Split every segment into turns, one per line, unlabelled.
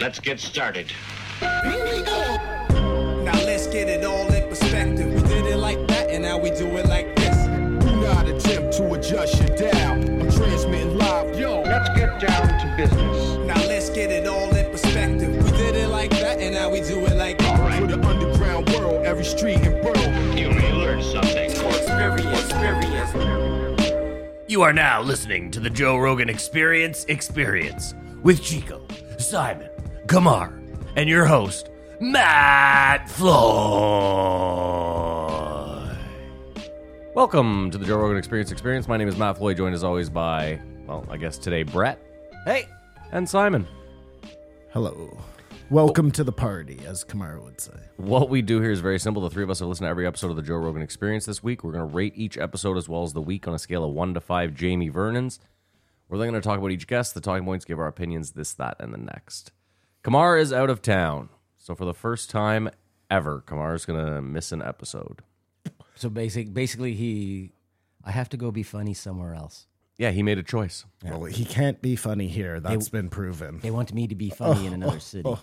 Let's get started.
Now let's get it all in perspective. We did it like that, and now we do it like this.
Do not attempt to adjust your dial. I'm transmitting live. Yo,
Let's get down to business.
Now let's get it all in perspective. We did it like that, and now we do it like
All
for
right,
the underground world, every street and borough.
you may learn something.
You are now listening to the Joe Rogan Experience Experience with Chico, Simon, Kamar, and your host, Matt Floyd.
Welcome to the Joe Rogan Experience Experience. My name is Matt Floyd, joined as always by, well, I guess today, Brett. Hey! And Simon.
Hello. Welcome to the party, as Kamara would say.
What we do here is very simple. The three of us have listened to every episode of the Joe Rogan Experience this week. We're going to rate each episode as well as the week on a scale of one to five Jamie Vernon's. We're then going to talk about each guest, the talking points, give our opinions, this, that, and the next. Kamar is out of town. So for the first time ever, Kamar is going to miss an episode.
So basic, basically, he, I have to go be funny somewhere else.
Yeah, he made a choice.
Well, he can't be funny here. That's been proven.
They want me to be funny in another city.
What's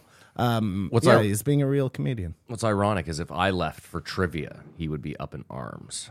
yeah,
our-
he's being a real comedian.
What's ironic is if I left for trivia, he would be up in arms.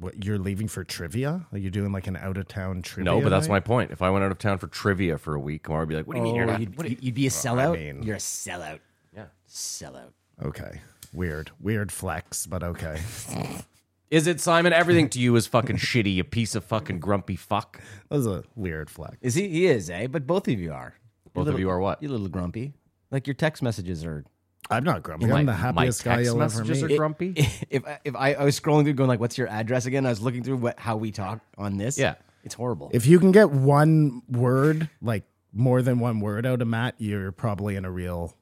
What, you're leaving for trivia? Are you doing like an out of town trivia?
No, but that's my
night?
point. If I went out of town for trivia for a week, Kamar would be like, "What do you mean you're
Oh,
not?"
you'd, you'd be a sellout.
mean-
You're a sellout.
Yeah.
sellout.
Okay. Weird. Weird flex, but okay.
Is it Simon? Everything to you is fucking shitty. You piece of fucking grumpy fuck.
that was a weird flex.
Is he? He is, eh? But both of you are.
Both of you are what?
You little grumpy. Like your text messages are.
I'm not grumpy.
My-
I'm the
my
happiest
text
guy you'll ever
messages
meet.
are grumpy.
If I- if I, I was scrolling through, going like, "What's your address again?" I was looking through what how we talk on this.
Yeah.
it's horrible.
if you can get one word, like more than one word out of Matt, you're probably in a real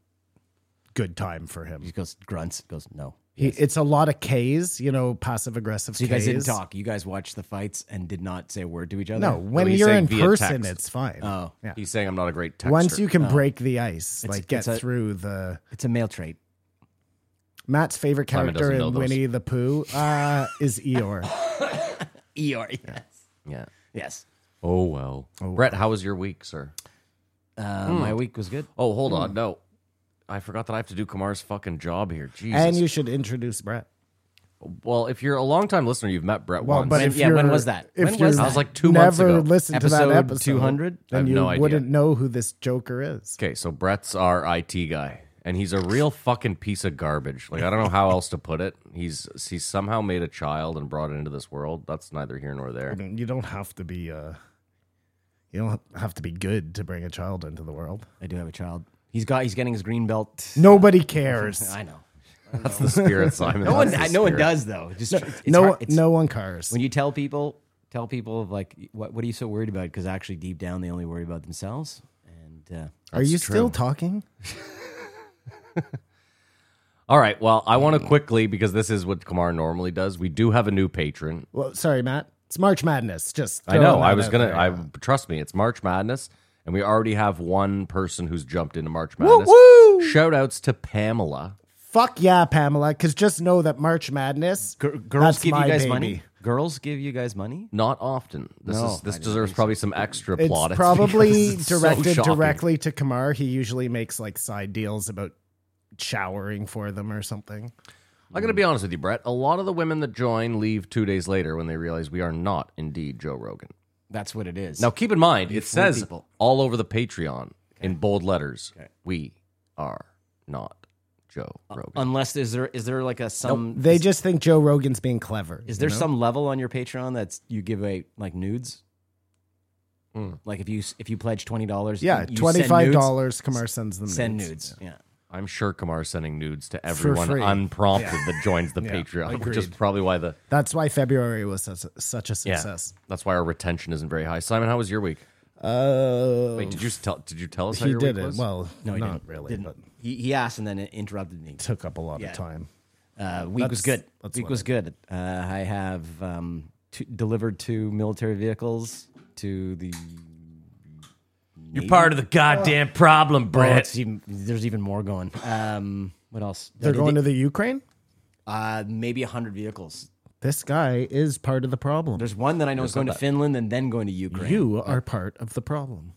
good time for him.
he goes grunts. Goes no.
He, it's a lot of K's, you know, passive aggressive.
So you guys didn't
Ks.
talk. You guys watched the fights and did not say a word to each other.
No, when
he's
you're
saying
in
via
person,
text.
it's fine.
Oh.
yeah.
He's saying I'm not a great texter.
Once you can break the ice, like get
it's a-
through the
it's a male trait.
Matt's favorite
Simon
character
doesn't know
in
those.
Winnie the Pooh uh, is Eeyore.
Eeyore. Yes.
yeah.
Yes.
Oh well. Brett, how was your week, sir?
Uh, My week was good.
Oh, hold on. No, I forgot that I have to do Kamar's fucking job here. Jesus.
Hmm. and you should introduce Brett.
well, if you're a longtime listener, you've met Brett
Well,
once.
but
When-
if
yeah,
you're,
when was that?
If
When
you're
was that?
I was like two months
never
ago.
listened to
Episode
that episode
200?
I have
then you
no idea.
wouldn't know who this Joker is.
Okay, so Brett's our IT guy, and he's a real fucking piece of garbage. Like I don't know how else to put it. He's he's somehow made a child and brought it into this world. That's neither here nor
I
there.
mean, you don't have to be. Uh, you don't have to be good to bring a child into the world.
I do have a child. He's got. He's getting his green belt.
Nobody cares.
I know.
That's the spirit, Simon.
No one.
That's the
No one
spirit.
does though. Just it's
no,
hard- it's-
no one cares.
When you tell people, tell people like, what what are you so worried about? Because actually, deep down, they only worry about themselves. And uh,
Are you still talking?
All right. Well, I
Mm.
want to quickly because this is what Kamar normally does. We do have a new patron.
Well, oh, sorry, Matt. It's March Madness. Just
I know.
throwing
I
that
was
out
gonna.
there.
I trust me. It's March Madness, and we already have one person who's jumped into March Madness. Shout outs to Pamela.
Fuck yeah, Pamela. Because just know that March Madness.
gir- girls
that's
give you
my
guys
baby.
money. Girls give you guys money.
Not often. This
No,
is this
I don't
deserves probably some extra
It's
plaudits
probably
because it's so
directed
shocking.
directly to Kamar. He usually makes like side deals about showering for them or something.
I'm going to be honest with you, Brett. A lot of the women that join leave two days later when they realize we are not indeed Joe Rogan.
That's what it is.
Now, keep in mind, it
fool
says
people.
all over the Patreon in bold letters, we are not Joe
Uh,
Rogan.
um,
unless is there Um, is there like a some
They just think Joe Rogan's being clever.
Oh, is there some level on your Patreon that's you give away like nudes? Like if you s- if you pledge twenty dollars,
Yeah, twenty five dollars. Kamar sends them
Send nudes. Yeah.
I'm sure Kamar's sending nudes to everyone
free.
unprompted that joins the Patreon, which is
agreed.
probably why the
That's why February was such a, such a
yeah,
success.
that's why our retention isn't very high. Simon, how was your week?
Uh,
Wait, did you tell did you tell us how
he
your
did
week
it
was?
well.
No, he
not
didn't.
really,
Didn't.
but
He, he asked and then it interrupted me.
took up a lot
Yeah.
of time.
Uh, week was
That's-
good.
that's
Week
what
was
I-
good. Uh, I have um, two, delivered two military vehicles to the.
You're part of the goddamn problem,
Oh,
Brett.
it's even, there's even more going. Um, what else?
They're going to the Ukraine.
uh, maybe hundred vehicles.
This guy is part of the problem.
There's one that I know is going to Finland and then going to Ukraine.
you are part of the problem.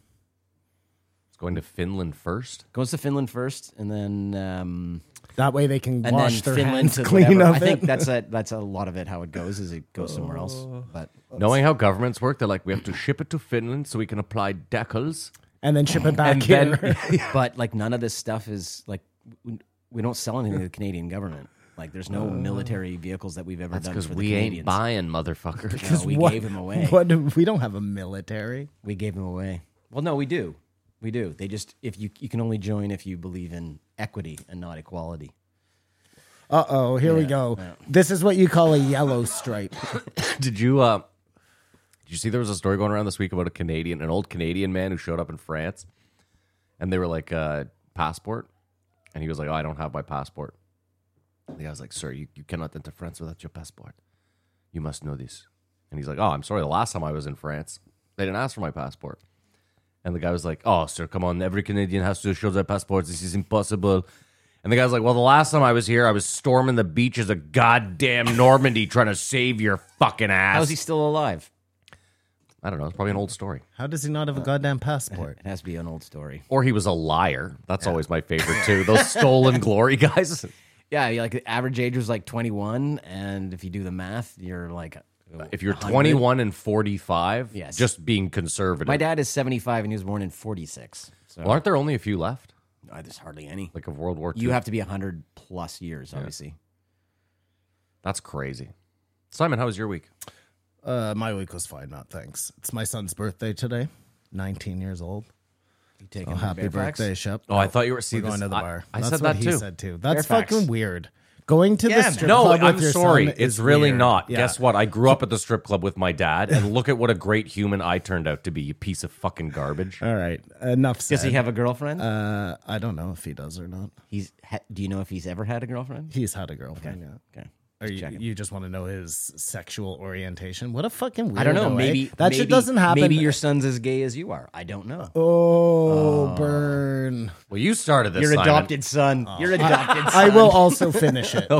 It's going to Finland first.
Goes to Finland first, and then um,
That way they can
and
wash
then
their
Finland
hands
to
clean
whatever.
of
I
it. Oh.
think that's a, that's a lot of it. How it goes is it goes somewhere else. But
Knowing how governments work, they're like, we have to ship it to Finland so we can apply decals.
and then ship it back
And
here.
then
but like none of this stuff is like we, we don't sell anything to the Canadian government. Like there's
Uh.
no military vehicles that we've ever
That's
done
because
for the
we
Canadians.
ain't buying, motherfucker.
No, we
What-
gave them away.
What, we don't have a military.
We gave them away. Well, no, we do. We do. They just if you you can only join if you believe in equity and not equality.
Uh oh, here we go. This is what you call a yellow stripe.
did you uh did you see there was a story going around this week about a Canadian, an old Canadian man who showed up in France and they were like, uh, passport? And he was like, Oh, I don't have my passport. And the guy was like, Sir, you, you cannot enter France without your passport. You must know this. And he's like, Oh, I'm sorry, the last time I was in France, they didn't ask for my passport. And the guy was like, Oh, sir, come on, every Canadian has to show their passports. This is impossible. And the guy's like, Well, the last time I was here, I was storming the beaches of goddamn Normandy trying to save your fucking ass.
How's he still alive?
I don't know. It's probably an old story.
How does he not have a goddamn passport?
It has to be an old story.
Or he was a liar. That's always my favorite too. Those stolen glory guys.
Yeah, like the average age was like 21, and if you do the math, you're like,
If you're 21 and 45,
Yes.
just being conservative.
my dad is 75 and he was born in 46. So
Well, aren't there only a few left?
uh, there's hardly any.
Like of World War II.
You have to be 100 plus years, obviously.
That's crazy. Simon, how was your week?
Uh, my week was fine, not thanks. It's my son's birthday today, 19 years old.
You take
Oh, happy birthday, Shep.
Oh, I thought you were
We're
seeing
going to the bar.
I,
That's
said
what
that
he
too.
said too. That's
Fairfax.
fucking weird. Going to
Yeah,
the
man.
strip
No,
club
I'm
with your
sorry.
son
It's
is
really
weird.
not.
Yeah.
Guess what? I grew up at the strip club with my dad, and look at what a great human I turned out to be, you piece of fucking garbage.
All right, enough said.
Does he have a girlfriend?
uh, I don't know if he does or not.
He's. Ha- do you know if he's ever had a girlfriend?
He's had a girlfriend. Yeah.
Okay.
Or you,
checking.
you just want to know his sexual orientation? What a fucking weirdo!
I don't
eh?
know. Maybe
that
maybe,
shit doesn't happen.
Maybe your son's as gay as you are. I don't know.
oh, burn.
Well, you started this.
Your
Simon.
adopted son. Your adopted
I
son.
will also finish it.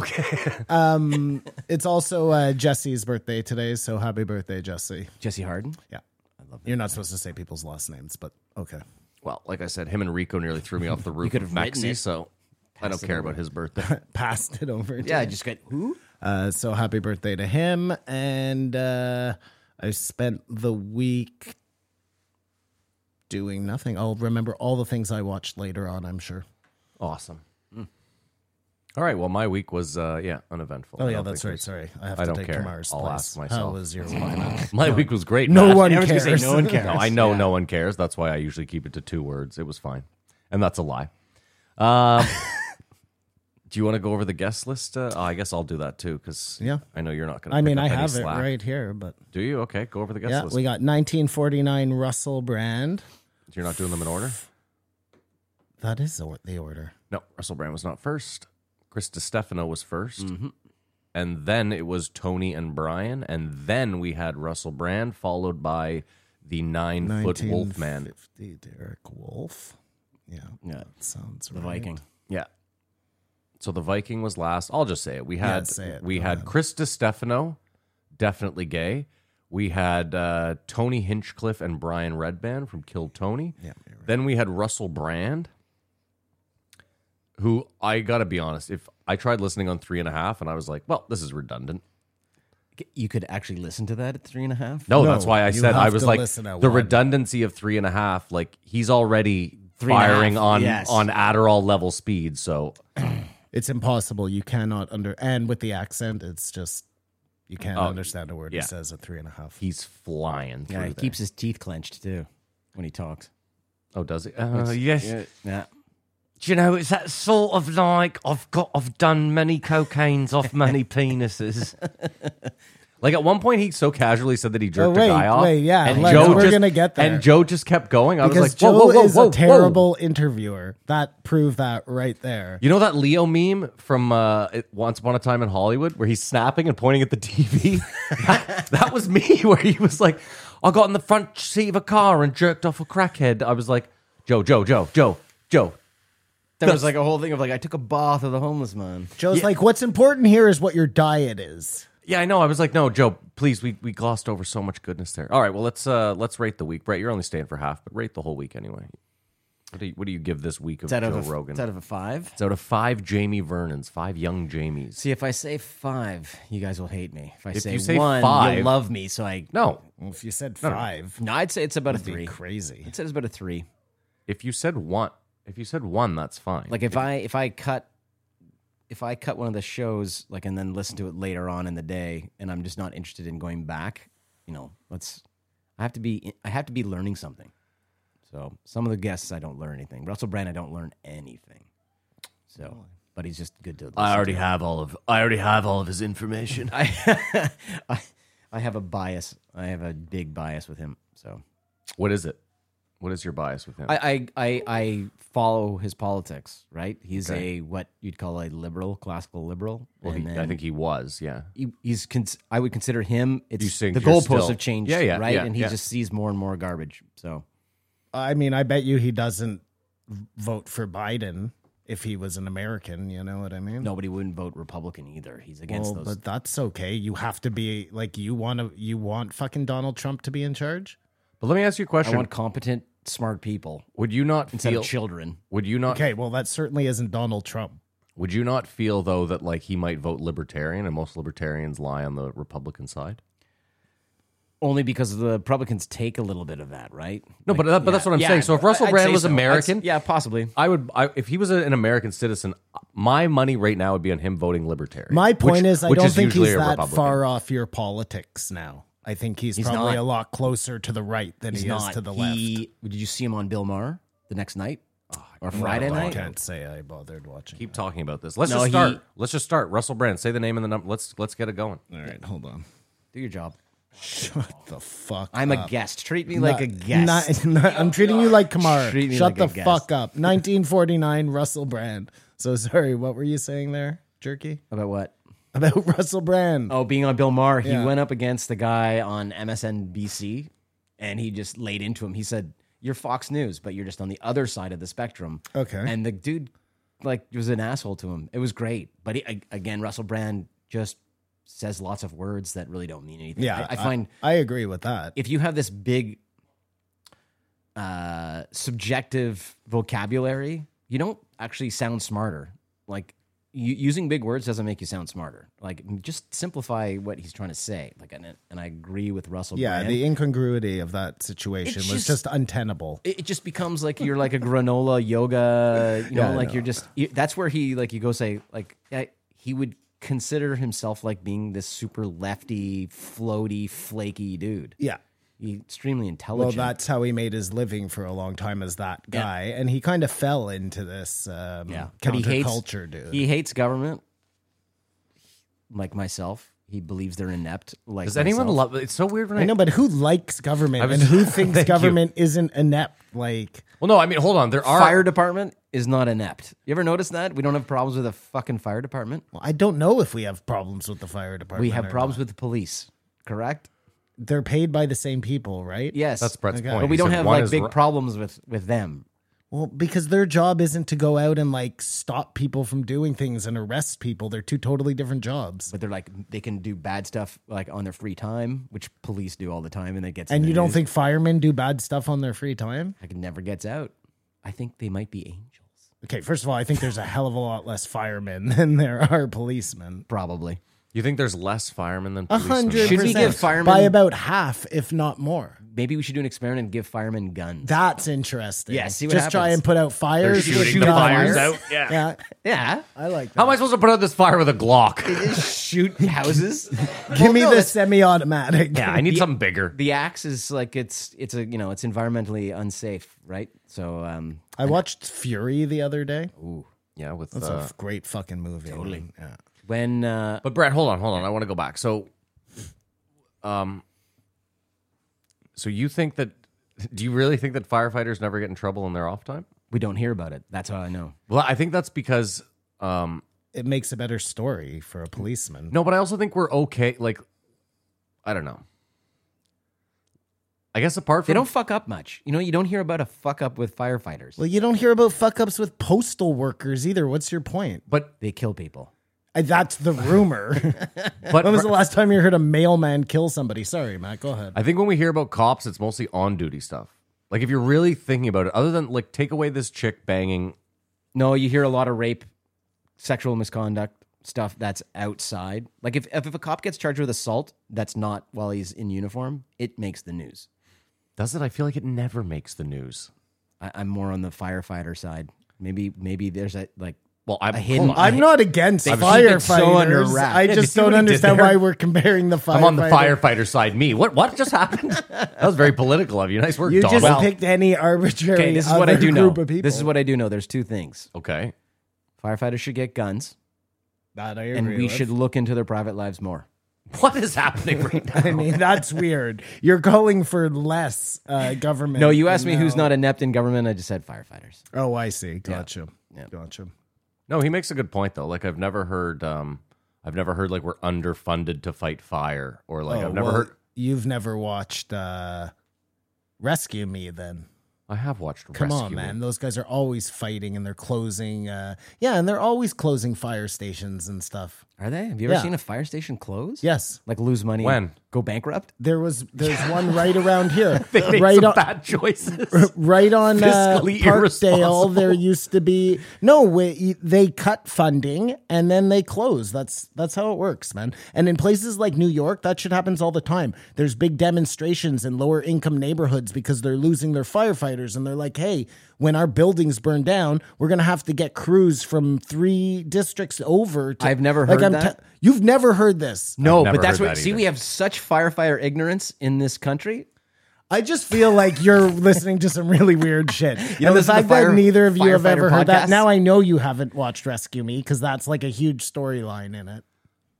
Um,
Okay.
It's also uh, Jesse's birthday today, so happy birthday, Jesse.
Jesse Harden.
Yeah. I love You're not supposed to say people's last names, but okay.
Well, like I said, him and Rico nearly threw me off the roof
could
of
have written
Maxi,
it.
so I don't care about his birthday.
Passed it over. To
Yeah, I just got who?
Uh, so happy birthday to him. And uh, I spent the week doing nothing. I'll remember all the things I watched later on, I'm sure.
awesome.
Mm.
All right. Well, my week was uh, yeah uneventful.
Oh,
I
yeah,
don't
that's
think
right. Sorry. I have
I
to
don't
take
care.
Kamar's
I'll
place.
ask myself.
How was your week?
there's- My week was great.
No
Matt.
one
Everyone's gonna
cares.
say no one cares.
No, I know no one cares. That's why I usually keep it to two words. It was fine, and that's a lie. Um, do you want to go over the guest list? Uh, oh, I guess I'll do that too because
Yeah.
I know you're not going. to
I mean, I have it right here, but
Do you? Okay, go over the guest
yeah,
list.
we got 1949 Russell Brand.
You're not doing them in order.
That is the or- the order.
No, Russell Brand was not first. Chris Stefano was 1st
Mm-hmm.
And then it was Tony and Brian. And then we had Russell Brand, followed by the nine foot wolf man.
1950 Derek Wolf. Yeah,
Yeah,
sounds
the
right.
Viking.
Yeah. So the Viking was last. I'll just say it. We had
say it.
we
Go
had Chris Stefano, definitely gay. We had uh, Tony Hinchcliffe and Brian Redband from Kill Tony.
Yeah, you're right.
Then we had Russell Brand, who I gotta be honest, if I tried listening on three and a half and I was like, well, this is redundant.
You could actually listen to that at three and a half.
No,
No,
that's why I
you
said I
have
was
to
like
listen
the
at one.
redundancy of three and a half. Like he's already
and a
firing
half,
on
yes.
on Adderall level speed. So
It's impossible. You cannot under and with the accent, it's just you can't understand a word
Oh, yeah.
he says at three and a half.
he's flying through.
Yeah, he
there.
keeps his teeth clenched too when he talks.
Oh, does he? Oh, yes.
Yeah.
Do you know, it's that sort of like I've got, I've done many cocaines off many penises.
Like at one point, he so casually said that he jerked
Oh, wait,
a guy off.
wait, yeah,
and
like,
Joe
we're
just,
gonna get there.
And Joe just kept going. I
because
was like,
Joe
whoa, whoa, whoa,
is
whoa,
a
whoa.
terrible interviewer. That proved that right there.
You know that Leo meme from uh, it- Once Upon a Time in Hollywood where he's snapping and pointing at the TV? that, that was me, where he was like, I got in the front seat of a car and jerked off a crackhead. I was like, Joe, Joe, Joe, Joe, Joe.
There was like a whole thing of like I took a bath of the homeless man.
Joe's like, what's important here is what your diet is.
Yeah, I know. I was like, no, Joe, please, we, we glossed over so much goodness there. All right, well, let's uh, let's rate the week. Brett, you're only staying for half, but rate the whole week anyway. What do you, what do you give this week of
It's out
Joe
of a,
Rogan?
It's out of a five.
It's out of five Jamie Vernons, five young Jamies.
See, if I say five, you guys will hate me. If I say,
you say
one,
five-
you'll love me. So I
no,
Well, if you said five,
no, I'd say it's about a
that'd
three.
be crazy.
I'd say it's about a three.
if you said one, if you said one, that's fine.
Like if I if I cut if I cut one of the shows like and then listen to it later on in the day, and I'm just not interested in going back. You know, let's. I have to be. I have to be learning something. So some of the guests, I don't learn anything. Russell Brand, I don't learn anything. So, but he's just good to. Listen
I already
to.
have all of I already have all of his information.
I, I I have a bias. I have a big bias with him. So
what is it? What is your bias with him?
I I, I, I follow his politics. Right? He's a what you'd call a liberal, classical liberal.
well, he,
and
I
then
think he was. Yeah.
he, he's. Cons- I would consider him.
You
It's the
think you're
goalposts
still-
have changed.
Yeah, yeah,
right.
yeah,
and he
yeah.
just sees more and more garbage. So
I mean, I bet you he doesn't vote for Biden if he was an American. You know what I mean?
nobody wouldn't vote Republican either. He's against
Well,
those.
but that's okay. You have to be like you want to. You want fucking Donald Trump to be in charge?
But let me ask you a question.
I want competent, smart people
would you not
instead
feel?
of children.
would you not?
Okay, well that certainly isn't Donald Trump.
Would you not feel though that like he might vote libertarian, and most libertarians lie on the Republican side?
Only because the Republicans take a little bit of that, right?
No, but that- but that's what I'm saying. So if Russell
I'd
Brand
say
was
so. I'd s-
American-
yeah, possibly.
I would, I, if he was a- an American citizen, my money right now would be on him voting libertarian.
My point
which-
is, I
which
don't think
usually
he's
a
that
Republican.
far off your politics now. I think he's, probably
not.
a lot closer to the right than he is to the
he,
left.
Did you see him on Bill Maher the next night or Friday
I
night?
can't say I bothered watching.
Keep talking about this. Let's
No,
just
he-
start. Let's just start. Russell Brand, say the name and the number. Let's let's get it going.
All right, hold on.
Do your job.
Shut the fuck.
I'm
up.
a guest. Treat me like a
Uh, Not-
guest.
not- not- I'm treating you like Kamara.
Treat me
Shut
like a
the
guest.
fuck up. 1949 Russell Brand. So sorry, what were you saying there, Jerky?
About what?
About Russell Brand.
Oh, being on Bill Maher, he
Yeah.
went up against the guy on MSNBC, and he just laid into him. He said, "You're Fox News, but you're just on the other side of the spectrum."
Okay.
Oh, And the dude, like, was an asshole to him. It was great, but he, a- again, Russell Brand just says lots of words that really don't mean anything.
yeah,
I, I find
I, agree with that.
if you have this big uh subjective vocabulary you don't actually sound smarter like you, using big words doesn't make you sound smarter like m- just simplify what he's trying to say like and, and i agree with russell
yeah,
Brand.
the incongruity of that situation
It's
was
just-
just untenable.
it, it just becomes like you're like a granola yoga you know
Yeah, I
like
know.
you're just you, that's where he like you go say like I, he would consider himself like being this super lefty floaty flaky dude
Yeah.
He extremely
Well,
intelligent
that's how he made his living for a long time as that guy, and he kind of fell into this um,
Mm-hmm.
But he hates-
counterculture dude.
He hates government, like myself. He believes they're inept. Like
Does anyone
myself.
love? It's so weird when I,
I know, but who likes government
was-
and who
Thank
thinks
you.
government isn't inept? Like,
Well, no, I mean, hold on. There are
fire department is not inept? You ever notice that we don't have problems with the fucking fire department?
Well, I don't know if we have problems with the fire department.
We have
or
problems
not.
with the police. Correct?
they're paid by the same people, right?
Yes.
That's Brett's
Okay.
point.
But we
He
don't
said
have
one
like
is
big
ri-
problems with with them.
Well, because their job isn't to go out and like stop people from doing things and arrest people. They're two totally different jobs.
But they're like they can do bad stuff like on their free time, which police do all the time, and it gets in
and
the
you don't
news.
think firemen do bad stuff on their free time?
like it never gets out. I think they might be angels.
Okay, first of all, I think there's a hell of a lot less firemen than there are policemen.
Probably.
You think there's less firemen than
A
policemen?
hundred
Should we
percent.
give firemen-
by about half, if not more?
Maybe we should do an experiment and give firemen guns.
That's interesting.
Yeah, see what
Just try
happens.
and put out fires.
shooting
with
the fires
guns.
out, yeah.
yeah,
yeah.
I like that.
How am I supposed to put out this fire with a Glock?
shoot houses.
Give me
Oh,
the semi-automatic.
yeah, I need something bigger.
the axe is like it's it's a you know it's environmentally unsafe, right? So um,
I watched Fury the other day.
Yeah, with
That's a
uh,
f- great fucking movie. Totally. Yeah.
when uh,
But Brett, hold on, hold on. I want to go back. So, um, so you think that? Do you really think that firefighters never get in trouble in their off time?
we don't hear about it, that's how I know.
Well, I think that's because, um,
It makes a better story for a policeman.
no, but I also think we're okay. Like, I don't know. I guess apart from
They don't fuck up much, you know. You don't hear about a fuck up with firefighters.
Well, you don't hear about fuck ups with postal workers either. What's your point?
but
They kill people.
I, that's the rumor.
but
when was the last time you heard a mailman kill somebody? Sorry, Matt. Go ahead.
I think when we hear about cops, it's mostly on duty stuff. Like if you're really thinking about it, other than like take away this chick banging,
No, you hear a lot of rape, sexual misconduct stuff that's outside. Like if if, if a cop gets charged with assault, that's not while he's in uniform. It makes the news.
does it? I feel like it never makes the news.
I, I'm more on the firefighter side. Maybe maybe there's a like
Well, I'm
a hidden.
I'm not against
They've keep it
firefighters.
so under wraps.
I
Yeah,
just
see what
don't
he did
understand
there?
why we're comparing the firefighter.
I'm on the firefighter side. Me, what? What just happened? that was very political of you. Nice work,
You
Donald.
just
Well,
picked any arbitrary.
Okay, this is what I
other
do know.
group of people.
This is what I do know. There's two things.
okay.
Firefighters should get guns,
that I
and
agree
we
with.
should look into their private lives more.
What is happening right now?
I mean, that's weird. You're calling for less uh, government.
No, you asked me
and
who's
now-
not inept in government. I just said firefighters.
Oh, I see. Gotcha. Gotcha.
No, he makes a good point though. Like I've never heard, um, I've never heard like we're underfunded to fight fire, or like
Oh,
I've never
well,
heard.
You've never watched uh, Rescue Me, then.
I have watched.
Come
Rescue
on,
Me.
man. Those guys are always fighting and they're closing. Uh, yeah, and they're always closing fire stations and stuff.
Are they? Have you ever
Yeah.
seen a fire station close?
Yes.
Like lose money,
When?
go bankrupt.
There was there's one right around here.
Made
right
some
on
bad choices.
right on uh,
Fiscally irresponsible.
Parkdale, there used to be no. We, they cut funding and then they close. That's that's how it works, man. And in places like New York, that shit happens all the time. There's big demonstrations in lower income neighborhoods because they're losing their firefighters, and they're like, "Hey, when our buildings burn down, we're gonna have to get crews from three districts over." To,
I've never heard that.
you've never heard this.
No,
never
but that's
heard
what.
that
see,
either.
we have such firefighter ignorance in this country.
I just feel like you're listening to some really weird shit.
You don't
and the
listen to
fact that
fire-
neither of you have
firefighter
ever heard
podcasts?
that, now I know you haven't watched Rescue Me because that's like a huge storyline in it.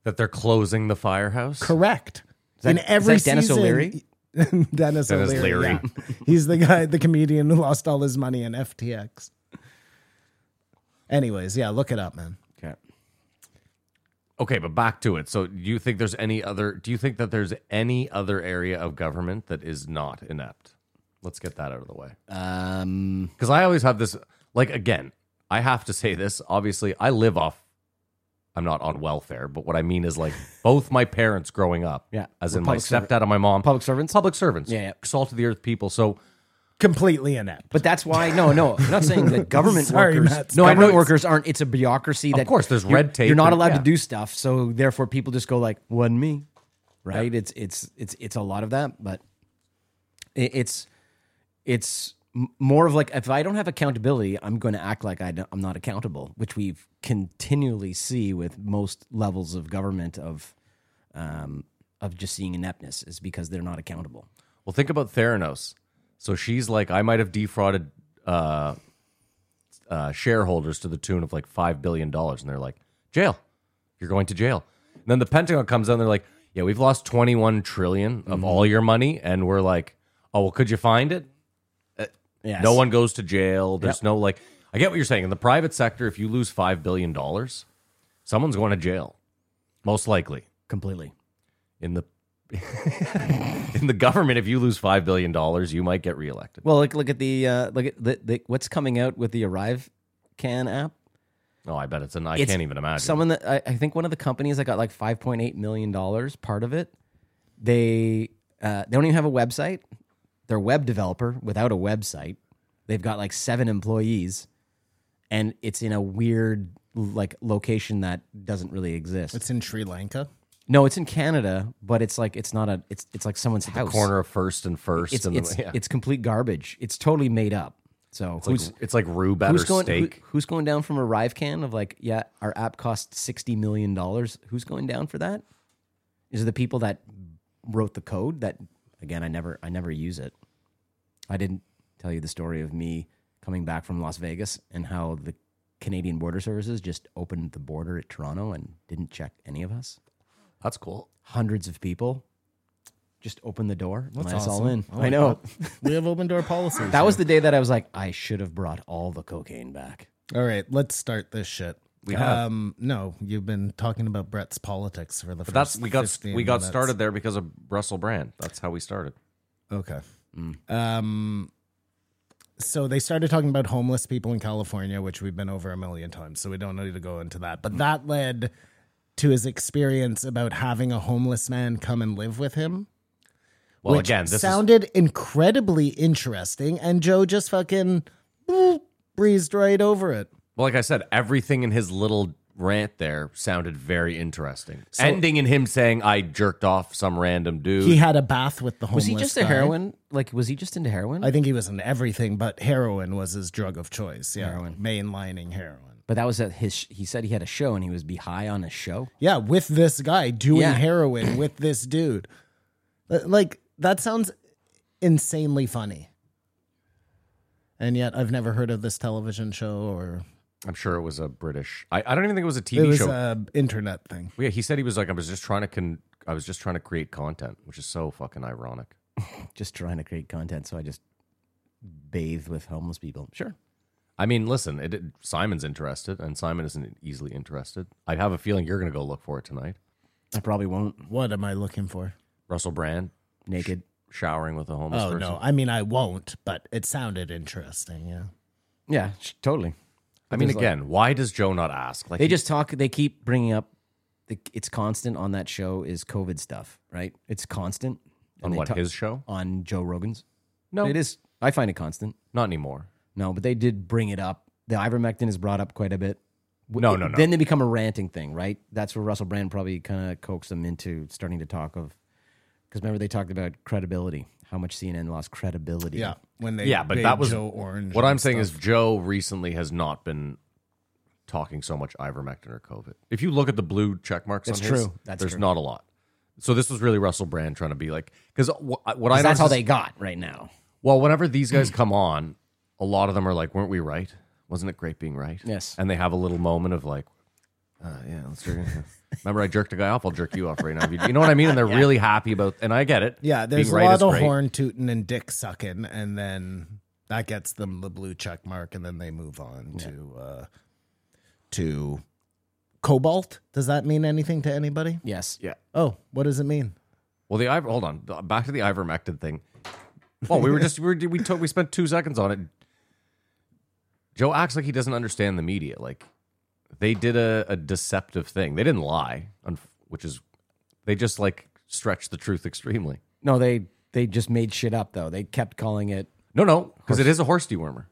that they're closing the firehouse.
Correct. in
is
every
that Dennis
season,
O'Leary?
Dennis,
Dennis
O'Leary.
Leary.
yeah. He's the guy, the comedian who lost all his money in FTX. Anyways, yeah, look it up, man.
Okay.
Okay, but back to it. So, do you think there's any other? Do you think that there's any other area of government that is not inept? Let's get that out of the way.
Um,
Because I always have this. Like again, I have to say this. Obviously, I live off. I'm not on welfare, but what I mean is like both my parents growing up.
Yeah,
as
we're
in my
public servant-
stepdad and my mom.
public servants?
Public servants.
Yeah, yeah.
Salt of the earth people. So
Completely inept.
but that's why. No, no, I'm not saying that government
Sorry,
workers.
Matt.
No,
No, I
government
know-
workers aren't. It's a bureaucracy. That
course, there's
you're-
red tape
You're not
and-
allowed
yeah.
to do stuff, so therefore people just go like, "One me," right? It's it's it's it's a lot of that, but it, it's it's m- more of like if I don't have accountability, I'm going to act like I don't, I'm not accountable, which we continually see with most levels of government of um, of just seeing ineptness is because they're not accountable.
Well, think about Theranos. So she's like, I might have defrauded uh, uh, shareholders to the tune of like five billion dollars, and they're like, jail. You're going to jail. And then the Pentagon comes out, and they're like, Yeah, we've lost 21 trillion of all your money, and we're like, Oh, well, could you find it?
Yes.
No one goes to jail. There's no like. I get what you're saying. In the private sector, if you lose five billion dollars, someone's going to jail, most likely
completely.
in the in the government if you lose 5 billion dollars you might get reelected
Well, look look at the uh, look at the, the what's coming out with the Arrive Can app.
oh i bet it's an i
It's
can't even imagine
Someone that I, I think one of the companies that got like five point eight million dollars part of it. They uh, they don't even have a website. They're a web developer without a website. They've got like seven employees, and it's in a weird like location that doesn't really exist.
It's in Sri Lanka.
no, it's in Canada, but it's like it's not a it's it's like someone's house.
corner of first and first
It's
and the-
it's,
yeah.
it's complete garbage. It's totally made up. So
It's
who's
like, it's like rube at
who's
her
going
steak
who- who's going down from a rive can of like yeah our app costs 60 million dollars who's going down for that is it the people that wrote the code that again i never i never use it i didn't tell you the story of me coming back from las vegas and how the canadian border services just opened the border at toronto and didn't check any of us
that's cool
hundreds of people just opened the door and let us all in i know
Oh We have open door policies.
that was the day that i was like i should have brought all the cocaine back
All right, let's start this shit. We have. Um, no, you've been talking about Brett's politics for the first.
but that's we got
15
we got
minutes.
started there because of russell brand that's how we started
Okay.
Mm.
Um, so they started talking about homeless people in California, which we've been over a million times, so we don't need to go into that.
Mm.
But that led to his experience about having a homeless man come and live with him,
Well,
which
again, this is
sounded incredibly interesting, and Joe just fucking boop, breezed right over it.
well, like I said, everything in his little rant there sounded very interesting. Ending in him saying, "I jerked off some random dude."
He had a bath with the homeless.
Was he just
guy.
a heroin? Like, was he just into heroin?
I think he was in everything, but heroin was his drug of choice. Yeah, mainlining heroin.
but that was at his. sh- He said he had a show and he was be high on a show.
Yeah, with this guy doing
Yeah.
heroin with this dude. Uh, Like that sounds insanely funny. And yet I've never heard of this television show or
I'm sure it was a British. I, I don't even think it was a
it
TV
was
show.
a internet thing.
yeah, he said he was like, "I was just trying to con- I was just trying to create content," which is so fucking ironic.
Just trying to create content, so I just bathed with homeless people. Sure.
I mean, listen, it, it- Simon's interested, and Simon isn't easily interested. I have a feeling you're going to go look for it tonight.
I probably won't.
What am I looking for?
Russell Brand
Naked.
showering with a homeless
Oh
person.
no, I mean I won't, but it sounded interesting, yeah.
Yeah, sh- totally.
I mean,
There's, like-
again, why does Joe not ask? Like,
They
he-
just talk. They keep bringing up. The, it's constant on that show is COVID stuff, right? It's constant And
on
they
what
ta-
his show?
on Joe Rogan's.
No,
It is. I find it constant.
not anymore.
No, but they did bring it up. The ivermectin is brought up quite a bit. W-
No,
it-
no, no.
Then they become a ranting thing, right? That's where Russell Brand probably kind of coaxed them into starting to talk of. Because remember they talked about credibility, how much CNN lost credibility.
Yeah. When they
Yeah, but
made
that was
Joe Orange.
What
and
I'm saying is,
stuff.
Joe recently has not been talking so much ivermectin or COVID. If you look at the blue check marks,
That's
on his,
true. That's
there's
true.
not a lot. So this was really Russell Brand trying to be like, because what I
'Cause that's
noticed
how
is-
they got right now.
Well, whenever these guys
Hmm.
come on, a lot of them are like, "Weren't we right? Wasn't it great being right?"
Yes.
And they have a little moment of like, uh, "Yeah, let's jerk." Remember, I jerked a guy off. I'll jerk you off right now. You know what I mean? And they're really happy about. And I get it.
Yeah, there's
being
a
right
lot
is
of
great.
horn tooting and dick sucking, and then that gets them the blue check mark, and then they move on to uh, to cobalt. Does that mean anything to anybody?
Yes. Yeah.
Oh, what does it mean?
Well, the iver. Hold on. Back to the ivermectin thing. Well, we were just we were, we took we spent two seconds on it. Joe acts like he doesn't understand the media. Like they did a, a deceptive thing. They didn't lie, unf- which is they just like stretched the truth extremely.
No, they they just made shit up though. They kept calling it.
No, no, because it is a horse dewormer.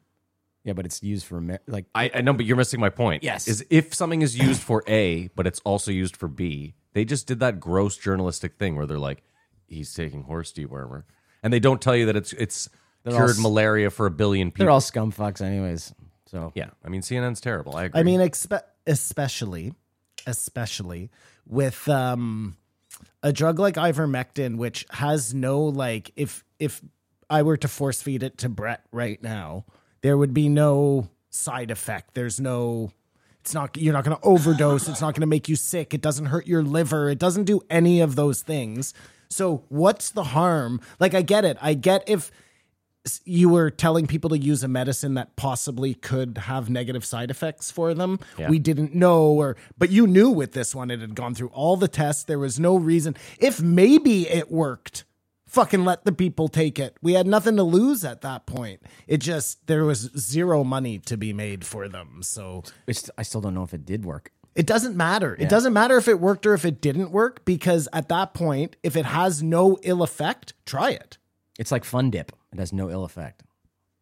Yeah, but it's used for Amer- like
I, I know, but you're missing my point.
Yes.
Is if something is used for A, but it's also used for B, they just did that gross journalistic thing where they're like, he's taking horse dewormer. And they don't tell you that it's it's
They're all
cured
s-
malaria for a billion people.
they're all scum fucks anyways. So
yeah. I mean, CNN's terrible. I agree.
I mean, expe- especially, especially with um, a drug like ivermectin, which has no like, if if I were to force feed it to Brett right now, there would be no side effect. There's no. It's not you're not going to overdose. It's not going to make you sick. It doesn't hurt your liver. It doesn't do any of those things. So what's the harm? Like I get it. I get if you were telling people to use a medicine that possibly could have negative side effects for them. We didn't know or but you knew with this one it had gone through all the tests. There was no reason if maybe it worked. Fucking let the people take it. We had nothing to lose at that point. It just there was zero money to be made for them. So
it's, I still don't know if it did work.
it doesn't matter. It doesn't matter if it worked or if it didn't work because at that point if it has no ill effect, try it.
It's like Fun Dip. It has no ill effect.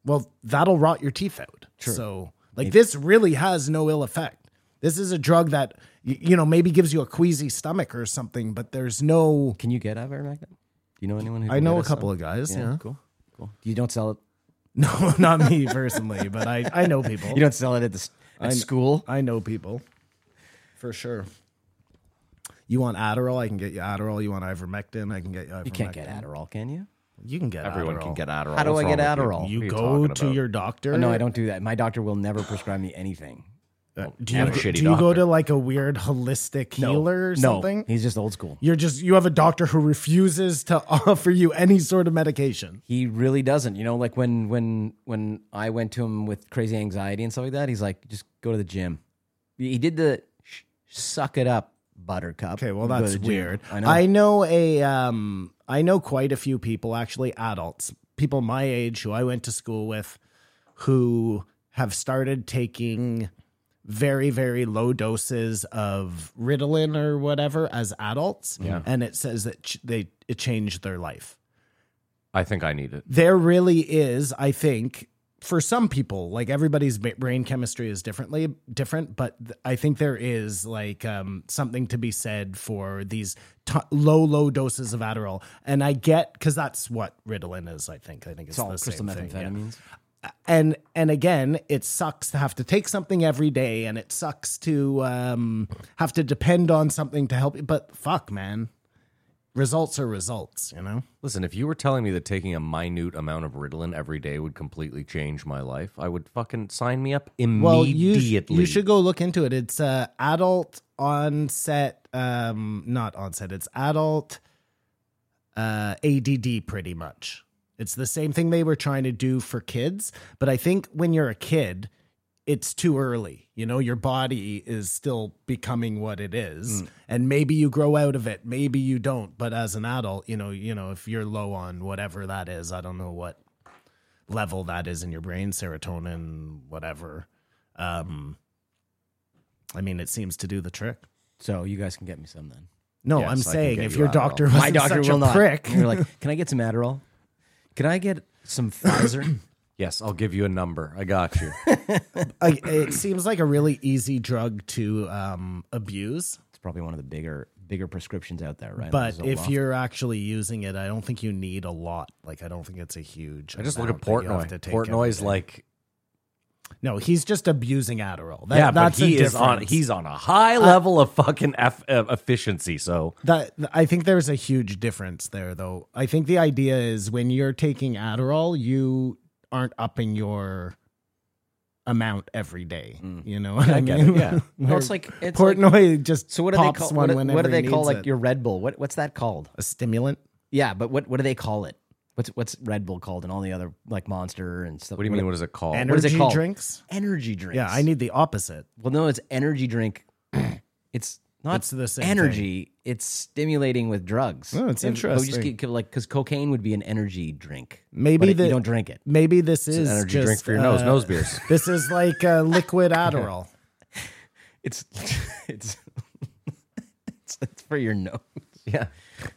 well, that'll rot your teeth out. So, like, this really has no ill effect. This is a drug that, y- you know, maybe gives you a queasy stomach or something, but there's no.
Can you get ivermectin? Do you know anyone? Who
I
can
know
get
a
us
couple
some?
of guys. Yeah.
cool, cool. You don't sell it.
No, not me personally, but I, I know people.
You don't sell it at the s- at school.
I know people for sure. You want Adderall? I can get you Adderall. You want ivermectin? I can get you ivermectin.
You can't get Adderall, can you?
You can get
everyone can
Adderall.
get Adderall.
How do
What's
I get
wrong with
Adderall?
You, What are
You
talking
go
about?
to your doctor.
Oh, no, I don't do that. My doctor will never prescribe me anything.
Do you,
Have a shitty
do you go
doctor.
to like a weird holistic healer or something?
No, he's just old school.
You're just you have a doctor who refuses to offer you any sort of medication.
He really doesn't. You know, like when when when I went to him with crazy anxiety and stuff like that, he's like, just go to the gym. He he did the sh- suck it up, Buttercup.
Okay, well
Go to
that's
the gym.
weird.
I know.
a um I know quite a few people actually adults, people my age who I went to school with who have started taking very very low doses of Ritalin or whatever as adults yeah. and it says that ch- they it changed their life.
I think I need it.
there really is i think for some people like everybody's ba- brain chemistry is differently different but th- i think there is like um, something to be said for these t- low low doses of adderall and i get because that's what ritalin is i think i think
It's
it's,
all
the same
crystal
thing yeah.
methamphetamines.
and and again it sucks to have to take something every day and it sucks to um, have to depend on something to help you but fuck man results are results you know
Listen, if you were telling me that taking a minute amount of Ritalin every day would completely change my life, I would fucking sign me up immediately.
Well, you, sh- you should go look into it. It's uh, adult onset, um, not onset. It's adult uh, ADD, pretty much. It's the same thing they were trying to do for kids, but I think when you're a kid, it's too early. You know, your body is still becoming what it is, and maybe you grow out of it, maybe you don't. But as an adult, you know, you know, if you're low on whatever that is, I don't know what level that is in your brain, serotonin, whatever. Um, I mean, it seems to do the trick.
So you guys can get me some then.
No,
Yes,
I'm
I can
saying
get
if
you
your
Adderall.
doctor was
My doctor
such
will
a
not.
prick,
And you're like, can I get some Adderall? Can I get some Pfizer?
Yes, I'll give you a number. I got you.
I- it seems like a really easy drug to um, abuse.
it's probably one of the bigger bigger prescriptions out there, right?
But if
Zoloft.
you're actually using it, I don't think you need a lot. Like, I don't think it's a huge.
I just look at
amount that you have
Portnoy.
to take
Portnoy's
every day.
like,
no, he's just abusing Adderall. That,
yeah,
that's
but he
a
is on.
difference.
He's on a high level of fucking eff- uh, efficiency. So
That I think there's a huge difference there, though. I think the idea is when you're taking Adderall, you aren't upping your amount every day.
Mm.
You know what I,
get it,
mean?
yeah.
Well, it's like it's like-
Portnoy just
so what do they
pops
call
one
what,
whenever
what do
he
they call
needs
like
it.
your Red Bull? What what's that called?
a stimulant?
Yeah, but what what do they call it? What's what's Red Bull called and all the other like Monster and stuff?
what do you mean? What is it called?
Oh, is it
Energy
called?
drinks?
Energy drinks.
Yeah, I need the opposite.
Well, no, it's energy drink. it's not
It's the same
energy. It's stimulating with drugs.
Oh, it's
And we just
interesting.
keep, keep, like because cocaine would be an energy drink.
Maybe
but it-
the-
you don't drink it.
Maybe this is
energy
just,
drink for your nose,
uh,
nose beers.
This is like uh, liquid Adderall.
It's it's it's, it's for your nose.
Yeah.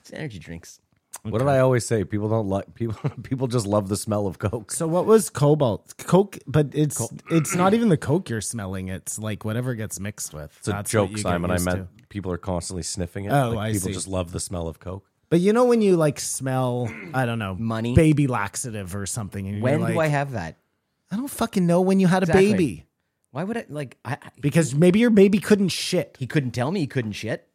It's energy drinks.
What did I always say? People don't like people. People just love the smell of Coke.
So what was cobalt? Coke, but it's it's not even the coke you're smelling. It's like whatever gets mixed with.
It's a
That's what you
joke,
get
Simon. I
used
meant
to.
people are constantly sniffing it.
Oh,
Like,
I
people
see.
just love the smell of Coke.
But you know when you like smell, I don't know,
Money?
baby laxative or something. And
When
you're like,
do I have that?
I don't fucking know when you had a
Exactly.
baby
Why would I like? I, I-
because maybe your baby couldn't shit.
he couldn't tell me he couldn't shit.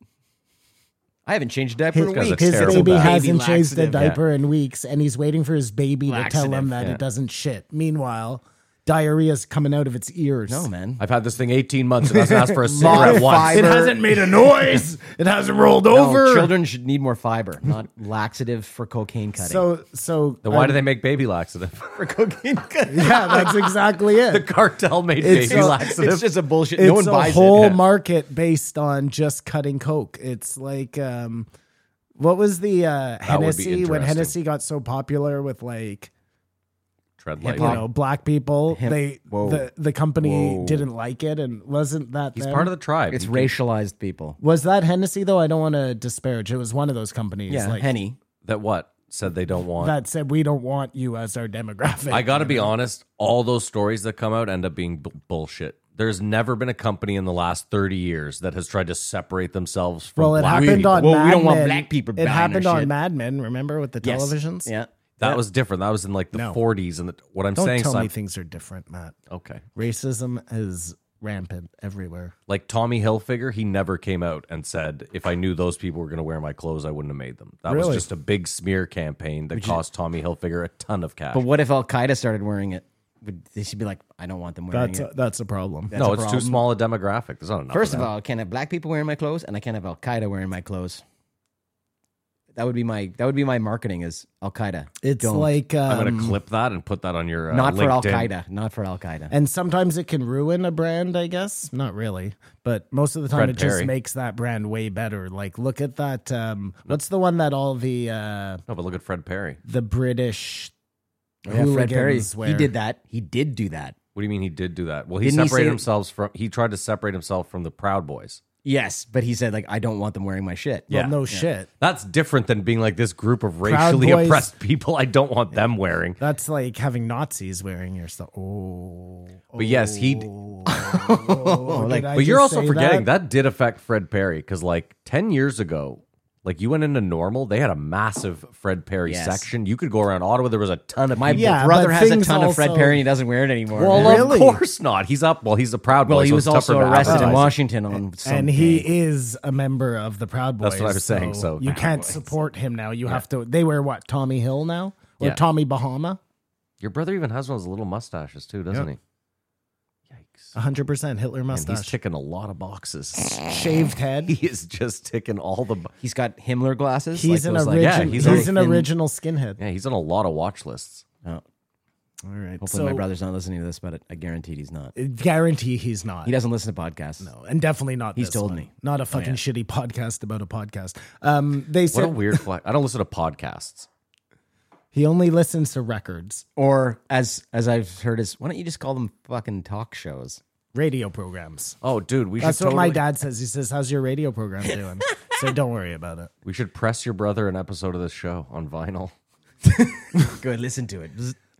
I haven't changed a diaper
His,
in a week.
a
his
terrible
baby
baby.
hasn't changed a
laxative.
diaper in weeks, and he's waiting for his baby to tell him
Laxative,
that
yeah.
it doesn't shit. Meanwhile, diarrhea's coming out of its ears.
No man.
I've had this thing 18 months. It doesn't ask for a cigarette once.
Modified-
it hasn't made a noise. it hasn't rolled
No,
over.
children should need more fiber, not laxative for cocaine cutting.
So so
Then why
um,
do they make baby laxative?
for cocaine cutting.
Yeah, that's exactly it.
the cartel made
It's
baby
a-
laxative.
It's just a bullshit.
it's
no one
a
buys
whole
it.
market based on just cutting coke. It's like um, what was the uh,
would be
Hennessy when
interesting.
Hennessy got so popular with like
Tread
you
light.
know black people?
Hemp.
They
Whoa.
the the company
Whoa.
didn't like it, and wasn't that
He's
them?
part of the tribe.
It's
You can-
racialized people.
was that Hennessy though? I don't want to disparage. It was one of those companies
Yeah,
like
Henny.
That what? Said they don't want.
that said we don't want you as our demographic.
I got to be honest. All those stories that come out end up being b- bullshit. There's never been a company in the last 30 years that has tried to separate themselves from
well, it
black
happened
people.
on
Well,
Mad
we don't want
Men.
black people
It
buying our
happened on
shit.
Mad Men. Remember with the
Yes.
televisions?
Yeah.
That was different. That was in like the
No.
40s. And the, what I'm
Don't
saying, Oh.
tell
Simon-
me things are different, Matt.
okay.
Racism is rampant everywhere.
Like Tommy Hilfiger, he never came out and said, "If I knew those people were going to wear my clothes, I wouldn't have made them." That was
Really?
just a big smear campaign that cost Tommy Hilfiger a ton of cash.
But what if Al Qaeda started wearing it? Would they should be like, I don't want them wearing
That's
it.
a, that's a problem.
no, it's too small a demographic. There's not enough.
First
of,
of
that.
all, I can't have black people wearing my clothes, and I can't have Al Qaeda wearing my clothes. That would be my that would be my marketing as Al Qaeda.
It's
Don't.
like um,
I'm going to clip that and put that on your uh,
not for Al
LinkedIn.
Qaeda, not for Al Qaeda.
and sometimes it can ruin a brand, I guess. Not really, but most of the time
Fred
it
Perry.
just makes that brand way better. Like look at that um what's the one that all the uh
No, but look at Fred Perry.
the British
Oh,
Yeah, Fred Perry,
hooligans
he
wear.
did that. He did do that.
What do you mean he did do that? Well, he
Didn't he
separated
say-
himself from. He tried to separate himself from the Proud Boys.
Yes, but he said like I don't want them wearing my shit.
Yeah.
Well, no shit.
That's different than being like this group of racially
Boys.
oppressed people. I don't want them wearing.
That's like having Nazis wearing your stuff. Oh,
But yes, he. d-
oh, did I
but you're
just
also
say
forgetting that? did affect Fred Perry because like ten years ago, like you went into normal, they had a massive Fred Perry
Yes.
section. You could go around Ottawa. There was a ton of
My
people.
Yeah,
brother
but
has a
things
ton of Fred
also-
Perry and he doesn't wear it anymore.
Well,
Really?
of course not. He's up. Well, he's a proud boy.
Well, he
so
was
it's tougher
also
to
arrested in
advertise.
Washington on some
And he is a member of the Proud Boys.
That's what I was saying, so-
you can't support him now. You have to. They wear what? Tommy Hill now or
Yeah.
Tommy Bahama?
Your brother even has one of those little mustaches too, doesn't
Yep.
he? Yikes!
hundred percent Hitler
And he's
mustache,
ticking a lot of boxes.
shaved head.
he is just ticking all the. bo-
He's got Himmler glasses.
He's
like
an
those,
original.
like-
Yeah,
he's,
he's a
an
thin-
original skinhead.
Yeah, he's on a lot of watch lists.
Oh,
All right.
hopefully
so uh,
my brother's not listening to this, but I guaranteed he's not.
guarantee he's not.
He doesn't listen to podcasts.
No, and definitely not.
He's
this
told
one.
me.
Not a fucking shitty podcast about a podcast. Um,
Oh,
they
What a
said
weird flag. I don't listen to podcasts.
he only listens to records,
Or as as I've heard is why don't you just call them fucking talk shows?
radio programs.
Oh, dude, we
That's
should
what
totally,
my dad says. He says, "How's your radio program doing?" so don't worry about it.
We should press your brother an episode of this show on vinyl.
Go and listen to it.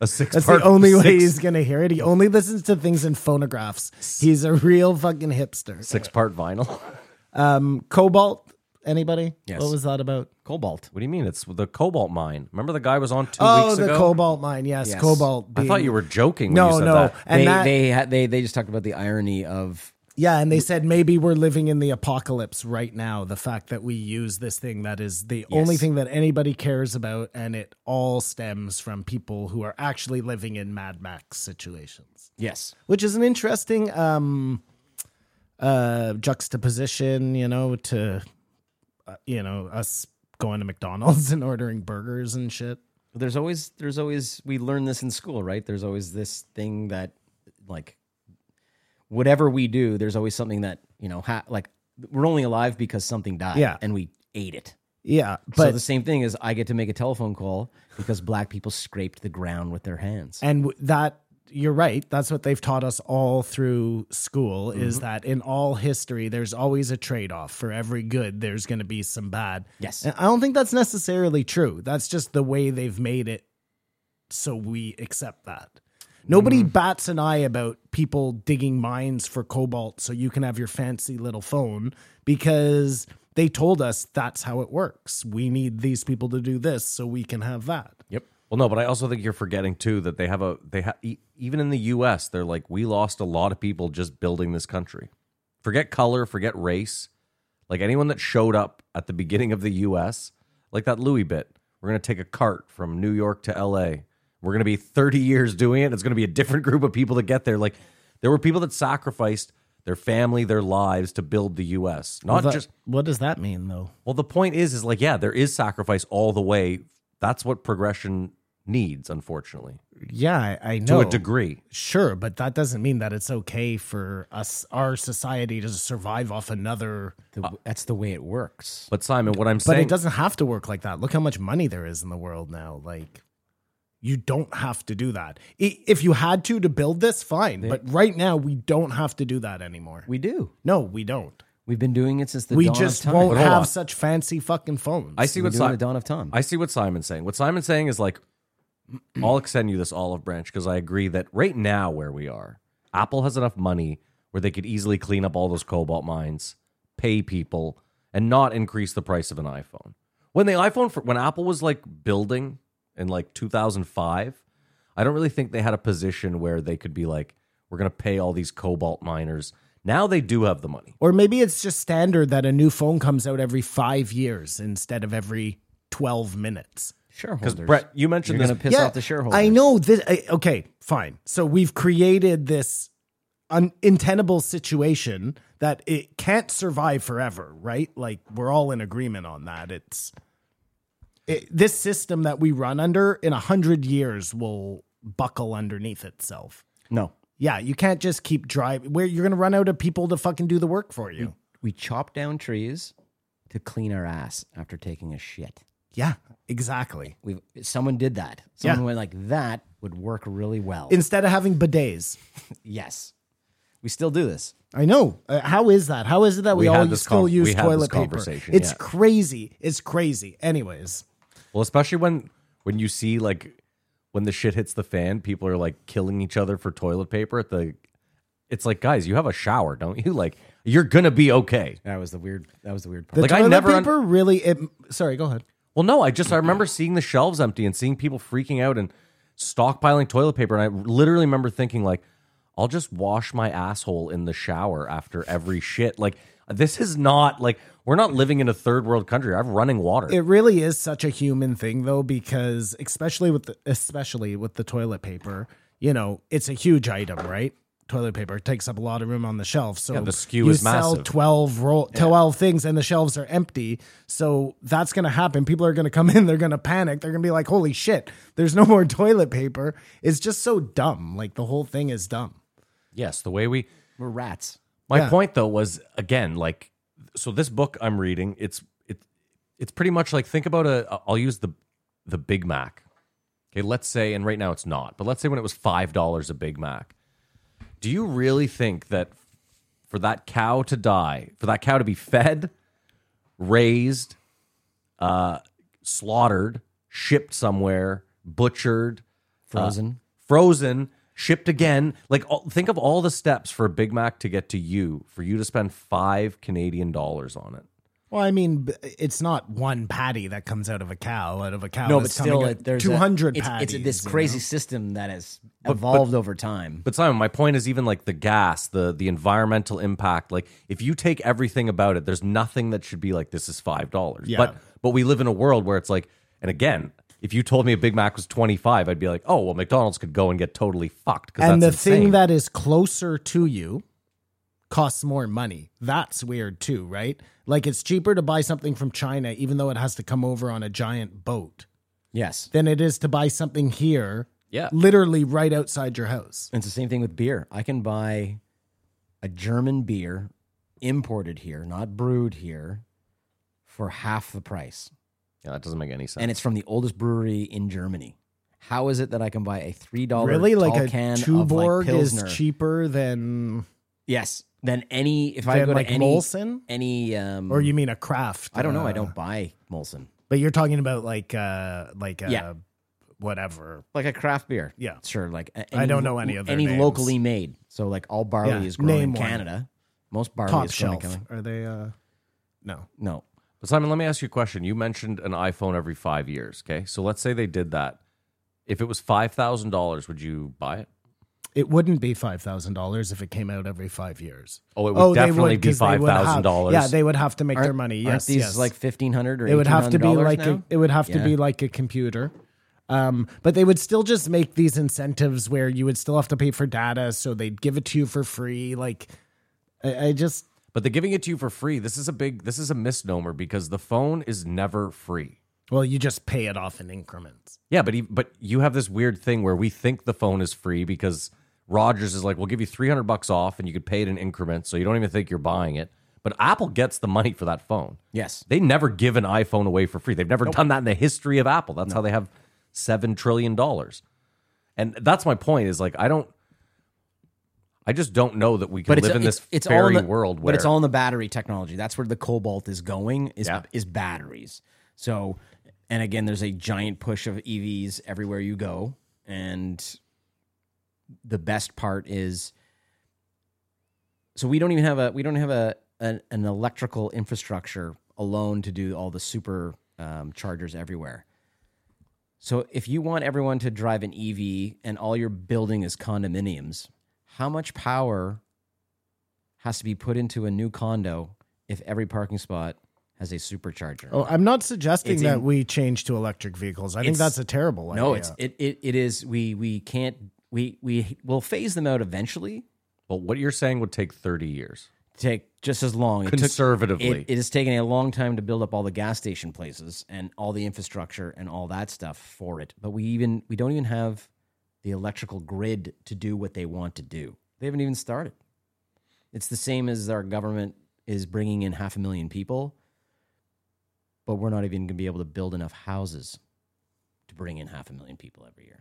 A six.
That's the only way he's gonna hear it. He only listens to things in phonographs. He's a real fucking hipster.
six part vinyl.
Um, Cobalt. Anybody?
Yes.
What was that about?
Cobalt.
What do you mean? It's the cobalt mine. Remember the guy was on two
Oh,
weeks
the
ago.
cobalt mine. Yes,
Yes.
cobalt.
I thought
being-
you were joking. when you
No,
said
no,
That.
and
they,
that,
they ha- they they just talked about the irony of
yeah, and they said maybe we're living in the apocalypse right now. The fact that we use this thing that is the only thing that anybody cares about, and it all stems from people who are actually living in Mad Max situations,
yes.
which is an interesting um, uh, juxtaposition, you know, to uh, you know us going to McDonald's and ordering burgers and shit.
There's always there's always we learn this in school, right? There's always this thing that like whatever we do, there's always something that you know ha- like we're only alive because something died,
Yeah.
and we ate it.
Yeah,
so
but
the same thing is I get to make a telephone call because black people scraped the ground with their hands.
and w- that you're right that's what they've taught us all through school is that in all history there's always a trade-off for every good there's going to be some bad
Yes.
and i don't think that's necessarily true that's just the way they've made it so we accept that nobody bats an eye about people digging mines for cobalt so you can have your fancy little phone because they told us that's how it works we need these people to do this so we can have that
Yep. Well, no, but I also think you're forgetting too that they have a they have even in the U.S. They're like we lost a lot of people just building this country. Forget color, forget race. Like anyone that showed up at the beginning of the U.S. Like that Louis bit. We're gonna take a cart from New York to L.A. We're gonna be 30 years doing it. It's gonna be a different group of people that get there. Like there were people that sacrificed their family, their lives to build the U.S. Not
That-
just
what does that mean though
well, the point is, is like, yeah, there is sacrifice all the way. That's what progression needs, unfortunately,
Yeah, I, I
to
know.
a degree.
Sure, but that doesn't mean that it's okay for us, our society, to survive off another.
The- that's the way it works.
But Simon, what I'm
But
saying,
it doesn't have to work like that. Look how much money there is in the world now. Like, you don't have to do that. I- If you had to to build this, fine. But right now, we don't have to do that anymore.
We do.
no, we don't.
We've been doing it since the
We
dawn
just
of time.
won't
But hold
have
on.
such fancy fucking phones.
I see
We're
what
doing
Simon.
the dawn of time.
I see what Simon's saying. What Simon's saying is like, I'll extend you this olive branch because I agree that right now where we are, Apple has enough money where they could easily clean up all those cobalt mines, pay people, and not increase the price of an iPhone. When the iPhone, fir- when Apple was like building in like 2005, I don't really think they had a position where they could be like, we're going to pay all these cobalt miners. Now they do have the money.
Or maybe it's just standard that a new phone comes out every five years instead of every 12 minutes.
shareholders.
Brett, you mentioned
you're
this
going to piss off the shareholders.
I know this. I, okay, fine. So we've created this un, untenable situation that it can't survive forever, right? Like we're all in agreement on that. It's it, this system that we run under in a hundred years will buckle underneath itself.
No,
Yeah, you can't just keep driving. Where you're going to run out of people to fucking do the work for you.
we chop down trees to clean our ass after taking a shit.
Yeah, exactly.
We've someone did that. Someone
Yeah.
went like that would work really well.
Instead of having bidets,
yes, We still do this.
I know. Uh, how is that? How is it that we,
We had
all
this
still
con-
use
we had this
toilet paper?
conversation,
It's
yeah.
crazy. It's crazy. Anyways,
Well, especially when when you see like when the shit hits the fan, people are like killing each other for toilet paper at the. It's like, guys, you have a shower, don't you? Like, you're gonna be okay.
That was the weird. That was the weird part.
the
Like, I
toilet
never un-
paper really. It, sorry, go ahead.
Well, no, I just I remember seeing the shelves empty and seeing people freaking out and stockpiling toilet paper, and I literally remember thinking like, I'll just wash my asshole in the shower after every shit. Like, this is not like we're not living in a third world country. I have running water.
It really is such a human thing though, because especially with the, especially with the toilet paper, you know, it's a huge item, right? Toilet paper takes up a lot of room on the shelf, so
the skew
you
is
sell
massive.
twelve roll twelve things, and the shelves are empty. So that's going to happen. People are going to come in, they're going to panic, they're going to be like, "Holy shit, there's no more toilet paper." It's just so dumb. Like the whole thing is dumb.
yes, the way we
We're rats.
My
Yeah.
point though was again like so this book I'm reading it's it it's pretty much like think about a I'll use the the Big Mac. Okay, let's say and right now it's not, but let's say when it was $5 a Big Mac. Do you really think that for that cow to die, for that cow to be fed, raised, uh slaughtered, shipped somewhere, butchered, uh,
Frozen.
frozen, shipped again. Like, all, think of all the steps for a Big Mac to get to you, for you to spend five Canadian dollars on it.
Well, I mean, b- it's not one patty that comes out of a cow. Out of a cow,
no, but
that's
still,
Oh, coming
it, there's
two hundred
a, it's,
patties.
it's this
you know?
crazy system that has evolved over time.
But Simon, my point is even like the gas, the the environmental impact. Like, if you take everything about it, there's nothing that should be like this is five dollars.
Yeah.
But but we live in a world where it's like, and again. If you told me a Big Mac was 25, I'd be like, "Oh, well McDonald's could go and get totally fucked because
and the
that's insane.
thing that is closer to you costs more money. That's weird too, right? Like it's cheaper to buy something from China, even though it has to come over on a giant boat,
Yes,
than it is to buy something here,
Yeah.
literally right outside your house.
it's the same thing with beer. I can buy a German beer imported here, not brewed here, for half the price,
Yeah, that doesn't make any sense.
and it's from the oldest brewery in Germany. How is it that I can buy a three dollar
Really, like
tall
a
can of like
Tuborg is
Pilsner?
cheaper than
Yes, than any if I
than
go
like
to any
Molson,
any um,
or you mean a craft?
I don't know. I
uh,
don't buy Molson.
But you're talking about like uh like uh
Yeah.
whatever.
like a craft beer.
Yeah.
sure. Like a-
I don't know any of their
any
names.
locally made. So like all barley
Yeah,
is grown
name
in
one.
Canada. Most barley
Top
is grown in
shelf.
Canada.
Are they? uh No.
No,
But Simon, let me ask you a question. You mentioned an iPhone every five years. Okay, so let's say they did that. If it was five thousand dollars, would you buy it?
It wouldn't be five thousand dollars if it came out every five years.
Oh, it would
they
definitely be
'cause they would have-
$5,000.
Yeah, they would have to make
Aren't-
their money. Yes,
aren't these
yes.
like fifteen hundred or
it would have to be
$1,800
like a,
now?
it would have to
Yeah.
be like a computer. Um, but they would still just make these incentives where you would still have to pay for data, so they'd give it to you for free. Like, I, I just
But they're giving it to you for free. This is a big. This is a misnomer because the phone is never free.
well, you just pay it off in increments.
Yeah, but he, but you have this weird thing where we think the phone is free because Rogers is like, we'll give you three hundred bucks off, and you could pay it in increments, so you don't even think you're buying it. But Apple gets the money for that phone.
yes.
They never give an iPhone away for free. They've never done that in the history of Apple. That's how they have seven trillion dollars. And that's my point. Is like I don't, I just don't know that we can live in this
it's all
fairy
in the-
world. Where
But it's all in the battery technology. That's where the cobalt is going. Is
Yeah.
is batteries. So, and again, there's a giant push of EVs everywhere you go, and the best part is, so we don't even have a we don't have a an, an electrical infrastructure alone to do all the super um, chargers everywhere. So if you want everyone to drive an EV and all your building is condominiums, how much power has to be put into a new condo if every parking spot has a supercharger?
Oh, I'm not suggesting
It's
that
in-
we change to electric vehicles. I think
It's-
that's a terrible idea.
no, it's it, it it is we we can't we we will phase them out eventually.
well, what you're saying would take thirty years.
Take just as long. It took-
Conservatively.
it, it has taken a long time to build up all the gas station places and all the infrastructure and all that stuff for it. But we even we don't even have the electrical grid to do what they want to do. They haven't even started. It's the same as our government is bringing in half a million people, but we're not even going to be able to build enough houses to bring in half a million people every year.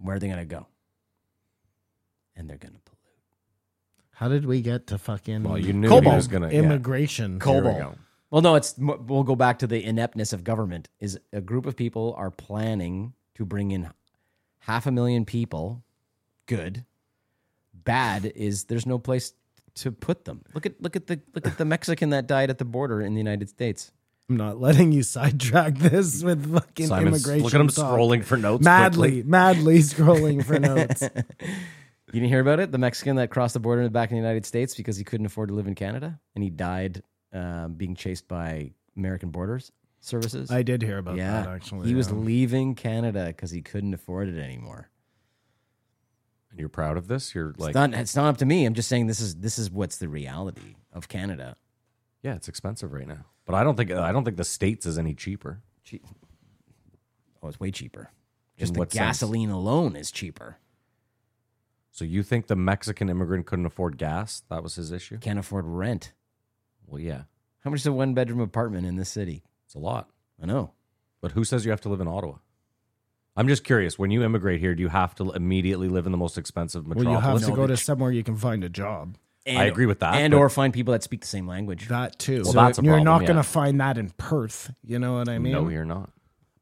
Where are they going to go? and they're gonna pollute.
How did we get to fucking
Well, you knew he
Cobalt
was gonna- yeah.
immigration?
There we
Cobalt.
go.
Well, no, it's mo- we'll go back to the ineptness of government. Is a group of people are planning to bring in half a million people. Good, bad is there's no place to put them. Look at look at the look at the Mexican that died at the border in the United States.
I'm not letting you sidetrack this with fucking
Simon's-
immigration.
Mm. look at him
talk.
scrolling for notes
Madly,
quickly.
madly scrolling for notes.
You didn't hear about it? The Mexican that crossed the border and back in the United States because he couldn't afford to live in Canada and he died um, being chased by American borders services.
I did hear about
yeah,
that actually.
he was
yeah.
leaving Canada because he couldn't afford it anymore.
And you're proud of this? You're like,
it's not it's not up to me. I'm just saying this is this is what's the reality of Canada.
yeah, it's expensive right now. But I don't think I don't think the states is any cheaper.
Che- Oh, it's way cheaper. Just
In
the
what sense?
gasoline alone is cheaper.
So you think the Mexican immigrant couldn't afford gas? That was his issue.
Can't afford rent.
Well, yeah,
How much is a one bedroom apartment in this city?
it's a lot.
I know.
But who says you have to live in Ottawa? I'm just curious. When you immigrate here, do you have to immediately live in the most expensive
Well,
metropolis?
you have to go to somewhere you can find a job.
And,
agree with that,
And
but-
or find people that speak the same language.
That too.
Well, that's a
you're
problem,
not
yeah.
going to find that in Perth. You know what I mean?
No, you're not.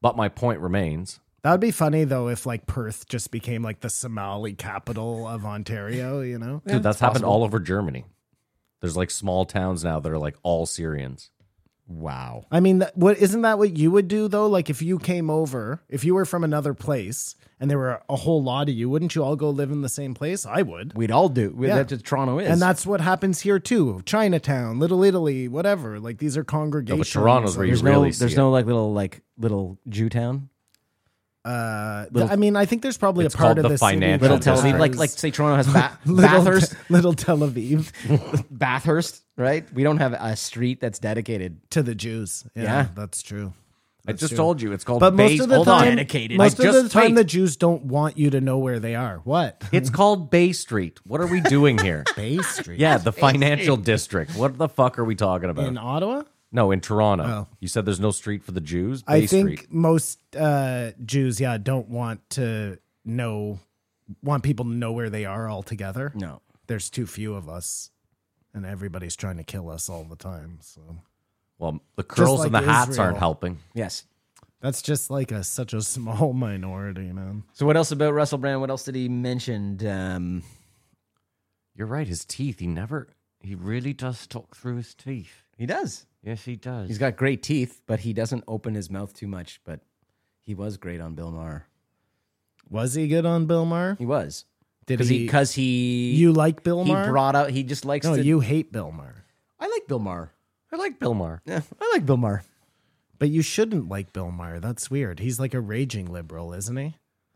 But my point remains.
That'd be funny though if like Perth just became like the Somali capital of Ontario. You know?
Dude, that's happened all over Germany. There's like small towns now that are like all Syrians.
Wow.
I mean, that, what isn't that what you would do though? Like if you came over, if you were from another place and there were a whole lot of you, wouldn't you all go live in the same place? I would.
We'd all do. We-
Yeah.
That's what Toronto is.
And that's what happens here too. Chinatown, Little Italy, whatever. Like these are congregations.
Toronto's where you
there's
really
no
see
there's
it.
no like little like little Jew town.
Uh, th- I mean, I think there's probably a
It's
part
called
of
the
the city
financial
that
Little Tel Aviv.
has-
Like like say Toronto has ba-
little,
Bathurst.
little Tel Aviv
Bathurst, right? We don't have a street that's dedicated.
to the Jews. Yeah,
Yeah.
that's true.
I just told you it's called.
But most
base-
of the
Hold
time,
on.
most
I
of the
just-
time,
wait.
the Jews don't want you to know where they are. What
It's called Bay Street. What are we doing here?
Bay Street?
yeah, the financial district. What the fuck are we talking about?
in Ottawa.
no, in Toronto. You said there's no street for the Jews. Bay
I think
Street.
most uh, Jews, yeah, don't want to know, want people to know where they are altogether.
No.
There's too few of us, and everybody's trying to kill us all the time. So
Well, the curls and the
like
hats
Israel.
aren't helping.
Yes.
that's just like a such a small minority, man.
So what else about Russell Brand? What else did he mention? Um,
You're right. His teeth. He never.
He really does talk through his teeth.
he does.
Yes, he does.
He's got great teeth, but he doesn't open his mouth too much. But he was great on Bill Maher.
Was he good on Bill Maher?
He was
Did
because he
he?
because he,
you like Bill
he
Maher?
brought out he just likes
no,
to.
you hate Bill Maher,
I like Bill Maher.
I like Bill Maher.
Yeah, I like Bill Maher.
but you shouldn't like Bill Maher. That's weird. He's like a raging liberal, isn't he?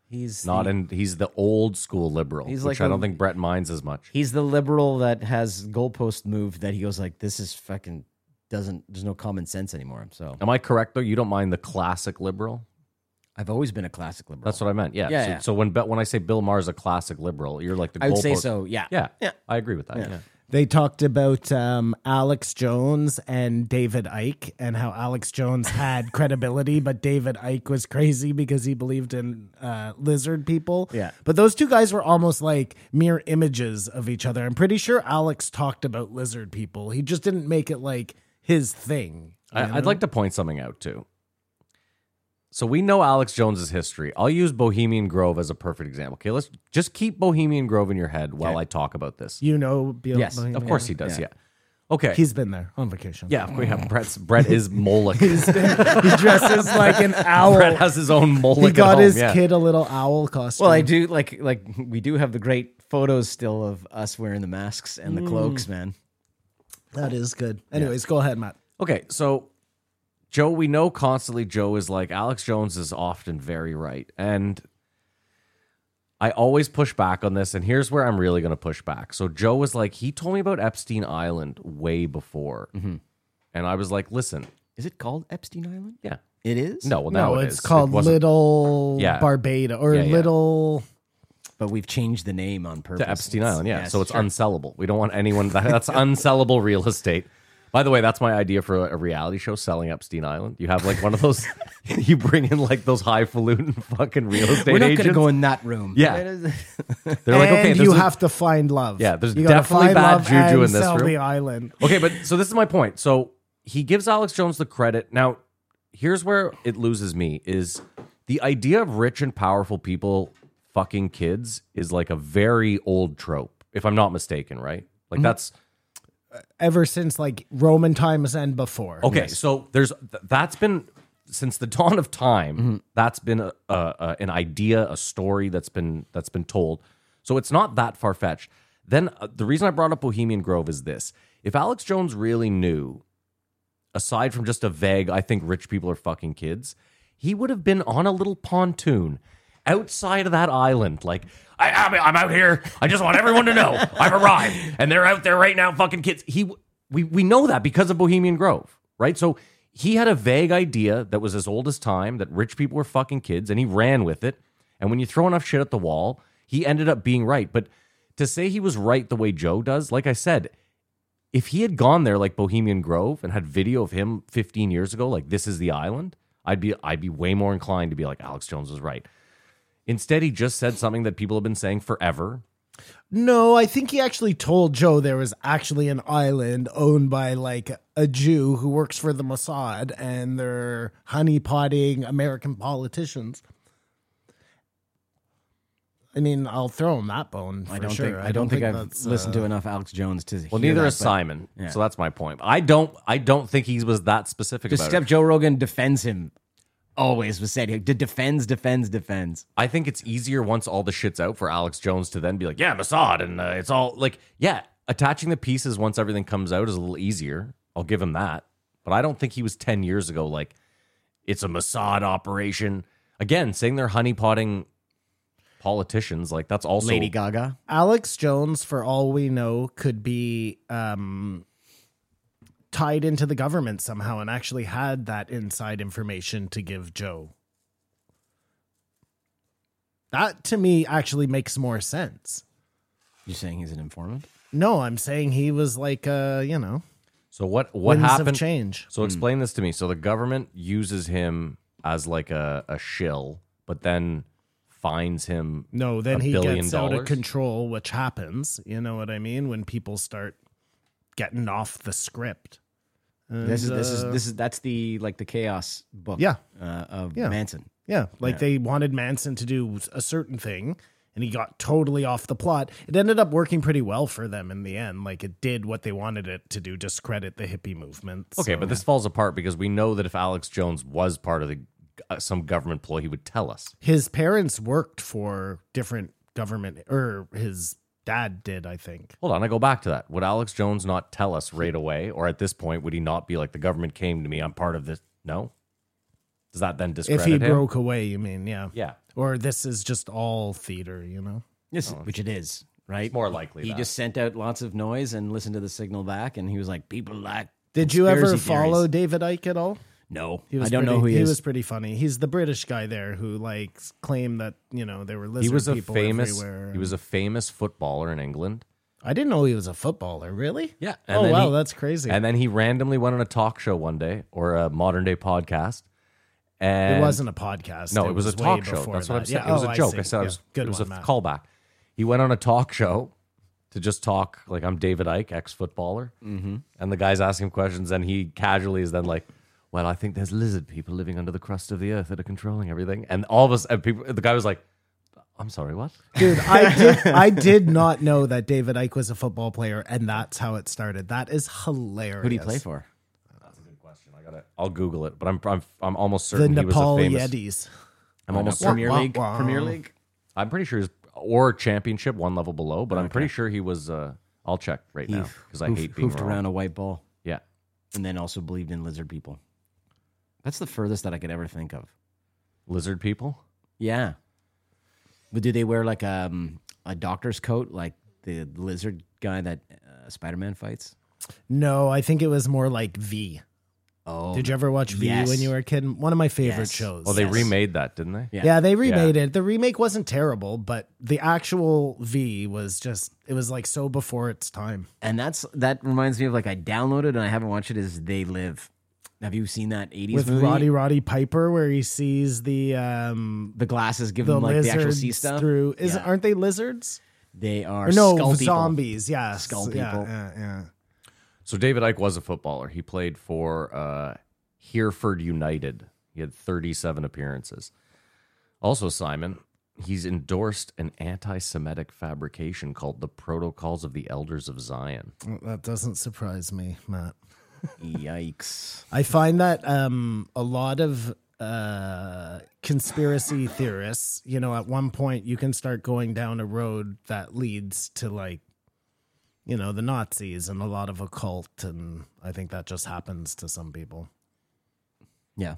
He's
Not
the,
in. He's the old school liberal,
He's
which
like
I
a-
don't think Brett minds as much.
He's the liberal that has goalpost moved that he goes like this is fucking doesn't there's no common sense anymore. So
Am I correct though? You don't mind the classic liberal?
I've always been a classic liberal.
That's what I meant. Yeah.
Yeah,
so,
yeah.
so when Be- when I say Bill Maher's a classic liberal, you're like the.
I would say
goalpost-
so. Yeah.
Yeah.
Yeah.
I agree with that. Yeah.
They talked about um, Alex Jones and David Icke and how Alex Jones had credibility, but David Icke was crazy because he believed in uh, lizard people.
Yeah.
But those two guys were almost like mere images of each other. I'm pretty sure Alex talked about lizard people. He just didn't make it like his thing.
I, I'd like to point something out too. So we know Alex Jones's history. I'll use Bohemian Grove as a perfect example. Okay, let's just keep Bohemian Grove in your head while I talk about this.
You know, Bill,
Yes,
Of course he does. Yeah. Okay.
He's been there on vacation.
yeah. We have Brett's. Brett is Moloch.
Mm. He dresses like an
Brett
owl.
has his own Moloch.
He got
at home.
his
yeah.
kid a little owl costume.
Well, I do like like we do have the great photos still of us wearing the masks and the cloaks, man.
that is good. Anyways, go ahead, Matt.
Okay, so Joe, we know constantly Joe is like Alex Jones is often very right. And I always push back on this, and here's where I'm really going to push back. So Joe was like, he told me about Epstein Island way before.
Mm-hmm.
And I was like, listen,
Is it called Epstein Island?
yeah.
It is.
No, well, now
No,
it
it's
is. It
called
wasn't
Little
Yeah.
Barbados or
Yeah, yeah.
Little.
but we've changed the name on purpose.
to Epstein Island, yeah.
yes,
so it's
sure.
unsellable. We don't want anyone that, that's unsellable real estate. By the way, that's my idea for a reality show selling Epstein Island. You have like one of those, you bring in like those highfalutin fucking real estate
We're not
agents.
going to go in that room.
yeah, they're like, okay,
and
there's
you
a-
have to find love.
Yeah, there's
You gotta
definitely
find
bad
love
juju
and
in this
sell
room.
the island.
Okay, but so this is my point. So he gives Alex Jones the credit. Now, here's where it loses me is the idea of rich and powerful people fucking kids is like a very old trope, if I'm not mistaken, right?
Mm-hmm.
Like that's
Ever since like Roman times and before.
okay. So there's th- that's been since the dawn of time. That's been a, a, a an idea, a story that's been that's been told. So it's not that far fetched. Then uh, the reason I brought up Bohemian Grove is this: if Alex Jones really knew aside from just a vague, I think rich people are fucking kids, he would have been on a little pontoon outside of that island. Like, I, I'm, I'm out here. I just want everyone to know I've arrived and they're out there right now, fucking kids. He, w- we, we know that because of Bohemian Grove, right? So he had a vague idea that was as old as time that rich people were fucking kids and he ran with it. And when you throw enough shit at the wall, he ended up being right. But to say he was right the way Joe does, like I said, if he had gone there like Bohemian Grove and had video of him 15 years ago, like this is the island, I'd be I'd be way more inclined to be like Alex Jones was right. Instead, he just said something that people have been saying forever.
No, I think he actually told Joe there was actually an island owned by like a Jew who works for the Mossad and they're honeypotting American politicians. I mean, I'll throw him that bone. For
I don't
sure.
think I don't, think, I've
that's, uh,
listened to enough Alex Jones to.
Well,
hear
neither
that,
is
but-
Simon,
yeah.
so that's my point. I don't I don't think he was that specific
Just
about
step
it.
Joe Rogan defends him. Always was said he d- defends, defends, defends.
I think it's easier once all the shit's out for Alex Jones to then be like, yeah, Mossad, and uh, it's all like, yeah, attaching the pieces once everything comes out is a little easier. I'll give him that. But I don't think he was 10 years ago like, it's a Mossad operation. Again, saying they're honeypotting politicians, like, that's also.
Lady Gaga.
Alex Jones, for all we know, could be um, tied into the government somehow and actually had that inside information to give Joe. That to me actually makes more sense.
You're saying he's an informant?
No, I'm saying he was like, uh, you know,
So what, what
winds
happened?
of change.
So explain this to me. So the government uses him as like a, a shill, but then fines him.
No, then
a
he
billion
gets out of
dollars?
control, which happens. You know what I mean? When people start getting off the script.
This is
And,
this is
uh,
this is that's the like the chaos book.
Yeah.
uh, of
Yeah.
Manson.
Yeah, like they wanted Manson to do a certain thing and he got totally off the plot. It ended up working pretty well for them in the end. Like it did what they wanted it to do, discredit the hippie movement.
Okay, but this falls apart because we know that if Alex Jones was part of the uh, some government ploy, he would tell us.
his parents worked for different government or his dad did, I think.
Hold on, I go back to that. Would Alex Jones not tell us right away, or at this point, would he not be like the government came to me? I'm part of this. No, does that then discredit
if he
him?
broke away, you mean, yeah.
Yeah,
Or this is just all theater, you know?
Yes, which it is, right?
more likely.
He
that.
just sent out lots of noise and listened to the signal back, and he was like, "People like."
Did you ever
conspiracy theories."
follow David Ike at all?
No,
He was
I don't
pretty,
know who he, is.
was pretty funny. He's the British guy there who like claimed that you know there were lizard
he was a
people
famous
everywhere.
he was a famous footballer in England.
I didn't know he was a footballer. Really?
Yeah, and
Oh
then
wow,
he-
that's crazy.
And then he randomly went on a talk show one day or a modern day podcast. And
it wasn't a podcast.
No, it, was, a
way
talk show.
before
That's what I'm
that.
saying.
Yeah,
it was
oh,
a joke.
see.
I, said
Yeah,
it was,
good
it was
one,
a
Matt.
callback. He went on a talk show to just talk like I'm David Ike, ex footballer, mm-hmm. and the guys asking him questions, and he casually is then like, "Well, I think there's lizard people living under the crust of the earth that are controlling everything," and all of us, and people, the guy was like, "I'm sorry, what?"
Dude, I did, I did not know that David Ike was a football player, and that's how it started. That is hilarious.
who do you play for?
I got it. I'll Google it, but I'm I'm, I'm almost
The
certain he was
Nepal
a famous.
Yetis.
I'm almost certain.
Premier
wah,
League.
wah.
Premier League.
I'm pretty sure he's or championship one level below, but I'm pretty sure he was. Uh, I'll check right now because I
Hoof-
hate being
hoofed
wrong.
around a white ball,
Yeah.
and then also believed in lizard people. That's the furthest that I could ever think of.
Lizard people?
Yeah. But do they wear like um, a doctor's coat, like the lizard guy that uh, Spider Man fights?
No, I think it was more like V.
Oh,
Did you ever watch V
Yes.
when you were a kid? One of my favorite
Yes.
shows.
Well, Oh, they remade that, didn't they?
Yeah.
Yeah, they remade it. The remake wasn't terrible, but the actual V was just it was like so before its time.
and that's that reminds me of like I downloaded and I haven't watched it. Is They Live? Have you seen that '80s
With
movie?
Roddy Roddy Piper where he sees the um
The glasses give
the
them like the actual
lizards
sea stuff.
through is
Yeah.
aren't they lizards?
They are
Or no,
skull people.
zombies, yeah.
Skull
yeah,
people.
Yeah, yeah.
So David Icke was a footballer. He played for uh, Hereford United. He had 37 appearances. Also, Simon, he's endorsed an anti-Semitic fabrication called the Protocols of the Elders of Zion.
Well, That doesn't surprise me, Matt.
Yikes!
I find that um, a lot of uh, conspiracy theorists, you know, at one point you can start going down a road that leads to like, you know, the Nazis and a lot of occult, and I think that just happens to some people.
Yeah,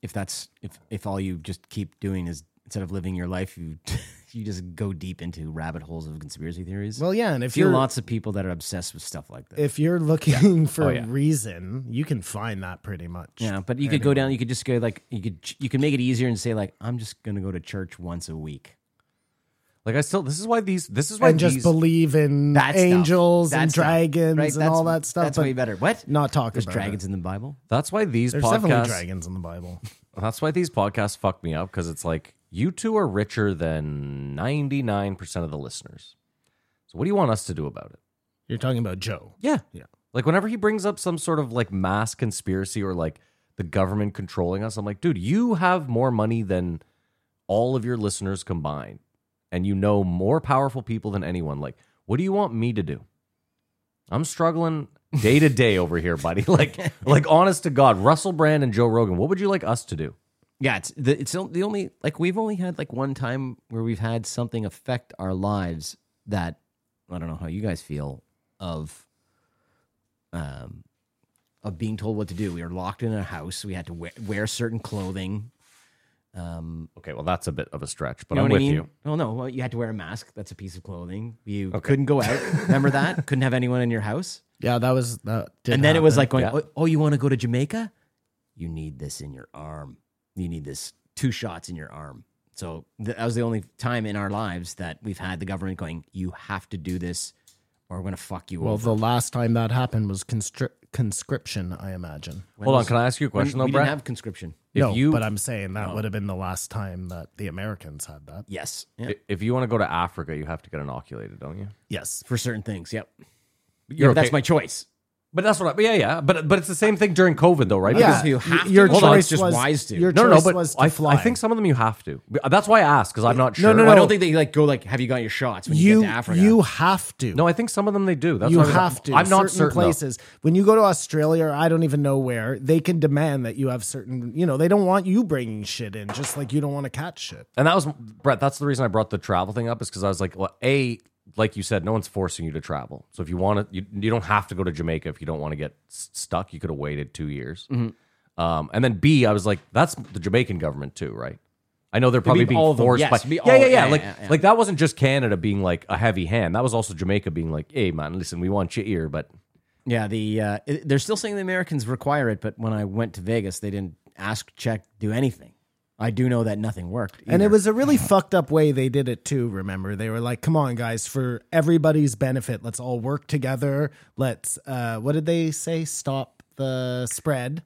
if that's if if all you just keep doing is instead of living your life, you you just go deep into rabbit holes of conspiracy theories.
Well, yeah, and
I
if
feel
you're
lots of people that are obsessed with stuff like that.
if you're looking for
Oh, yeah.
reason, you can find that pretty much.
Yeah, but you could go down. You could just go like you could. You could make it easier and say like I'm just gonna go to church once a week.
Like I still, this is why these, this is why
And just
these-
believe in
That stuff.
angels
That
and
stuff,
dragons
right?
and
That's-
all that stuff.
That's
but
way better. What?
Not talk
There's
about
dragons
It.
in the Bible.
that's why these
There's definitely
podcasts,
dragons in the Bible.
that's why these podcasts fuck me up because it's like you two are richer than 99% of the listeners. So what do you want us to do about it?
You're talking about Joe.
Yeah.
Yeah.
Like whenever he brings up some sort of like mass conspiracy or like the government controlling us, I'm like, dude, you have more money than all of your listeners combined. And you know more powerful people than anyone. Like, what do you want me to do? I'm struggling day to day over here, buddy. Like, like honest to God, Russell Brand and Joe Rogan, what would you like us to do?
Yeah, it's the it's the only like we've only had like one time where we've had something affect our lives that I don't know how you guys feel of um of being told what to do. We were locked in a house. We had to wear, wear certain clothing.
Okay, well, that's a bit of a stretch, but
You know
I'm
what
with
I mean?
you.
Oh no, well, you had to wear a mask. That's a piece of clothing. You couldn't go out. Remember that? couldn't have anyone in your house.
Yeah, that was that. Did
and then
Uh-huh.
it was
happen.
like going, oh, oh, you want to go to Jamaica? You need this in your arm. You need this two shots in your arm. So th- that was the only time in our lives that we've had the government going, you have to do this, or we're gonna fuck you
well,
over.
the last time that happened was constri- conscription, I imagine.
Hold on, can I ask you a
When-
question
we
though,
didn't
Brett?
have conscription.
if
no,
you
but I'm saying that would have been the last time that the Americans had that.
Yes, yeah.
if you want to go to Africa, you have to get inoculated, don't you?
Yes,
for certain things. Yep, Yeah,
You're
but that's
okay-
my choice.
But that's what I, yeah, yeah. But but it's the same thing during COVID though, right?
yeah.
you have
y- your
to. Hold on,
choice
it's just
was
wise to.
Your
no, no,
choice
no, but
was to
I,
fly.
I think some of them you have to. That's why I ask because I'm not sure.
no,
I
no.
don't think they like go like, have you got your shots when you,
you
get to Africa?
you have to.
No, I think some of them they do. That's
you
what I'm-
have to.
I'm not
certain
certain. though.
places. When you go to Australia, or I don't even know where, they can demand that you have certain. You know, they don't want you bringing shit in, just like you don't want to catch shit.
And that was Brett. That's the reason I brought the travel thing up is because I was like, well, a like you said, no one's forcing you to travel. So if you want to, you, you don't have to go to Jamaica if you don't want to get s- stuck. You could have waited two years.
Mm-hmm.
Um, and then B, I was like, that's the Jamaican government too, right? I know they're probably
be
being
all of them.
forced
Yes,
by
it'd be
yeah,
all-
yeah, yeah,
yeah,
Like,
yeah, yeah.
like that wasn't just Canada being like a heavy hand. That was also Jamaica being like, hey man, listen, we want you here, but
Yeah, the uh, it- they're still saying the Americans require it, but when I went to Vegas, they didn't ask, check, do anything. I do know that nothing worked,
And it
either.
was a really fucked up way they did it too, remember? They were like, come on, guys, for everybody's benefit, let's all work together. Let's, uh, what did they say? Stop the spread.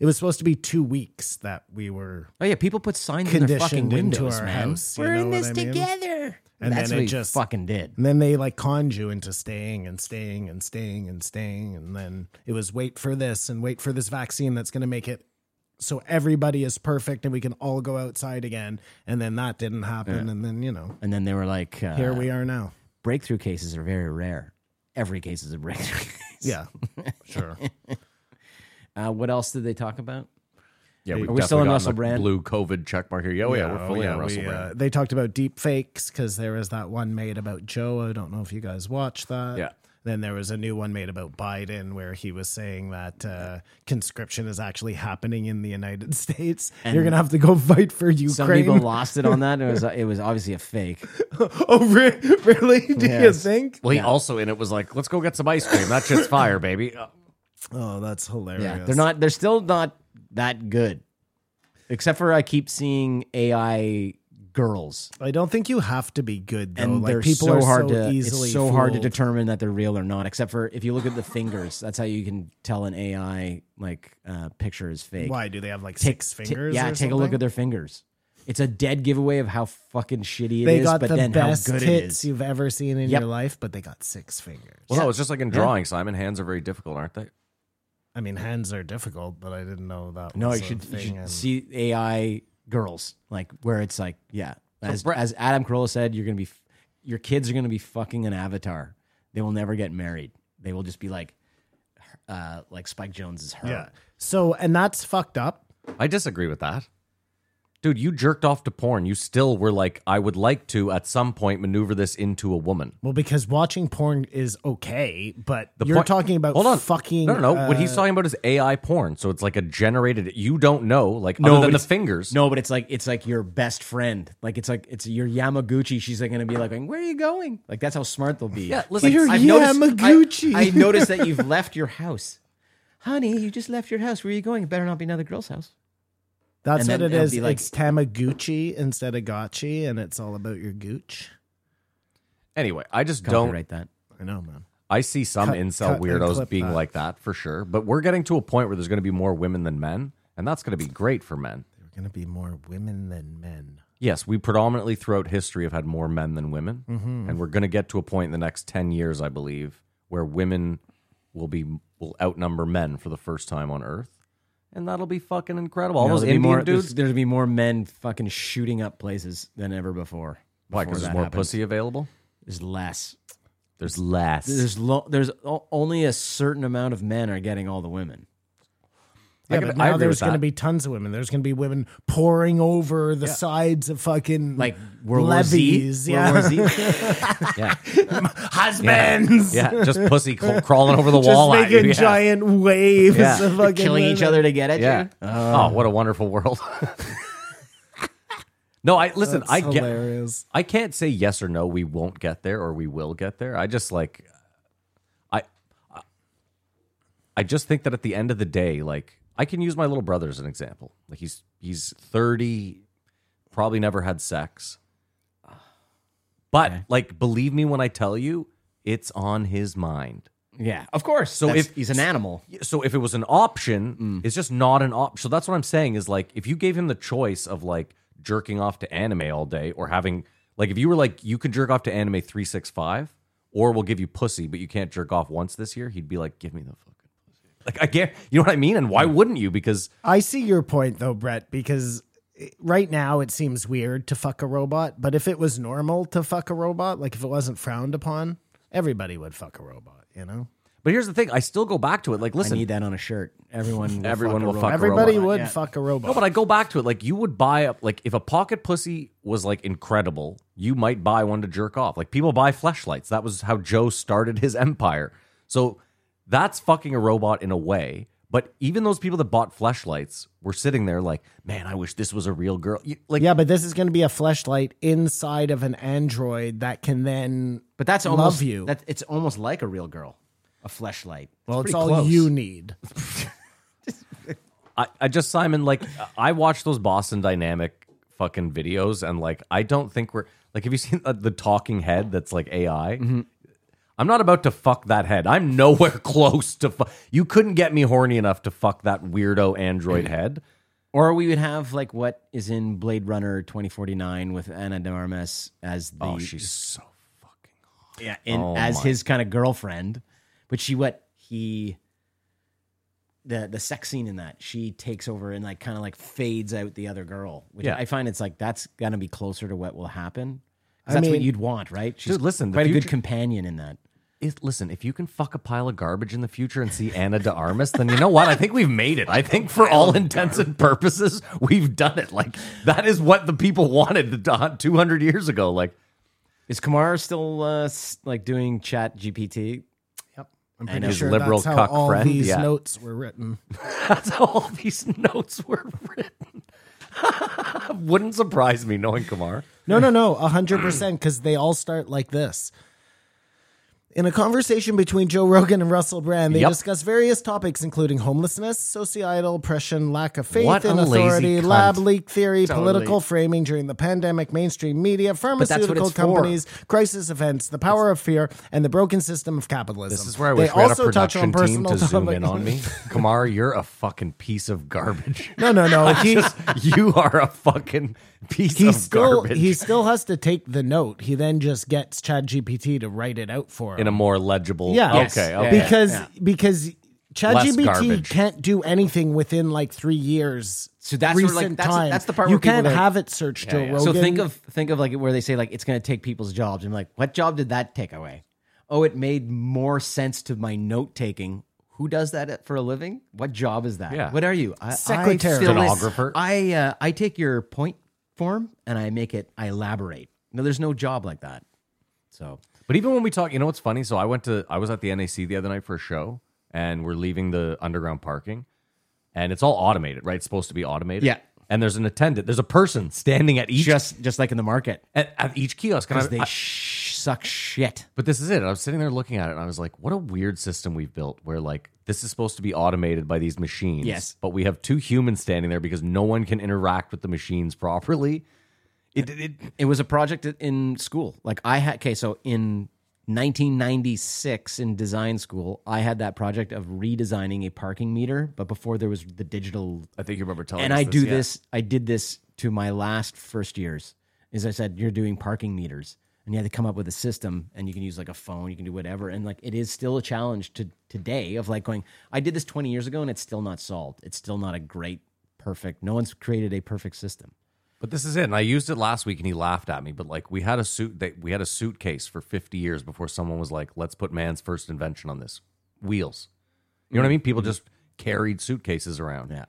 It was supposed to be two weeks that we were
oh yeah, people put signs in their fucking
conditioned
windows,
into our
man.
house. We're in this together. And
That's
then
what
it
he
just,
fucking did.
and then they like conned you into staying and staying and staying and staying. And then it was wait for this and wait for this vaccine that's going to make it so everybody is perfect and we can all go outside again. And then that didn't happen. And then, you know.
And then they were like, uh,
Here we are now.
breakthrough cases are very rare. Every case is a breakthrough. Case.
Yeah, sure.
Uh, what else did they talk about?
yeah,
Are we still on Russell Brand?
blue COVID check mark here. Yeah, oh, yeah, we're fully on Russell
we,
Brand.
uh, they talked about deep fakes because there was that one made about Joe. I don't know if you guys watched that.
Yeah.
Then there was a new one made about Biden where he was saying that uh, conscription is actually happening in the United States. You're gonna have to go fight for
Some
Ukraine.
people lost it on that. It was uh, it was obviously a fake.
oh, re- really? Do you
Yes.
think?
Well, he also in it was like, let's go get some ice cream. That shit's fire, baby. Uh,
Oh, that's hilarious.
Yeah, they're not. They're still not that good, except for I keep seeing AI girls,
I don't think you have to be good though.
and
like
they're
people
so
are
hard
so
to.
easily
it's so hard to
fooled.
determine that they're real or not. Except for if you look at the fingers, that's how you can tell an AI like uh, picture is fake.
Why do they have like
Take-
six
ta-
fingers?
yeah,
or
take a look
something?
at their fingers. It's a dead giveaway of how fucking shitty it is,
They got
but
the
then
best
how good it
tits
is.
you've ever seen in
Yep.
your life, but they got six fingers.
Well, no, it's just like in drawing, Simon. Hands are very difficult, aren't they?
I mean, hands are difficult, but I didn't know that.
No,
was
you
a
should, you
thing
should
and-
see AI girls like where it's like yeah. As,
Brett-
as Adam Carolla said, you're gonna be f- your kids are gonna be fucking an avatar. They will never get married. They will just be like uh, like Spike Jones is her.
Yeah. So, and that's fucked up.
I disagree with that. Dude, you jerked off to porn. You still were like, I would like to at some point maneuver this into a woman.
Well, because watching porn is okay, but
The
you're
point-
talking about
Hold on.
fucking.
No, no, no. what
uh,
he's talking about is AI porn. So it's like a generated. You don't know, like
No,
other
but
than the
it's-
fingers.
No, but it's like it's like your best friend. Like it's like it's your Yamaguchi. She's like gonna be like, going, "Where are you going?" Like that's how smart they'll be.
Yeah, listen,
Like,
Your
noticed,
Yamaguchi.
I, I noticed that you've left your house, honey. You just left your house. Where are you going? It better not be another girl's house. and
That's what
then
it
it'll
is.
be like-
it's Tamaguchi instead of Gotchi, and it's all about your gooch.
Anyway, I just don't.
Copyright that.
I know, man.
I see some
Cut-
incel
cut and
weirdos
clip
being
that.
like that for sure. But we're getting to a point where there's going to be more women than men, and that's going to be great for men.
There are going to be more women than men.
Yes, we predominantly throughout history have had more men than women,
Mm-hmm.
and we're going to get to a point in the next ten years, I believe, where women will be will outnumber men for the first time on Earth, and that'll be fucking incredible. All
No,
those
there'd be
Indian
more,
dudes,
There's, there'd be more men fucking shooting up places than ever before.
why?
before
Because there's
that
more
happens.
pussy available.
There's less.
There's less.
There's lo- there's o- only a certain amount of men are getting all the women.
Yeah,
could-
but
I
now
agree with
there's going to
that.
be tons of women. There's going to be women pouring over the sides of fucking
Like World
levees.
War Z.
yeah,
World War Z.
yeah,
husbands
yeah, just pussy cl- crawling over the
just
wall at you.
making
Yeah.
giant waves
Yeah.
of fucking
killing each
women.
other to get at
Yeah.
you. Uh.
oh, what a wonderful world. no, I listen.
That's
I get.
hilarious.
I can't say yes or no. We won't get there, or we will get there. I just like, I, I just think that at the end of the day, like I can use my little brother as an example. Like he's he's thirty, probably never had sex, but like believe me when I tell you, it's on his mind.
Yeah, of course. So
That's-
if he's an animal,
so if it was an option,
Mm.
it's just not an option. So that's what I'm saying is like if you gave him the choice of like jerking off to anime all day or having like if you were like you can jerk off to anime 365 or we'll give you pussy but you can't jerk off once this year, he'd be like give me the fucking pussy. Like I can't. You know what I mean? And why wouldn't you? Because
I see your point though, Brett, because it- right now it seems weird to fuck a robot, but if it was normal to fuck a robot, like if it wasn't frowned upon, everybody would fuck a robot, you know?
but here's the thing, I still go back to it. Like
I
listen,
need that on a shirt. Everyone, will
Everyone
fuck a
will
robot.
fuck a
Everybody
robot,
would
yeah.
fuck a robot.
No, but I go back to it. Like you would buy up like if a pocket pussy was like incredible, you might buy one to jerk off. Like people buy fleshlights. That was how Joe started his empire. So that's fucking a robot in a way. But even those people that bought fleshlights were sitting there like, man, I wish this was a real girl. You- Like
yeah, but this is going to be a fleshlight inside of an android that can then.
But that's
Love
almost
you.
That, it's almost like a real girl, a fleshlight.
well, it's
pretty
all
close.
you need.
I, I just Simon, like I watch those Boston Dynamic fucking videos, and like I don't think we're like. Have you seen uh, the talking head that's like AI? I'm not about to fuck that head. I'm nowhere close to. Fu- you couldn't get me horny enough to fuck that weirdo android head.
Or we would have like what is in Blade Runner 2049 with Anna de Armas as the
Oh, she's so fucking.
yeah, in,
oh
as
my.
his kind of girlfriend. But she what he the the sex scene in that she takes over and like kind of like fades out the other girl. Which
Yeah.
I find it's like that's gonna be closer to what will happen. 'Cause
I
That's what
mean-
you'd want, right? She's
Dude, listen, the
quite a good
future-
companion in that.
If, listen, if you can fuck a pile of garbage in the future and see Anna de Armas, then you know what? I think we've made it. I think for all intents and purposes, we've done it. Like that is what the people wanted 200 years ago. Like
Is Kamar still uh, s- like doing Chat GPT?
I'm
know.
pretty
His
sure
liberal
that's how
cuck
all
friend,
these
yeah.
notes were written.
That's how all these notes were written. Wouldn't surprise me knowing Kamar.
No, no, no, 100%, because they all start like this.
In a conversation between Joe Rogan and Russell Brand, they
Yep.
discuss various topics, including homelessness, societal oppression, lack of faith
What
in
a lazy
authority,
cunt.
lab leak theory,
Totally.
political framing during the pandemic, mainstream media,
what
pharmaceutical
it's for.
companies, crisis events, the power of fear, and the broken system of capitalism.
This is where I
They
wish we had a
also touch on
production team to
personal
zoom
topic-
in on me. Kamar, you're a fucking piece of garbage.
No, no, no. He,
you are a fucking piece
he
of
still
garbage.
he still has to take the note. He then just gets ChatGPT to write it out for him.
in a more legible.
Yeah.
Okay.
Yes.
okay.
because because
Less
ChatGPT
garbage.
can't do anything within like three years.
So that's sort of
recent
like- that's-
time.
that's the part
you
where people
can't
are-
have it searched. Joe Rogan.
So think of think of like where they say like it's going to take people's jobs. I'm like, what job did that take away? Oh, it made more sense to my note taking. Who does that for a living? What job is that?
Yeah.
What are you? I,
Secretary.
I, fill this-
Stenographer.
I uh, I take your point form and I make it. I elaborate. No, there's no job like that. So
But even when we talk, you know what's funny? So I went to I was at the NAC the other night for a show, and we're leaving the underground parking, and it's all automated, right? It's supposed to be automated.
Yeah.
And there's an attendant. There's a person standing at each
just just like in the market,
at, at each kiosk. And I,
because they
I-
sh- suck shit.
but this is it. I was sitting there looking at it, and I was like, "What a weird system we've built, where like this is supposed to be automated by these machines.
Yes.
But we have two humans standing there because no one can interact with the machines properly. It, it,
It was a project in school. Like I had okay, so in 1996 in design school, I had that project of redesigning a parking meter, but before there was the digital
I think you remember telling.
and
us
I do
yeah.
this. I did this to my last first years. Is I said you're doing parking meters, and you had to come up with a system, and you can use like a phone, you can do whatever, and like it is still a challenge to today of like going. I did this 20 years ago, and it's still not solved. It's still not a great, perfect. No one's created a perfect system.
But this is it, and I used it last week, and he laughed at me. But like, we had a suit that we had a suitcase for fifty years before someone was like, "Let's put man's first invention on this wheels." You know what I mean? People just carried suitcases around.
Yeah.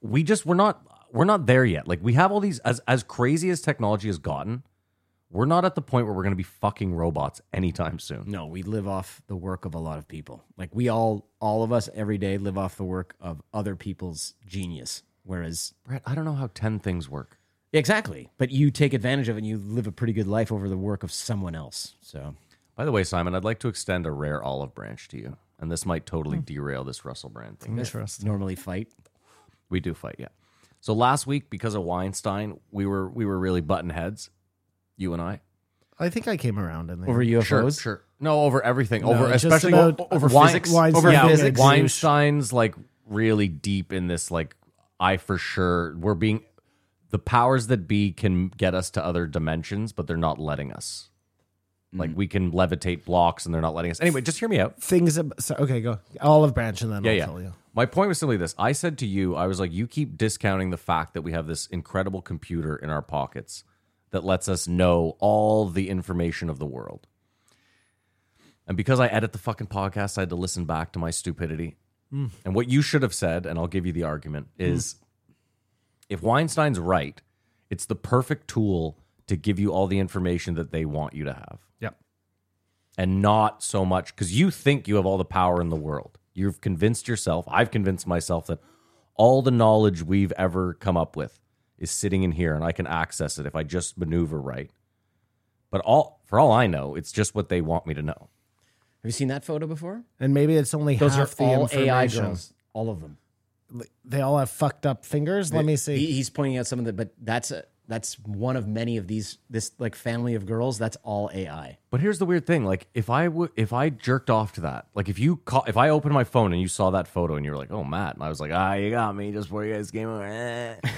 we just we're not we're not there yet. Like we have all these as as crazy as technology has gotten, we're not at the point where we're going to be fucking robots anytime soon.
No, we live off the work of a lot of people. Like we all, all of us, every day live off the work of other people's genius. Whereas
Brett, I don't know how ten things work.
Exactly. But you take advantage of it and you live a pretty good life over the work of someone else. So
By the way, Simon, I'd like to extend a rare olive branch to you, and this might totally derail Hmm. this Russell Brand thing.
normally fight.
We do fight, yeah. So last week, because of Weinstein, we were we were really button heads, you and I.
I think I came around in there.
Over UFOs?
sure. No, over everything, over
just
especially
about-
o- over
Wein-
physics,
Weinstein
over
being a
physics.
douche.
Weinstein's like really deep in this. Like, I for sure we're being the powers that be can get us to other dimensions, but they're not letting us. Like we can levitate blocks, and they're not letting us. Anyway, just hear me out.
Things. Ab- so, okay, go olive branch, and then I'll
yeah,
tell
yeah.
you.
My point was simply this. I said to you, I was like, you keep discounting the fact that we have this incredible computer in our pockets that lets us know all the information of the world. And because I edit the fucking podcast, I had to listen back to my stupidity.
Mm.
And what you should have said, and I'll give you the argument, is if Weinstein's right, it's the perfect tool to give you all the information that they want you to have
Yep.
and not so much because you think you have all the power in the world. You've convinced yourself, I've convinced myself that all the knowledge we've ever come up with is sitting in here and I can access it if I just maneuver right. But all for all I know, it's just what they want me to know.
Have you seen that photo before?
And maybe it's only
Those
half
are
the
all
information.
AI girls. All of them.
They all have fucked up fingers. Let me see.
He, he's pointing out some of the but that's a that's one of many of these this like family of girls. That's all AI.
But here's the weird thing: like if I would, if I jerked off to that, like if you call, if I opened my phone and you saw that photo and you were like, "Oh, Matt," and I was like, "Ah, you got me just before you guys came over." eh."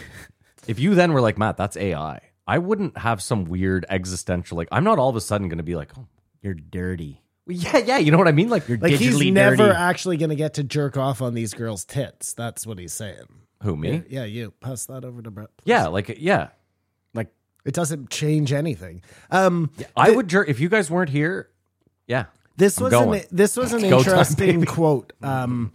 if you then were like, "Matt, that's AI," I wouldn't have some weird existential like. I'm not all of a sudden going to be like, "Oh,
You're dirty.
well, yeah, yeah," you know what I mean? Like, you're
Like
digitally
he's never
dirty.
actually going to get to jerk off on these girls' tits. That's what he's saying.
who me?
Yeah, you pass that over to Brett.
Yeah, like yeah.
Like
It doesn't change anything. Um,
I would jerk if you guys weren't here. Yeah,
This
I'm
was
going.
an, this was an
It's go time,
interesting
baby.
quote. Um,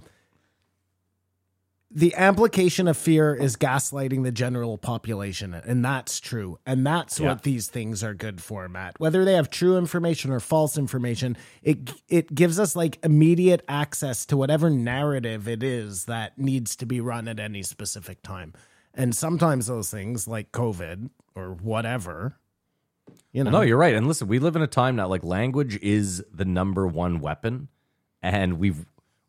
the application of fear is gaslighting the general population, and that's true. And that's
Yeah.
what these things are good for, Matt. Whether they have true information or false information, it it gives us like immediate access to whatever narrative it is that needs to be run at any specific time. And sometimes those things, like COVID or whatever,
You know,
No, you're right. And listen, we live in a time now like language is the number one weapon, and we've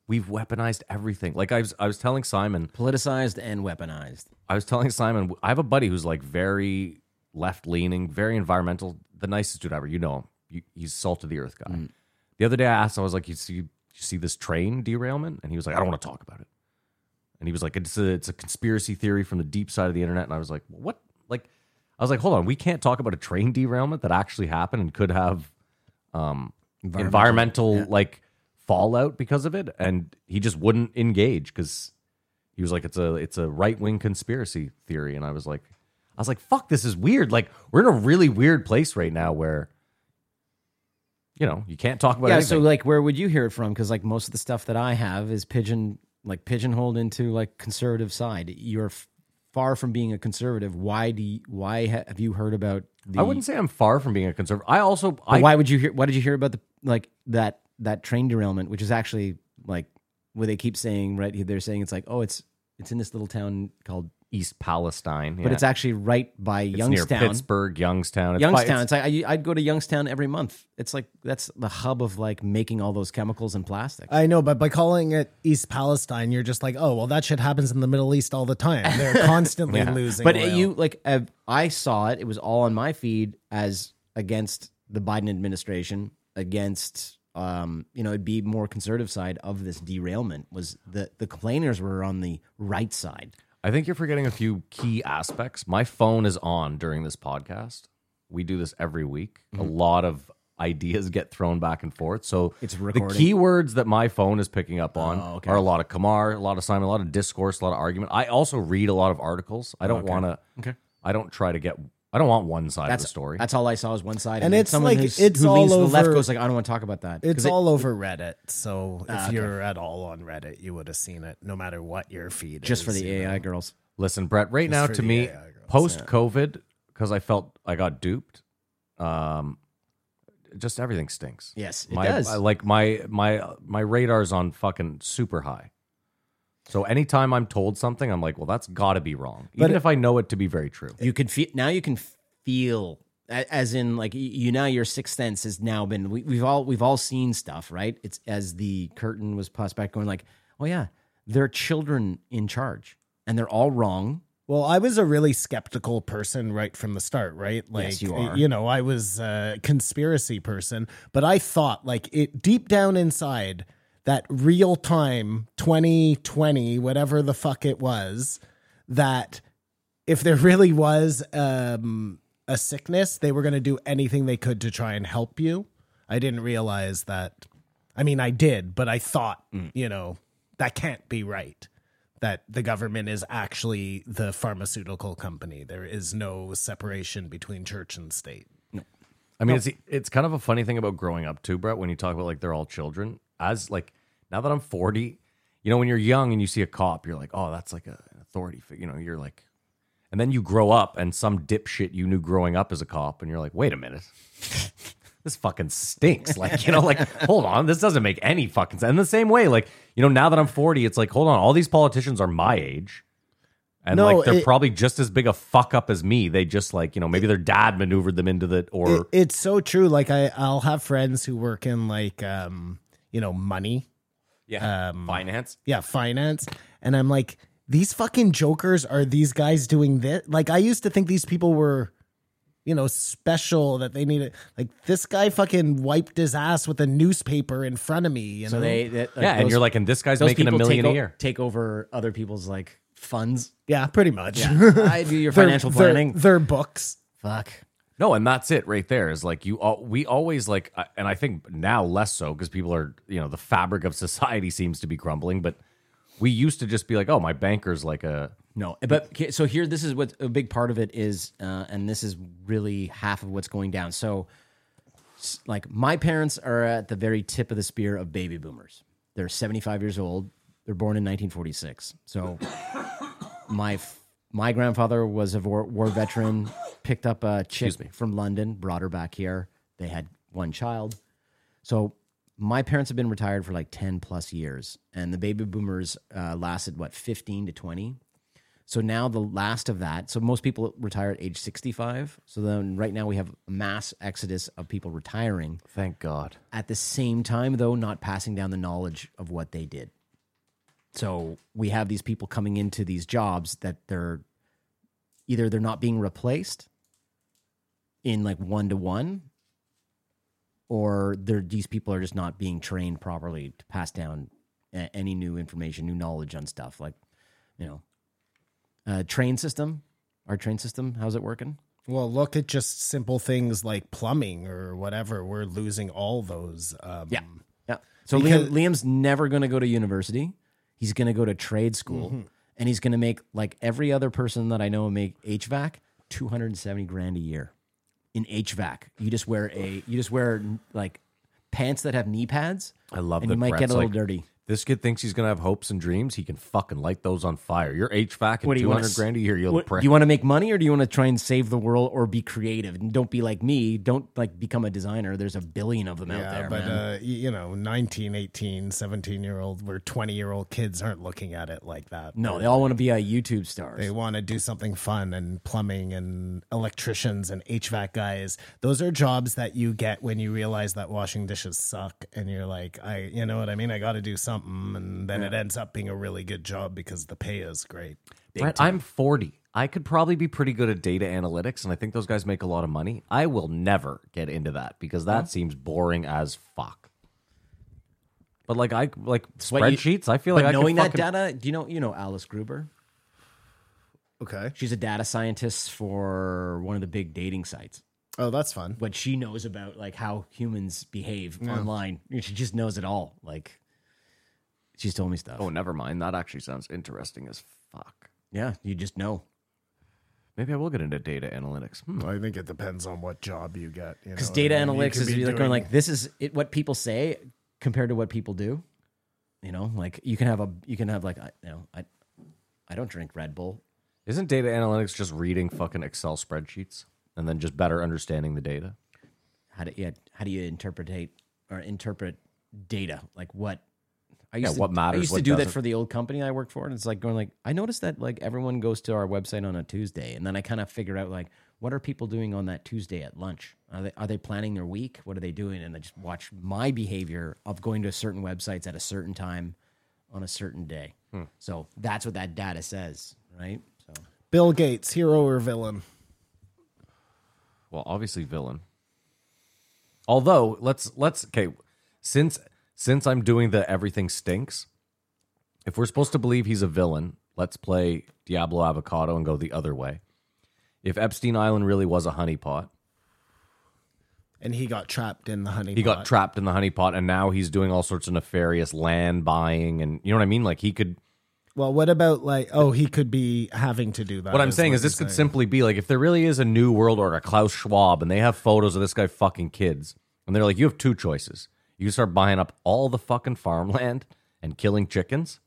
we've weaponized everything. Like I was I was telling Simon,
Politicized and weaponized.
I was telling Simon, I have a buddy who's like very left leaning, very environmental, the nicest dude ever. You know him. You, he's salt of the earth guy. The other day I asked, I was like, you see, you see this train derailment? And he was like, I don't want to talk about it. And he was like, it's a, it's a conspiracy theory from the deep side of the internet. And I was like, what? Like, I was like, hold on, we can't talk about a train derailment that actually happened and could have um, environmental, like fallout because of it. And he just wouldn't engage because he was like it's a it's a right-wing conspiracy theory and i was like i was like fuck this is weird like we're in a really weird place right now where you know you can't talk about
yeah, so
anything.
like, where would you hear it from? Because like most of the stuff that I have is pigeon, like pigeonholed into like conservative side. You're f- far from being a conservative. Why do? You, why ha- have you heard about? The,
i wouldn't say i'm far from being a conservative i also
But
I,
why would you hear? Why did you hear about the like that that train derailment, which is actually like where they keep saying right? here, They're saying it's like, oh, it's it's in this little town called,
east palestine
but it's actually right by
it's near
Youngstown.
pittsburgh youngstown it's by-
Youngstown.
it's,
It's, like I, I'd go to Youngstown every month. It's like that's the hub of like making all those chemicals and plastics.
I know, but by calling it East Palestine, you're just like, oh, well, that shit happens in the Middle East all the time. They're constantly losing.
but
oil.
you like uh, I saw it. It was all on my feed as against the Biden administration, against um, you know, it'd be more conservative side of this derailment. Was the the complainers were on the right side?
i think you're forgetting a few key aspects my phone is on during this podcast we do this every week a lot of ideas get thrown back and forth so
Mm-hmm. It's
the
recording.
keywords that my phone is picking up on
Oh, okay.
are a lot of Kamar, a lot of Simon, a lot of discourse, a lot of argument. I also read a lot of articles. I don't want to.
Okay.
I don't try to get. I don't want one side
That's
of the story.
That's all I saw was one side,
And
then
it's
someone
like-
who's-
it's
who leans
all
to the left
over-
goes like, I don't want to talk about that. 'Cause
It's
it- Ah,
all over Reddit, so if you're at all on Reddit, you would have seen it, no matter what your feed.
just for
is,
the
you know.
AI girls.
Listen, Brett. Right now,
for
to
the
me,
AI girls,
post COVID, because I felt I got duped. Um, just everything stinks.
Yes, it
my,
does.
I- like my my my radar's on fucking super high. So anytime I'm told something, I'm like, well, that's got to be wrong, even if I know it to be very true.
you can feel now you can feel a- as in like y- you now your sixth sense has now been we, we've all we've all seen stuff right it's as the curtain was passed back going like oh yeah there are children in charge and they're all wrong
Well, I was a really skeptical person right from the start, right? Like,
Yes, you are.
know, I was a conspiracy person, but I thought, like, it deep down inside that real time 2020, whatever the fuck it was, that if there really was um, a sickness, they were going to do anything they could to try and help you. I didn't realize that. I mean, I did, but I thought, you know, that can't be right. That the government is actually the pharmaceutical company. There is no separation between church and state.
I mean, it's it's kind of a funny thing about growing up too, Brett. When you talk about like they're all children, as like now that I'm 40, you know, when you're young and you see a cop, you're like, oh, that's like a, an authority figure. You know, you're like, and then you grow up and some dipshit you knew growing up as a cop, and you're like, wait a minute, this fucking stinks. Like, you know, like hold on, this doesn't make any fucking sense. In the same way, like you know, now that I'm 40, it's like hold on, all these politicians are my age. And
No,
like they're
it-
probably just as big a fuck up as me. They just like you know maybe their dad maneuvered them into the or
It- it's so true. Like I, I'll have friends who work in like, um, you know, money
Yeah. Finance.
yeah, finance. And I'm like, these fucking jokers are these guys doing this? Like, I used to think these people were, you know, special that they needed. Like, this guy fucking wiped his ass with a newspaper in front of me. You
so
know,
they that, like,
yeah, and
those-
you're like, and this guy's
those
making a
people
million
take,
a
o-
year.
take over other people's like funds
yeah, pretty much.
i do your financial
Their- their-
planning
their books.
fuck
No, and that's it right there. Is like you. All, we always like, I- and I think now less so because people are, you know, the fabric of society seems to be crumbling. But we used to just be like, oh, my banker's like a.
No, but okay, so here, this is what a big part of it is, uh, and this is really half of what's going down. So, s- like, my parents are at the very tip of the spear of baby boomers. They're 75 years old. They're born in 1946. So, my f- my grandfather was a war, war veteran, picked up a chick from London, brought her back here. They had one child. So my parents have been retired for like 10 plus years, and the baby boomers uh, lasted what 15 to 20. So now the last of that. So most people retire at age 65. So then right now we have a mass exodus of people retiring
Thank God.
at the same time though not passing down the knowledge of what they did so we have these people coming into these jobs that they're either they're not being replaced in like one to one or they're these people are just not being trained properly to pass down a- any new information new knowledge on stuff like you know uh, train system our train system how's it working
Well, look at just simple things like plumbing or whatever. We're losing all those. Um,
Yeah. Yeah. So
Because-
Liam, Liam's never going to go to university. He's going to go to trade school
Mm-hmm.
and he's going to make like every other person that I know make HVAC 270 grand a year in HVAC. You just wear a you just wear like pants that have knee pads.
I love
and
that
you might get
Brett's
a little
like,
dirty.
This kid thinks he's gonna have hopes and dreams. He can fucking light those on fire. Your HVAC
What
at
do
two
you wanna
hundred
s-
grand a year, you'll
What-
prick.
you want to make money or do you want to try and save the world or be creative? And don't be like me. Don't like become a designer. There's a billion of them out
Yeah,
there,
but
man.
uh, y- you know, 19, 18, 17 year old, we're 20 year old kids aren't looking at it like that.
no, they all want to be uh, YouTube stars.
They want to do something fun and plumbing and electricians and HVAC guys. Those are jobs that you get when you realize that washing dishes suck and you're like, I, you know what I mean? I got to do something. And then it ends up being a really good job because the pay is great.
Brett, I'm 40. I could probably be pretty good at data analytics, and I think those guys make a lot of money. I will never get into that because that seems boring as fuck. But like I like
But you-
spreadsheets, I feel
but
like I could
knowing that
fucking-
data. Do you know you know Alice Gruber?
Okay.
She's a data scientist for one of the big dating sites.
Oh, that's fun.
But she knows about like how humans behave online. She just knows it all. Like she's told me stuff.
Oh, never mind. That actually sounds interesting as fuck.
yeah, you just know.
Oh, Maybe I will get into data analytics. Hmm.
I think it depends on what job you get.
Because data analytics is like going like this is it, what people say compared to what people do. You know, like you can have a you can have like I you know I I don't drink Red Bull.
Isn't data analytics just reading fucking Excel spreadsheets and then just better understanding the data?
How do yeah, how do you interpretate or interpret data? Like what I
Yeah,
used to,
what matters,
I used
what
to do
doesn't.
that for the old company I worked for, and it's like going like I noticed that like everyone goes to our website on a Tuesday, and then I kind of figure out like what are people doing on that Tuesday at lunch? Are they are they planning their week? What are they doing? And I just watch my behavior of going to certain websites at a certain time on a certain day.
Hmm.
So that's what that data says, right? So
Bill Gates, hero or villain?
Well, obviously villain. Although, let's let's okay, since since I'm doing the everything stinks, if we're supposed to believe he's a villain, let's play Diablo Avocado and go the other way. If Epstein Island really was a honeypot,
And he got trapped in the honey.
he got trapped in the honeypot and now he's doing all sorts of nefarious land buying and you know what I mean? Like he could
Well, what about like? Oh, he could be having to do that.
What I'm saying is, this
you're
could
saying.
simply be like if there really is a new world order, Klaus Schwab, and they have photos of this guy fucking kids, and they're like, you have two choices. You can start buying up all the fucking farmland and killing chickens,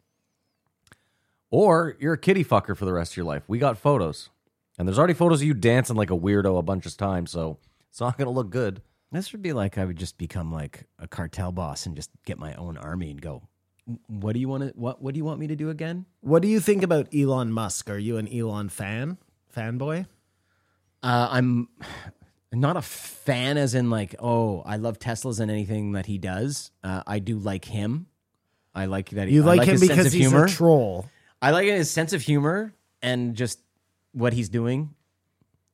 or you're a kitty fucker for the rest of your life. We got photos, and there's already photos of you dancing like a weirdo a bunch of times, so it's not gonna look good.
This would be like I would just become like a cartel boss and just get my own army and go. What do you want to? What What do you want me to do again?
What do you think about Elon Musk? Are you an Elon fan? Fanboy?
Uh, I'm not a fan, as in like, oh, I love Teslas and anything that he does. Uh, I do like him. I like that he,
You
I
like, him
his sense
because
of
he's
humor.
a troll.
I like his sense of humor and just what he's doing.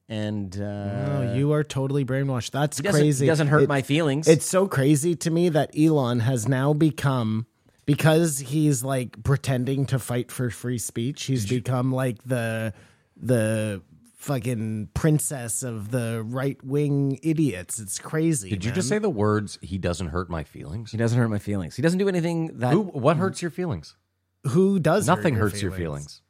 And uh,
Oh, you are totally brainwashed. That's
he doesn't,
crazy.
he doesn't hurt
It-
my feelings.
It's so crazy to me that Elon has now become because he's like pretending to fight for free speech. He's become like the the fucking princess of the right wing idiots. It's crazy.
Did you just say
man.
the words? He doesn't hurt my feelings.
he doesn't hurt my feelings. He doesn't do anything that
Who? What hurts your feelings?
who does hurt
Nothing
your
hurts your feelings.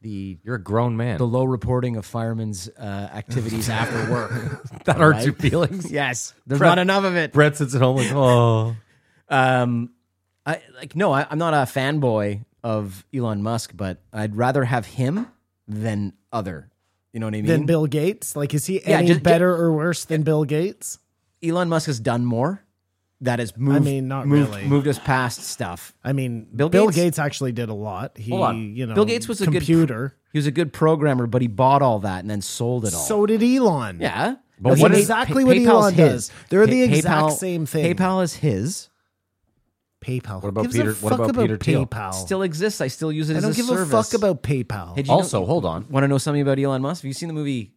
The you're a grown man.
the low reporting of firemen's uh, activities after work.
that hurts your feelings.
yes, there's
Brett-
not enough of it.
Brett sits at home like, oh.
Um, I like no, I, I'm not a fanboy of Elon Musk, but I'd rather have him than other. You know what I mean?
Than Bill Gates? Like, is he
Yeah,
any
just-
better or worse than Bill Gates?
Elon Musk has done more. That has moved.
mean, not
moved,
really.
Moved us past stuff.
I mean, Bill
Bill
Gates,
Gates-
actually did a lot. He,
Hold on.
you know,
Bill Gates was a good pr-
computer.
He was a good programmer, but he bought all that and then sold it all.
So did Elon.
yeah,
But
That's
what
he
is- exactly
Pa-
what
PayPal's
Elon does. They're the exact
PayPal-
same thing.
PayPal is his.
PayPal.
What about
Gives a
Peter- what
fuck
about Peter Thiel?
PayPal?
Still exists. I still use it
I
as
don't
a
give
service.
a fuck about PayPal.
Also, hold on.
Want to know something about Elon Musk? Have you seen the movie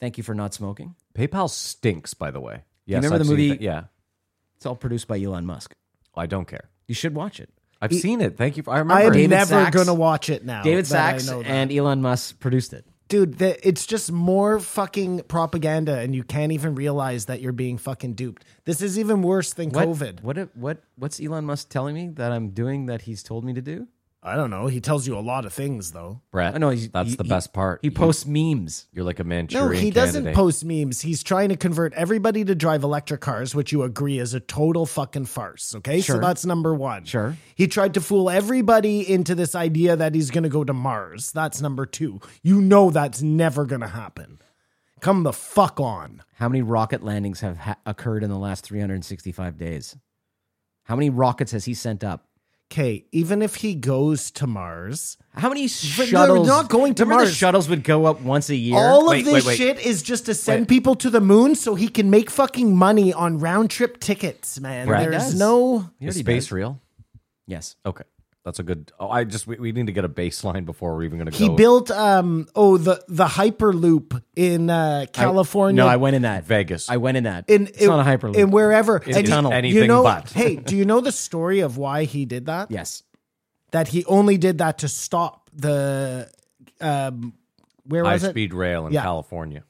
Thank You for Not Smoking?
PayPal stinks, by the way. Yes,
remember
I've
the
seen
movie-
that- yeah,
It's all produced by Elon Musk.
I don't care.
You should watch it.
I've seen it. Thank you. For, I remember.
I am
it.
David
never
Sacks-
gonna watch it
Oh.
now.
David
that I
Sachs
know that.
and Elon Musk produced it.
dude, the, it's just more fucking propaganda, and you can't even realize that you're being fucking duped. This is even worse than
What,
COVID.
What? What? What's Elon Musk telling me that I'm doing that he's told me to do?
I don't know. He tells you a lot of things, though.
Brett.
I know he's-
that's
he-
the
he-
best part.
He
You-
posts memes.
You're like a
No,
Manchurian.
he doesn't
candidate.
post memes. He's trying to convert everybody to drive electric cars, which you agree is a total fucking farce. Okay,
Sure.
so that's number one.
Sure.
He tried to fool everybody into this idea that he's going to go to Mars. That's number two. You know that's never going to happen. Come the fuck on.
How many rocket landings have ha- occurred in the last 365 days? How many rockets has he sent up?
Okay, even if he goes to Mars,
How many
they're
shuttles?
not going to
remember The
Mars.
shuttles would go up once a year.
all
Wait,
of this
wait, wait.
shit is just to send people to the moon so he can make fucking money on round trip tickets, man.
Brad
There's
does.
no.
You know
Is
what he
space
does?
real?
Yes.
Okay, that's a good. Oh, I just we, we need to get a baseline before we're even going to go.
He built um oh the the hyperloop in uh, California.
No, I went in that
Vegas.
I went in that.
in
it's not a hyperloop.
in wherever
a tunnel.
you
Anything
know,
but.
hey, do you know the story of why he did that?
yes.
that he only did that to stop the um where
high
was it?
speed rail in
Yeah.
California.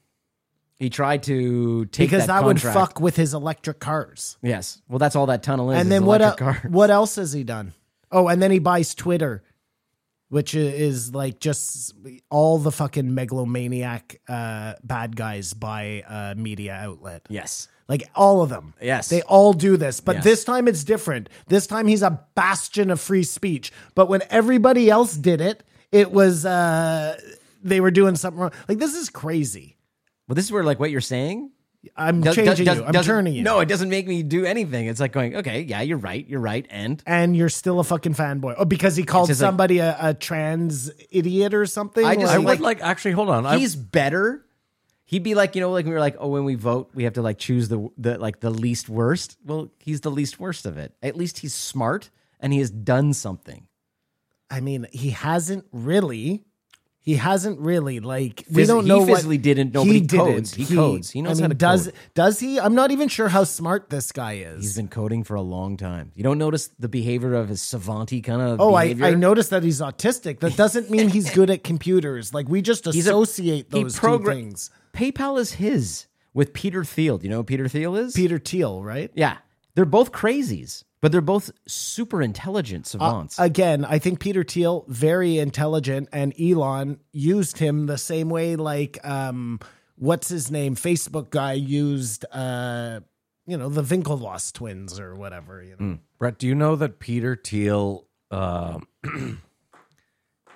He tried to take
because that,
that
would
contract.
fuck with his electric cars.
Yes. Well, that's all that tunnel is.
and
is
then what? el-
electric car.
What else has he done? Oh, and then he buys Twitter, which i- is like just all the fucking megalomaniac uh, bad guys buy a media outlet.
Yes.
Like all of them.
Yes.
They all do this. But
Yes.
this time it's different. This time he's a bastion of free speech. But when everybody else did it, it was uh they were doing something wrong. Like this is crazy.
Well, this is where like what you're saying.
I'm
does- does-
changing
does-
you. I'm
doesn't-
turning you.
No, it doesn't make me do anything. It's like going, okay, yeah, you're right, you're right, and
And you're still a fucking fanboy. Oh, because he called
just like-
somebody a, a trans idiot or something?
I just-
I
Like,
would like actually hold on. I,
he's better. He'd be like, you know, like we were like, oh, when we vote, we have to like choose the the like the least worst. Well, he's the least worst of it. At least he's smart and he has done something.
I mean, he hasn't really. He hasn't really like we
Physi-
don't
he
know what
physically didn't. Nobody codes. He codes. He knows
I
how to
mean, does
code.
does he? I'm not even sure how smart this guy is.
He's been coding for a long time. You don't notice the behavior of his savanty kind of.
Oh, I,
behavior?
I noticed that he's autistic. That doesn't mean he's good at computers. Like we just
He's a-
associate
he
those
progra-
two things.
PayPal is his with Peter Thiel. Do you know who Peter Thiel is?
Peter Thiel, right?
Yeah. They're both crazies, but they're both super
Uh,
intelligent savants.
Again, I think Peter Thiel very intelligent, and Elon used him the same way. Like, um, what's his name? Facebook guy used, uh, you know, the Winklevoss twins or whatever. You know,
Mm.
Brett, do you know that Peter Thiel uh,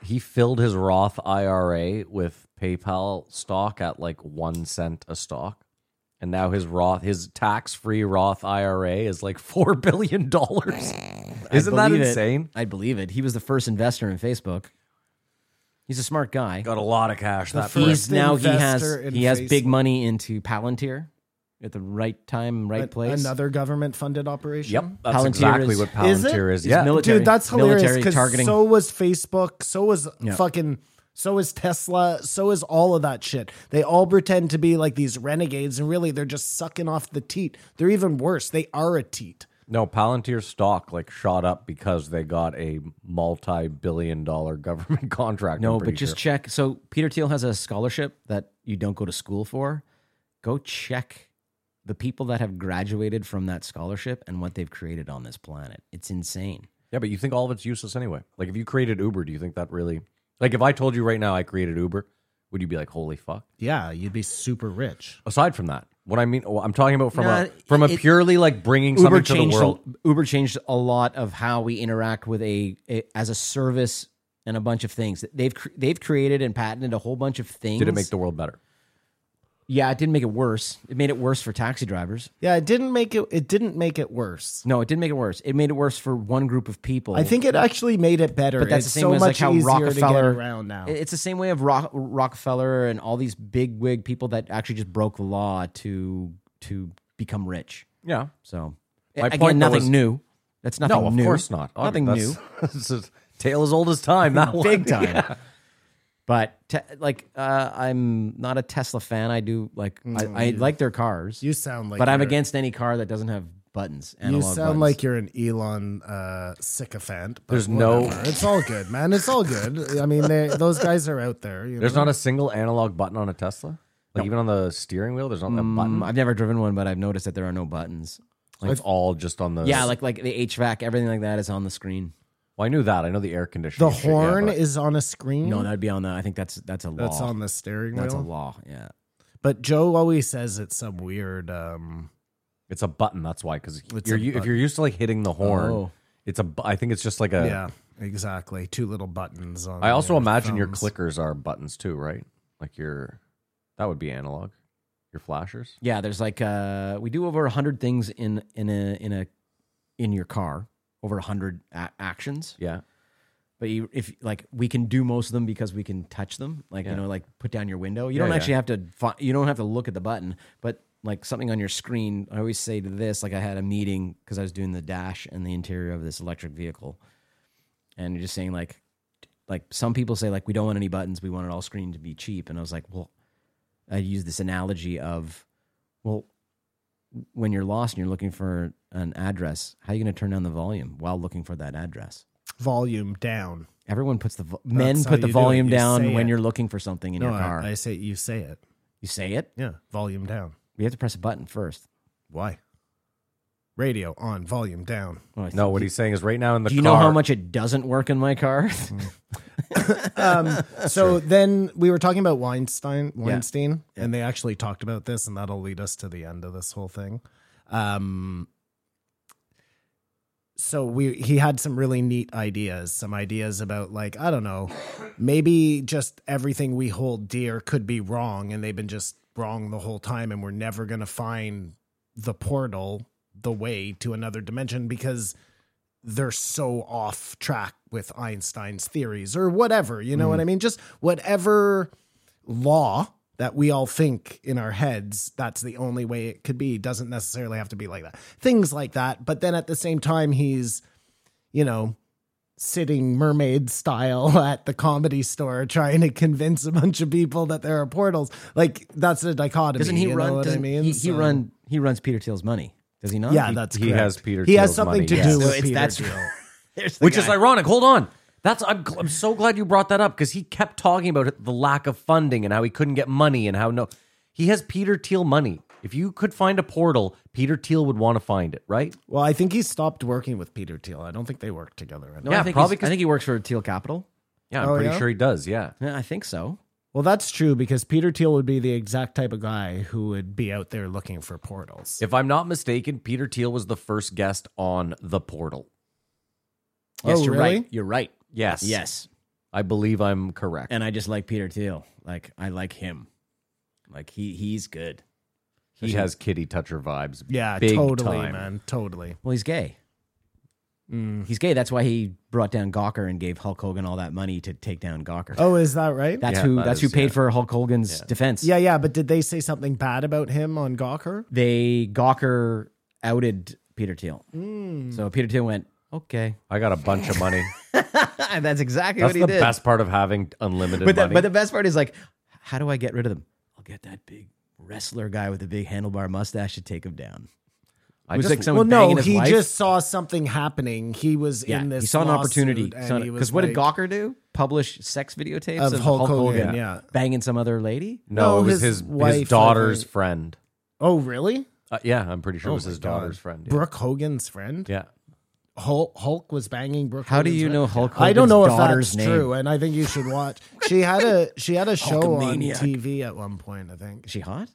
he filled his Roth IRA with PayPal stock at like one cent a stock, and now his Roth, his tax-free Roth IRA is like four billion dollars.
I
Isn't that
believe it.
insane?
I believe it. He was the first investor in Facebook. He's a smart guy.
Got a lot of cash. That
first-
first.
He's now he has
investor in
he has big
Facebook.
money into Palantir at the right time, right
An-
place.
another government funded operation.
Yep, that's
Palantir
exactly
is-
what
Is it?
Palantir is.
He's
Yeah,
mili- military-
dude, that's hilarious
military
because
targeting.
so was Facebook, so was
Yeah.
fucking, so is Tesla, so is all of that shit. They all pretend to be like these renegades, and really they're just sucking off the teat. They're even worse. They are a teat.
no Palantir stock like shot up because they got a multi-billion-dollar government contract.
no,
I'm
but
pretty
just
sure.
check. So Peter Thiel has a scholarship that you don't go to school for. Go check the people that have graduated from that scholarship and what they've created on this planet. It's insane.
Yeah, but you think all of it's useless anyway. Like if you created Uber, do you think that really like if I told you right now I created Uber, would you be like, holy fuck?
Yeah, you'd be super rich.
Aside from that, what I mean, oh, I'm talking about from
Nah,
a from a
it-
purely like bringing
Uber
something to the
changed
world.
A, Uber changed a lot of how we interact with a, a as a service and a bunch of things. They've cr- they've created and patented a whole bunch of things.
Did it make the world better?
Yeah, it didn't make it worse. It made it worse for taxi drivers.
Yeah, it didn't make it. It didn't make it worse.
No, it didn't make it worse. It made it worse for one group of people.
I think it actually made it better.
But that's
it's
the same
so
as
much
like how
easier to get
Rockefeller
around now.
It- It's the same way of Rock, Rockefeller and all these big wig people that actually just broke the law to to become rich.
Yeah.
So
My
again,
point, though,
nothing
is-
new. That's nothing
no, of
new.
course not.
Oh,
Oh,
Nothing
That's-
new.
it's a tale as old as time. That one.
Big time. But te- like, uh, I'm not a Tesla fan. I do like I, I like their cars.
Mm, you sound like,
but I'm
you're-
against any car that doesn't have buttons.
You
Analog
sound
buttons.
like you're an Elon uh, sycophant. but
There's no-
whatever. It's all good, man. It's all good. I mean, they- those guys are out there. You
There's
know?
not a single analog button on a Tesla. Like even on the steering wheel, there's not a button.
Mm, I've never driven one, but I've noticed that there are no buttons.
Like, it's all just on the.
Yeah, like like the HVAC, everything like that is on the screen.
well, I knew that. I know the air conditioning.
the
shit, yeah,
horn
but-
is on a screen.
No, that'd be on the. I think that's that's a law.
Mm. that's on the steering
That's a
wheel.
law. Yeah.
But Joe always says it's some weird. Um,
It's a button. That's why, because
It's
you're
a
you, if
button.
you're used to like hitting the horn,
Oh.
it's a. bu- I think it's just like a.
yeah, exactly. Two little buttons on.
I also
their
imagine your
thumbs.
clickers are buttons too, right? Like your, that would be analog. Your flashers.
Yeah, there's like uh we do over a hundred things in in a in a in your car over a hundred a- actions.
Yeah.
But you, if like we can do most of them because we can touch them, like you know, like put down your window. You
Yeah,
don't
yeah.
actually have to. Fi- you don't have to look at the button, but like something on your screen. I always say to this, like I had a meeting because I was doing the dash and the interior of this electric vehicle, and you're just saying like, like some people say like we don't want any buttons, we want it all screen to be cheap, and I was like, well, I use this analogy of, well, when you're lost and you're looking for an address, how are you going to turn down the volume while looking for that address?
volume down.
Everyone puts the vo- men
That's how
put the
you do it.
volume
You
down
say
when
it.
you're looking for something in
No,
your car.
I, I say you say it.
you say it.
Yeah, volume down.
We have to press a button first.
Why? Radio on, volume down.
Oh, I
No,
see.
what he's saying is right now in the.
Do you know
car-
how much it doesn't work in my car?
Mm-hmm. so then we were talking about Weinstein, Weinstein, and they actually talked about this, and that'll lead us to the end of this whole thing. Um, so we he had some really neat ideas, some ideas about like I don't know, maybe just everything we hold dear could be wrong, and they've been just wrong the whole time, and we're never gonna find the portal, the way to another dimension because they're so off track with Einstein's theories or whatever. You
Mm.
know what I mean? Just whatever law that we all think in our heads that's the only way it could be doesn't necessarily have to be like that. Things like that. But then at the same time, he's, you know, sitting mermaid style at the comedy store trying to convince a bunch of people that there are portals. Like that's a dichotomy.
doesn't he
you Know
run?
what I
Doesn't,
mean?
he, he
So-
run? He runs Peter Thiel's money. Does he not?
Yeah,
He-
that's
he
correct.
has Peter
He has
Thiel's
something
money,
to
yes.
do
So
with
it's-
Peter
that's-
Thiel.
there's the
Which is
guy.
ironic. Hold on. That's I'm, gl- I'm so glad you brought that up because he kept talking about it, the lack of funding and how he couldn't get money and how no he has Peter Thiel money. If you could find a portal, Peter Thiel would want to find it, right?
Well, I think he stopped working with Peter Thiel. I don't think they work together anymore.
No,
Yeah,
I think
probably
he's- I think he works for Teal Capital.
Yeah, I'm
Oh,
pretty
yeah?
sure he does. Yeah,
Yeah, I think so.
Well, that's true because Peter Thiel would be the exact type of guy who would be out there looking for portals.
if I'm not mistaken, Peter Thiel was the first guest on the portal.
Yes,
Oh,
you're
really?
right. You're right.
Yes,
Yes,
I believe I'm correct.
and I just like Peter Thiel. Like I like him. Like he he's good.
he has Kitty Toucher vibes.
yeah,
big
totally,
time.
man, totally.
Well, he's gay. He's gay. That's why he brought down Gawker and gave Hulk Hogan all that money to take down Gawker.
Oh, is that right?
that's
Yeah,
who.
that
that's
is,
who paid
yeah.
for Hulk Hogan's defense.
yeah, yeah. But did they say something bad about him on Gawker?
they Gawker outed Peter Thiel. So Peter Thiel went, okay,
I got a bunch of money.
that's exactly
That's
what he
the
did.
best part of having unlimited
but, the,
money.
but the best part is like, how do I get rid of them? I'll get that big wrestler guy with a big handlebar mustache to take him down.
I
was
just-
like some-
Well, no,
banging his
he
wife?
just saw something happening. He was
Yeah,
in this.
he saw an opportunity.
lawsuit and he was
Because what did
like-
Gawker do? Publish sex videotapes
Of
of,
Hulk
Hulk,
Hogan,
Hogan,
yeah.
banging some other lady.
no,
No,
it was
his
his his,
wife, I
daughter's
think.
friend.
Oh, really?
Uh, yeah, I'm pretty sure
Oh
it was his daughter's friend. Yeah.
Brooke Hogan's friend.
Yeah.
Hulk, Hulk was banging Brooke.
How do
Hogan's
you
friend?
know Hulk
I
Hogan's
don't know if
daughter's
that's
name?
true, and I think you should watch. She had a she had a show on
Hulkamaniac.
TV at one point. I think
Is she hot?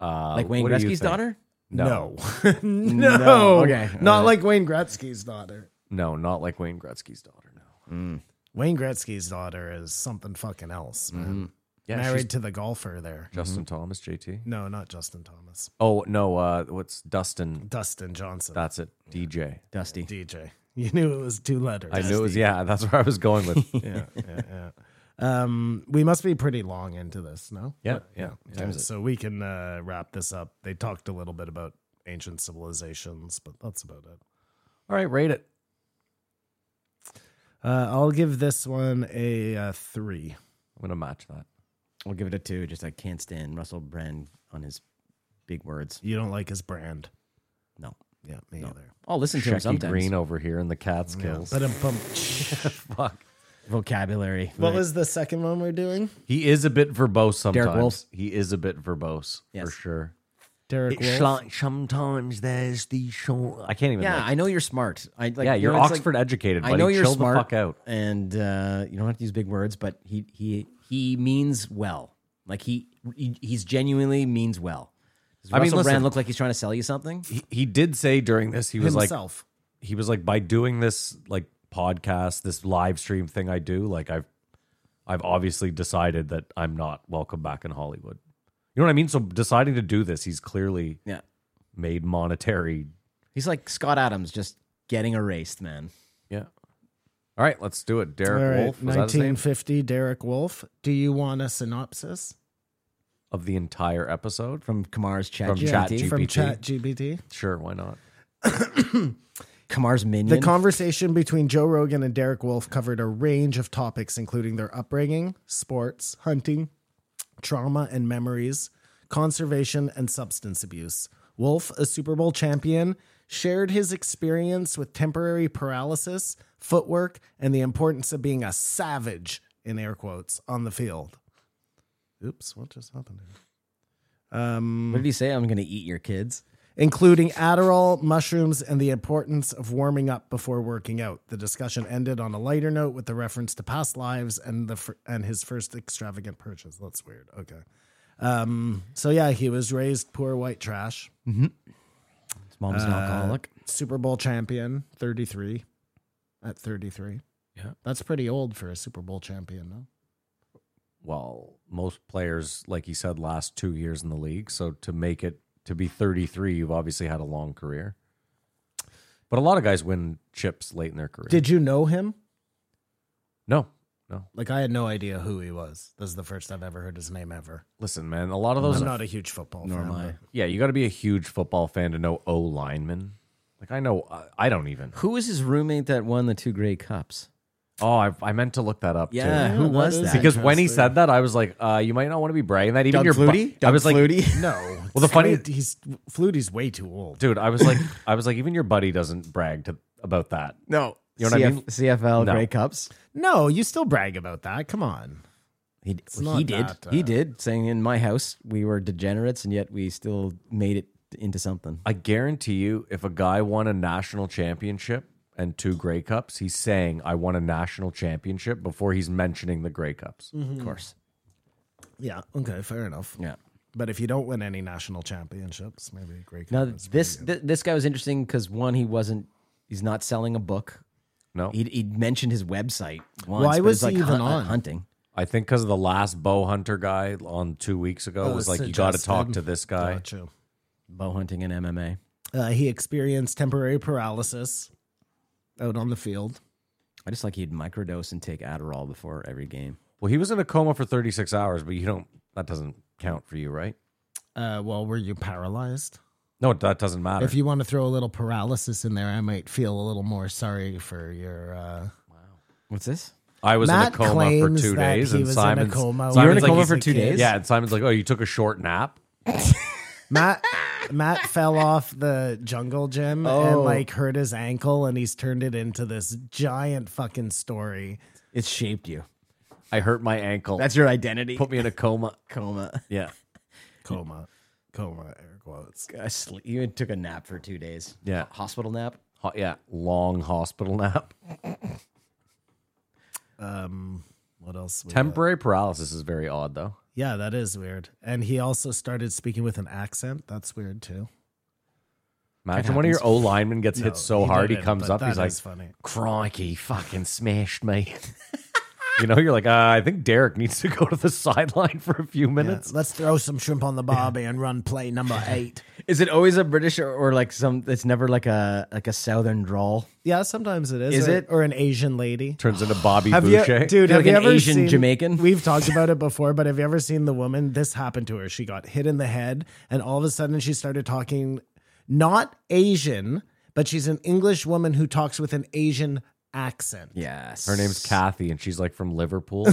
Uh,
Like Oh, Wayne
what do you
Gretzky's
think?
daughter?
No.
No.
No.
Okay.
Not
All right.
like Wayne Gretzky's daughter.
No, not like
Mm-hmm.
Wayne Gretzky's daughter. No.
Wayne Gretzky's daughter is something fucking else, man. married to the golfer there.
Justin Thomas, JT.
No, not Justin Thomas.
Oh no, uh, what's Dustin?
Dustin Johnson,
That's it. DJ.
Dusty.
DJ. You knew it was two letters.
I knew it was. Yeah, that's where I was going with.
yeah, yeah, yeah. Um, we must be pretty long into this, no?
Yeah, yeah.
Yeah, so we can uh, wrap this up. They talked a little bit about ancient civilizations, but that's about it.
All right, rate it.
Uh, I'll give this one a uh, three.
I'm gonna match that.
I'll give it a two. Just I can't stand Russell Brand on his big words.
You don't like his brand?
No.
Yeah, me either.
I'll listen to him
Shecky
sometimes.
Green over here in the Catskills.
But
Fuck.
Vocabulary.
what
right.
was the second one we're doing?
He is a bit verbose sometimes.
Derek Wolf.
He is a bit verbose
Yes.
for sure.
Derek
It's
Wolf.
like sometimes there's the short.
I can't even.
Yeah,
like-
I know you're smart. I like.
yeah,
you
you're
know, it's like-
Oxford educated. Buddy.
I know you're
Chill
smart.
the fuck out.
and uh, you don't have to use big words, but he he he means well. Like he, he he's genuinely means well. Does
I mean,
Russell
listen-
Brand look like he's trying to sell you something?
He, he did say during this, he was
Himself.
like, he was like, by doing this like podcast, this live stream thing I do, like I've, I've obviously decided that I'm not welcome back in Hollywood. You know what I mean? So deciding to do this, he's clearly
Yeah,
made monetary.
he's like Scott Adams, just getting erased, man.
Yeah. All right, let's do it. Derek
All right,
Wolf, was that his name?
1950 Derek Wolf. Do you want a synopsis
Of the entire episode?
From Kamar's chat,
From
GPT,
chat
from
GPT.
Chat GBT?
Sure, why not?
Kamar's minion.
The conversation between Joe Rogan and Derek Wolf covered a range of topics, including their upbringing, sports, hunting, trauma and memories, conservation, and substance abuse. Wolf, a Super Bowl champion, shared his experience with temporary paralysis, footwork, and the importance of being a savage, in air quotes, on the field. Oops, what just happened here?
what did he say? I'm going to eat your kids.
including Adderall, mushrooms, and the importance of warming up before working out. The discussion ended on a lighter note with the reference to past lives and the fir- and his first extravagant purchase. That's weird. Okay. Um, so yeah, he was raised poor white trash,
His mom's
Uh,
an alcoholic.
Super Bowl champion, 33 at 33.
Yeah.
That's pretty old for a Super Bowl champion, no?
well, most players, like he said, last two years in the league. So to make it to be 33, you've obviously had a long career. But a lot of guys win chips late in their career.
Did you know him?
no, no.
Like I had no idea who he was. This is the first I've ever heard his name ever.
Listen, man, a lot of those.
I'm not a huge football fan. but-
yeah, you got to be a huge football fan to know O linemen. Like I know, I- I don't even.
Who was his roommate that won the two Grey Cups?
Oh, I, I meant to look that up.
Yeah,
too.
who
that
was
is
that?
because when he said that, I was like, uh, you might not want to be bragging that. Even
Doug
your bu-
Flutie.
I was like,
Flutie?
No.
Well, the funny-
Wait, he's Flutie's way too old.
dude, I was like, I was like, even your buddy doesn't brag to about that.
no.
You know what I
CF
mean?
CFL
No.
Grey Cups.
No, you still brag about that. Come on.
He,
not
he did.
that,
he
uh,
did. Saying in my house we were degenerates, and yet we still made it into something.
I guarantee you, if a guy won a national championship and two Grey Cups, he's saying, I won a national championship before he's mentioning the Grey Cups.
Mm-hmm.
Of course.
Yeah. Okay. Fair enough.
Yeah.
But if you don't win any national championships, maybe Grey Cup.
Now
is
this
pretty
th- this guy was interesting because one, he wasn't. He's not selling a book.
No,
He he mentioned his website. Once,
Why
but
was
it's like
he even
hun-
on?
hunting?
I think because the last bow hunter guy on two weeks ago
Oh,
was like, you got to talk
suggested.
to this
good.
guy.
Gotcha.
Bow hunting and MMA.
Uh, he experienced temporary paralysis out on the field.
I just like he'd microdose and take Adderall before every game.
Well, he was in a coma for 36 hours, but you don't, that doesn't count for you, right?
Uh, well, were you paralyzed?
No, that doesn't matter.
If you want to throw a little paralysis in there, I might feel a little more sorry for your. Uh,
What's this?
I was
Matt
in a coma for
claims
two
that
days,
he
and
was in a
Simon's,
coma
Simon's
when
You're in a
like,
coma
he's-
for two
kid.
days.
Yeah, and Simon's like, oh, you took a short nap?
Matt Matt fell off the jungle gym
Oh.
and like hurt his ankle and he's turned it into this giant fucking story.
It's shaped you.
I hurt my ankle.
That's your identity.
put me in a coma.
coma.
Yeah.
Coma. Coma air quotes.
I sle- You took a nap for two days.
Yeah.
Hospital nap.
Ho- yeah, long hospital nap.
Um what else? we got?
Temporary paralysis is very odd, though.
Yeah, that is weird. And he also started speaking with an accent. That's weird too. Oh,
Imagine one of your O linemen gets hit so hard he
didn't,
comes
but
up.
that
He's like,
is funny.
"Crikey, fucking smashed me." You know, you're like, uh, I think Derek needs to go to the sideline for a few minutes.
Let's throw some shrimp on the barbie and run play number eight.
Is it always a British or, or like some? It's never like a like a southern drawl.
Yeah, sometimes it is.
Is
or,
it?
or an Asian lady?
Turns into Bobby
Have you, e-,
Boucher.
dude?
Yeah,
Have
like
you
an
ever
Asian
seen
Jamaican.
We've talked about it before, but have you ever seen the woman? This happened to her. She got hit in the head, and all of a sudden she started talking not Asian, but she's an English woman who talks with an Asian accent.
Yes.
Her name's Kathy, and she's like from Liverpool,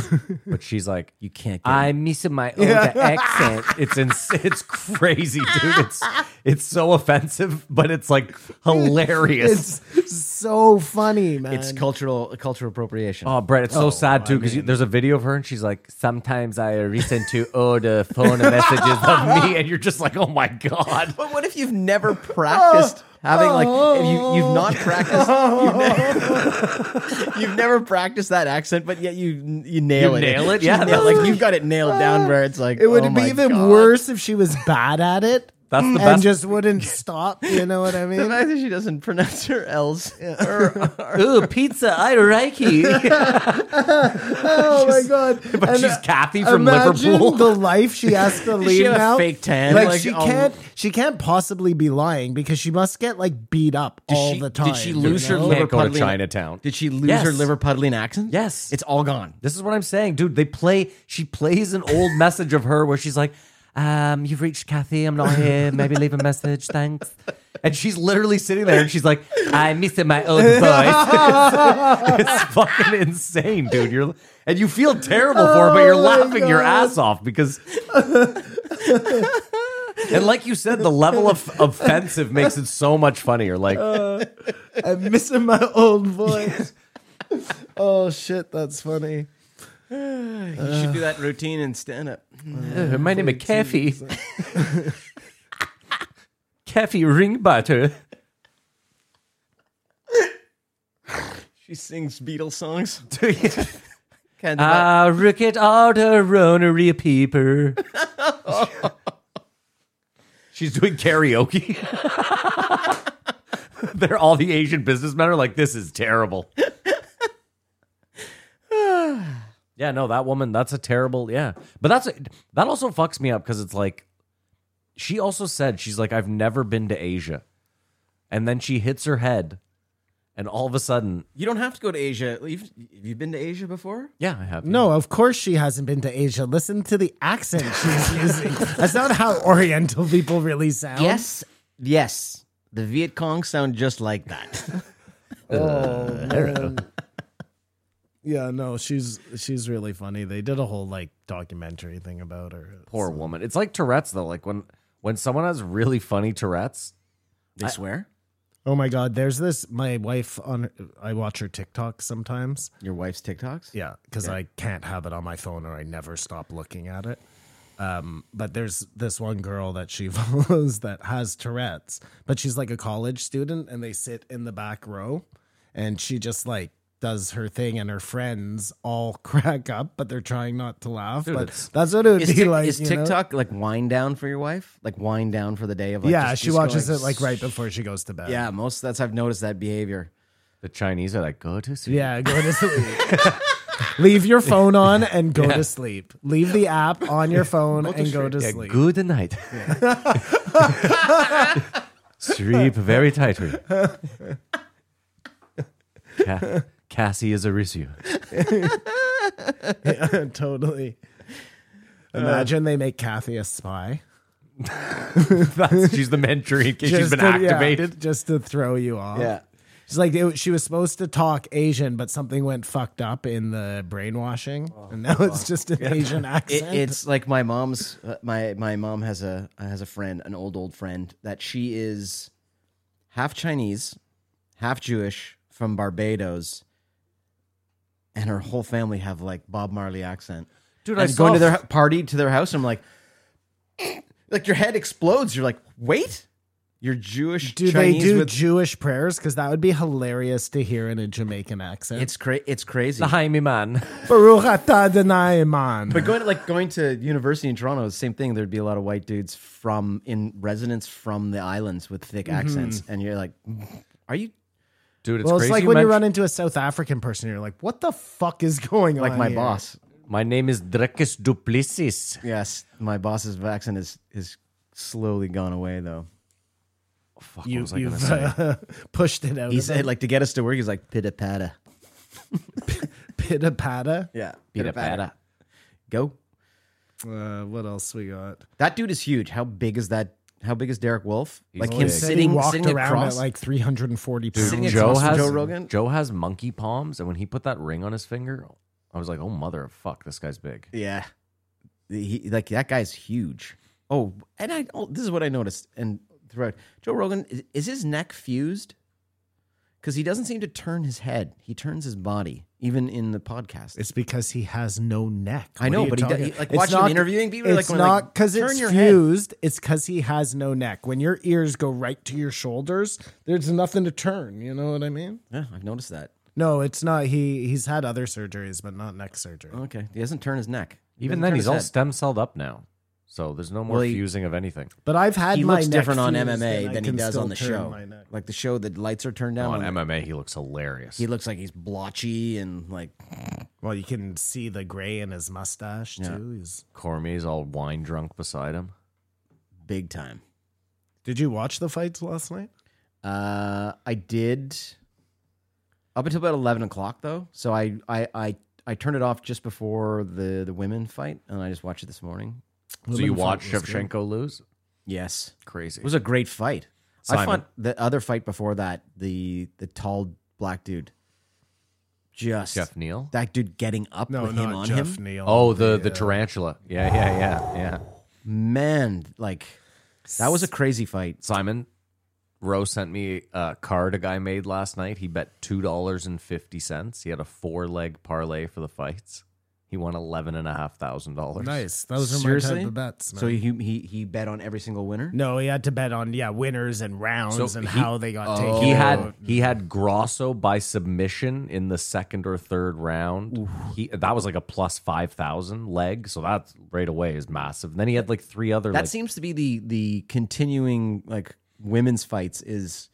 but she's like,
You can't. Get
I'm missing my older accent.
it's ins- it's crazy, dude. It's it's so offensive, but it's like hilarious.
It's so funny, man.
It's cultural cultural appropriation.
Oh, Brett, it's so sad too because there's a video of her and she's like, "Sometimes I listen to older phone messages of me," and you're just like, "Oh my god!"
But what if you've never practiced having like if you you've not practiced you've never, you've never practiced that accent, but yet you you nail
You
it.
nail it?
You
Yeah,
nail-
that's-
like you've got it nailed down where it's like
It would
oh
be
my
even
God.
worse if she was bad at it.
That's the
and
best.
just wouldn't stop. You know what I
The
mean?
fact that she doesn't pronounce her L's.
Ooh, pizza, I like you.
Oh my god!
But
And,
she's
uh,
Kathy from
imagine
Liverpool.
The life she has to lead
she have a
now.
fake tan?
Like,
Like,
she
oh.
can't. She can't possibly be lying because she must get like beat up all
she-
the
did
time.
she
you
lose her
know?
lip?
Can't go to
Liverpudlian-
Chinatown.
Did she lose
Yes.
her Liverpudlian accent?
Yes.
It's all gone.
This is what I'm saying, dude. They play. She plays an old message of her where she's like, um, "You've reached Kathy. I'm not here. Maybe leave a message. Thanks." And she's literally sitting there, and she's like, "I'm missing my old voice." it's, it's fucking insane, dude. You're and you feel terrible for her, but you're laughing your ass off because. and like you said, the level of offensive makes it so much funnier. Like,
I'm missing my old voice. oh shit, that's funny.
You should do that routine in stand up.
Uh, my name is Kathy. Kathy Ringbutter.
She sings Beatles songs. Can't do
Uh,
that.
Ah, look at all the ronery people. She's doing karaoke. They're all the Asian businessmen are like, this is terrible. yeah, no, that woman, that's a terrible, yeah. But that's that also fucks me up because it's like she also said she's like, I've never been to Asia. And then she hits her head, and all of a sudden,
you don't have to go to Asia. You've, have you been to Asia before?
yeah, I have
No, of course she hasn't been to Asia. Listen to the accent she's using. That's not how Oriental people really sound.
Yes. Yes. The Viet Cong sound just like that.
Yeah, no, she's she's really funny. They did a whole like documentary thing about her.
poor woman. It's like Tourette's though. Like when when someone has really funny Tourette's,
they swear?
Oh my god, there's this. My wife on. I watch her TikTok sometimes.
Your wife's TikToks?
Yeah, because I can't have it on my phone or I never stop looking at it. Um, but there's this one girl that she follows that has Tourette's, but she's like a college student and they sit in the back row and she just like does her thing and her friends all crack up, but they're trying not to laugh. but
it's-
that's what it would
Is,
be
Tik-
like.
is
you know?
TikTok like wind down for your wife? Like wind down for the day of like
yeah,
just-
she
just
watches
going,
it like right before she goes to bed.
Yeah, most that's I've noticed that behavior.
the Chinese are like, go to sleep.
Yeah, go to sleep. Leave your phone on and go to sleep. Leave the app on your phone and go to
Yeah,
sleep.
good night. sleep very tightly. Ca- Cassie is a Risu.
totally. Imagine they make Kathy a spy.
That's, she's the mentor in case she's been
yeah,
activated.
just to throw you off. She's like, it, she was supposed to talk Asian, but something went fucked up in the brainwashing. and now it's just an Asian
Oh, It,
accent.
it's like my mom's. Uh, my my mom has a has a friend, an old old friend that she is half Chinese, half Jewish from Barbados, and her whole family have like Bob Marley accent.
Dude,
And I'm going to their hu- party to their house. I'm like, like your head explodes. You're like, wait, you're Jewish.
do
Chinese
they do
with
Jewish prayers? Because that would be hilarious to hear in a Jamaican accent.
it's cra- it's crazy.
the Jaime man.
Baruch atah Adonai Iman.
But going to like going to university in Toronto, the same thing. There'd be a lot of white dudes from in residents from the islands with thick accents, and you're like, "Are you?
Dude, it's
well,
crazy.
it's like
you
when you
mention-
run into a South African person, you're like, "What the fuck is going on?"
like my
here?"
boss.
My name is Drekis Duplessis.
Yes, my boss's vaccine is is slowly gone away though.
Oh, Fuck, what
You,
was I gonna
you've
say?
uh, pushed it out.
He
of
said
him.
like to get us to work, he's like pitta patta.
pitta patta.
Yeah,
Pita pata.
Go.
Uh, what else we got?
That dude is huge. How big is that? How big is Derek Wolf? like
Oh,
big.
him
He said
sitting
he walked
sitting
around
across.
at like 340
Sitting across
pounds.
Joe
from
has
Joe Rogan.
Joe has monkey palms, and when he put that ring on his finger, I was like, "Oh mother of fuck, this guy's big."
Yeah, he, like that guy's huge. Oh, and I oh, this is what I noticed. And throughout Joe Rogan is, is his neck fused because he doesn't seem to turn his head. He turns his body even in the podcast.
It's because he has no neck.
I
What
know,
are you
but he
talking-
does- he- like,
It's
watching him interviewing people, like,
It's
when, like,
not because
turn
it's
your head.
fused. It's because he has no neck. When your ears go right to your shoulders, there's nothing to turn. You know what I mean?
yeah, I've noticed that.
No, it's not. He he's had other surgeries, but not neck surgery.
Okay, he doesn't turn his neck. He
Even
doesn't
then,
turn
he's
his
all
head.
stem celled up now, so there's no more
Well, he-
fusing of anything
But I've had
He
my
looks
neck
different on
fused, and
MMA
I
than he
can
does
still
on the
turn
show.
my neck.
Like the show, the lights are turned down.
on
when
MMA. He looks hilarious.
He looks like he's blotchy and like
Well, you can see the gray in his mustache too. He's-
Cormier's all wine drunk beside him.
big time.
Did you watch the fights last night?
Uh, I did up until about eleven o'clock though, so I I I, I turned it off just before the the women fight, and I just watched it this morning.
so you watch Shevchenko lose?
Yes,
Crazy.
it was a great fight. I
Simon.
found the other fight before that the the tall black dude, just
Jeff Neal?
that dude getting up
No,
with
not
him on
Jeff
him.
Neal.
Oh, the the tarantula. Yeah, yeah, yeah, yeah.
Man, like that was a crazy fight.
Simon Rowe sent me a card a guy made last night. He bet two dollars and fifty cents. He had a four leg parlay for the fights. He won eleven and a half thousand dollars.
nice. Those are
Seriously,
my type of bets. Man.
so he he he bet on every single winner.
no, he had to bet on yeah winners and rounds
So
and
he-
how they
oh.
got taken.
He
out.
had he had Grosso by submission in the second or third round. He that was like a plus five thousand leg, so that right away is massive. And then he had like three other
that
like
seems to be the the continuing like women's fights is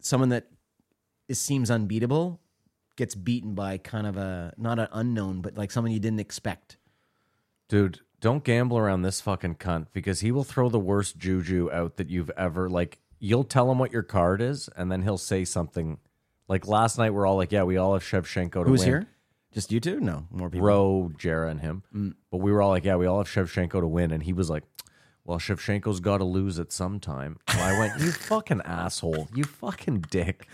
someone that is, seems unbeatable gets beaten by kind of a not an unknown but like someone you didn't expect
Dude, don't gamble around this fucking cunt because he will throw the worst juju out that you've ever like. You'll tell him what your card is, and then he'll say something. Like last night, we're all like, "Yeah, we all have Shevchenko to
who's
win."
here just you two no more people
Roe, Jara, and him.
Mm.
But we were all like, "Yeah, we all have Shevchenko to win," and he was like, "Well, Shevchenko's got to lose at some time." And I went, "You fucking asshole! You fucking dick!"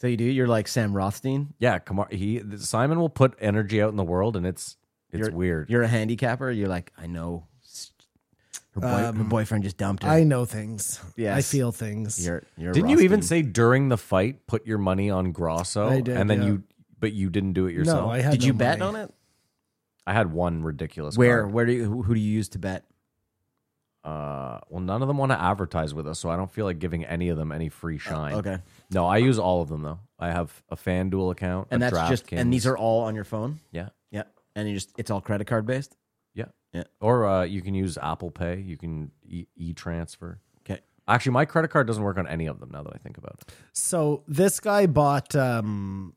so you do you're like sam rothstein
Yeah, Kamar. He Simon will put energy out in the world, and it's it's
You're-
weird.
you're a handicapper you're like i know her, boy, her boyfriend just dumped her
Um, I know things. Yeah, I
Yes.
feel things.
you're, you're
Didn't you even
Rothstein.
say during the fight, put your money on Grosso,
I did,
and then
yeah.
you, but you didn't do it yourself.
no, I
I,
had
did
no
you bet
money.
on it
had one ridiculous.
where
card.
where do you who, who do you use to bet
Uh, well, none of them want to advertise with us, so I don't feel like giving any of them any free shine.
Oh, okay.
No, I use all of them though. I have a FanDuel account,
and
a
that's just
DraftKings.
and these are all on your phone
yeah,
yeah and you just it's all credit card based
yeah,
Yeah.
Or uh, you can use Apple Pay. You can e transfer.
Okay.
Actually, my credit card doesn't work on any of them now that I think about it.
So this guy bought, um,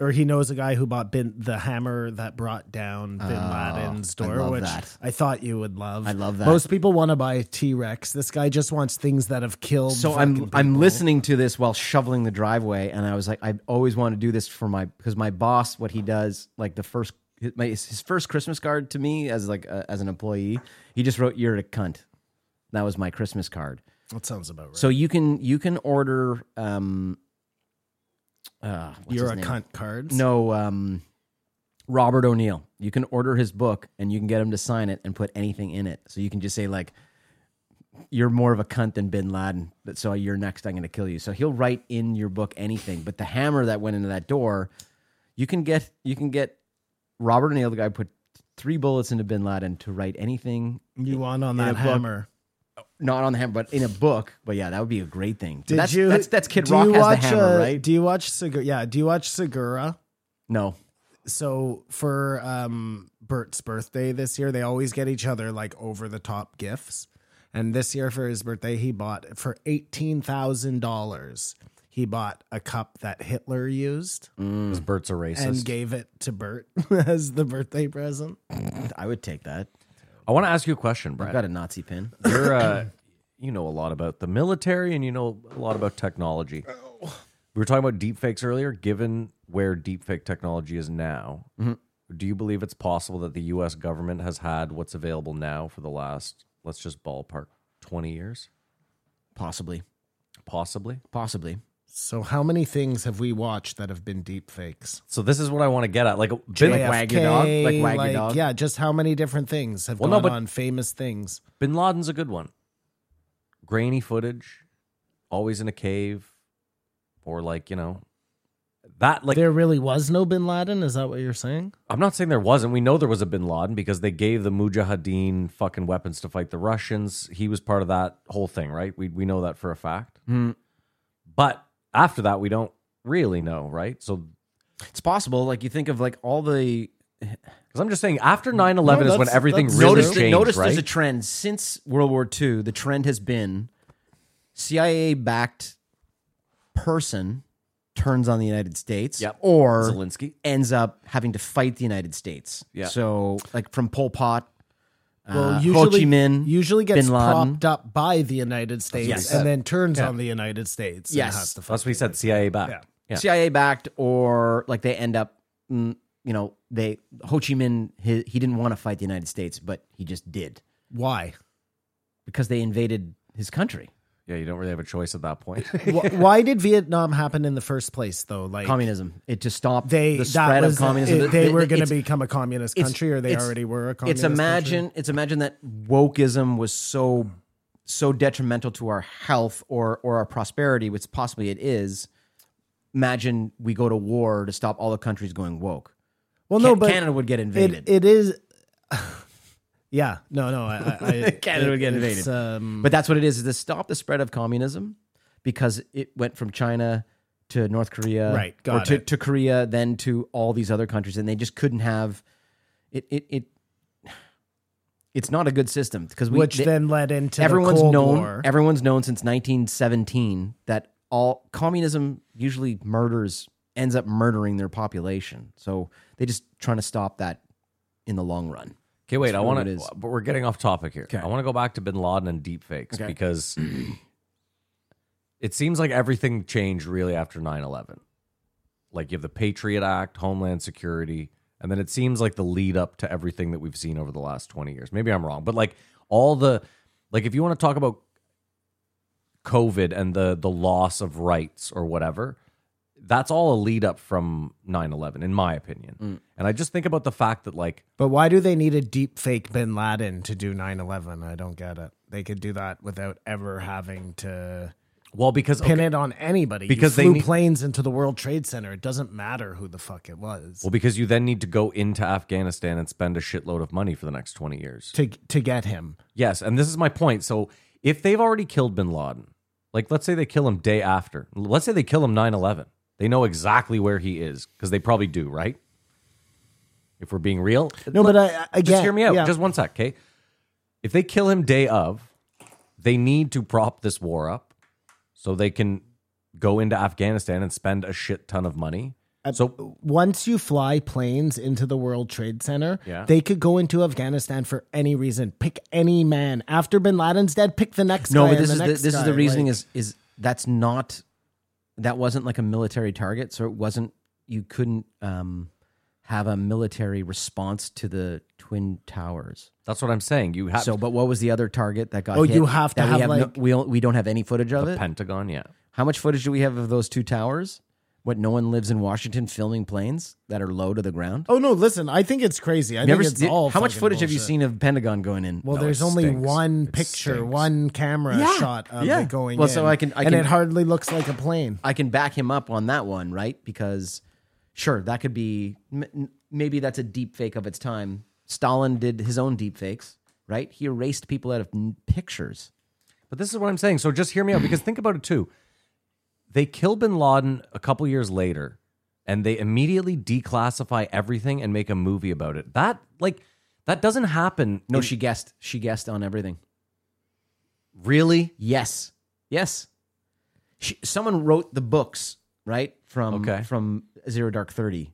or he knows a guy who bought bin, the hammer that brought down Bin Laden's door,
Ah, love
which
that.
I thought you would love.
I love that.
Most people want to buy a T Rex. This guy just wants things that have killed.
So I'm
fucking
I'm
people.
listening to this while shoveling the driveway, and I was like, I always want to do this for my because my boss, what he does, like the first his, my, his first Christmas card to me as like a, as an employee, he just wrote "You're a cunt." That was my Christmas card.
That sounds about right.
So you can you can order um, uh, what's
You're
his
a
name?
cunt cards.
No, um, Robert O'Neill. You can order his book and you can get him to sign it and put anything in it. So you can just say like, "You're more of a cunt than Bin Laden," but so you're next. I'm going to kill you. So he'll write in your book anything. But the hammer that went into that door, you can get. You can get Robert O'Neill, the guy who put three bullets into Bin Laden, to write anything.
you want on
a
that
book.
hammer?
Not on the hammer, but in a book. But yeah, that would be a great thing.
Did
that's,
you?
That's, that's Kid
do
Rock
you
has
watch,
the hammer,
uh,
right?
Do you watch Segura? Yeah. Do you watch Segura?
no.
so for um Bert's birthday this year, they always get each other like over the top gifts. And this year for his birthday, he bought for eighteen thousand dollars. he bought a cup that Hitler used
Mm,
Because Bert's a
and
racist.
gave it to Bert as the birthday present.
I would take that.
I want to ask you a question,
I've
Brad.
got a Nazi pin.
You're, uh, you know a lot about the military and you know a lot about technology. We were talking about deepfakes earlier. Given where deepfake technology is now, do you believe it's possible that the U.S. government has had what's available now for the last, let's just ballpark, 20 years?
Possibly.
Possibly.
Possibly.
So how many things have we watched that have been deep fakes?
So this is what I want to get at. Like, been,
Like
wag your dog? Like wag your dog?
Yeah, just how many different things have
Well, no,
gone
but-
on famous things?
Bin Laden's a good one. Grainy footage, always in a cave, or like you know, that like
there really was no Bin Laden. Is that what you're saying?
I'm not saying there wasn't. We know there was a Bin Laden because they gave the Mujahideen fucking weapons to fight the Russians. He was part of that whole thing, right? We we know that for a fact. But after that, we don't really know, right? So
It's possible. Like you think of like all the
because I'm just saying, after 9/11 is when
that's-
everything
that's
really
notice,
changed,
notice
right?
there's a trend since World War II. The trend has been CIA backed person turns on the United States
Yep.
or
Zelensky.
ends up having to fight the United States.
Yeah.
So like from Pol Pot,
Well,
uh,
usually
Ho Chi Minh,
usually gets
Bin Laden.
propped up by the United States
Yes.
and then turns on the United States. and
Yes.
has to
That's
fuck
what we said. CIA back.
Yeah.
Yeah.
CIA backed, or like they end up, mm, you know, they Ho Chi Minh he, he didn't want to fight the United States, but he just did
Why?
because they invaded his country.
Yeah, you don't really have a choice at that point.
Wh- Why did Vietnam happen in the first place, though? Like
Communism. It to stop
they
the
that
spread
was-
of communism.
it- they
It-
were going to
it's-
become a communist
it's-
country, or they
it's-
already were a
It's
communist.
imagine.
country?
It's imagine that wokeism was so so detrimental to our health or or our prosperity, which possibly it is. Imagine we go to war to stop all the countries going woke.
Well,
Ca-
no, but
Canada would get invaded.
it, it is. yeah, no, no. I, I, I-
Canada would get
it's,
invaded.
Um,
But that's what it is, is to stop the spread of communism because it went from China to North Korea.
Right,
or
got
to,
it.
to Korea, then to all these other countries, and they just couldn't have it it, it it's not a good system because we
which
they-
then led into the
everyone's
Cold
known
War.
everyone's known since 1917 that all communism usually murders ends up murdering their population. So they just trying to stop that in the long run.
Okay, wait.
That's
I
really
want
what
to,
it is.
but we're getting off topic here. I want to go back to Bin Laden and deepfakes
Okay.
because it seems like everything changed really after 9-11. Like you have the Patriot Act, Homeland Security, and then it seems like the lead up to everything that we've seen over the last twenty years. Maybe I'm wrong, but like all the like, if you want to talk about COVID and the the loss of rights or whatever, that's all a lead up from 9-11, in my opinion.
Mm.
And I just think about the fact that like
But why do they need a deep fake Bin Laden to do 9/11? I don't get it. They could do that without ever having to
well because
pin
okay,
it on anybody.
Because
you
they
flew
need-
planes into the World Trade Center. It doesn't matter who the fuck it was
Well, because you then need to go into Afghanistan and spend a shitload of money for the next 20 years.
to to get him.
Yes, and this is my point. So if they've already killed bin Laden, like let's say they kill him day after, let's say they kill him 9 11, they know exactly where he is because they probably do, right? If we're being real.
No, but I- I- again,
just hear me out.
yeah.
Just one sec, okay? If they kill him day of, they need to prop this war up so they can go into Afghanistan and spend a shit ton of money. so
Once you fly planes into the World Trade Center,
Yeah.
they could go into Afghanistan for any reason. Pick any man. After Bin Laden's dead, pick the next
No,
guy.
but this
and
is
the
the,
next
this is
guy.
the reasoning
Like,
is is that's not that wasn't like a military target, so it wasn't you couldn't um, have a military response to the twin towers.
that's what I'm saying. You have
So, but what was the other target that got?
Oh,
hit
you have to
that we
have,
no-
like-
we don't, we don't have any footage of
the
it.
Pentagon, yeah.
How much footage do we have of those two towers? What no one lives in Washington filming planes that are low to the ground.
Oh no! Listen, I think it's crazy. I
You
think
ever
it's
see-
all
how much
fucking
footage have you
bullshit.
seen of Pentagon going in?
Well,
No,
there's
it
only
stinks.
one
It
picture,
stinks.
one camera
Yeah,
shot of
yeah.
it going
Well,
in.
so I can- I
and
can-
it hardly looks like a plane.
I can back him up on that one, right? Because sure, that could be m- maybe that's a deep fake of its time. Stalin did his own deep fakes, right? He erased people out of n- pictures.
But this is what I'm saying. So just hear me out because think about it too. They kill bin Laden a couple years later and they immediately declassify everything and make a movie about it. That like that doesn't happen.
No,
in-
she guessed. She guessed on everything.
really
Yes. Yes. she, someone wrote the books right from
Okay.
from Zero Dark Thirty,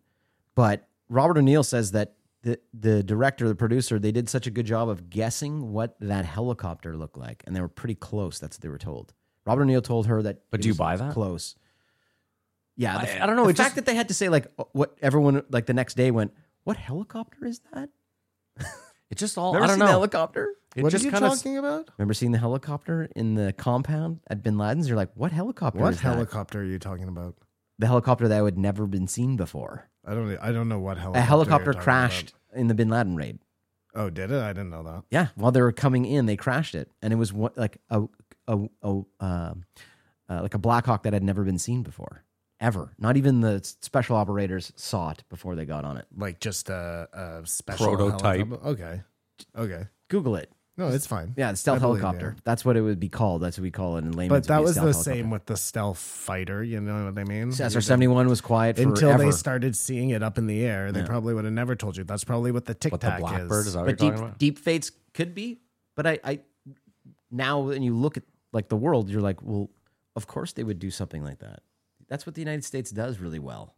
but Robert O'Neill says that the the director, the producer, they did such a good job of guessing what that helicopter looked like, and they were pretty close. That's what they were told. Robert O'Neill told her that.
But
it
do you
was
buy that?
Close. Yeah, the,
I- I don't know,
The
it
fact
just-
that they had to say like uh, what everyone like the next day went, what helicopter is that?
It just all
Remember
I don't
seeing the
know.
helicopter?
it
what are
just
you
kinda s-
talking about?
Remember seeing the helicopter in the compound at Bin Laden's? You're like, what helicopter?
What
is that?
helicopter are you talking about?
The helicopter that had never been seen before.
I don't. Oh, I don't know what helicopter.
A
you're
helicopter
talking
crashed in the Bin Laden raid.
about. Oh, did it? I didn't know that.
Yeah, while they were coming in, they crashed it, and it was what, like a a, a uh, uh, like a Black Hawk that had never been seen before, ever. Not even the s- special operators saw it before they got on it.
Like just a, a special
Prototype.
helicopter. Okay. Okay.
Google it.
No, it's fine.
Yeah, the stealth
I believe
helicopter.
you.
That's what it would be called. That's what we call it in layman's.
But that was the same with the stealth fighter. You know what I mean?
SR seventy one was quiet
Until
forever.
they started seeing it up in the air, they probably would have never told you. That's probably what the tic
What the
tac
blackbird
is.
is that what
but
you're
deep
talking about?
deep fakes could be. But I, I now when you look at like the world, you're like, well, of course they would do something like that. That's what the United States does really well.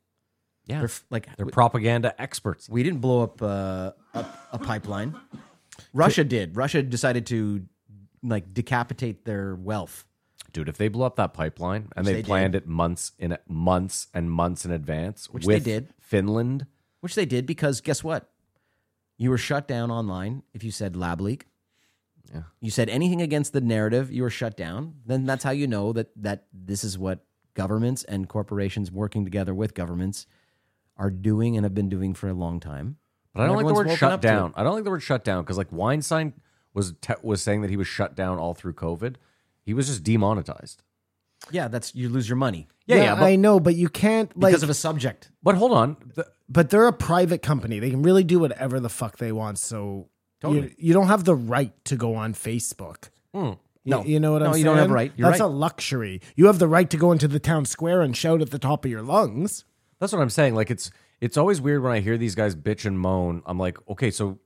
Yeah.
They're f- like
They're
we,
propaganda experts.
we didn't blow up uh, a, a pipeline. Russia did. Russia decided to like decapitate their wealth.
Dude, if they blew up that pipeline and they,
they did.
planned it months in months and months in advance,
Which they
with
did.
Finland,
Which they did because guess what? You were shut down online if you said lab leak.
Yeah.
You said anything against the narrative, you were shut down. Then that's how you know that that this is what governments and corporations working together with governments are doing and have been doing for a long time.
But I don't like the
Everyone's
word
woken
shut
up to
down.
it.
I don't like the word shut down because like Weinstein was te- was saying that he was shut down all through COVID. He was just demonetized.
Yeah, that's you lose your money
Yeah, yeah, but,
I know, but you can't like.
because of a subject.
but hold on. The-
But they're a private company. They can really do whatever the fuck they want. So you, you don't have the right to go on Facebook.
Hmm. No.
You, you know what
No,
I'm saying?
you don't have a right. You're
That's
right.
a luxury. You have the right to go into the town square and shout at the top of your lungs.
that's what I'm saying. Like it's it's always weird when I hear these guys bitch and moan. I'm like, okay, so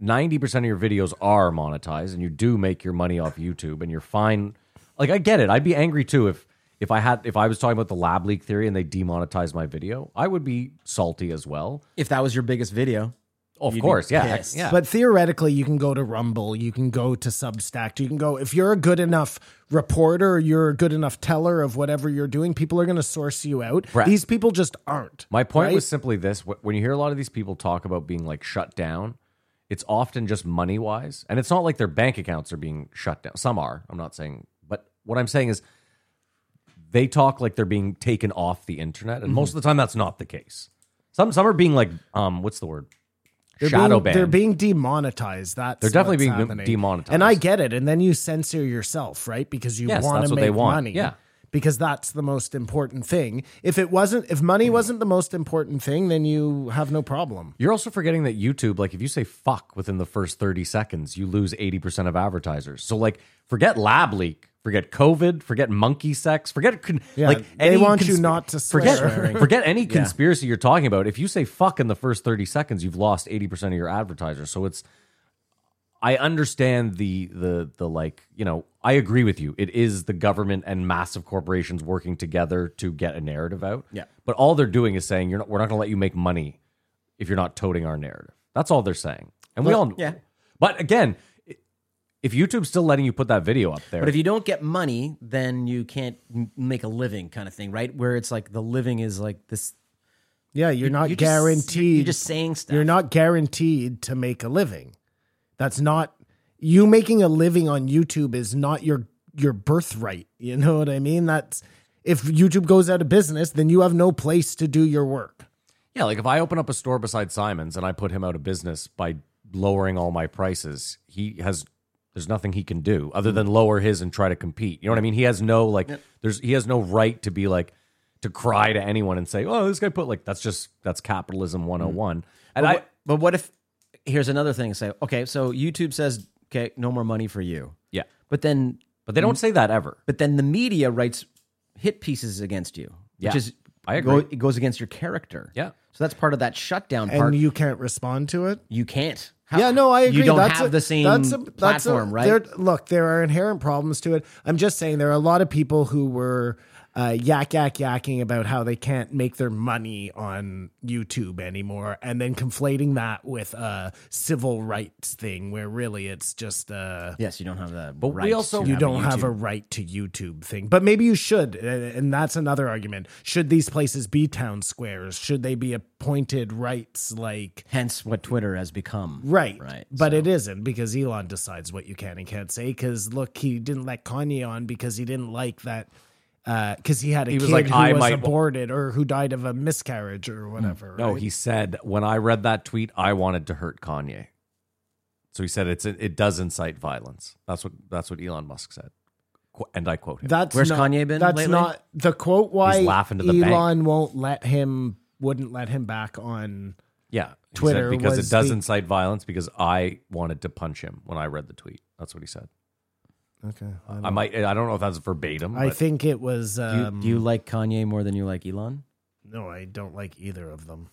ninety percent of your videos are monetized, and you do make your money off YouTube, and you're fine. Like I get it. I'd be angry too if if I had if I was talking about the lab leak theory and they demonetized my video. I would be salty as well.
If that was your biggest video,
of
You'd be
course, yeah,
pissed.
yeah.
But theoretically, you can go to Rumble, you can go to Substack, you can go. If you're a good enough reporter, you're a good enough teller of whatever you're doing, people are going to source you out.
Right.
These people just aren't.
My point
right?
was simply this: wh- when you hear a lot of these people talk about being like shut down, it's often just money wise, and it's not like their bank accounts are being shut down. Some are. I'm not saying, but what I'm saying is they talk like they're being taken off the internet, and most of
Mm-hmm.
the time that's not the case. Some some are being like, um, what's the word?
They're
Shadow
being,
banned.
They're being demonetized. That's
They're definitely
what's
being
happening.
demonetized.
And I get it. And then you censor yourself, right? Because you
Yes,
want
that's
to
what
make
they want.
money.
Yeah.
Because that's the most important thing. If it wasn't, if money wasn't the most important thing, then you have no problem.
You're also forgetting that YouTube, like, if you say fuck within the first 30 seconds, you lose 80% of advertisers. So, like, forget lab leak, forget COVID, forget monkey sex, forget, con-
Yeah,
like,
they want you not to swear.
Forget,
Swearing.
forget any conspiracy you're talking about. If you say fuck in the first 30 seconds, you've lost 80% of your advertisers. So, it's, I understand the, the, the, like, you know, I agree with you. It is the government and massive corporations working together to get a narrative out.
Yeah.
But all they're doing is saying, you're not, we're not going to let you make money if you're not toting our narrative. That's all they're saying. And we all
yeah.
But again, i- if YouTube's still letting you put that video up there,
But if you don't get money, then you can't m- make a living, kind of thing, right? Where it's like the living is like this.
Yeah, you're not
you're just-
guaranteed.
you're just saying stuff.
You're not guaranteed to make a living. That's not you making a living on YouTube is not your your birthright. You know what I mean? That's if YouTube goes out of business, then you have no place to do your work.
yeah, like if I open up a store beside Simon's and I put him out of business by lowering all my prices, he has there's nothing he can do other than lower his and try to compete. You know what I mean? He has no like there's he has no right to be like to cry to anyone and say, "Oh, this guy put like that's just that's capitalism 101." And
But,
I
what, but what if? Here's another thing. Say, okay, so YouTube says, okay, no more money for you.
yeah,
But then,
but they don't say that ever.
but then the media writes hit pieces against you,
Yeah,
which is
I
go-
agree.
it goes against your character.
Yeah.
So that's part of that shutdown
And
part. You,
you can't respond to it.
can't.
yeah, no, I agree.
Uh, You don't
that's
have
a,
the same
that's a, that's a-
platform, right?
there- look, there are inherent problems to it. I'm just saying there are a lot of people who were uh, yak yak yakking about how they can't make their money on YouTube anymore, and then conflating that with a civil rights thing, where really it's just uh,
Yes, you don't have that.
But we also-
you don't have a right to YouTube thing. But maybe you should, uh, and that's another argument. Should these places be town squares? Should they be appointed rights like?
Hence, what Twitter has become.
Right.
Right.
But it isn't because Elon decides what you can and can't say. Because look, he didn't let Kanye on because he didn't like that. Because he had a
He was
kid
like,
who
"I
was
might- Mm,
aborted or who died of a miscarriage or whatever.
No,
right?
he said when I read that tweet, I wanted to hurt Kanye. So he said it's it does incite violence. That's what that's what Elon Musk said, Qu- and I quote him.
that's
Where's
not,
Kanye been
That's
lately?
not the quote. Why
He's laughing to the bank.
Elon won't let him wouldn't let him back on.
yeah, he said,
Twitter
because
was
it does
the-
incite violence. Because I wanted to punch him when I read the tweet. That's what he said.
Okay, I,
I might. I don't know if that's verbatim. but
think it was.
Do you,
Um,
do you like Kanye more than you like Elon?
no, I don't like either of them.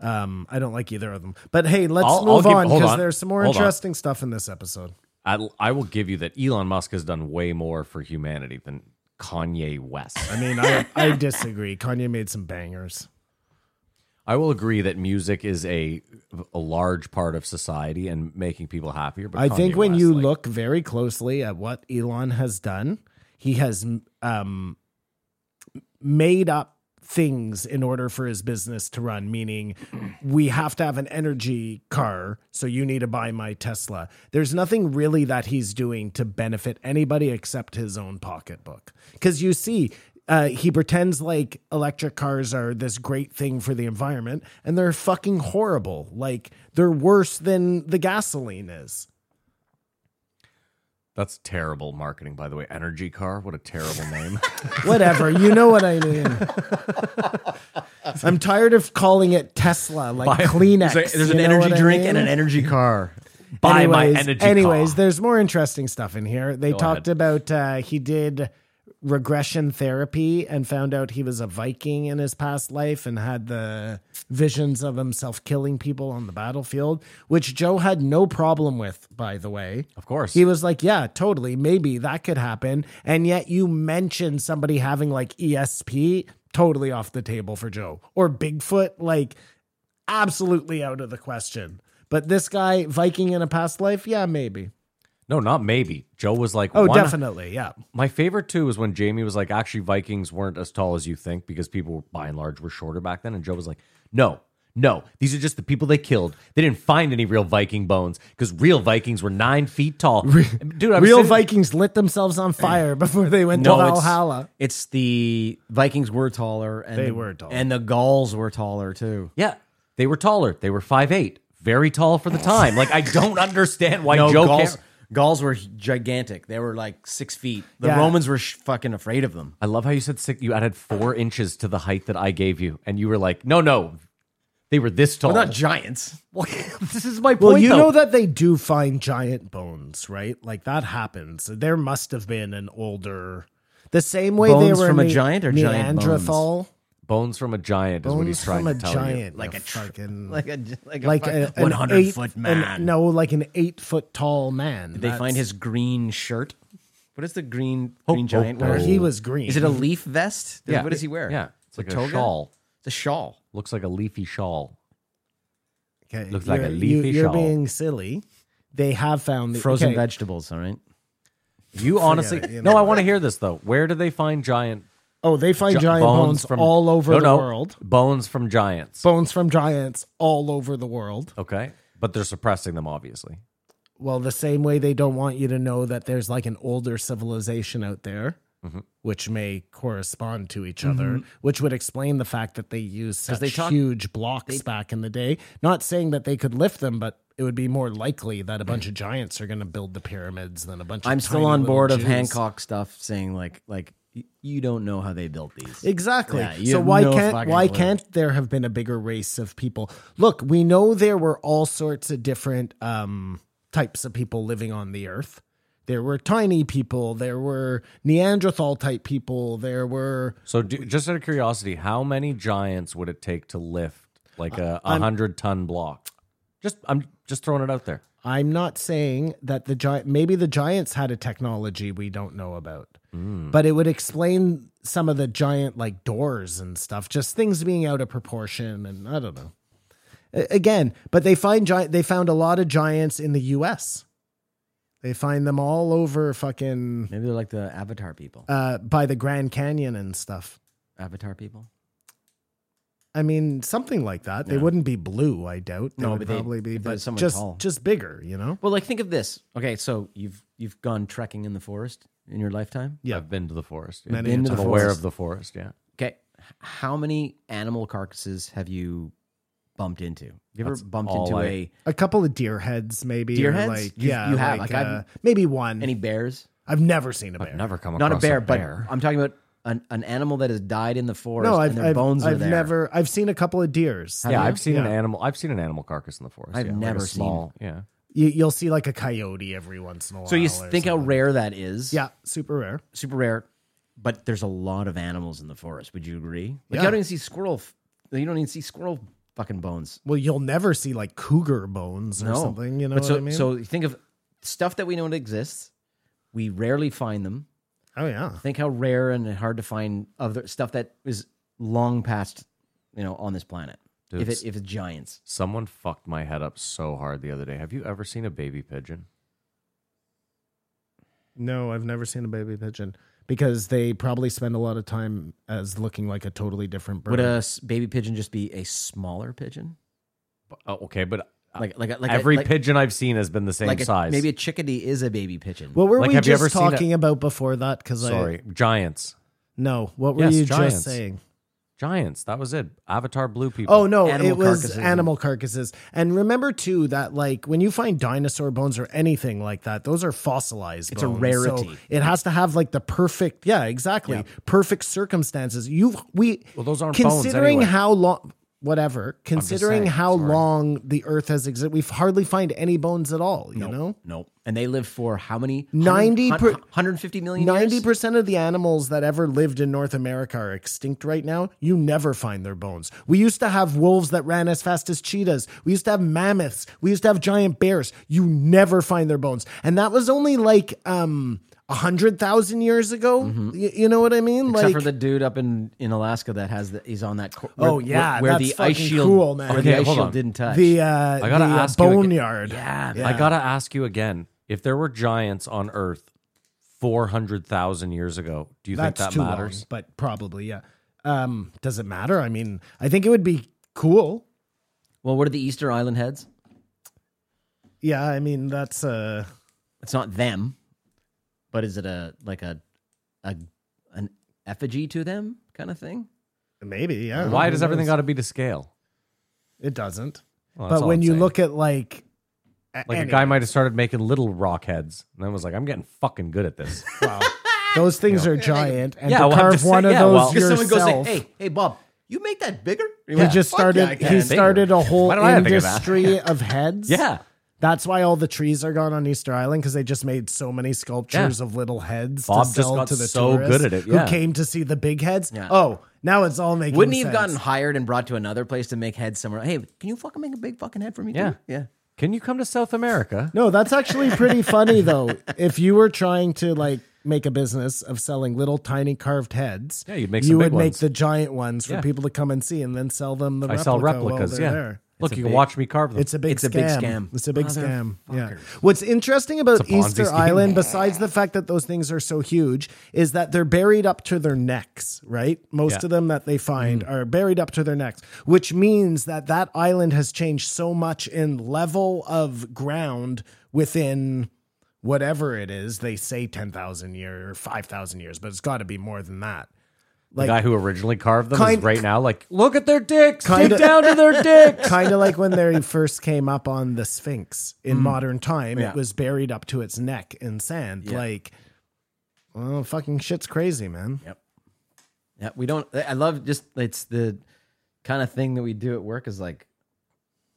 Um, I don't like either of them. But hey, let's
I'll- I'll
move
give-
on
hold
because
on.
there's some more
Hold on.
interesting stuff in this episode.
I, I will give you that Elon Musk has done way more for humanity than Kanye West.
I mean, I, I disagree. Kanye made some bangers.
I will agree that music is a a large part of society and making people happier. But
I think
Kanye
when
West,
you
like-
look very closely at what Elon has done, he has um, made up things in order for his business to run, meaning we have to have an energy car, so you need to buy my Tesla. There's nothing really that he's doing to benefit anybody except his own pocketbook. Because you see, uh, he pretends like electric cars are this great thing for the environment, and they're fucking horrible. Like, they're worse than the gasoline is.
that's terrible marketing, by the way. Energy car, what a terrible name.
Whatever, you know what I mean. I'm tired of calling it Tesla, like Kleenex.
There's,
you
an
know
energy
what I
drink
mean?
and an energy car.
Buy my
anyways,
energy car.
Anyways, there's more interesting stuff in here. They
ahead.
talked about uh, he did regression therapy and found out he was a Viking in his past life and had the visions of himself killing people on the battlefield, which Joe had no problem with, by the way.
Of course.
He was like, yeah, totally. Maybe that could happen. And yet you mentioned somebody having like ESP totally off the table for Joe or Bigfoot, like absolutely out of the question. But this guy, Viking in a past life, yeah, maybe.
no, not maybe. Joe was like,
Oh,
"One-
definitely. Yeah.
My favorite too was when Jamie was like, actually, Vikings weren't as tall as you think because people were, by and large were shorter back then. And Joe was like, no, no, these are just the people they killed. They didn't find any real Viking bones because real Vikings were nine feet tall. Dude, I'm
Real
sitting-
Vikings lit themselves on fire before they went to
it's-
Valhalla.
It's, the Vikings were taller, and
They
the-
were taller.
and the Gauls were taller too.
Yeah, they were taller. They were five eight, very tall for the time. Like I don't understand why Joe.
Gauls,
can't-
Gauls were gigantic. They were like six feet. The
Yeah.
Romans were sh- fucking afraid of them.
I love how you said six, you added four inches to the height that I gave you, and you were like, no, no, they were this tall.
Well, not giants.
Well, this is my point.
Well, you
though.
know that they do find giant bones, right? Like that happens. There must have been an older. The same way they
Bones
were
from a
Ne-
giant or giant bones?
Neanderthal.
bones from a giant is what he's
Bones
trying
from
to
a
tell
giant,
Like
you
a tr-
fucking
Like a like a,
like
fucking-
a an
100
eight-
foot
an-
man.
no, like an eight foot tall man.
Did they find his green shirt? What is the green green giant
oh,
wear?
Where he was green.
Is it a leaf vest?
you. Yeah,
What does he wear?
Yeah, it's
a
like a,
toga?
shawl.
It's a shawl.
Looks like a leafy shawl.
Okay,
Looks like a
you're-
leafy
you, are
shawl.
being silly. They have found the
Frozen
okay,
vegetables. All right.
You honestly,
it, you
no,
know.
I want to hear this though. Where do they find giant
Oh, they find
gi-
giant bones, all over
no,
the
no,
world.
Bones from giants.
Bones from giants all over the world.
okay, but they're suppressing them obviously.
Well, the same way they don't want you to know that there's like an older civilization out there,
Mm-hmm.
which may correspond to each other, which would explain the fact that they used such
they talk-
huge blocks back in the day. Not saying that they could lift them, but it would be more likely that a bunch of giants are going to build the pyramids than a bunch. of
I'm still
tiny
on
little
board of
Jews.
Hancock stuff saying like like y- you don't know how they built these.
Exactly.
Yeah, you
so
have
why
no
can't
fucking
why
clue.
can't there have been a bigger race of people? Look, we know there were all sorts of different um, types of people living on the earth. There were tiny people. There were Neanderthal type people. There were
So, do, just out of curiosity, how many giants would it take to lift like a, a hundred ton block? Just I'm just throwing it out there.
I'm not saying that the giant maybe the giants had a technology we don't know about.
Hmm.
But it would explain some of the giant like doors and stuff, just things being out of proportion and I don't know. A- Again, but they find giant they found a lot of giants in the US. They find them all over fucking
Maybe they're like the Avatar people.
uh by the Grand Canyon and stuff.
Avatar people.
I mean, something like that. They wouldn't be blue, I doubt. They
No,
would
but they-
probably be
if they're
but
someone
just
tall.
just bigger, you know?
Well, like think of this. Okay, so you've you've gone trekking in the forest in your lifetime.
Yeah.
I've been to the forest.
Many
Been
a
to the
time.
aware of the forest. Yeah.
Okay, h- how many animal carcasses have you bumped into? Have you ever
That's
bumped
all
into
I-
a
A couple of deer heads, maybe.
Deer
or
heads?
Like,
You-
yeah,
you have,
like,
like, I've-
uh, maybe one.
any bears?
I've never seen a bear.
Never come across
Not a bear,
a bear.
but I'm talking about an, an animal that has died in the forest
No,
and
I've,
their
I've,
bones are
I've
there.
never. I've seen a couple of deers.
yeah, I've seen an
Yeah.
animal. I've seen an animal carcass in the forest.
I've
yeah, like a
never seen
small- Yeah.
You, you'll see like a coyote every once in a while.
So you
or
think how
something.
rare that is?
Yeah, super rare.
super rare. But there's a lot of animals in the forest. Would you agree? Like
Yeah.
you don't even see squirrel. f- You don't even see squirrel fucking bones.
Well, you'll never see like cougar bones or
No.
something. You know
But
what
so,
I mean?
So think of stuff that we know exists. We rarely find them.
oh yeah,
Think how rare and hard to find other stuff that is long past, you know, on this planet.
Dude,
if
it's-
it if it's giants,
Someone fucked my head up so hard the other day. Have you ever seen a baby pigeon?
no, I've never seen a baby pigeon because they probably spend a lot of time as looking like a totally different bird.
would a s- baby pigeon just be a smaller pigeon?
Oh, okay, but uh,
Like like a- like a-
every
like-
pigeon I've seen has been the same
like a-
size.
Maybe a chickadee is a baby pigeon.
what were
Like,
we
have you ever
just
seen a-
talking about before that? Because I
sorry, giants,
no, what were
Yes,
you
giants.
just saying?
giants. That was it. Avatar blue people.
Oh no,
Animal
it was
carcasses.
animal carcasses. And remember too that like when you find dinosaur bones or anything like that, those are fossilized.
It's a
bones.
rarity.
So it has to have like the perfect, yeah, exactly, perfect circumstances. You have we
Well, those aren't bones
considering
anyway.
how long. Whatever, considering
saying,
how
sorry.
long the Earth has existed, we've hardly find any bones at all. You know,
No. And they live for how many?
90 per-
150 million
ninety
years?
percent of the animals that ever lived in North America are extinct right now. You never find their bones. We used to have wolves that ran as fast as cheetahs. We used to have mammoths. We used to have giant bears. You never find their bones, and that was only like um a hundred thousand years ago.
Mm-hmm.
Y- you know what I mean?
Except
like
for the dude up in, in Alaska that has the, he's on that. Co-
Oh, yeah,
where, where
that's
the ice
fucking
shield,
cool, man.
Where the
Okay,
ice
hold
shield
on.
didn't touch.
the uh,
I gotta
the, uh,
ask you again.
boneyard.
yeah,
I gotta ask you again. If there were giants on Earth four hundred thousand years ago, do you
that's
think that
too
matters?
long, but probably yeah. Um, does it matter? I mean, I think it would be cool.
Well, what are the Easter Island heads?
Yeah, I mean that's uh
It's not them, but is it a like a a an effigy to them kind of thing?
maybe yeah.
Why
Who
does everything
knows?
got to be to scale?
It doesn't.
Well, that's
but
all
when
I'm
you
saying.
look at like, a-
like
any-
a guy might have started making little rock heads, and then was like, "I'm getting fucking good at this."
those things are giant, and
Yeah,
to
well, I'm
carve
just saying-
one
yeah,
of
well-
those
Because
yourself,
someone goes like, "Hey, hey, Bob, you make that bigger?"
he just started. he started a whole
Why don't I think of that?
industry of heads.
yeah,
that's why all the trees are gone on Easter Island because they just made so many sculptures
Yeah.
of little heads
Bob
to
just
sell
got
to the
so
tourists
good at it, yeah.
who came to see the big heads.
Yeah.
Oh, now it's all making.
Wouldn't he have
sense.
gotten hired and brought to another place to make heads somewhere? Hey, can you fucking make a big fucking head for me?
Yeah.
too? yeah.
can you come to South America?
No, that's actually pretty funny though. If you were trying to like make a business of selling little tiny carved heads,
Yeah, you'd make
you
some
would
big
make
ones.
the giant ones for
Yeah.
people to come and see, and then sell them the
I sell
replica while
replicas.
they're
Yeah,
there.
look, you
big-
can watch me carve them.
It's a big
It's
scam.
a big scam.
It's a big scam. Yeah.
Motherfucker.
What's interesting about
It's a Ponzi
Easter
scheme.
Island, besides the fact that those things are so huge, is that they're buried up to their necks, right? Most
Yeah. Mm.
of them that they find are buried up to their necks, which means that that island has changed so much in level of ground within whatever it is. They say 10,000 years or 5,000 years, but it's got to be more than that.
the guy who originally carved them
Kind-
is right now like, look at their dicks, dig
Kinda-
down to their dicks.
kind of like when they first came up on the Sphinx in
Mm.
modern time. It was buried up to its neck in sand. Like, well, fucking shit's crazy, man.
Yeah, we don't. I love just it's the kind of thing that we do at work is like,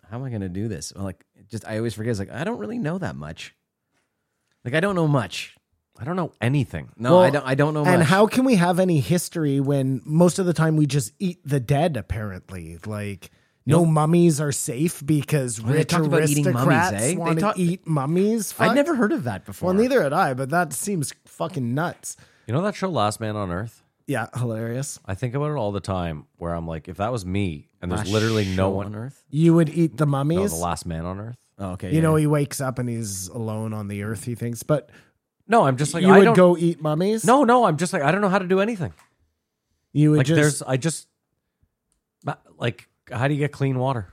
how am I going to do this? Or like, just I always forget. It's like I don't really know that much. Like I don't know much.
I don't know anything.
No, I don't. I don't know.
And
much.
how can we have any history when most of the time we just eat the dead? Apparently, like No mummies are safe because
they
rich
talked about eating mummies,
aristocrats
eh? They
want to
talk-
eat mummies.
I'd
Fuck.
never heard of that before.
Well, neither had I, but that seems fucking nuts.
You know that show Last Man on Earth?
Yeah, hilarious.
I think about it all the time where I'm like, if that was me and there's literally no
Show
one
on Earth.
You would eat the
No,
mummies.
the last man on Earth.
Oh, okay.
you
yeah.
know, he wakes up and he's alone on the earth. He thinks, but
No, I'm just like
you
I
would
don't
go eat mummies.
No, no, I'm just like I don't know how to do anything.
you would
Like
just.
there's I just Ma- like how do you get clean water?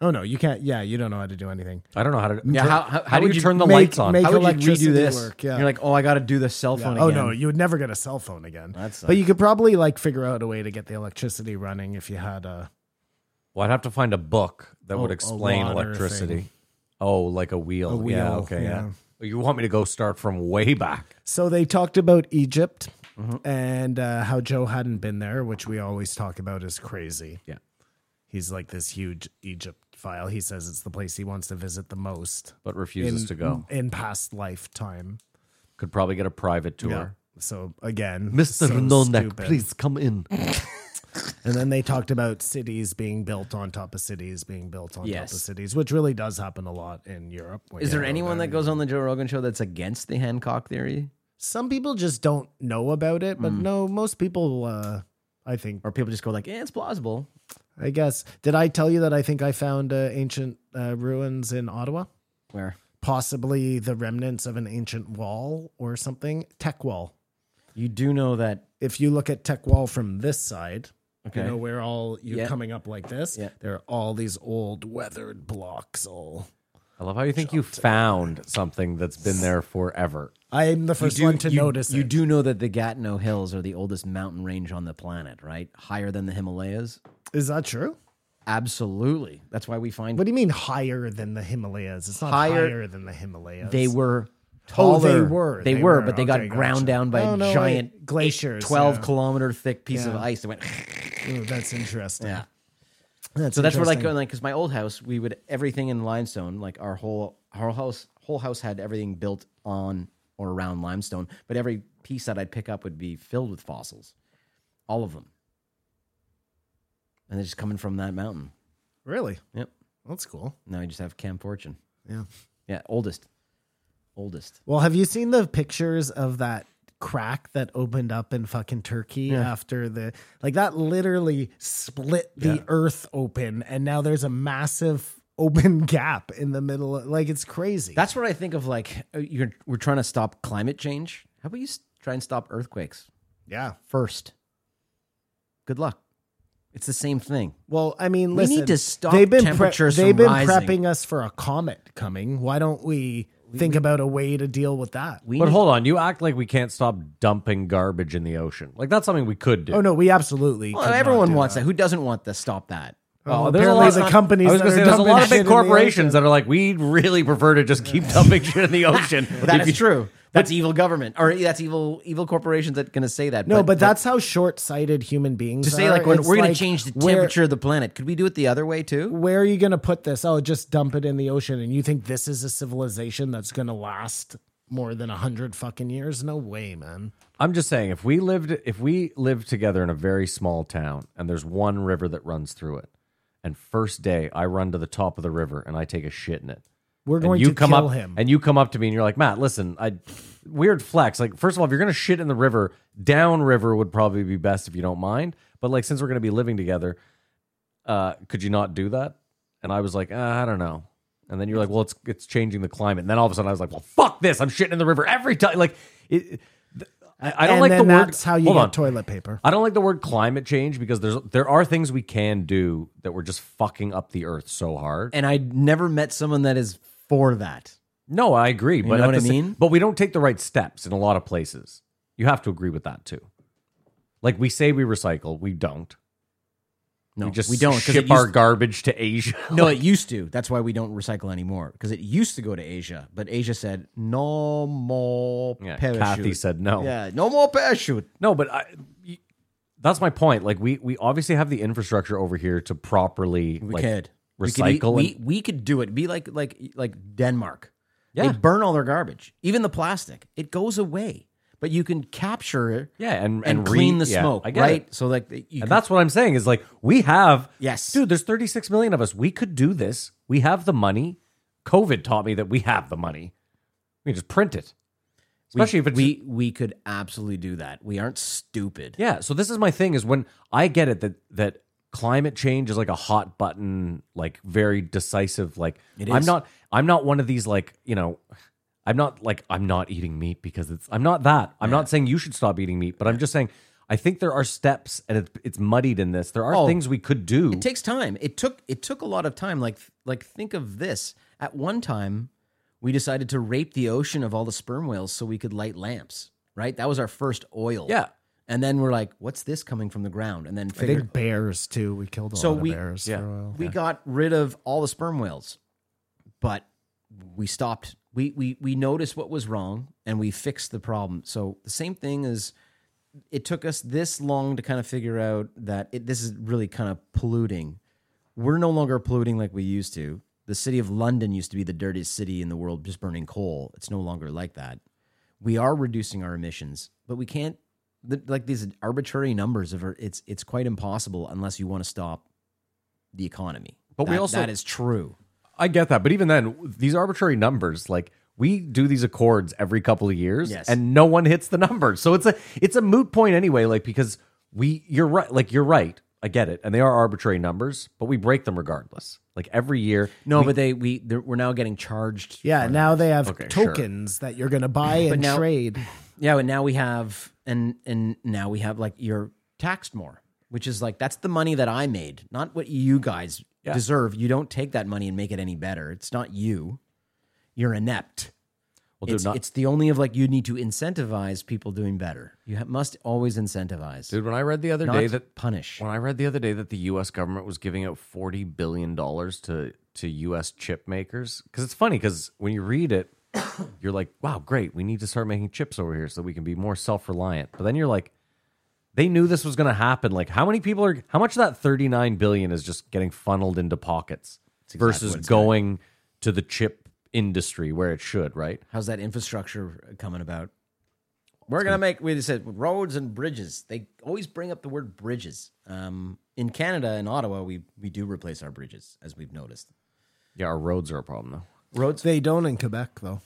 oh no, you can't. Yeah, you don't know how to do anything.
I don't know how to
Yeah,
turn-
how- how- how
do
would
you
you
turn the
make-
lights on?
make-
How would you
electricity
redo this?
work, yeah.
You're like, oh, I got to do the cell phone
Oh
again.
no, you would never get a cell phone again.
That sucks.
but you could probably like figure out a way to get the electricity running if you had a.
well, I'd have to find a book that would
Oh, a
explain
water
electricity.
thing.
Oh, like a wheel.
wheel,
yeah, okay. Yeah.
yeah.
You want me to go start from way back?
So they talked about Egypt
Mm-hmm.
and uh, how Joe hadn't been there, which we always talk about as crazy.
Yeah.
He's like this huge Egypt file. He says it's the place he wants to visit the most
But refuses to go.
in past lifetime.
Could probably get a private tour.
So again,
Mr.
so
No Neck,
stupid.
please come in.
And then they talked about cities being built on top of cities being built on
Yes.
top of cities, which really does happen a lot in Europe. when
Is
you
there
go
anyone that goes on the Joe Rogan show that's against the Hancock theory?
Some people just don't know about it,
Hmm.
but no, most people. Uh, I think
Or people just go like, yeah, it's plausible.
I guess. Did I tell you that I think I found uh, ancient uh, ruins in Ottawa?
Where?
Possibly the remnants of an ancient wall or something. Tech wall.
You do know that.
If you look at Tech wall from this side,
Okay.
you know where all you're
Yeah.
coming up like this.
Yeah.
There are all these old weathered blocks. All
I love how you think you found something that's been there forever.
I'm the first one to
you,
notice.
You
it.
do know that the Gatineau Hills are the oldest mountain range on the planet, right? Higher than the Himalayas?
Is that true?
Absolutely. That's why we find
What do you mean higher than the Himalayas? It's not higher,
Higher-
than the Himalayas.
they were
Oh,
taller.
they were.
They,
They
were,
were.
but they got
Okay,
ground
gotcha.
down by
Oh,
a
no, wait.
giant eight-
Glaciers,
12
yeah.
kilometer thick piece of
Yeah.
ice that went.
Ooh, that's interesting.
Yeah.
That's
So that's where like
interesting.
going like because my old house we would everything in limestone like our whole our house whole house had everything built on or around limestone but every piece that I'd pick up would be filled with fossils, all of them, and they're just coming from that mountain. uh,
Really?
Yep.
That's cool.
Now I just have Cam Fortune.
Yeah.
Yeah, oldest, oldest.
Well, have you seen the pictures of that crack that opened up in fucking Turkey after the like that literally split the earth open and now there's a massive open gap in the middle of, like it's crazy.
That's what I think of like uh, you're we're trying to stop climate change. How about you s- try and stop earthquakes
yeah.
first? Good luck. It's the same thing.
Well, I mean,
We
listen,
need to stop
they've been
temperatures
they've
from
been
rising.
prepping us for a comet coming. Why don't we think about a way to deal with that?
We
But
need-
hold on, you act like we can't stop dumping garbage in the ocean. Like that's something we could do.
oh no, we absolutely.
Well,
could not
everyone
do
wants that. Who doesn't want to stop that?
Well,
Oh, there's a
apparently
lot
the
of-
companies
I was
that
gonna
are
say there's a
dumping
lot of
shit
big
in the ocean.
corporations that are like, we'd really prefer to just keep dumping shit in the ocean. If
That is
you-
true. That's evil government, or that's evil evil corporations that going to say that.
No, but, that's how short-sighted human beings
to say
are.
uh,
like when
It's
we're going
like,
to change the
where-
temperature of the planet. Could we do it the other way too?
Where are you going to put this? Oh, just dump it in the ocean. And you think this is a civilization that's going to last more than a hundred fucking years? No way, man.
I'm just saying, if we lived, if we lived together in a very small town, and there's one river that runs through it, and first day I run to the top of the river and I take a shit in it.
We're going
and you
to
come
kill
up
him.
and you come up to me and you're like, Matt, listen, I weird flex. Like, first of all, if you're gonna shit in the river, down river would probably be best if you don't mind. But like, since we're gonna be living together, uh, could you not do that? And I was like, uh, I don't know. And then you're like, well, it's it's changing the climate. And then all of a sudden, I was like, well, fuck this. I'm shitting in the river every time. Like, it, th- I, I don't
and
like
then
the word.
that's how you
hold
get
on.
toilet paper.
I don't like the word climate change because there's there are things we can do that we're just fucking up the earth so hard.
And I never met someone that is for that.
No, I agree. but
know
at
what
the
I
sa-
mean?
but we don't take the right steps in a lot of places. You have to agree with that too. Like we say we recycle, we don't.
No,
we just
we don't 'cause
ship
it
our
used-
garbage to Asia.
No, it used to. That's why we don't recycle anymore because it used to go to Asia, but Asia said no more
Yeah,
parachute.
Kathy said no.
Yeah, no more parachute.
No, but I, y- that's my point. Like we we obviously have the infrastructure over here to properly
We
like,
could
recycle.
We
and-
could, we, we could do it. Be like like like Denmark.
Yeah.
They burn all their garbage, even the plastic. It goes away, but but you can capture it.
Yeah, and-
and,
and
clean
re-
the
yeah,
smoke,
I get
right?
it.
So like you can,
And that's what I'm saying is like we have
Yes.
dude. There's 36 million of us. We could do this. We have the money. COVID taught me that we have the money. We just print it. Especially
we,
if it's
we we could absolutely do that. We aren't stupid.
yeah. So this is my thing is when I get it that that climate change is like a hot button, like very decisive. Like
It
I'm
is.
not I'm not one of these like you know. I'm not like I'm not eating meat because it's I'm not that. I'm not saying you should stop eating meat, but I'm just saying I think there are steps and it's it's muddied in this. There are
Oh.
things we could do.
It takes time. It took it took a lot of time. Like like think of this. At one time, we decided to rape the ocean of all the sperm whales so we could light lamps. Right, that was our first oil.
Yeah.
and then we're like, what's this coming from the ground? And then
I
figured,
think bears too. We killed a
So
lot
we-
of bears
yeah.
for a while.
we got rid of all the sperm whales, but we stopped. We we we noticed what was wrong and we fixed the problem. So the same thing is, it took us this long to kind of figure out that it, this is really kind of polluting. We're no longer polluting like we used to. The city of London used to be the dirtiest city in the world, just burning coal. It's no longer like that. We are reducing our emissions, but we can't. the- Like these arbitrary numbers of our- it's it's quite impossible unless you want to stop the economy.
But we
That-
also-
that is true.
I get that, but even then, these arbitrary numbers, like we do these accords every couple of years,
Yes.
and no one hits the numbers. So it's a it's a moot point anyway. Like because we, you're right. Like you're right. I get it, and they are arbitrary numbers, but we break them regardless. Like every year,
No, but they we they're- we're now getting charged.
Yeah, now they have
Okay, sure.
tokens that you're going to buy and
now-
trade.
Yeah, and now we have and and now we have like you're taxed more, which is like that's the money that I made, not what you guys deserve. You don't take that money and make it any better. It's not you. You're inept.
well, dude,
It's,
not-
it's the only of like you need to incentivize people doing better. You ha- must always incentivize,
dude. When I read the other
not
day that
punish.
When I read the other day that the U.S. government was giving out forty billion dollars to to U.S. chip makers, because it's funny because when you read it, you're like, "Wow, great! We need to start making chips over here so we can be more self reliant." But then you're like, "They knew this was going to happen. Like, how many people are? How much of that thirty nine billion is just getting funneled into pockets versus going to the chip industry where it should? Right?
How's that infrastructure coming about? We're gonna make we said roads and bridges. They always bring up the word bridges. Um, in Canada, in Ottawa, we we do replace our bridges, as we've noticed.
Yeah, our roads are a problem though.
Roads they don't in Quebec though.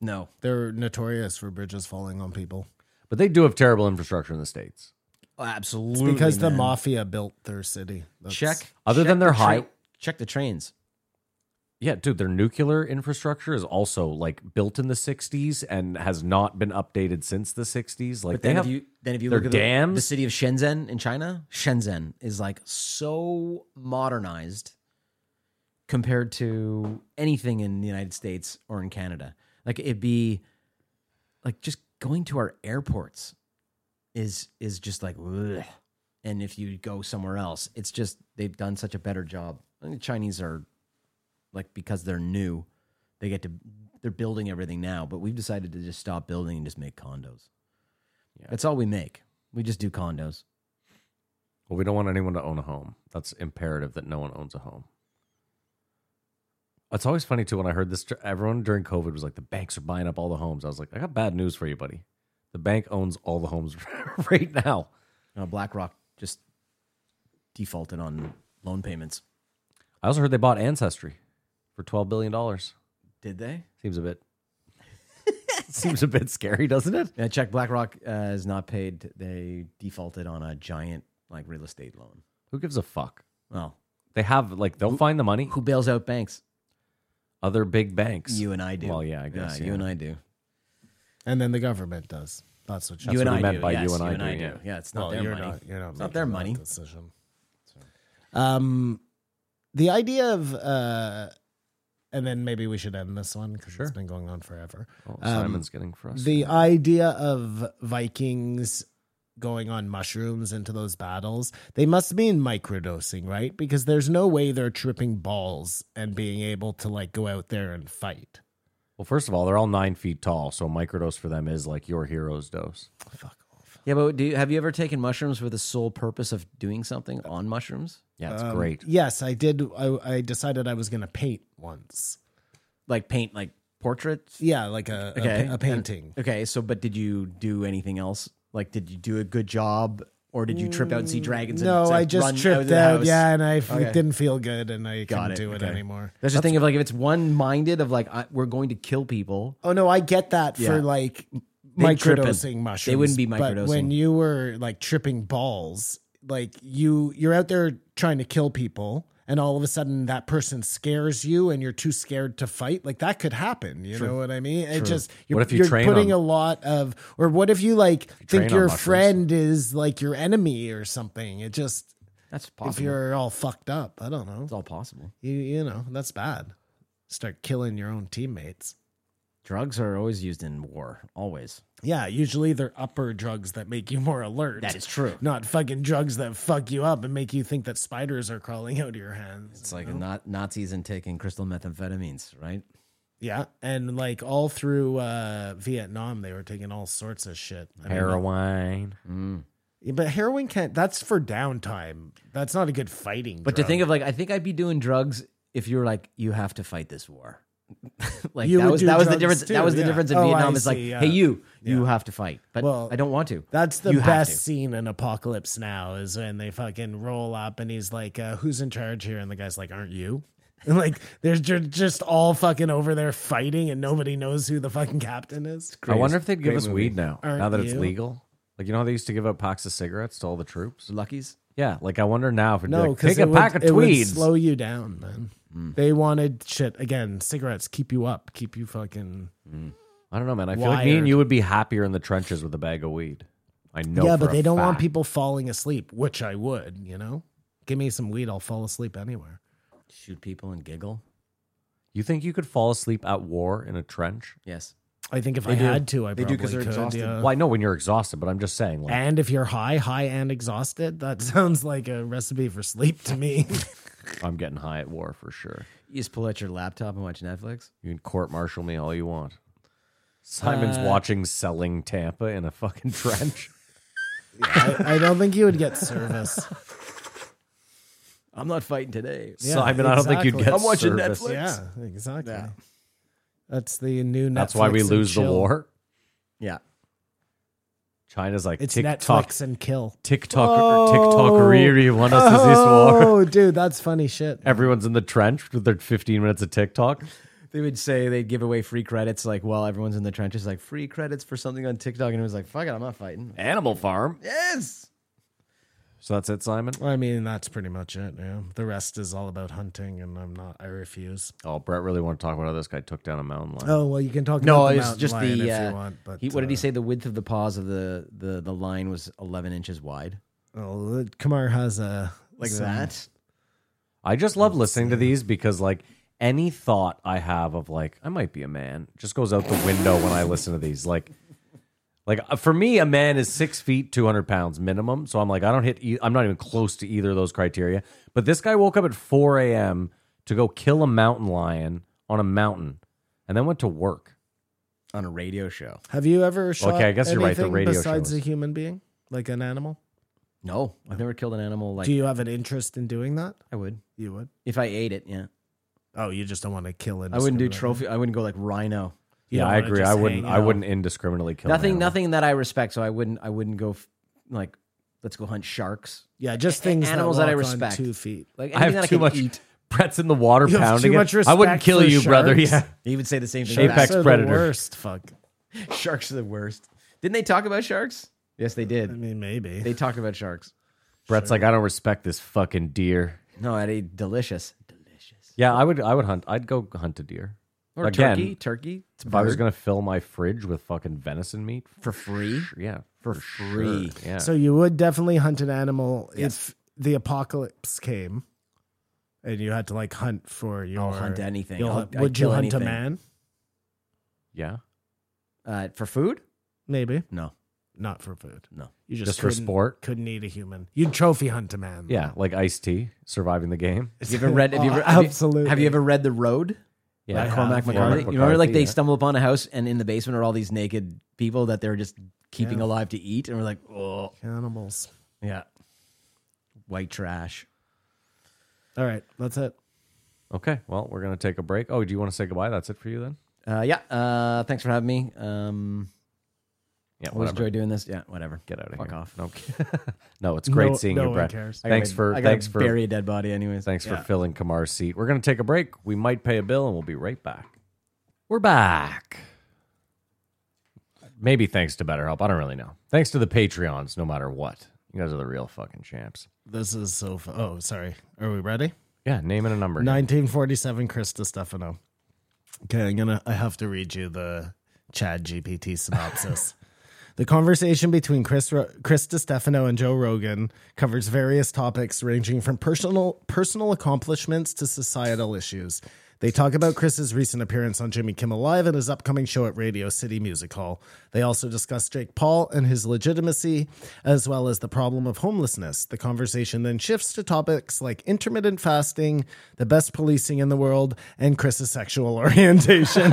No,
They're notorious for bridges falling on people
But they do have terrible infrastructure in the states.
absolutely
because the
man.
mafia built their city. That's-
check
Other
check
than their
the
high-
check the trains.
Yeah, dude, their nuclear infrastructure is also like built in the 60s and has not been updated since the 60s. Like
But
they
then
have
if you then if you
their
look at the-
dams.
the city of Shenzhen in China, Shenzhen is like so modernized compared to anything in the United States or in Canada. Like it'd be like just going to our airports is is just like ugh. and if you go somewhere else, it's just they've done such a better job. I think the Chinese are like because they're new, they get to they're building everything now, but we've decided to just stop building and just make condos. That's all we make. We just do condos.
well, we don't want anyone to own a home. That's imperative that no one owns a home. It's always funny too when I heard this. Everyone during COVID was like, "The banks are buying up all the homes." I was like, "I got bad news for you, buddy. The bank owns all the homes right now."
Uh, BlackRock just defaulted on loan payments.
I also heard they bought Ancestry for twelve billion dollars.
Did they?
Seems a bit seems a bit scary, doesn't it?
Yeah, check. BlackRock uh, is not paid. They defaulted on a giant like real estate loan.
Who gives a fuck?
Well,
They have like they'll find the money.
who bails out banks?
other big banks.
You and I do.
Well, yeah, I guess.
you and I do.
And then the government does. That's what you
you and
what he
I
meant
do.
by you
yes,
and I do,
do.
yeah.
Yeah. it's not
Well,
their
you're
money.
Not, you're not
It's not
making
their
that
money.
decision. Um, the idea of uh, and then maybe we should end this one because it's been going on forever.
Oh,
Um,
Simon's getting frustrated.
the idea of Vikings going on mushrooms into those battles, they must mean microdosing, right? Because there's no way they're tripping balls and being able to like go out there and fight.
well, first of all, they're all nine feet tall, so microdose for them is like your hero's dose.
Yeah, but do you, have you ever taken mushrooms for the sole purpose of doing something on mushrooms?
Yeah, it's
Um,
great.
Yes, I did. I, I decided I was going to paint once.
Like paint, like portraits.
Yeah, like a, a
Okay.
pa- a, painting.
Okay, so but did you do anything else? Like, did you do a good job, or did you trip out and see dragons?
No,
and
I
like,
just
run out of
tripped
the
out.
house?
Yeah, and I
Okay.
it didn't feel good, and I
Got
couldn't
it,
do it
okay.
anymore.
That's the thing of like if it's one minded of like I, we're going to kill people.
Oh no, I get that
Yeah.
for like
They'd trip
microdosing
and-
mushrooms.
they wouldn't be
But
microdosing.
when you were like tripping balls, like you you're out there trying to kill people and all of a sudden that person scares you and you're too scared to fight. Like that could happen. You know what I mean? It just you're,
What if you
are
train
putting
on-
a lot of or what if you like
train
think
on
your
mushrooms?
friend is like your enemy or something? It just
That's
if you're all fucked up, I don't know.
it's all possible.
You you know, that's bad. Start killing your own teammates.
Drugs are always used in war. Always.
Yeah, usually they're upper drugs that make you more alert.
That is true.
Not fucking drugs that fuck you up and make you think that spiders are crawling out of your hands.
It's like not Nazis and taking crystal methamphetamines, right?
yeah, and like all through uh, Vietnam, they were taking all sorts of shit. I mean,
Heroin.
yeah, but heroin can't. That's for downtime. That's not a good fighting.
But to think of like, I think I'd be doing drugs if you were like, you have to fight this war. like
You
that
would
was
do
that was the
drugs
difference.
too,
that was the
yeah.
difference in
Oh, I
Vietnam. It's like,
see,
hey,
yeah.
you, you have to fight, but
Well,
I don't want to.
That's the
You have to.
best scene in Apocalypse Now is when they fucking roll up and he's like, uh, "Who's in charge here?" And the guy's like, "Aren't you?" And like, there's just just all fucking over there fighting, and nobody knows who the fucking captain is.
I wonder if they'd give us weed now,
Aren't
now that it's
you?
legal. Like you know how they used to give out packs of cigarettes to all the troops.
Luckies.
Yeah, like I wonder now if it'd be
No,
like,
because
take a
it,
pack
would,
of
it would
tweeds. Mm.
slow you down, man. They wanted shit again. Cigarettes keep you up, keep you fucking.
I don't know, man. I feel like me
Wired.
and you would be happier in the trenches with a bag of weed. I know.
yeah,
for
but
a
they don't want
fact.
people falling asleep, which I would. You know, give me some weed, I'll fall asleep anywhere.
Shoot people and giggle.
You think you could fall asleep at war in a trench?
Yes.
I think if
They
I
do.
had to, I
They do
probably
'cause
could.
they're exhausted.
yeah.
Well, I know when you're exhausted, but I'm just saying, like,
Uh. And if you're high, high and exhausted, that sounds like a recipe for sleep to me.
I'm getting high at war for sure.
You just pull out your laptop and watch Netflix.
You can court martial me all you want. Simon's
Uh,
watching selling Tampa in a fucking trench.
I, I don't think you would get service.
I'm not fighting today.
Yeah,
Simon, I don't think you'd
exactly.
get.
I'm watching
service.
Netflix.
Yeah, exactly. That's the new Netflix.
That's why we
and
lose the
chill.
war.
Yeah.
China's like
It's
TikTok,
Netflix and kill.
TikTok, or TikTok, really want us to this war.
Oh, dude, that's funny shit.
Everyone's in the trench with their 15 minutes of TikTok.
They would say they'd give away free credits, like while everyone's in the trenches, like free credits for something on TikTok, and it was like, fuck it, I'm not fighting.
Animal Farm.
Yes.
So that's it, Simon.
I mean, that's pretty much it. Yeah, the rest is all about hunting, and I'm not. I refuse.
Oh, Brett really want to talk about how this guy took down a mountain lion.
Oh well, you can talk.
No,
about the
it's
mountain
just
lion
the.
if
uh,
you want, but
he, what did
uh,
he say? The width of the paws of the the the line was 11 inches wide,
Oh, Kamar has a some-
I just love listening to these because, like, any thought I have of like I might be a man just goes out the window when I listen to these. Like, like uh, for me, a man is six feet, two hundred pounds minimum. So I'm like, I don't hit. E- I'm not even close to either of those criteria. But this guy woke up at four a.m. to go kill a mountain lion on a mountain, and then went to work.
on a radio show.
Have you ever shot
Okay, I guess you're right, the
anything
radio
besides
shows.
a human being, like an animal?
No, I've never killed an animal like
Do you have an interest in doing that?
I would
You would.
if I ate it. Yeah,
Oh, you just don't want to kill it.
I wouldn't do trophy. I wouldn't go like rhino.
yeah, I agree. I wouldn't. I wouldn't indiscriminately kill an
nothing,
animal.
nothing that I respect. So I wouldn't. I wouldn't go f- like let's go hunt sharks.
Yeah, just things
animals that I
walk on
respect.
two feet.
Like
I
anything
have
that
too
can
much.
Eat.
Brett's in the water
You have
pounding
too much
it. I wouldn't
respect
kill
for
you, brother.
sharks.
Yeah.
He would say the same thing.
Apex
Sharks are the
predator.
worst. Fuck.
Sharks are the worst. Didn't they talk about sharks? Yes, they
I
did.
mean, maybe.
They talked about sharks.
Brett's like, I don't respect this fucking deer.
No, I'd eat delicious. Delicious.
Yeah, I would. I would hunt. I'd go hunt a deer.
Or
Again,
turkey. Turkey. It's
If I was
bird.
gonna fill my fridge with fucking venison meat,
for free.
yeah,
For free.
sure, yeah.
so you would definitely hunt an animal if the apocalypse came, and you had to like hunt for your.
hunt anything.
you'll
I'll-
hunt-
I'd
would you
kill
hunt a
anything.
man?
yeah,
Uh, for food?
Maybe
No.
not for food.
No.
You just,
Just for
couldn't-
sport?
Couldn't eat a human. You'd trophy hunt a man.
yeah, like iced tea, surviving the game.
Have you ever read? Have you
Oh,
ever, have you-
absolutely.
have you ever read The Road?
Yeah,
by Cormac
Yeah.
McCarthy. You remember, like they
yeah.
stumble upon a house, and in the basement are all these naked people that they're just keeping alive to eat, and we're like, oh,
Animals.
yeah, white trash.
All right, that's it.
Okay, well, we're gonna take a break. Oh, do you want to say goodbye? That's it for you then.
Uh, yeah. Uh, thanks for having me. Um,
Yeah,
always
whatever.
enjoy doing this. Yeah, whatever. Get out of
Fuck
here.
off. No, no it's great
No-
seeing
no
you,
one
Brett.
cares. I
Thanks for
I gotta
thanks for
bury a dead body, anyways.
thanks
Yeah.
for filling Kamar's seat. We're gonna take a break. We might pay a bill, and we'll be right back. We're back. Maybe thanks to BetterHelp. I don't really know. Thanks to the Patreons, no matter what. You guys are the real fucking champs.
This is so. F- oh, sorry. Are we ready?
Yeah, name and a number.
1947, Chris Stefano. Okay, I'm gonna. I have to read you the Chad GPT synopsis. The conversation between Chris Ro- Chris Stefano and Joe Rogan covers various topics ranging from personal personal accomplishments to societal issues. They talk about Chris's recent appearance on Jimmy Kimmel Live and his upcoming show at Radio City Music Hall. They also discuss Jake Paul and his legitimacy, as well as the problem of homelessness. The conversation then shifts to topics like intermittent fasting, the best policing in the world, and Chris's sexual orientation.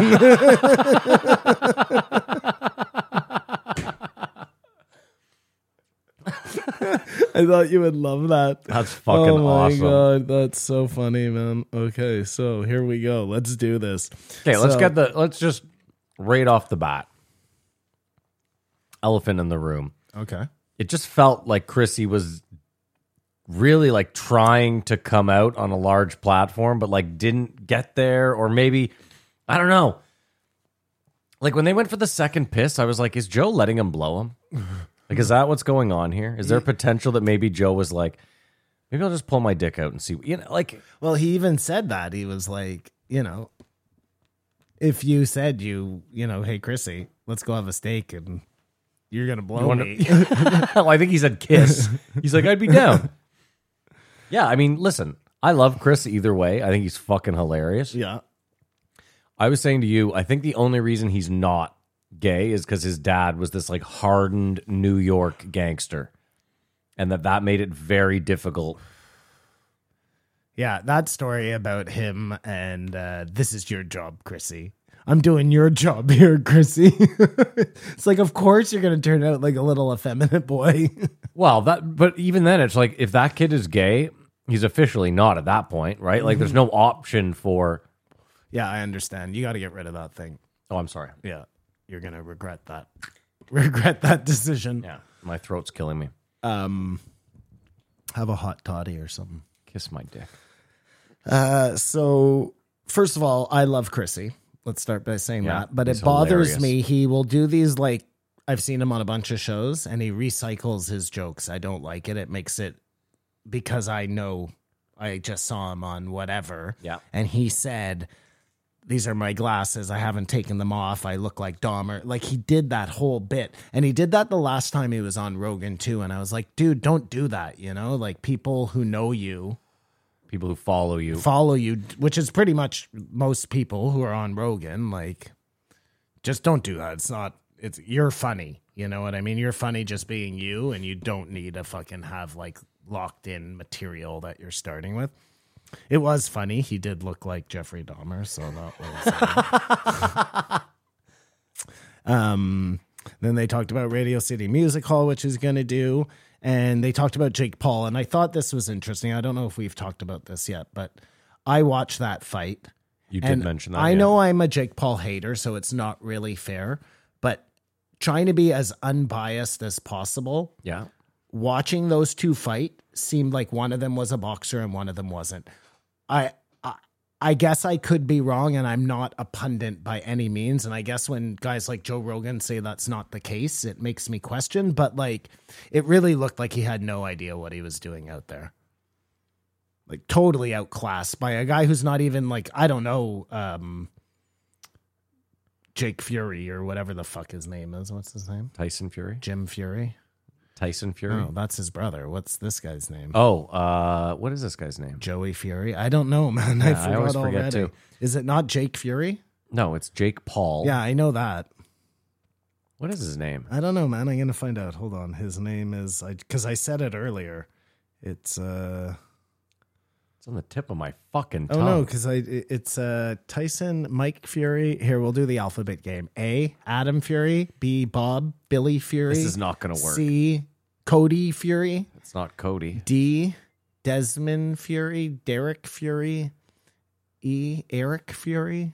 I thought you would love that.
That's fucking
oh my
awesome.
god, that's so funny, man. Okay, so here we go. Let's do this.
Okay, let's
So-
get the let's just right off the bat. Elephant in the room.
Okay.
It just felt like Chrissy was really like trying to come out on a large platform, but like didn't get there, or maybe I don't know. Like when they went for the second piss, I was like, is Joe letting him blow him? Like, is that what's going on here? Is there potential that maybe Joe was like, maybe I'll just pull my dick out and see? You know, like
Well, he even said that he was like, you know, if you said you, you know, hey Chrissy, let's go have a steak and you're gonna blow
wanna-
me.
well, I think he said kiss. He's like, I'd be down. yeah, I mean, listen, I love Chris either way. I think he's fucking hilarious.
yeah.
I was saying to you, I think the only reason he's not gay is because his dad was this like hardened New York gangster, and that that made it very difficult.
Yeah, that story about him and uh, this is your job, Chrissy. I'm doing your job here, Chrissy. it's like, of course you're gonna turn out like a little effeminate boy.
Well, that but even then, it's like if that kid is gay, he's officially not at that point, right? Like, there's
Mm-hmm.
no option for.
yeah, I understand. You got to get rid of that thing.
Oh, I'm sorry.
Yeah, you're gonna regret that. Regret that decision.
Yeah, my throat's killing me.
Um, have a hot toddy or something.
Kiss my dick.
Uh, so first of all, I love Chrissy. Let's start by saying
Yeah,
that. But
he's
it bothers
hilarious.
me. He will do these like I've seen him on a bunch of shows, and he recycles his jokes. I don't like it. It makes it because I know I just saw him on whatever.
Yeah.
and he said. These are my glasses. I haven't taken them off. I look like Dahmer. Like he did that whole bit. And he did that the last time he was on Rogan too. And I was like, dude, don't do that. You know, like people who know you
People who follow you,
follow you, which is pretty much most people who are on Rogan. Like, just don't do that. It's not. It's you're funny. You know what I mean? You're funny just being you, and you don't need to fucking have like locked in material that you're starting with. It was funny. He did look like Jeffrey Dahmer, so that was. uh, um. Then they talked about Radio City Music Hall, which is going to do, and they talked about Jake Paul. And I thought this was interesting. I don't know if we've talked about this yet, but I watched that fight.
you did
And
mention that.
I
yeah.
know I'm a Jake Paul hater, so it's not really fair, but trying to be as unbiased as possible,
Yeah.
watching those two fight seemed like one of them was a boxer and one of them wasn't. I I, I guess I could be wrong and I'm not a pundit by any means and I guess when guys like Joe Rogan say that's not the case, it makes me question, but like it really looked like he had no idea what he was doing out there like totally outclassed by a guy who's not even like I don't know um Jake Fury or whatever the fuck his name is. What's his name?
Tyson Fury.
Jim Fury?
Tyson Fury.
No, Oh, that's his brother. What's this guy's name?
Oh, uh, what is this guy's name?
Joey Fury. I don't know, man. I
Yeah,
forgot
I always forget,
already.
too. Oh.
Is it not Jake Fury?
No, it's Jake Paul.
Yeah, I know that.
What is his name?
I don't know, man. I'm gonna find out. Hold on. His name is I because I said it earlier. It's uh
It's on the tip of my fucking
oh
tongue.
no, because I it- it's uh Tyson, Mike Fury. Here we'll do the alphabet game. A Adam Fury, B Bob, Billy Fury.
This is not gonna work.
C Cody Fury.
It's not Cody.
D. Desmond Fury, Derek Fury, E. Eric Fury,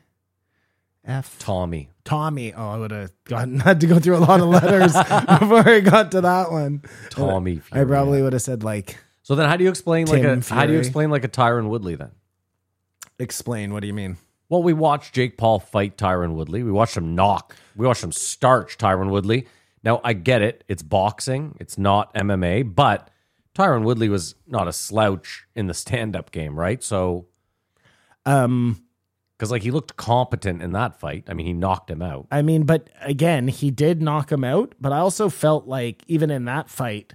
F.
Tommy.
Tommy. Oh, I would have gotten had to go through a lot of letters before I got to that one.
Tommy.
I
Fury.
probably would have said like
So then, how do you explain like a
Tim
how do you
Fury.
explain like a Tyron Woodley then?
explain. What do you mean?
Well, we watched Jake Paul fight Tyron Woodley. We watched him knock. We watched him starch Tyron Woodley. Now, I get it. It's boxing, it's not MMA, but Tyron Woodley was not a slouch in the stand up game, right? So,
Um,
because like he looked competent in that fight. I mean, he knocked him out.
I mean, but again, he did knock him out. But I also felt like even in that fight,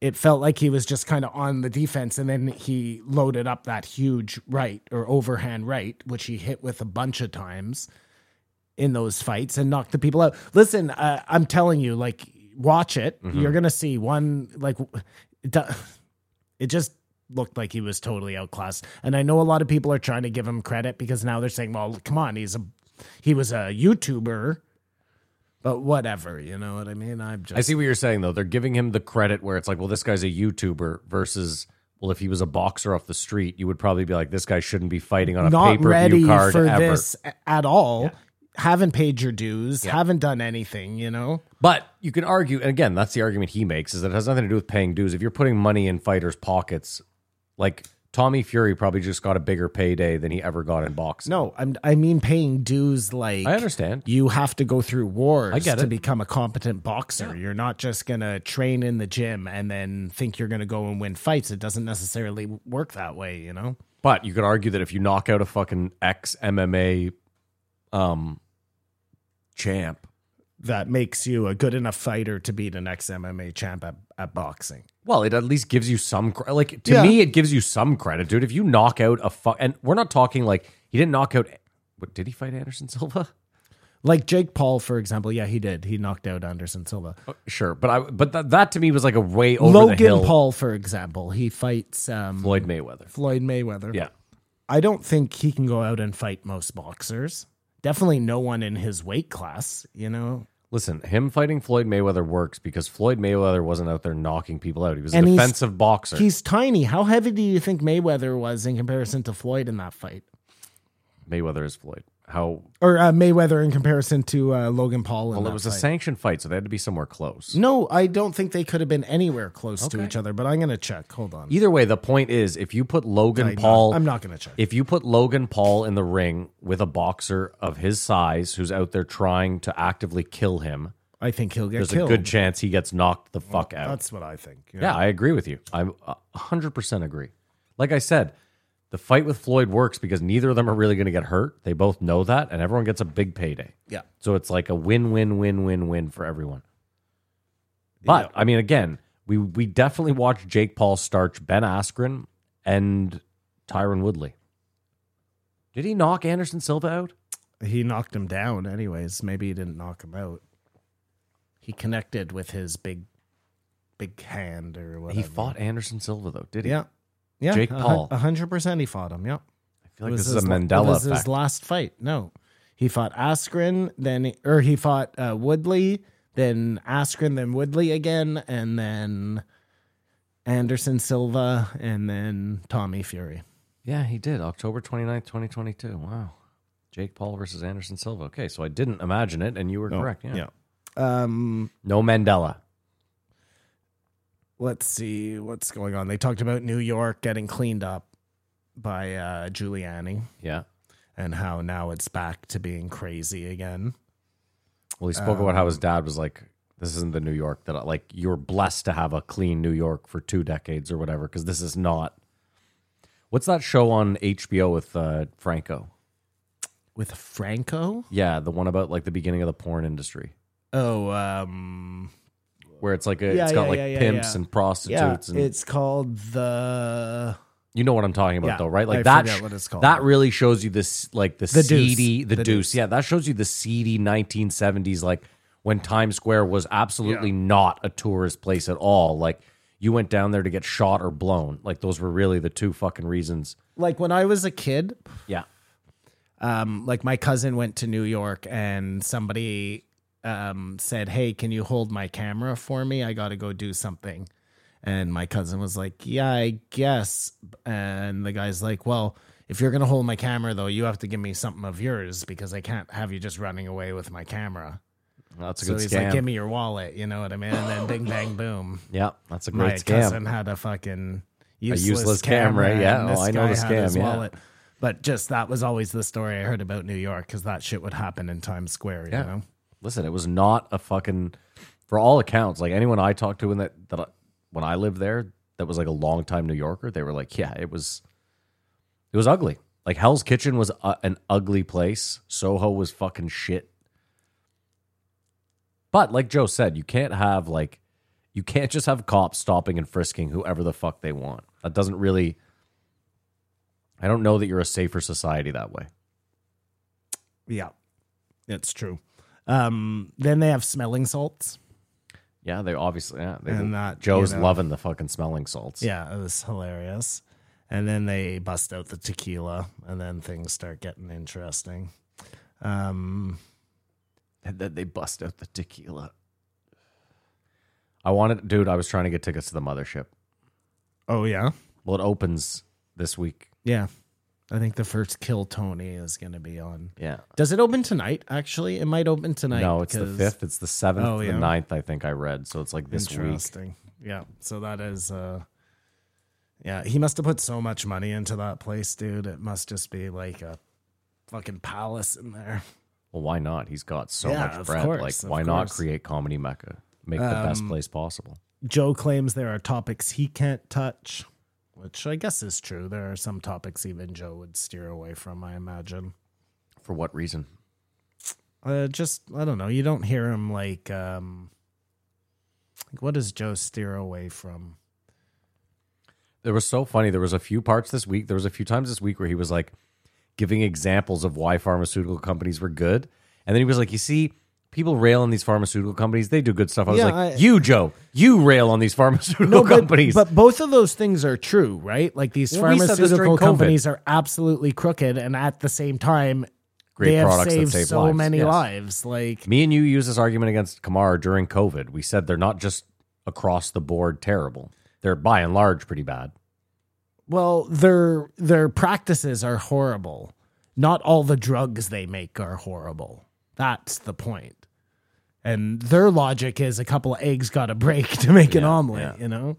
it felt like he was just kind of on the defense, and then he loaded up that huge right or overhand right, which he hit with a bunch of times in those fights and knocked the people out. Listen, uh, I'm telling you, like, watch it. You're gonna see one like. It do- it just looked like he was totally outclassed. And I know a lot of people are trying to give him credit because now they're saying, "Well, come on, he's a he was a YouTuber." But whatever, you know what I mean? I'm just
I see what you're saying, though. They're giving him the credit where it's like, well, this guy's a YouTuber versus, well, if he was a boxer off the street, you would probably be like, this guy shouldn't be fighting on a pay
not
per
ready
view card
for
ever.
this a- at all. Haven't paid your dues, haven't done anything, you know?
But you can argue, and again, that's the argument he makes, is that it has nothing to do with paying dues. If you're putting money in fighters' pockets, like Tommy Fury probably just got a bigger payday than he ever got in boxing.
No, I'm, I mean paying dues like
I understand.
You have to go through wars
I get
to
it.
become a competent boxer. You're not just going to train in the gym and then think you're going to go and win fights. It doesn't necessarily work that way, you know?
But you could argue that if you knock out a fucking ex MMA um, champ,
That makes you a good enough fighter to beat an ex MMA champ at, at boxing.
well, it at least gives you some credit. Like, to
Yeah.
me, it gives you some credit, dude. If you knock out a fuck, and we're not talking like he didn't knock out, what, did he fight Anderson Silva?
Like Jake Paul, for example. Yeah, he did. He knocked out Anderson Silva.
Sure. But I, but that that to me was like a way over
Logan
the hill.
Paul, for example. He fights um,
Floyd Mayweather.
Floyd Mayweather.
Yeah.
I don't think he can go out and fight most boxers. Definitely no one in his weight class, you know.
Listen, him fighting Floyd Mayweather works because Floyd Mayweather wasn't out there knocking people out. He was a
And he's-
defensive boxer.
He's tiny. How heavy do you think Mayweather was in comparison to Floyd in that fight?
Mayweather is Floyd. How
Or uh, Mayweather in comparison to uh, Logan Paul in
well,
that
it was a
fight?
sanctioned fight, so they had to be somewhere close.
No, I don't think they could have been anywhere close to each other, but I'm going to check. Hold on.
Either way, the point is, if you put Logan
I'm not-
Paul,
I'm not going to check.
If you put Logan Paul in the ring with a boxer of his size who's out there trying to actively kill him,
I think he'll get
there's
killed.
a good chance he gets knocked the fuck out.
That's what I think.
Yeah, I agree with you. I 100% agree. Like I said, the fight with Floyd works because neither of them are really going to get hurt. They both know that, and everyone gets a big payday.
Yeah.
So it's like a win win win win win for everyone. But I mean, again, we, we definitely watched Jake Paul starch Ben Askren and Tyron Woodley. Did he knock Anderson Silva out?
He knocked him down, anyways. Maybe he didn't knock him out. He connected with his big, big hand or whatever.
He fought Anderson Silva though, did he?
Yeah. Yeah.
Jake
a hun-
Paul.
A hundred percent he fought him. Yeah.
I feel like
was
this is a
his la- it
Mandela
was
effect.
his last fight. No. He fought Askren, then, he- or he fought uh, Woodley, then Askren, then Woodley again, and then Anderson Silva, and then Tommy Fury.
Yeah, he did. October 29th, 2022. Wow. Jake Paul versus Anderson Silva. Okay, so I didn't imagine it, and you were correct. Yeah.
Um,
No Mandela.
let's see what's going on. They talked about New York getting cleaned up by uh, Giuliani
Yeah.
and how now it's back to being crazy again.
Well, he spoke about how
Um,
his dad was like, this isn't the New York that, I, like, you're blessed to have a clean New York for two decades or whatever, because this is not. What's that show on HBO with uh, Franco?
With Franco?
Yeah, the one about, like, the beginning of the porn industry,
Oh, um,
where it's like, a,
Yeah,
it's got,
yeah,
like,
yeah, yeah,
pimps
yeah.
and prostitutes. and
it's called the
You know what I'm talking about,
Yeah,
though, right? Like
I
that.
forget
sh-
what it's called.
That really shows you this, like the,
The deuce.
seedy, the,
The
deuce.
deuce.
Yeah, that shows you the seedy 1970s, like when Times Square was absolutely not a tourist place at all. Like you went down there to get shot or blown. Like those were really the two fucking reasons.
like when I was a kid.
Yeah,
Um, like my cousin went to New York and somebody um said, "Hey, can you hold my camera for me? I got to go do something." And my cousin was like, Yeah, I guess. And the guy's like, Well, if you're going to hold my camera, though, you have to give me something of yours because I can't have you just running away with my camera.
That's a
So
good
he's
scam.
like, Give me your wallet. You know what I mean? And then bing, bang, boom.
yeah, that's a
My
great
cousin
scam.
had a fucking useless,
useless camera, yeah.
and
Oh,
this
I know
guy
the
had his
scam, yeah.
wallet. But just that was always the story I heard about New York because that shit would happen in Times Square,
Yeah.
you know?
Listen, it was not a fucking for all accounts. Like anyone I talked to in that that I, when I lived there, that was like a long time New Yorker. They were like, yeah, it was, it was ugly. Like Hell's Kitchen was uh an ugly place. Soho was fucking shit. But like Joe said, you can't have like, you can't just have cops stopping and frisking whoever the fuck they want. That doesn't really. I don't know that you're a safer society that way.
Yeah, it's true. Um, then they have smelling salts.
Yeah, they obviously. Yeah, they,
And that,
Joe's
you know-
loving the fucking smelling salts.
Yeah, it was hilarious. And then they bust out the tequila, and then things start getting interesting. Um,
and then they bust out the tequila. I wanted, dude. I was trying to get tickets to the mothership.
oh yeah,
Well, it opens this week.
yeah. I think the first Kill Tony is going to be on.
Yeah.
Does it open tonight? Actually, it might open tonight.
no, it's the
because-
fifth. It's the seventh.
Oh, yeah.
The ninth. I think I read. So it's like this week.
Interesting. Yeah. So that is. uh Yeah, he must have put so much money into that place, dude. It must just be like a fucking palace in there.
Well, why not? He's got so
Yeah,
much
of
bread.
course,
like,
of
why not
course. Um,
create comedy mecca? Make the best place possible.
Joe claims there are topics he can't touch, which I guess is true. There are some topics even Joe would steer away from, I imagine.
For what reason?
Uh, just, I don't know. You don't hear him like, um, like what does Joe steer away from?
It was so funny. There was a few parts this week. There was a few times this week where he was like giving examples of why pharmaceutical companies were good, and then he was like, "You see, people rail on these pharmaceutical companies. They do good stuff." I was
Yeah,
like,
I-
"You, Joe, you rail on these pharmaceutical companies."
But both of those things are true, right? Like these
Well, we said this during
pharmaceutical
COVID.
companies are absolutely crooked, and at the same time,
Great
they have
products that
saved
save
so
lives,
many
yes.
lives. Like,
Me and you used this argument against Kamara during COVID. We said they're not just across the board terrible. They're by and large pretty bad.
well, their their practices are horrible. Not all the drugs they make are horrible. That's the point. And their logic is a couple of eggs got to break to make an omelet. You know,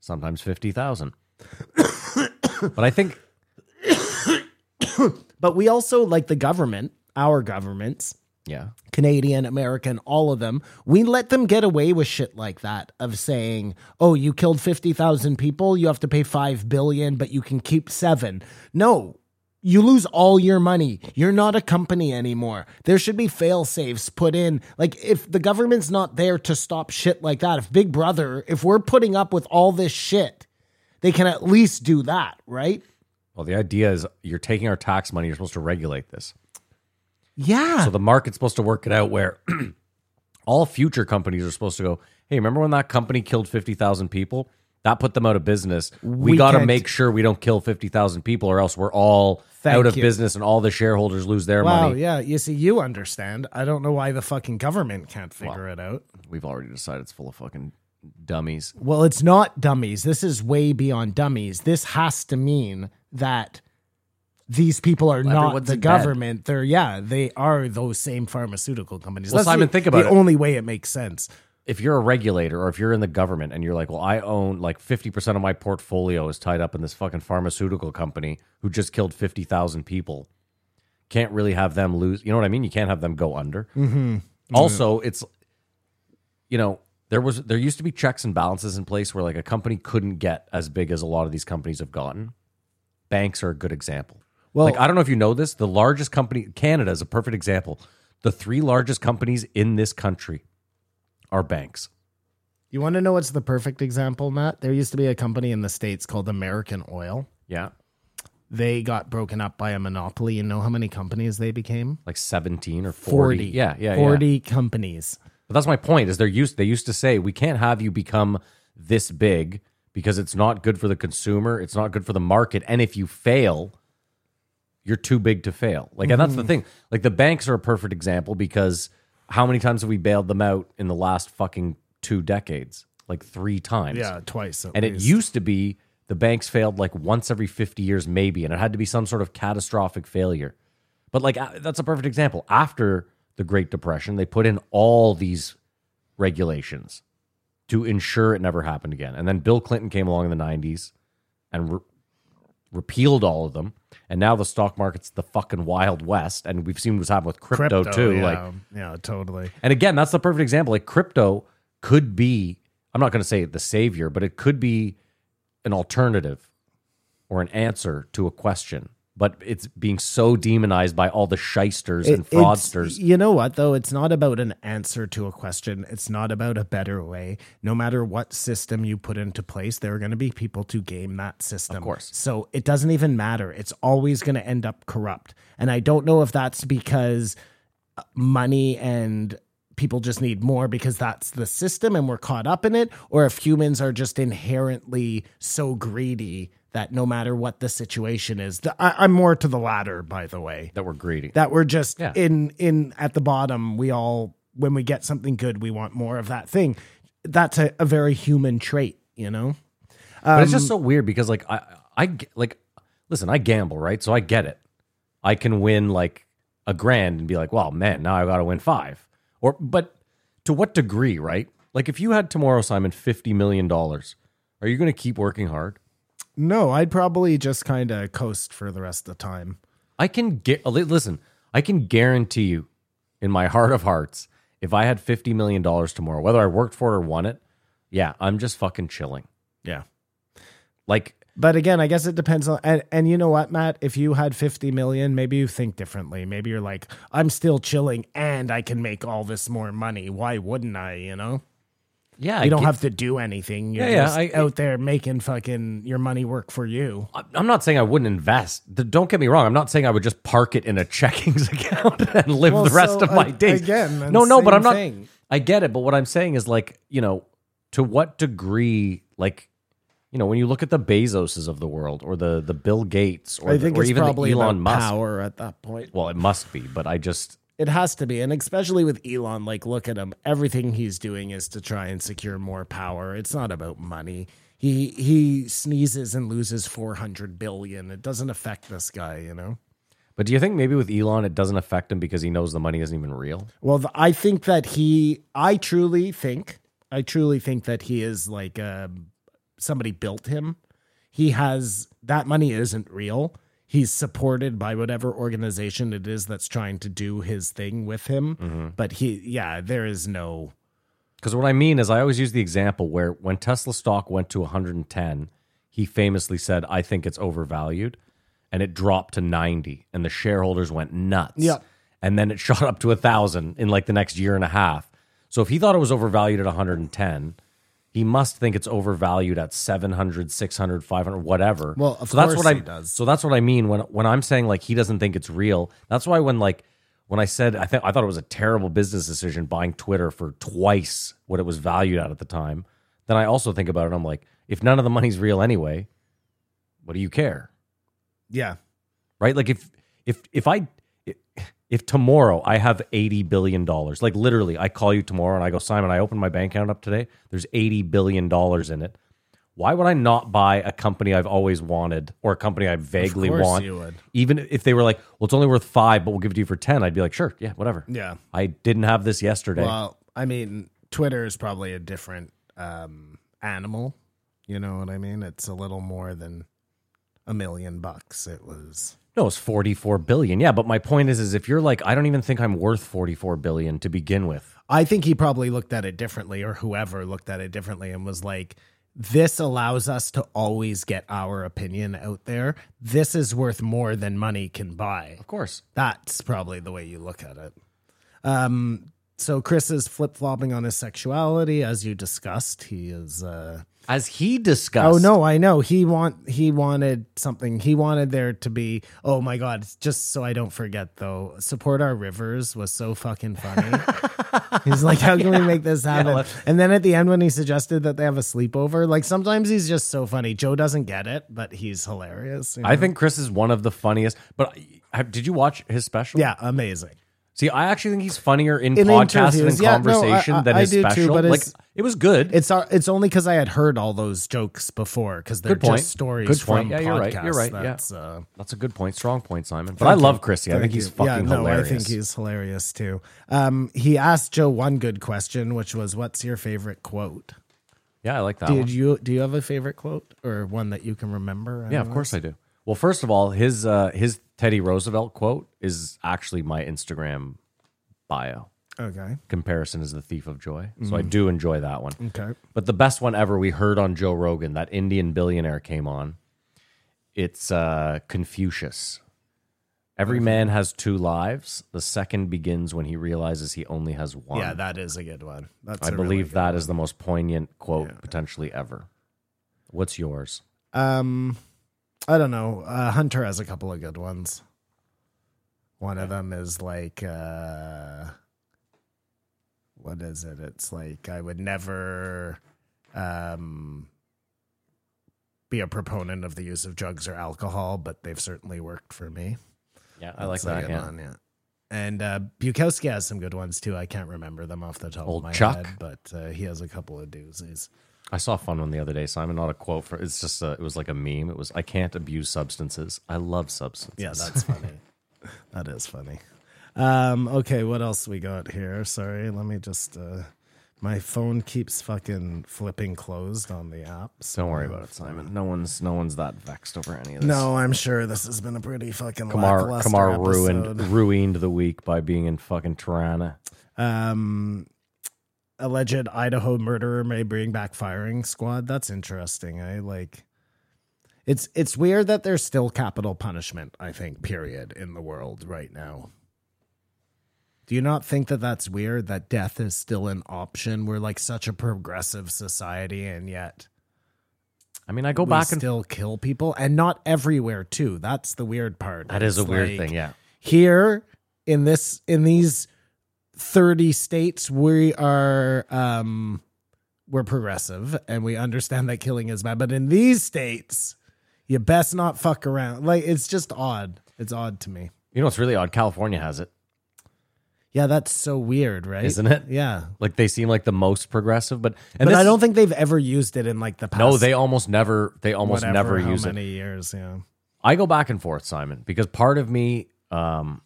Sometimes fifty thousand. but I think
but we also like the government, our governments.
yeah.
Canadian, American, all of them, we let them get away with shit like that of saying, oh, you killed 50,000 people, you have to pay 5 billion, but you can keep 7. No, you lose all your money. You're not a company anymore. There should be fail safes put in. Like, if the government's not there to stop shit like that, if Big Brother, if we're putting up with all this shit, they can at least do that, right?
Well, the idea is you're taking our tax money. You're supposed to regulate this.
Yeah.
So the market's supposed to work it out where all future companies are supposed to go, hey, remember when that company killed 50,000 people? That put them out of business. We,
We
got to
can't-
make sure we don't kill 50,000 people or else we're all
Thank
out of
you.
business and all the shareholders lose their
wow,
money.
yeah. You see, you understand. I don't know why the fucking government can't figure it out.
We've already decided it's full of fucking dummies.
Well, it's not dummies. This is way beyond dummies. This has to mean that these people are not
everyone's
the
in bed.
government. They're yeah, they are those same pharmaceutical companies.
Well, Simon,
the,
think about
the
it.
only way it makes sense.
If you're a regulator or if you're in the government and you're like, well, I own like 50% of my portfolio is tied up in this fucking pharmaceutical company who just killed 50,000 people, can't really have them lose. You know what I mean? You can't have them go under. Also, it's you know there was there used to be checks and balances in place where like a company couldn't get as big as a lot of these companies have gotten. Banks are a good example. Well, like I don't know if you know this, the largest company Canada is a perfect example. The three largest companies in this country are banks.
You want to know what's the perfect example, Matt? There used to be a company in the States called American Oil.
Yeah,
They got broken up by a monopoly. You know how many companies they became?
like seventeen or forty. Yeah, yeah, yeah.
40 companies.
But that's my point. Is they're used. They used to say we can't have you become this big because it's not good for the consumer. It's not good for the market. And if you fail, you're too big to fail. Like, and that's the thing. Like the banks are a perfect example because how many times have we bailed them out in the last fucking two decades? like three times.
Yeah, twice. at
And it
least.
used to be the banks failed like once every 50 years, maybe, and it had to be some sort of catastrophic failure. But like, a- that's a perfect example. After the Great Depression, they put in all these regulations to ensure it never happened again. And then Bill Clinton came along in the 90s and re- repealed all of them. And now the stock market's the fucking Wild West. And we've seen what's happened with crypto, too.
Yeah,
Like,
yeah, totally.
and again, that's the perfect example. Like crypto could be, I'm not going to say the savior, but it could be an alternative or an answer to a question. But it's being so demonized by all the shysters and
It- it's-
fraudsters.
You know what, though? It's not about an answer to a question. It's not about a better way. No matter what system you put into place, there are going to be people to game that system. Of
course.
So it doesn't even matter. It's always going to end up corrupt. And I don't know if that's because uh, money and people just need more because that's the system and we're caught up in it, or if humans are just inherently so greedy that no matter what the situation is, The- I, I'm more to the latter, by the way
that were greedy.
that we're just
Yeah.
in in at the bottom we all when we get something good we want more of that thing that's a, a very human trait you know
but
um,
it's just so weird because like I, I g- like listen, I gamble right, so I get it. I can win like a grand and be like, well, man, now I got to win five. Or but to what degree, right? Like if you had tomorrow, Simon, fifty million dollars, are you going to keep working hard?
no i'd probably just kind of coast for the rest of the time
I can get listen. I can guarantee you, in my heart of hearts, if I had fifty million dollars tomorrow, whether I worked for it or won it, yeah, I'm just fucking chilling.
yeah
Like
but again i guess it depends on and, and you know what matt if you had 50 million maybe you think differently maybe you're like i'm still chilling and i can make all this more money why wouldn't i you know
yeah,
you
I
don't
get-
have to do anything you're
Yeah, yeah,
just
I-
out there making fucking your money work for you
I- I'm not saying I wouldn't invest. Th- Don't get me wrong. I'm not saying I would just park it in a checkings account and live
Well,
the rest
so,
of my
a-
days.
again, that's
no, no, but
same
I'm not.
thing.
I get it. But what I'm saying is, like, you know, to what degree, like, you know, when you look at the Bezoses of the world or the the Bill Gates or,
I
the,
think
or
it's
even
probably
the Elon
about
Musk.
power at that point.
Well, it must be. But I just
It has to be, and especially with Elon, like look at him. Everything he's doing is to try and secure more power. It's not about money. He he sneezes and loses four hundred billion. It doesn't affect this guy, you know.
But do you think maybe with Elon it doesn't affect him because he knows the money isn't even real?
Well, th I think that he, I truly think, I truly think that he is like um somebody built him. He has that money isn't real. He's supported by whatever organization it is that's trying to do his thing with him. But he, yeah, there is no.
Because what I mean is I always use the example where when Tesla stock went to 110, he famously said, I think it's overvalued. And it dropped to 90 and the shareholders went nuts.
Yeah.
And then it shot up to 1,000 in like the next year and a half. So if he thought it was overvalued at 110, he must think it's overvalued at 700, 600, 500, whatever.
Well, of
so that's
course
what I,
he does.
So that's what I mean when when I'm saying like he doesn't think it's real. That's why when like when I said I think I thought it was a terrible business decision buying Twitter for twice what it was valued at at the time. Then I also think about it. I'm like, if none of the money's real anyway, what do you care,
Yeah.
right? Like if if if I if tomorrow I have eighty billion dollars, like literally, I call you tomorrow and I go, Simon, I opened my bank account up today. There's eighty billion dollars in it. Why would I not buy a company I've always wanted or a company I vaguely
course
want?
you would.
Even if they were like, well, it's only worth five, but we'll give it to you for ten. I'd be like, sure, yeah, whatever.
Yeah.
I didn't have this yesterday.
Well, I mean, Twitter is probably a different um, animal. You know what I mean? It's a little more than a million bucks. It was.
No, it's forty-four billion. Yeah, but my point is, is if you're like, I don't even think I'm worth forty-four billion to begin with.
I think he probably looked at it differently, or whoever looked at it differently and was like, this allows us to always get our opinion out there. This is worth more than money can buy.
Of course.
That's probably the way you look at it. Um, so Chris is flip flopping on his sexuality, as you discussed. He is. Uh,
As he discussed.
oh no, I know. He want he wanted something. He wanted there to be. Oh my god! Just so I don't forget, though, support our rivers was so fucking funny. He's like, how can we make this happen? and then at the end, when he suggested that they have a sleepover, like sometimes he's just so funny. Joe doesn't get it, but he's hilarious. you
I
know?
think Chris is one of the funniest. But uh, did you watch his special?
yeah, amazing.
See, I actually think he's funnier in,
In
podcast and in
interviews, yeah, no, I-
conversation than
I- I
his
do too,
special.
but
like
it's-
it was good.
It's uh, it's only because I had heard all those jokes before because they're
Good point.
just stories
Good point.
from
Yeah,
podcasts.
you're right. You're right. Yeah.
That's, uh,
That's a good point. Strong point, Simon. But I love Chrissy. I think he's
Thank you.
fucking
yeah, no,
hilarious.
I think he's hilarious too. Um, he asked Joe one good question, which was, "What's your favorite quote?"
yeah, I like that. one.
Did you do you have a favorite quote or one that you can remember?
Yeah, of course I do. Well, first of all, his uh, his Teddy Roosevelt quote is actually my Instagram bio.
Okay.
Comparison is the thief of joy, so I do enjoy that one.
Mm-hmm. Okay.
But the best one ever we heard on Joe Rogan, that Indian billionaire came on. It's uh, Confucius. Every man has two lives. The second begins when he realizes he only has one.
Yeah, that is a good one. That's
I
a really
believe
good
that is the most poignant quote potentially ever. What's yours?
Um, I don't know. Uh, Hunter has a couple of good ones. One of them is like, uh, what is it? It's like I would never um, be a proponent of the use of drugs or alcohol, but they've certainly worked for me.
Yeah, I like
That's a
that.
good
Yeah.
one, yeah. And uh, Bukowski has some good ones too. I can't remember them off the top
Old
of my
Chuck.
head, but uh, he has a couple of doozies.
I saw a fun one the other day, Simon. Not a quote for it's just a, it was like a meme. It was I can't abuse substances. I love substances.
Yeah, that's funny. that is funny. Um, okay, what else we got here? Sorry, let me just. Uh, my phone keeps fucking flipping closed on the apps.
Don't worry about it, Simon. No one's no one's that vexed over any of this.
No, I'm sure this has been a pretty fucking
Kamar
lackluster
Kamar
episode.
ruined ruined the week by being in fucking Tirana.
Um, alleged Idaho murderer may bring back firing squad. That's interesting. I like. It's it's weird that there's still capital punishment. I think period in the world right now. Do you not think that that's weird that death is still an option? We're like such a progressive society, and yet
I mean, I go
we
back and
still kill people, and not everywhere too. That's the weird part.
that is a
It's
weird
like-
thing. Yeah,
here in this in these 30 states we are um we're progressive and we understand that killing is bad but in these states you best not fuck around like it's just odd it's odd to me
you know it's really odd. California has it,
yeah that's so weird right
isn't it?
yeah
Like they seem like the most progressive, but and
but
this,
i don't think they've ever used it in like the past
No, they almost never. They almost
whatever,
never
how
use it.
many years yeah
I go back and forth, Simon, because part of me, um,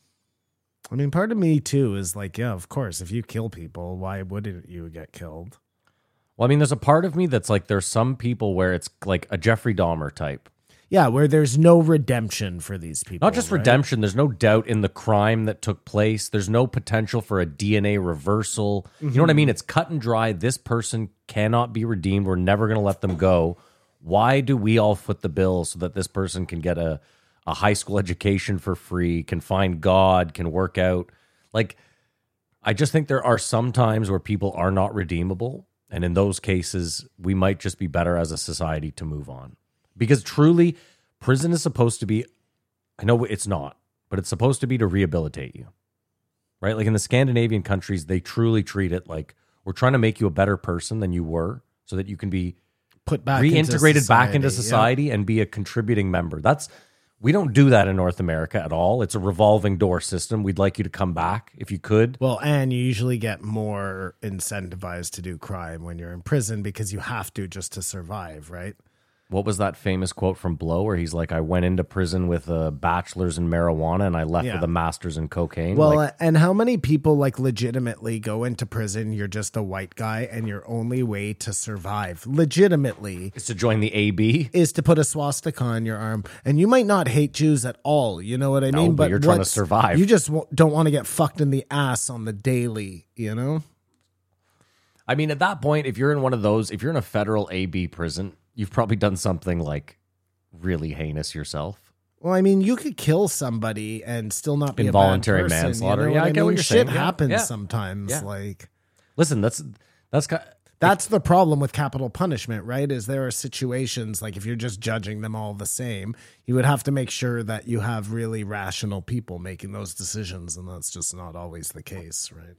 i mean part of me too is like yeah of course if you kill people why wouldn't you get killed
Well, I mean, there's a part of me that's like, there's some people where it's like a Jeffrey Dahmer type.
yeah where there's no redemption for these people
Not just
right?
redemption, there's no doubt in the crime that took place. There's no potential for a DNA reversal. You know what I
Mm-hmm.
mean? It's cut and dry. This person cannot be redeemed. We're never going to let them go. Why do we all foot the bill so that this person can get a, a high school education for free, can find God, can work out? Like, I just think there are some times where people are not redeemable. And in those cases, we might just be better as a society to move on. Because truly, prison is supposed to be, I know it's not, but it's supposed to be to rehabilitate you, right? Like in the Scandinavian countries, they truly treat it like we're trying to make you a better person than you were so that you can be
put back
reintegrated
into
back into
yeah.
society and be a contributing member. That's we don't do that in North America at all. It's a revolving door system. We'd like you to come back if you could.
Well, and you usually get more incentivized to do crime when you're in prison because you have to just to survive, right?
what was that famous quote from Blow where he's like, I went into prison with a bachelor's in marijuana and I left
Yeah.
with a master's in cocaine.
Well,
Like,
uh, and how many people like legitimately go into prison? You're just a white guy, and your only way to survive legitimately
it's to join the AB.
is to put a swastika on your arm. And you might not hate Jews at all. You know what I mean?
but you're trying to
what's-
survive.
You just w- don't want to get fucked in the ass on the daily. You know?
I mean, at that point, if you're in one of those, if you're in a federal AB prison, you've probably done something like really heinous yourself.
Well, I mean, you could kill somebody and still not be
Involuntary
a bad person,
manslaughter.
You know
Yeah, I
I
get what
mean?
you're
Shit
saying. Yeah.
happens
Yeah.
sometimes.
Yeah.
Like
Listen, that's that's kind
that's the problem with capital punishment, right? Is there are situations like if you're just judging them all the same, you would have to make sure that you have really rational people making those decisions, and that's just not always the case, right?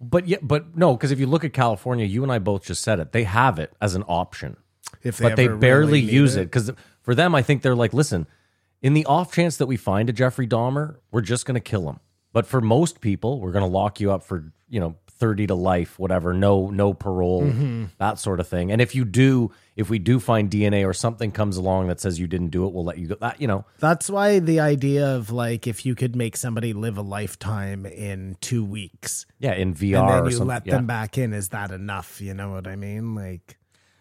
but yeah, but no, because if you look at California, you and I both just said it. They have it as an option.
If
but they
ever
barely
really need
use it because for them, I think they're like, listen, in the off chance that we find a Jeffrey Dahmer, we're just going to kill him. But for most people, we're going to lock you up for, you know, 30 to life, whatever, no no parole,
Mm-hmm.
that sort of thing. And if you do, if we do find DNA or something comes along that says you didn't do it, we'll let you go. That, you know,
That's why the idea of like if you could make somebody live a lifetime in two weeks
yeah, in VR
and then
or
you
something.
let
yeah.
them back in, is that enough? You know what I mean? Like,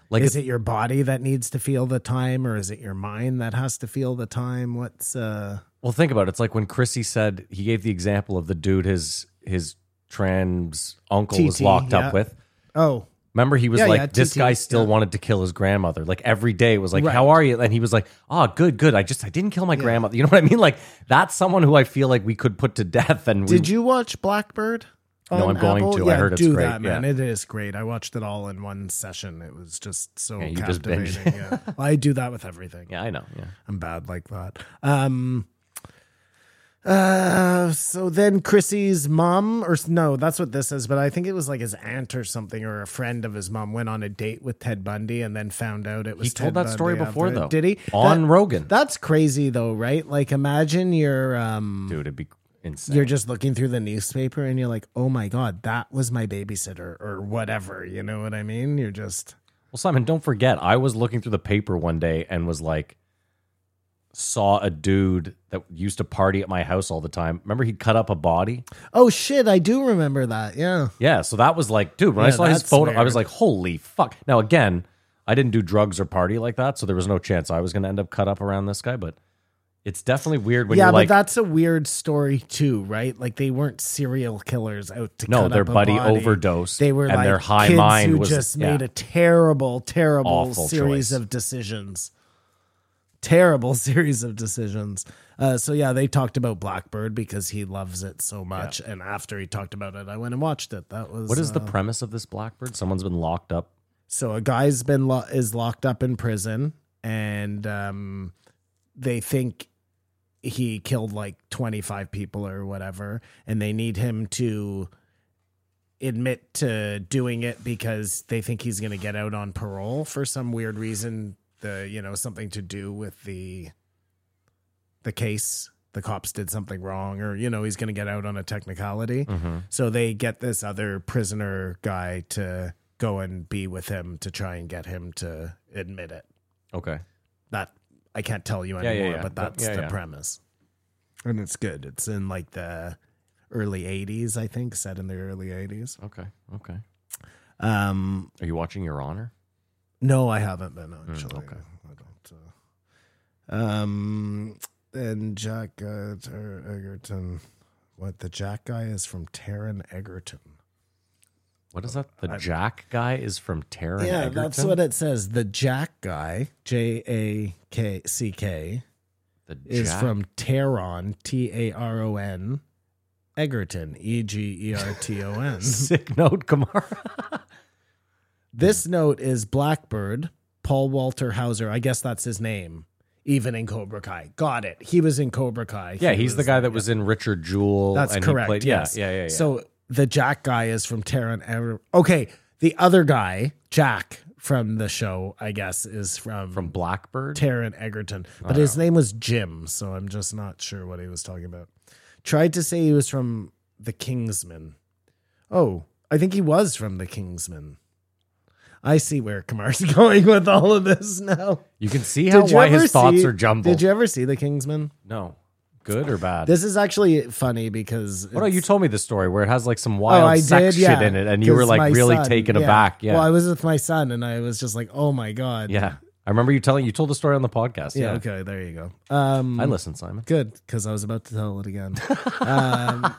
Like
is it your body that needs to feel the time or is it your mind that has to feel the time? What's uh
Well, think about it. It's like when Chrissy said he gave the example of the dude his his trans uncle was
TT,
locked
yeah.
up with.
oh
Remember, he was
Yeah,
like,
yeah,
this
TT,
guy still
yeah.
wanted to kill his grandmother. Like every day was like,
Right.
how are you? And he was like, oh, good, good. I just I didn't kill my grandmother. You know what I mean? Like that's someone who I feel like we could put to death. And we,
Did you watch Blackbird?
No,
on
I'm going
Apple?
to. I
Yeah,
heard it's
do
great,
that, man.
yeah.
It is great. I watched it all in one session. It was just so
Yeah, you just
captivating.
binged.
yeah. I do that with everything.
Yeah, I know. Yeah.
I'm bad like that. Um uh so then Chrissy's mom or s- no, that's what this is, but I think it was like his aunt or something or a friend of his mom went on a date with Ted Bundy and then found out it was
told
Ted
that story
Bundy
before,
after-
though.
Did he?
On Rogan.
That's crazy though, right? Like imagine you're um
Dude, it'd be insane.
you're just looking through the newspaper and you're like, "Oh my god, that was my babysitter or whatever." You know what I mean? You're just
Well, Simon, don't forget, I was looking through the paper one day and was like, saw a dude that used to party at my house all the time. Remember, he'd cut up a body?
Oh shit, I do remember that. Yeah.
Yeah, so that was like, dude, when I
Yeah,
saw his
that's
photo, I was
weird.
like, holy fuck. Now, again, I didn't do drugs or party like that, so there was no chance I was going to end up cut up around this guy, but it's definitely weird when
yeah,
you're
but
like,
that's a weird story too, right? Like they weren't serial killers out to
no,
cut
their
up a
buddy,
body.
overdosed.
They were
and
like
their high
kids
mind
who
was
just
yeah.
made a terrible, terrible
Awful
series
choice.
of decisions. Terrible series of decisions. Uh, so yeah, they talked about Blackbird because he loves it so much, and after he talked about it, I went and watched it. That was
What is the
uh,
premise of this Blackbird? Someone's been locked up.
so a guy's been lo- is locked up in prison and um they think he killed like 25 people or whatever and they need him to admit to doing it because they think he's going to get out on parole for some weird reason the you know something to do with the the case the cops did something wrong or you know he's going to get out on a technicality
Mm-hmm.
so they get this other prisoner guy to go and be with him to try and get him to admit it
Okay.
that I can't tell you
yeah,
anymore,
yeah.
but
But-
that's
yeah,
the
yeah.
premise. And it's good. It's in like the early 80s, I think, set in the early 80s.
Okay. Okay.
Um,
Are you watching Your Honor?
no, I haven't been
Hmm,
actually. I don't. Uh, um, and Jack uh, Ter- Egerton, what the Jack guy is from Taron Egerton.
What is that? The Jack guy is from Terran.
Yeah,
Egerton?
that's what it says. The Jack guy, J A K C K,
the
is
Jack-
from Taron, T A R O N, Egerton, E G E R T O N.
Sick note, Kamara.
This note is Blackbird, Paul Walter Hauser. I guess that's his name, even in Cobra Kai. Got it. He was in Cobra Kai.
yeah,
He
he's the
was-
guy that was in Richard Jewell.
That's
and he
correct.
played-
yes.
Yeah, yeah, yeah, yeah.
So the Jack guy is from Taron. Ever- Okay. The other guy, Jack from the show, I guess, is from,
from Blackbird.
Taron Egerton, but his name was Jim, so I'm just not sure what he was talking about. Tried to say he was from The Kingsman. Oh, I think he was from The Kingsman. I see where Kamar's going with all of this now.
you can see how why his thoughts
see-
are jumbled.
Did you ever see The Kingsman?
no, good or bad?
This is actually funny because
oh no,
it's-
you told me the story where it has like some
Oh,
wild
I
sex
did, yeah.
shit in it, and you were
'Cause my
like really
son,
taken aback. Yeah,
Well, I was with my son, and I was just like, "Oh my god."
yeah. I remember you telling you told the story on the podcast.
Yeah.
Yeah,
Okay. There you go. Um,
I listened, Simon.
Good, because I was about to tell it again. um,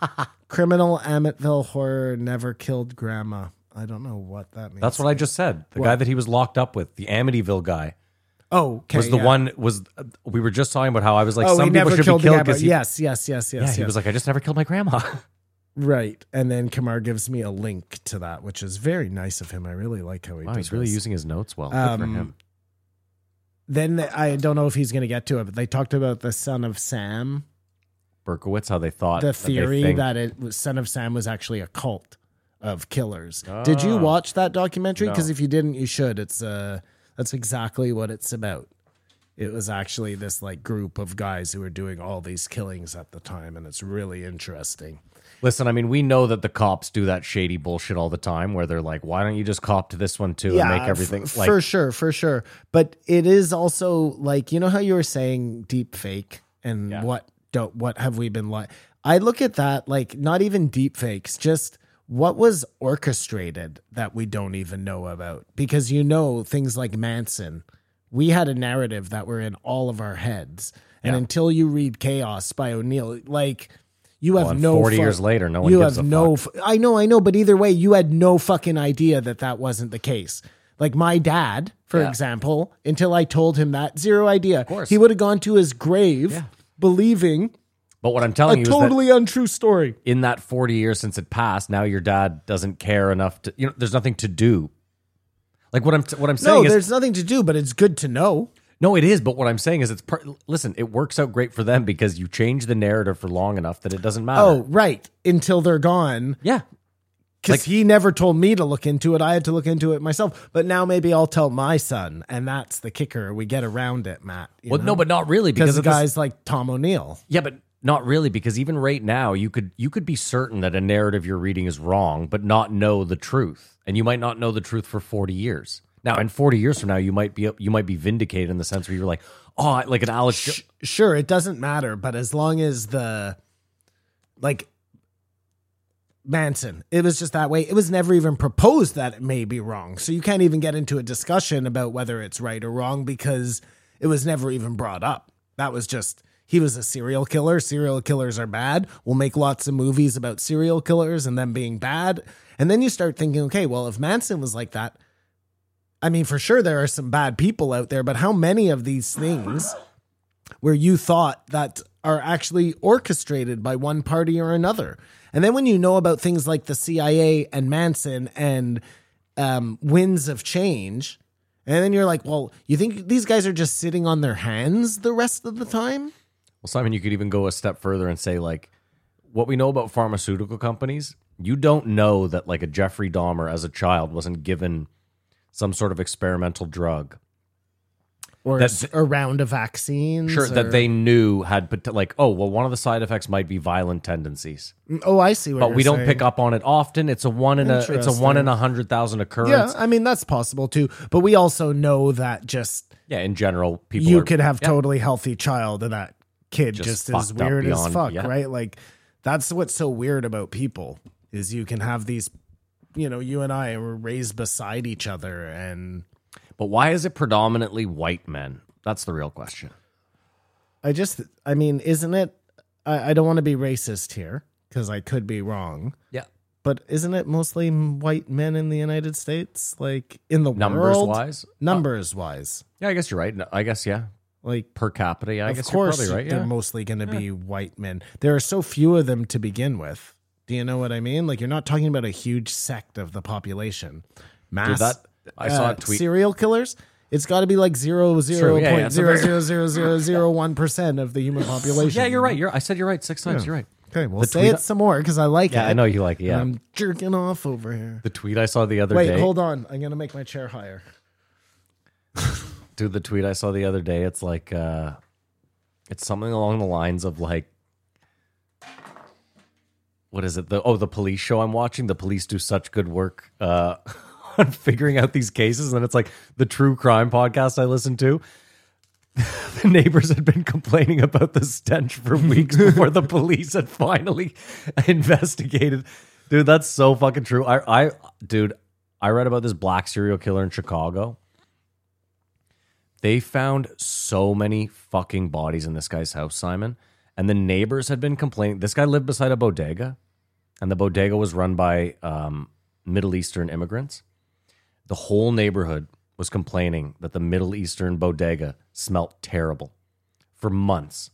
criminal Amityville horror never killed grandma. I don't know what that means.
That's what I just said. The guy that he was locked up with, the Amityville guy,
Oh, okay,
was the
yeah.
one. Was we were just talking about how I was like,
Oh,
some
he
people
never
should
killed
be
the
killed
guy, but
because he,
yes, yes, yes, yes.
yeah,
yes.
he was like, I just never killed my grandma.
right. And then Kamar gives me a link to that, which is very nice of him. I really like how he.
Wow,
did
he's really
this.
using his notes well. Good for
Um,
him.
Then the- I don't know if he's going to get to it, but they talked about the son of Sam,
Berkowitz, how they thought
the
that they
theory
think-
that it was son of Sam was actually a cult of killers. Did you
Ah.
watch that documentary? Because
No.
if you didn't, you should. It's uh, that's exactly what it's about. it was actually this like group of guys who were doing all these killings at the time, and it's really interesting.
Listen, I mean, we know that the cops do that shady bullshit all the time where they're like, why don't you just cop to this one too and make
f-
everything like
for sure, for sure. But it is also like you know how you were saying deep fake and what don't what have we been like? I look at that like not even deep fakes, just what was orchestrated that we don't even know about because you know things like Manson. We had a narrative that were in all of our heads, and until you read Chaos by O'Neill, like. You have
and
no
40
fu-
years later, no one
You
gives
have
a
no no, f- I know, I know, but either way, you had no fucking idea that that wasn't the case. Like my dad, for example, until I told him that, zero idea. Of
course.
He would have gone to his grave believing
But what I'm
a
telling you is that
totally untrue story.
in that 40 years since it passed, now your dad doesn't care enough to, you know, there's nothing to do. Like what I'm, what I'm saying
No,
is,
there's nothing to do, but it's good to know.
no, it is. But what I'm saying is, it's per- listen, it works out great for them because you change the narrative for long enough that it doesn't matter.
Oh, right. Until they're gone.
yeah,
Because he never told me to look into it. I had to look into it myself. But now maybe I'll tell my son. And that's the kicker. We get around it, Matt. you
well,
know?
no, but not really
because
because
the
of this-
guys like Tom O'Neill.
Yeah, but not really because even right now you could you could be certain that a narrative you're reading is wrong, but not know the truth, and you might not know the truth for forty years. Now, and forty years from now, you might be you might be vindicated in the sense where you're like, oh, I- like an Alex. Jo-
sure it doesn't matter but as long as the like manson it was just that way it was never even proposed that it may be wrong so you can't even get into a discussion about whether it's right or wrong because it was never even brought up that was just he was a serial killer serial killers are bad we'll make lots of movies about serial killers and them being bad and then you start thinking okay well if manson was like that i mean for sure there are some bad people out there but how many of these things where you thought that are actually orchestrated by one party or another. And then when you know about things like the CIA and Manson and um, winds of change, and then you're like, well, you think these guys are just sitting on their hands the rest of the time?
Well, Simon, you could even go a step further and say like, what we know about pharmaceutical companies, you don't know that like a Jeffrey Dahmer as a child wasn't given some sort of experimental drug
Or
That-
s- around a vaccine?
sure that they knew had pot- like oh well one of the side effects might be violent tendencies
Oh, I see what
but
you're
we don't
saying.
pick up on it often. It's a one in a it's a one in a hundred thousand
Yeah,
occurrence. Yeah,
I mean, that's possible too. But we also know that just
in general, people
you
are-
could have
yeah.
totally healthy child and that kid
Just
just,
fucked
is
up
weird as
beyond-
fuck
yeah.
right like that's what's so weird about people is you can have these you know you and i were raised beside each other and
But why is it predominantly white men? That's the real question.
i just i mean isn't it i, I don't want to be racist here because i could be wrong
Yeah,
but isn't it mostly white men in the united states like in the
numbers
world?
wise. Uh,
numbers wise
Yeah, I guess you're right. No, I guess yeah,
like
per capita. Yeah, I
of
guess
course
you're probably right.
they're
Yeah.
mostly going to be white men. There are so few of them to begin with. Do you know what I mean? Like you're not talking about a huge sect of the population. Mass. uh,
that- I saw a tweet-
Serial killers. It's got to be like zero zero
True, yeah, yeah,
point
it's a
zero
very-
zero zero zero zero one percent of the human population.
yeah, you're right. You're I said you're right six times. You're right.
Okay, we'll
The
say
tweet-
it some more because I like it.
Yeah, I know you like it. Yeah,
I'm jerking off over here.
the tweet I saw the other
Wait,
day.
hold on. I'm gonna make my chair higher.
Dude, the tweet I saw the other day, it's like uh it's something along the lines of like what is it? The oh, the police show I'm watching. The police do such good work uh on figuring out these cases, and it's like the true crime podcast I listen to. The neighbors had been complaining about the stench for weeks before the police had finally investigated. Dude, that's so fucking true. I I dude, I read about this black serial killer in Chicago they found so many fucking bodies in this guy's house, Simon. And the neighbors had been complaining. This guy lived beside a bodega, and the bodega was run by um, Middle Eastern immigrants. The whole neighborhood was complaining that the Middle Eastern bodega smelt terrible for months.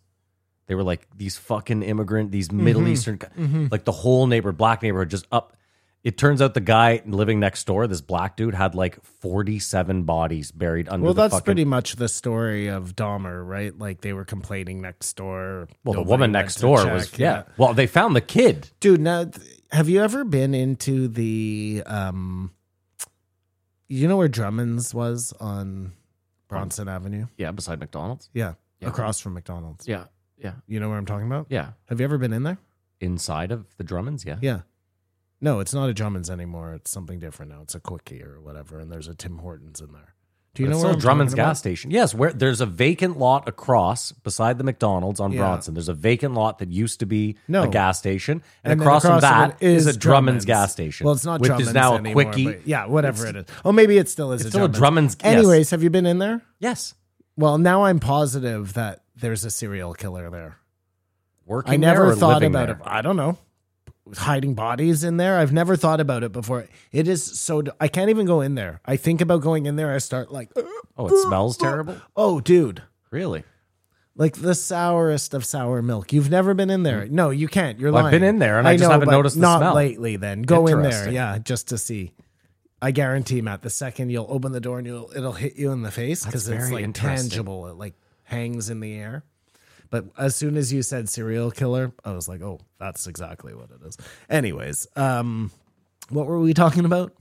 They were like these fucking immigrant, these
Mm-hmm.
Middle Eastern, gu- like the whole neighbor, black neighborhood, just up. It turns out the guy living next door, this black dude, had like forty-seven bodies buried under.
Well,
the
that's
fucking,
pretty much the story of Dahmer, right? Like they were complaining next door.
Well, the
Nobody
woman
went
next
to
door
check,
was yeah. Well, they found the kid.
dude now th- have you ever been into the um you know where drummond's was on Bronson Avenue.
Yeah, beside McDonald's.
Yeah. Across from McDonald's.
Yeah, yeah,
You know what I'm talking about?
yeah.
Have you ever been in there?
Inside of the Drummonds, yeah.
Yeah. No, it's not a Drummond's anymore. It's something different now. It's a Quickie or whatever, and there's a Tim Hortons in there. Do you
It's
know
still
where I'm
Drummond's
talking about?
gas station. Yes, where there's a vacant lot across beside the McDonald's on
Yeah.
Bronson. There's a vacant lot that used to be
No.
a gas station, and,
then
across, from
it
that is, a Drummond's, gas station.
Well, it's not
which
Drummond's
is now
anymore,
a quickie.
but Yeah, whatever it is. Oh, maybe it still is.
It's
a
still a Drummond's- yes.
Anyways, have you been in there?
Yes,
Well, now I'm positive that there's a serial killer there.
working.
I
there
never
or
thought
living
about
there?
it. I don't know. Hiding bodies in there. I've never thought about it before. It is so. I can't even go in there. I think about going in there. I start like,
Oh, it smells terrible.
oh, dude,
Really?
like the sourest of sour milk. You've never been in there. No, you can't. You're
Well,
lying.
I've been in there and I just haven't
but
noticed the
not
smell.
lately. Then go in there,
Interesting.
yeah, just to see. I guarantee, Matt. The second you'll open the door and you'll it'll hit you in the face because it's
very
like
interesting.
tangible. It like hangs in the air. But as soon as you said serial killer, I was like, oh, that's exactly what it is. Anyways, um, what were we talking about?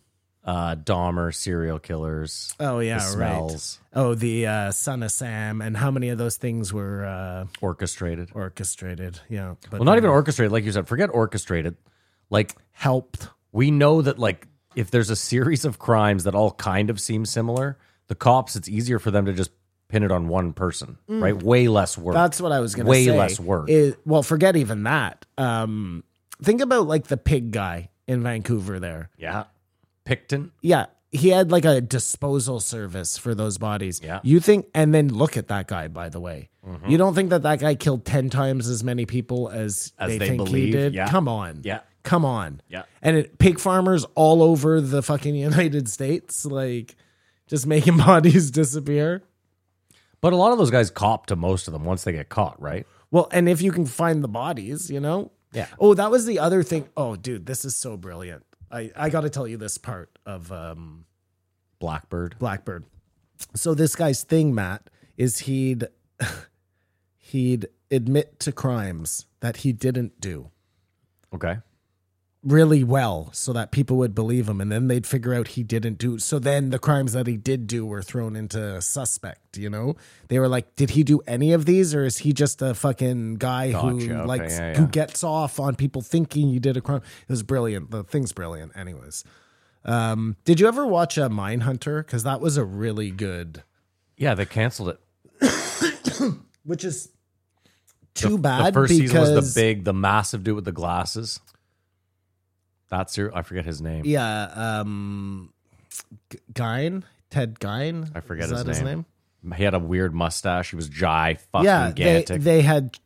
Uh, Dahmer serial killers.
Oh yeah,
the smells
right. Oh, the uh, son of Sam, and how many of those things were uh,
orchestrated.
orchestrated? Yeah, but
well, not even orchestrated. Like you said, forget orchestrated. Like
helped.
we know that like if there's a series of crimes that all kind of seem similar, the cops it's easier for them to just pin it on one person, right? Way less work.
Mm. That's what I was going to
Way
say.
less work.
Is- well, forget even that. Um, think about like the pig guy in Vancouver there.
yeah. Picton.
Yeah. He had like a disposal service for those bodies.
Yeah. Mm-hmm.
You think, and then look at that guy, by the way. You don't think that that guy killed 10 times as many people as,
As
they,
they
think he
believe,
did?
yeah.
Come on.
Yeah.
Come on.
Yeah.
And it, pig farmers all over the fucking United States, like just making bodies disappear.
But a lot of those guys cop to most of them once they get caught, right?
Well, and if you can find the bodies, you know?
Yeah.
Oh, that was the other thing. Oh, dude, this is so brilliant. I, I got to tell you this part of um,
Blackbird.
Blackbird. So this guy's thing, Matt, is he'd he'd admit to crimes that he didn't do
Okay.
really well so that people would believe him and then they'd figure out he didn't do so then the crimes that he did do were thrown into suspect you know they were like did he do any of these or is he just a fucking guy
Gotcha.
who
Okay,
likes
yeah,
who
yeah.
gets off on people thinking you did a crime it was brilliant the thing's brilliant anyways um did you ever watch a mine hunter because that was a really good
Yeah, they canceled it.
which is too
The- The
bad
first
because
season was the big, the massive dude with the glasses. That's your I forget his name.
yeah um G- Gein Ted Gein
I forget
Is
his
that
name. He had a weird mustache. He was gi fucking
yeah they,
gigantic.
they had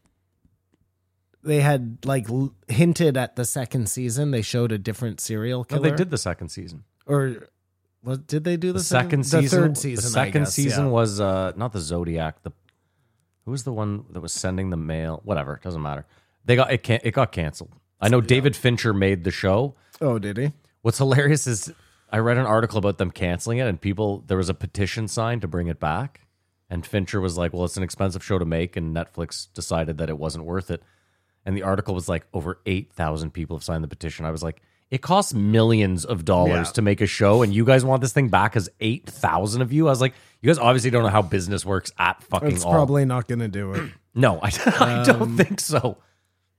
they had like l- hinted at the second season they showed a different serial
No,
killer
Oh, they did the second season.
or what did they do the,
the second
the
season.
third season
The
I
second
guess,
season
yeah.
was uh, not the Zodiac. The who was the one that was sending the mail? Whatever, it doesn't matter. They got it. Can, it got canceled. I know David Fincher made the show.
oh did he
What's hilarious is I read an article about them canceling it, and people there was a petition signed to bring it back. And Fincher was like, "Well, it's an expensive show to make," and Netflix decided that it wasn't worth it. And the article was like, over eight thousand people have signed the petition. I was like, it costs millions of dollars to make a show, and you guys want this thing back as eight thousand of you? I was like, you guys obviously don't know how business works at fucking
it's
all.
probably Um, not gonna do it
no, I, I don't think so.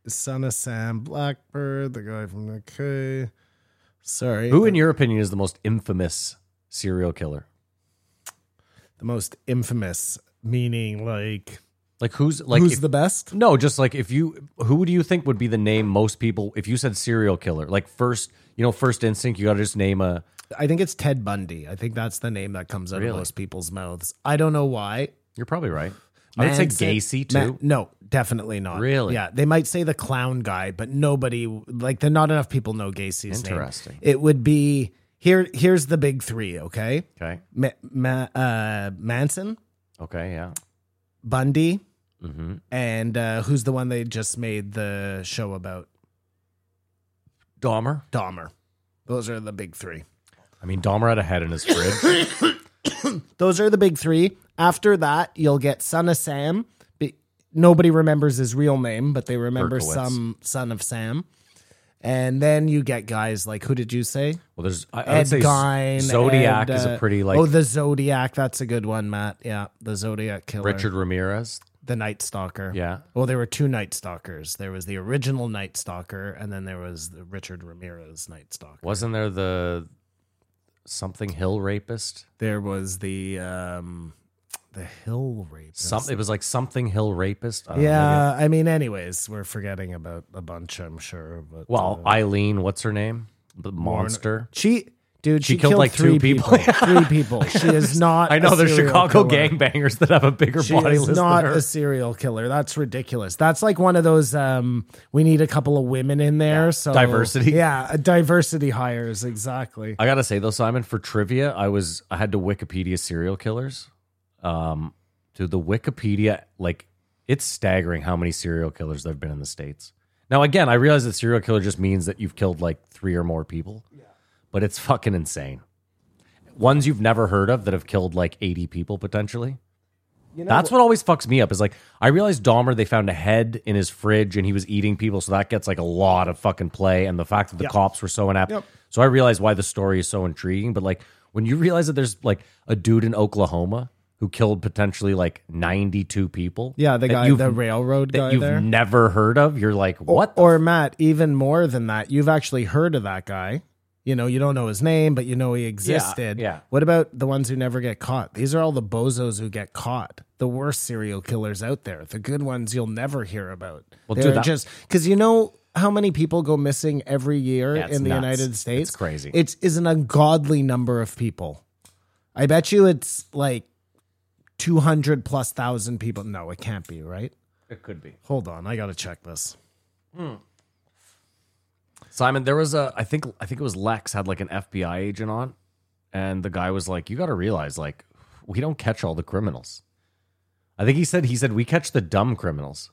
son of Sam Blackbird the guy from the K sorry
Who, in your opinion, is the most infamous serial killer?
the most infamous meaning like
Like who's like
who's
if-
the best
No, just like if you, who do you think would be the name most people if you said serial killer? Like first, you know, first instinct, you got to just name a.
I think it's Ted Bundy I think that's the name that comes out of
Really?
most people's mouths I don't know why
You're probably right. I would say
Manson-
Gacy
Ma-
too.
no, definitely not.
Really?
Yeah, they might say the clown guy, but nobody like there. Not enough people know Gacy's name.
Interesting.
It would be here. Here's the big three. Okay,
okay.
Ma- Ma- uh, Manson,
Okay. Yeah.
Bundy,
Mhm.
and uh, who's the one they just made the show about?
Dahmer.
Dahmer. Those are the big three.
I mean, Dahmer had a head in his fridge.
Those are the big three. After that, you'll get Son of Sam. Be- Nobody remembers his real name, but they remember
Berkowitz.
some Son of Sam. And then you get guys like who did you say?
Well, there's I, I
Ed
would say Z-
Gein.
Zodiac
and,
is a
uh,
pretty like
oh the Zodiac. That's a good one, Matt. Yeah, the Zodiac killer.
Richard Ramirez.
the Night Stalker.
Yeah.
Well, there were two Night Stalkers. There was the original Night Stalker, and then there was the Richard Ramirez Night Stalker.
Wasn't there the something hill rapist?
There was the um, the Hill Rape.
Some, it was like something hill rapist. I don't know.
Yeah, I mean, anyways, we're forgetting about a bunch, I'm sure. But
Well, Eileen, what's her name? The monster.
she, dude, she,
She killed, like,
three
two people.
three people. She is not.
I know
a
there's
serial
Chicago
killer.
gangbangers that have a bigger
She
body
is
list
not
than her.
a serial killer. That's ridiculous. That's like one of those. Um, we need a couple of women in there. So
diversity. Uh,
Yeah, a diversity hires exactly.
I gotta say though, Simon, for trivia, I was I had to Wikipedia serial killers. Um, to the Wikipedia, like it's staggering how many serial killers there've been in the states. Now, again, I realize that serial killer just means that you've killed like three or more people, but it's fucking insane. Ones you've never heard of that have killed like eighty people potentially. That's what always fucks me up is like I realized Dahmer they found a head in his fridge and he was eating people, so that gets like a lot of fucking play. And the fact that the cops were so inept, so I realized why the story is so intriguing. But like when you realize that there's like a dude in Oklahoma who killed potentially like 92 people,
Yeah, the
that
guy,
you've-
the railroad
that
guy
you've
there.
never heard of, you're like what? the
Or Matt, even more than that, you've actually heard of that guy. You know, you don't know his name, but you know he existed.
yeah.
What about the ones who never get caught? These are all the bozos who get caught. The worst serial killers out there. The good ones you'll never hear about.
Well,
They're
dude, that-
just because you know how many people go missing every year
Yeah, it's
in the
nuts.
United States.
It's crazy.
It is an ungodly number of people. I bet you it's like two hundred plus thousand people. No, it can't be right.
it could be.
Hold on, I gotta check this.
Simon, there was a I think I think it was Lex had like an FBI agent on, and the guy was like, "You got to realize, like, we don't catch all the criminals." I think he said he said we catch the dumb criminals.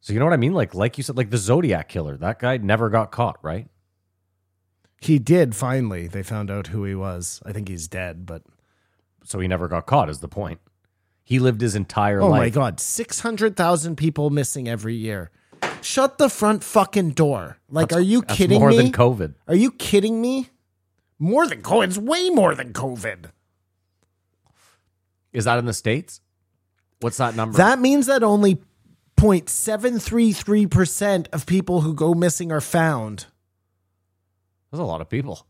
So you know what I mean? Like, like you said, like the Zodiac killer, that guy never got caught, right?
He did finally. They found out who he was. I think he's dead, but
So he never got caught. Is the point? He lived his entire
oh my
life.
god, 600,000 people missing every year. Shut the front fucking door. Like are you
That's
kidding
more
me?
than COVID.
Are you kidding me? More than COVID, it's way more than COVID.
Is that in the states? What's that number?
That means that only 0.733% of people who go missing are found.
That's a lot of people.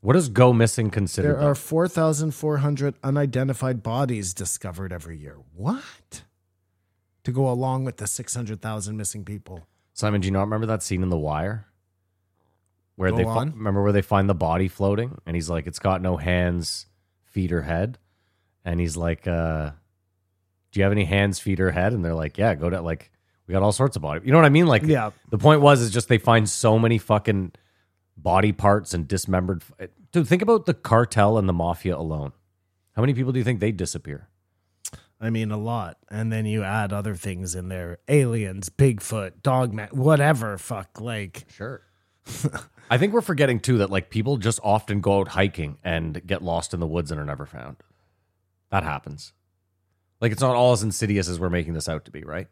What is go missing considered?
There
though?
are 4,400 unidentified bodies discovered every year. What? To go along with the 600,000 missing people.
Simon, do you not remember that scene in The Wire? Where
Go
they fi-
on.
remember where they find the body floating, and he's like, "It's got no hands, feet, or head," and he's like, uh, "Do you have any hands, feet, or head?" And they're like, "Yeah, go to like we got all sorts of body." You know what I mean? Like,
Yeah.
The point was is just they find so many fucking body parts and dismembered. F- Dude, think about the cartel and the mafia alone. How many people do you think they disappear?
I mean, a lot. And then you add other things in there aliens, Bigfoot, dogman, whatever. Fuck. Like,
Sure. I think we're forgetting too that like people just often go out hiking and get lost in the woods and are never found. That happens. Like it's not all as insidious as we're making this out to be, right?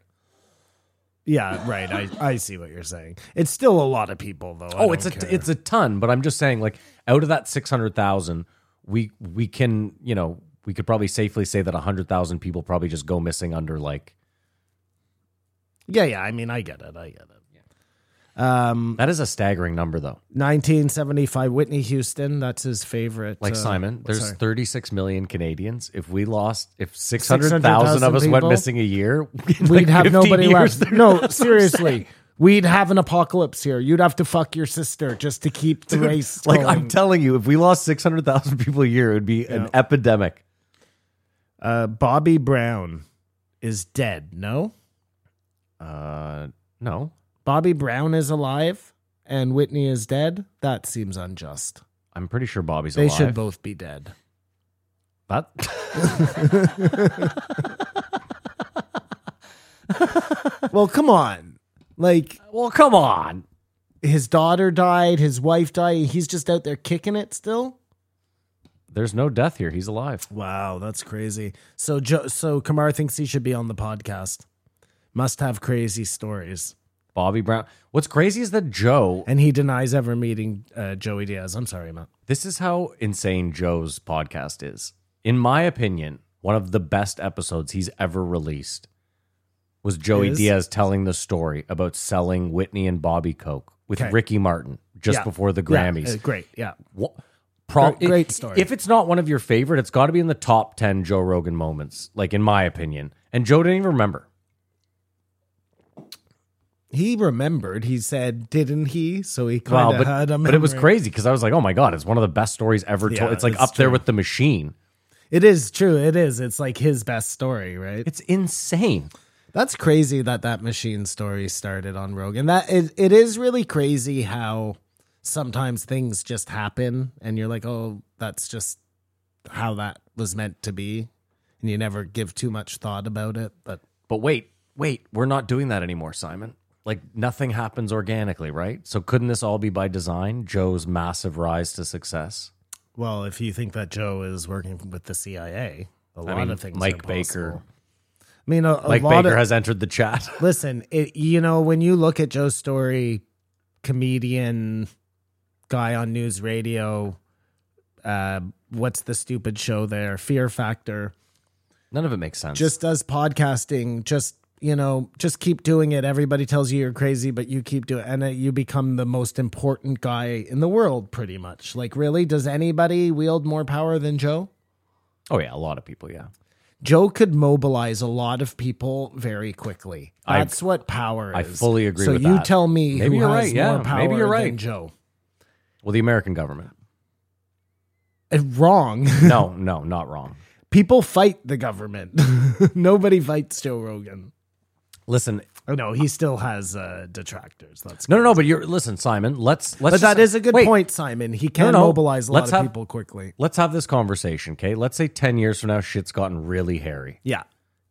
yeah, right. I, I see what you're saying. It's still a lot of people, though. I
oh, it's a
don't care.
it's a ton, but I'm just saying like out of that 600,000, we we can, you know, we could probably safely say that 100,000 people probably just go missing under like
yeah, yeah. I mean, I get it. I get it.
that is a staggering number though.
1975, Whitney Houston. That's his favorite.
Like
uh,
Simon, there's
sorry.
36 million Canadians. If we lost, if 600,000
600,000
of us went
people,
missing a year, in,
We'd
like,
have
15
nobody
years,
left.
there's
No, seriously. We'd have an apocalypse here. You'd have to fuck your sister just to keep the race.
Like
going.
I'm telling you, if we lost six hundred thousand people a year, it would be an epidemic.
uh, Bobby Brown is dead. No,
Uh, no,
Bobby Brown is alive and Whitney is dead. That seems unjust.
I'm pretty sure Bobby's
They
alive.
should both be dead.
That
well, come on. Like
well, come on.
his daughter died, his wife died. He's just out there kicking it still.
There's no death here. He's alive.
Wow, that's crazy. So, jo- so Kamar thinks he should be on the podcast. Must have crazy stories.
Bobby Brown. What's crazy is that Joe,
And he denies ever meeting uh, Joey Diaz. I'm sorry, Matt.
this is how insane Joe's podcast is. In my opinion, one of the best episodes he's ever released was Joey
Is?
Diaz telling the story about selling Whitney and Bobby Coke with
Okay.
Ricky Martin just
Yeah.
before the
Yeah,
Grammys.
uh, great. Yeah.
Wha- Pro-
Great- great story.
If it's not one of your favorite, it's got to be in the top 10 Joe Rogan moments, like in my opinion. And Joe didn't even remember.
He remembered. He said, didn't he? So he kind
Wow,
of
but,
had a
but it was
memory.
crazy because I was like, oh my God, it's one of the best stories ever told.
Yeah,
It's like
that's
up there
true.
with The Machine.
It is true. It is. It's like his best story, right?
It's insane.
That's crazy that that machine story started on Rogan. That it, it is really crazy how sometimes things just happen and you're like, "Oh, that's just how that was meant to be." And you never give too much thought about it, but
But wait, wait, we're not doing that anymore, Simon. Like nothing happens organically, right? So couldn't this all be by design? Joe's massive rise to success.
well, if you think that Joe is working with the CIA, a lot
mean,
of things
Mike
are
Baker-
possible. I mean, a, a
Like
lot
Baker
of,
has entered the chat.
Listen, it, you know, when you look at Joe's story, comedian, guy on news radio, uh, what's the stupid show there? Fear Factor.
None of it makes sense.
Just does podcasting. Just, you know, just keep doing it. Everybody tells you you're crazy, but you keep doing And uh, you become the most important guy in the world, pretty much. Like, really? Does anybody wield more power than Joe?
oh yeah, a lot of people, yeah.
Joe could mobilize a lot of people very quickly.
I-
That's what power is.
I fully agree
So
with
you
that.
tell me
Maybe
who
you're
has
right, yeah.
more power
Maybe you're right.
than Joe.
Well, the American government.
Uh, Wrong.
No, no, not wrong.
people fight the government. Nobody fights Joe Rogan.
Listen,
Oh no, he still has uh, detractors. That's
no, no, no. But you're listen, Simon. Let's let's.
But
just-
that is a good
wait,
point, Simon. He can
no.
mobilize a lot
Let's
of
have-
people quickly.
Let's have this conversation, okay? Let's say ten years from now, shit's gotten really hairy,
Yeah.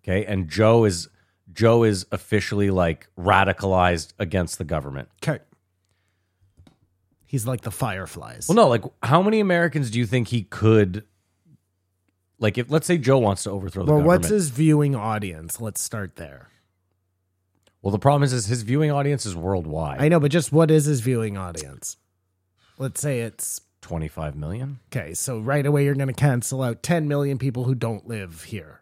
okay? And Joe is Joe is officially like radicalized against the government.
Okay. He's like the fireflies.
Well, no, like how many Americans do you think he could? Like, if let's say Joe wants to overthrow the
well,
government.
what's his viewing audience? Let's start there.
well, the problem is, is his viewing audience is worldwide.
I know, but just what is his viewing audience? Let's say it's
Twenty-five million.
Okay, so right away you're going to cancel out 10 million people who don't live here.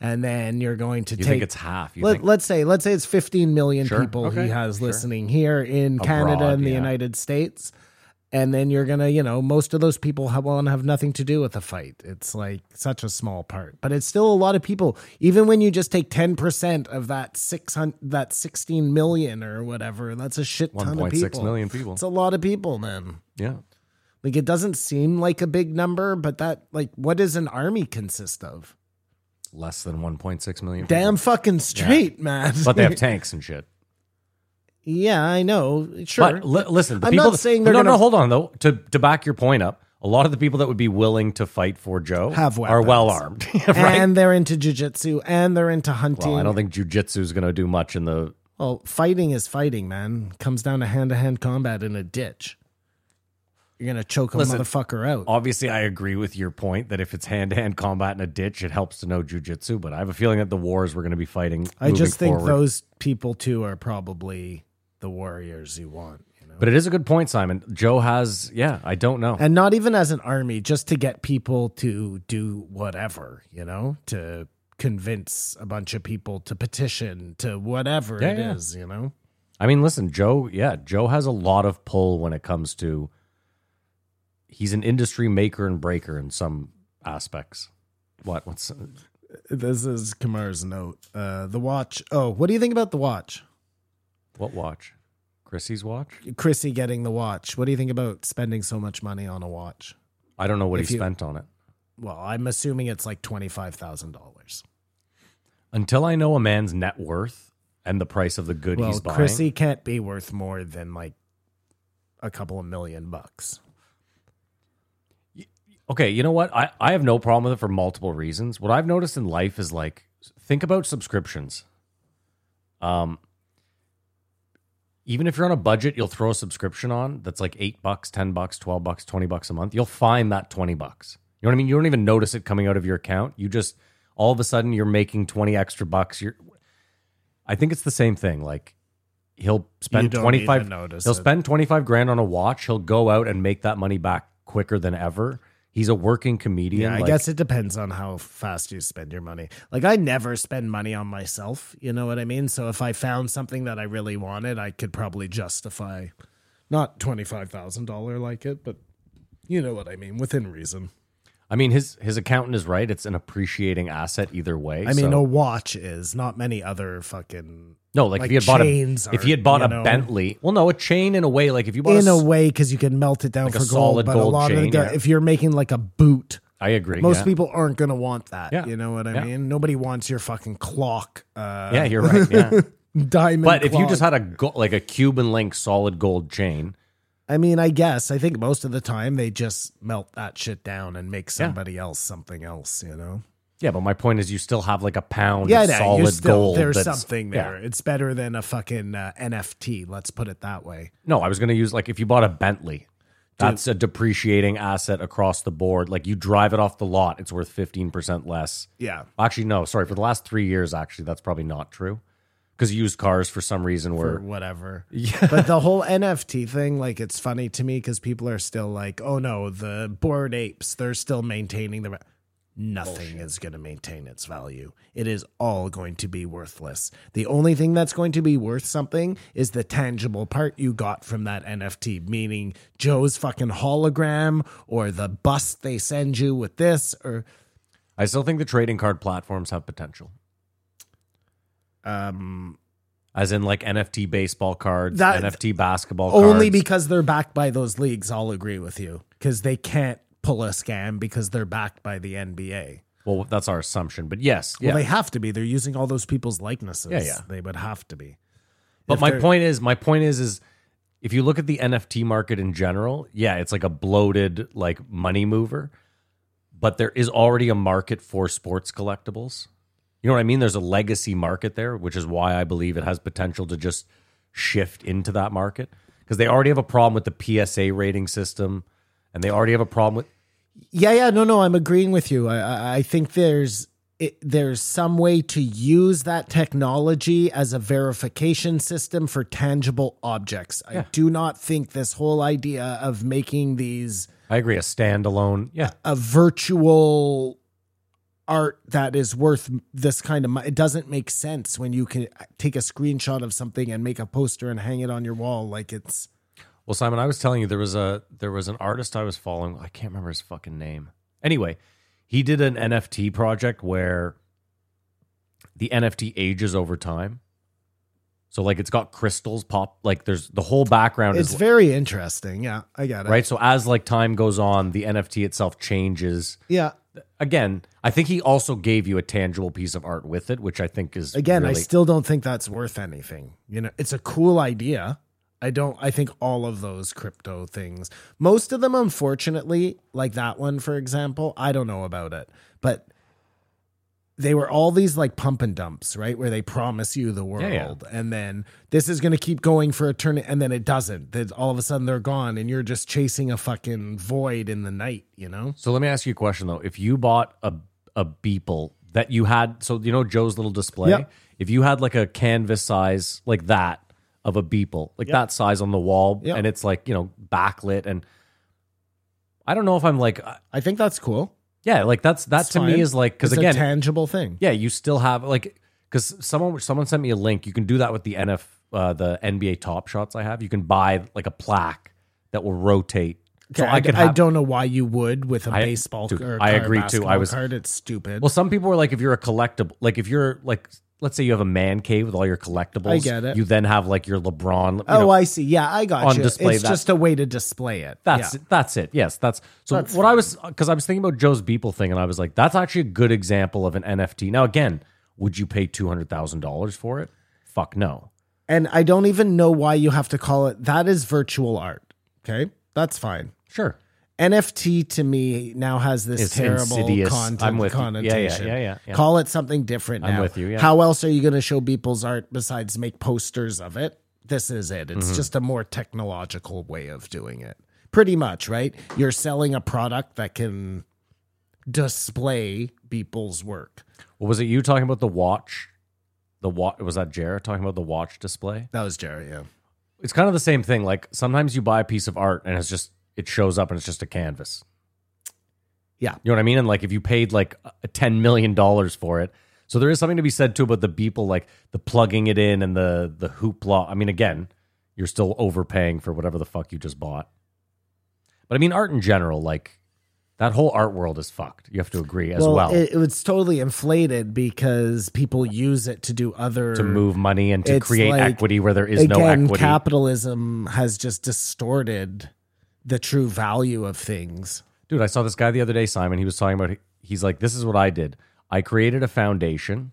And then you're going to
You
take
think it's half? You
let,
think,
us say let's say it's 15 million
Sure,
people
okay,
he has
sure.
listening here in Canada
Abroad,
and the
yeah.
United States. And then you're going to, you know, most of those people have, want to have nothing to do with the fight. It's like such a small part, but it's still a lot of people. Even when you just take 10% of that 600 that 16 million or whatever, that's a shit ton of
1.6
people.
million people.
It's a lot of people, man.
yeah.
Like it doesn't seem like a big number, but that like what does an army consist of?
Less than one point six million.
Damn
people.
fucking straight, man.
but they have tanks and shit.
yeah, I know. Sure.
But li- listen, the
I'm
people
not
that-
saying they're
no, no.
gonna-
Hold on though. To to back your point up, a lot of the people that would be willing to fight for Joe
Have
are well armed.
weapons.
right?
And they're into jujitsu and they're into hunting.
well, I don't think jujitsu is going to do much in the.
Well, fighting is fighting, man. Comes down to hand to hand combat in a ditch. You're gonna choke a
Listen,
motherfucker out.
Obviously, I agree with your point that if it's hand to hand combat in a ditch, it helps to know jujitsu. But I have a feeling that the wars we're going to be fighting.
I just
moving
think
forward.
those people too are probably the warriors you want. You know?
But it is a good point, Simon. Joe has. Yeah, I don't know.
and not even as an army just to get people to do whatever you know to convince a bunch of people to petition to whatever
Yeah,
it is,
yeah.
you know
I mean, listen, Joe, yeah, Joe has a lot of pull when it comes to he's an industry maker and breaker in some aspects. What what's
this is kamar's note uh the watch oh what do you think about the watch
what watch? Chrissy's watch?
chrissy getting the watch what do you think about spending so much money on a watch
I don't know what
If
he
you-
spent on it.
well i'm assuming it's like $25000
Until I know a man's net worth and the price of the good
well
he's buying.
chrissy can't be worth more than like a couple of million bucks
Okay, you know what? I, I have no problem with it for multiple reasons. What I've noticed in life is like think about subscriptions. Um even if you're on a budget, you'll throw a subscription on that's like eight bucks, ten bucks, twelve bucks, twenty bucks a month. You'll find that twenty bucks. You know what I mean? You don't even notice it coming out of your account. You just all of a sudden you're making twenty extra bucks. You're I think it's the same thing. Like he'll spend
don't
twenty
need
five.
to notice
He'll
it.
spend twenty five grand on a watch. He'll go out and make that money back quicker than ever. He's a working comedian.
Yeah, I
like-
guess it depends on how fast you spend your money. Like I never spend money on myself, you know what I mean? So if I found something that I really wanted, I could probably justify not $25,000 like it, but you know what I mean, within reason.
I mean, his his accountant is right. It's an appreciating asset either way.
I mean,
so-
a watch is not many other fucking
no, like,
like
if he had bought
chains
a, if he
are,
had bought
you
a
know.
Bentley. Well, no, a chain in a way. Like if you bought
in
a
a
s-
way because you can melt it down
Like a
for
solid
gold, but a
gold
lot of the,
chain,
gu-
yeah.
if you're making like a boot,
I agree.
most
yeah.
people aren't going to want that.
Yeah.
You know what I
Yeah.
mean? Nobody wants your fucking clock, uh,
Yeah, you're right. Yeah.
diamond.
but if you
clock.
just had a go- like a Cuban link solid gold chain,
I mean, I guess I think most of the time they just melt that shit down and make somebody else something else, you know?
yeah. But my point is, you still have like a pound
Yeah,
of
no,
solid
you're still,
gold.
There's
that's-
something
yeah.
there. It's better than a fucking uh, NFT. Let's put it that way.
No, I was going to use like if you bought a Bentley, that's a depreciating asset across the board. Like you drive it off the lot, it's worth 15% less.
Yeah.
Actually, no, sorry. For the last three years, actually, that's probably not true. Because used cars, for some reason,
Or
were.
whatever. Yeah. But the whole NFT thing, like, it's funny to me because people are still like, oh no, the bored apes, they're still maintaining the. va-" Nothing is going to maintain its value. It is all going to be worthless. The only thing that's going to be worth something is the tangible part you got from that NFT, meaning Joe's fucking hologram or the bust they send you with this or
I still think the trading card platforms have potential.
um
As in, like NFT baseball cards,
That-
NFT basketball
only
cards.
because they're backed by those leagues, I'll agree with you. Because they can't pull a scam because they're backed by the NBA.
Well, that's our assumption. But yes.
Well,
yeah.
they have to be. They're using all those people's likenesses.
Yeah, yeah.
They would have to be.
But
If
my
they're-
point is, my point is, is if you look at the NFT market in general, yeah, it's like a bloated like money mover, but there is already a market for sports collectibles. You know what I mean? There's a legacy market there, which is why I believe it has potential to just shift into that market because they already have a problem with the PSA rating system, and they already have a problem with
Yeah, yeah, no, no, I'm agreeing with you. I, I, I think there's it, there's some way to use that technology as a verification system for tangible objects. I do not think this whole idea of making these
I agree a standalone. Yeah,
a virtual art that is worth this kind of money. It doesn't make sense when you can take a screenshot of something and make a poster and hang it on your wall like it's
Well, Simon, I was telling you there was a there was an artist I was following. I can't remember his fucking name. Anyway, he did an NFT project where the NFT ages over time. So like it's got crystals pop like there's the whole background
it's
is
very interesting. Yeah, I got it.
right. So as like time goes on, the NFT itself changes.
Yeah.
Again, I think he also gave you a tangible piece of art with it, which I think is
Again, I
really-
still don't think that's worth anything. You know, it's a cool idea. I don't I think all of those crypto things, most of them unfortunately, like that one for example, I don't know about it. But they were all these like pump and dumps, right? Where they promise you the world
Yeah, yeah.
and then this is going to keep going for eternity and then it doesn't. Then all of a sudden they're gone and you're just chasing a fucking void in the night, you know?
So let me ask you a question though. If you bought a a Beeple that you had, so you know Joe's little display.
Yep.
If you had like a canvas size like that of a Beeple, like that size on the wall,
Yep.
and it's like you know backlit, and I don't know if I'm like uh,
I think that's cool.
yeah, like that's that
That's
to me is like because again,
a tangible thing.
yeah, you still have like because someone someone sent me a link. You can do that with the NF uh, the NBA Top Shots I have. You can buy like a plaque that will rotate.
Okay, I, I don't know why you would with a
I-
baseball
dude,
or a
I
car-
agree too.
basketball
I was-
card. It's stupid.
Well, some people are like, if you're a collectible, like if you're like, let's say you have a man cave with all your collectibles.
I get it.
You then have like your LeBron. you
oh,
know,
I see. Yeah, I got
on
you.
display
it's
that-
just a way to display it.
that's
Yeah.
it, that's it. Yes, that's so. what I was because I was thinking about Joe's Beeple thing, and I was like, that's actually a good example of an NFT. Now, again, would you pay two hundred thousand dollars for it? Fuck no.
And I don't even know why you have to call it. That is virtual art. Okay, that's fine.
Sure,
NFT to me now has this
It's
terrible
insidious.
content
I'm with you. Yeah, yeah,
connotation.
yeah, yeah, yeah.
Call it something different.
I'm
now.
with you, yeah.
How else are you going to show people's art besides make posters of it? This is it. It's
Mm-hmm.
just a more technological way of doing it. Pretty much, right? You're selling a product that can display people's work.
What was it? You talking about the watch the watch was that Jared talking about the watch display?
That was Jerry, yeah.
It's kind of the same thing. Like sometimes you buy a piece of art and it's just it shows up and it's just a canvas.
Yeah.
You know what I mean? And like if you paid like a ten million dollars for it. So there is something to be said too about the people like the plugging it in and the the hoopla. I mean, again, you're still overpaying for whatever the fuck you just bought. But I mean art in general, like that whole art world is fucked. You have to agree as well.
It, it's totally inflated because people use it to do other
to move money and to
It's
create
like,
equity where there is
again,
no equity.
capitalism has just distorted the true value of things.
Dude, I saw this guy the other day, Simon. He was talking about, he's like, this is what I did. I created a foundation.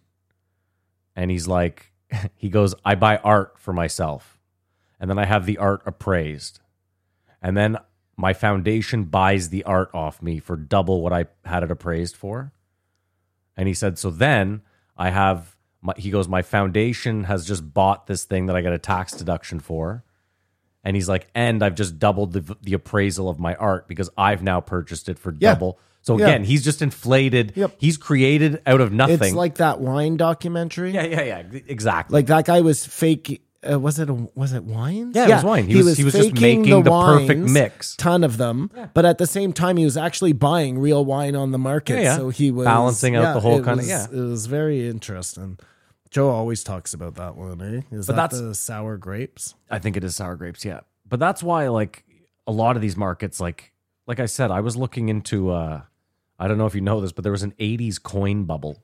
And he's like, he goes, I buy art for myself. And then I have the art appraised. And then my foundation buys the art off me for double what I had it appraised for. And he said, so then I have, my, he goes, my foundation has just bought this thing that I got a tax deduction for. And he's like, and I've just doubled the, the appraisal of my art because I've now purchased it for
Yeah.
double. So
Yeah.
again, he's just inflated.
Yep.
He's created out of nothing.
It's like that wine documentary.
yeah, yeah, yeah, ex- exactly.
Like that guy was fake. Uh, was it a, was it wine?
Yeah, it was wine. He was- he was just
faking
making the perfect
wines,
mix.
ton of them. But at the same time, he was actually buying real wine on the market.
Yeah, yeah.
So he was
Balancing out
yeah,
the whole
it
kinda-
was-
yeah.
it was very interesting. Joe always talks about that one. Eh? Is
But
that
that's-
the sour grapes?
I think it is sour grapes, yeah. But that's why like a lot of these markets like like I said, I was looking into uh I don't know if you know this, but there was an 80s coin bubble.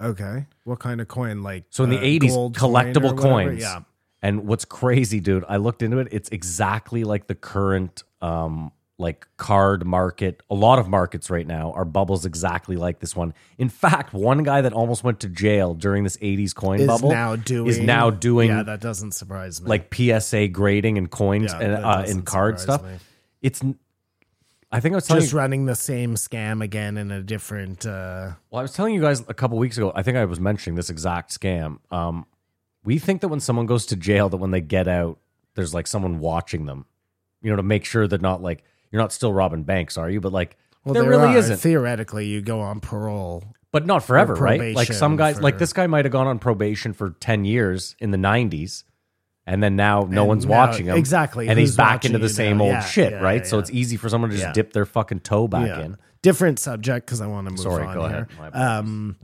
Okay, what kind of coin? Like
So in the
uh,
80s
gold coin or
collectible
whatever?
coins.
Yeah.
And what's crazy, dude, I looked into it, it's exactly like the current um like card market. A lot of markets right now are bubbles exactly like this one. In fact, one guy that almost went to jail during this 80s coin
Is
bubble
now doing
is now doing
Yeah, that doesn't surprise me.
like PSA grading and coins
Yeah,
and
that
uh,
doesn't
and card
surprise
stuff.
me.
It's n- I think I was telling
just
you,
running the same scam again in a different. Uh,
well, I was telling you guys a couple weeks ago. I think I was mentioning this exact scam. Um, we think that when someone goes to jail, that when they get out, there's like someone watching them, you know, to make sure that not like you're not still robbing banks, are you? But like there, really
are.
isn't.
Theoretically, you go on parole.
but not forever,
Or
right? Like some
probation
guys, like
for-
this guy might have gone on probation for ten years in the '90s, and then now no
And
one's
now-
watching him.
exactly,
and he's
who's
back into
watching
the
you
same
now?
old
Yeah,
shit,
yeah,
right?
yeah,
So
yeah.
it's easy for someone to just
Yeah.
dip their fucking toe back
Yeah.
in.
Different subject because I want to move
Sorry,
on.
go
here.
ahead. My apologies.
Um,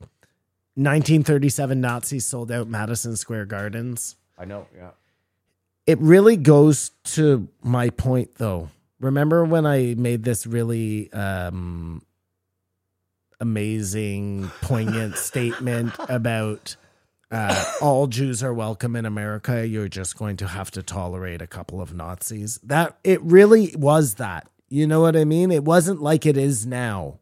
1937 Nazis sold out Madison Square Gardens.
I know, yeah.
It really goes to my point, though. Remember when I made this really um, amazing, poignant statement about uh, all Jews are welcome in America. You're just going to have to tolerate a couple of Nazis. That it really was that. You know what I mean? It wasn't like it is now,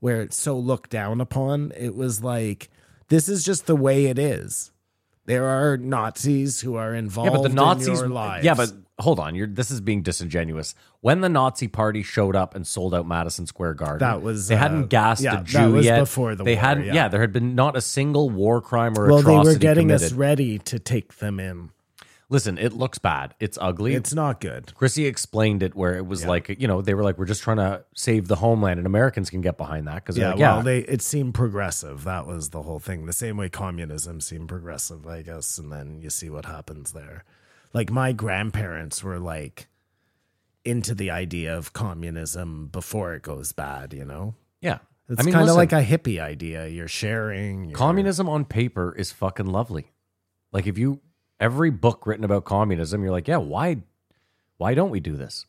where it's so looked down upon. It was like this is just the way it is. There are Nazis who are involved.
Yeah, but the Nazis.
in your lives.
Yeah, but hold on. You're this is being disingenuous. When the Nazi Party showed up and sold out Madison Square Garden,
That was,
they
uh,
hadn't gassed
yeah,
a
that
Jew
was
yet.
before the
they
war,
hadn't.
yeah.
there had been not a single war crime or
well, they
atrocity
were getting
committed.
us ready to take them in.
Listen, it looks bad. It's ugly.
It's not good.
Chrissy explained it where it was like, you know, they were like, we're just trying to save the homeland, and Americans can get behind that because yeah,
Yeah,
like,
well,
yeah,
they it seemed progressive. That was the whole thing. The same way communism seemed progressive, I guess. And then you see what happens there. Like my grandparents were like into the idea of communism before it goes bad. You know,
yeah.
it's
I mean,
kind of
listen,
like a hippie idea. You're sharing you're-
communism on paper is fucking lovely. Like if you every book written about communism, you're like, yeah, why, why don't we do this?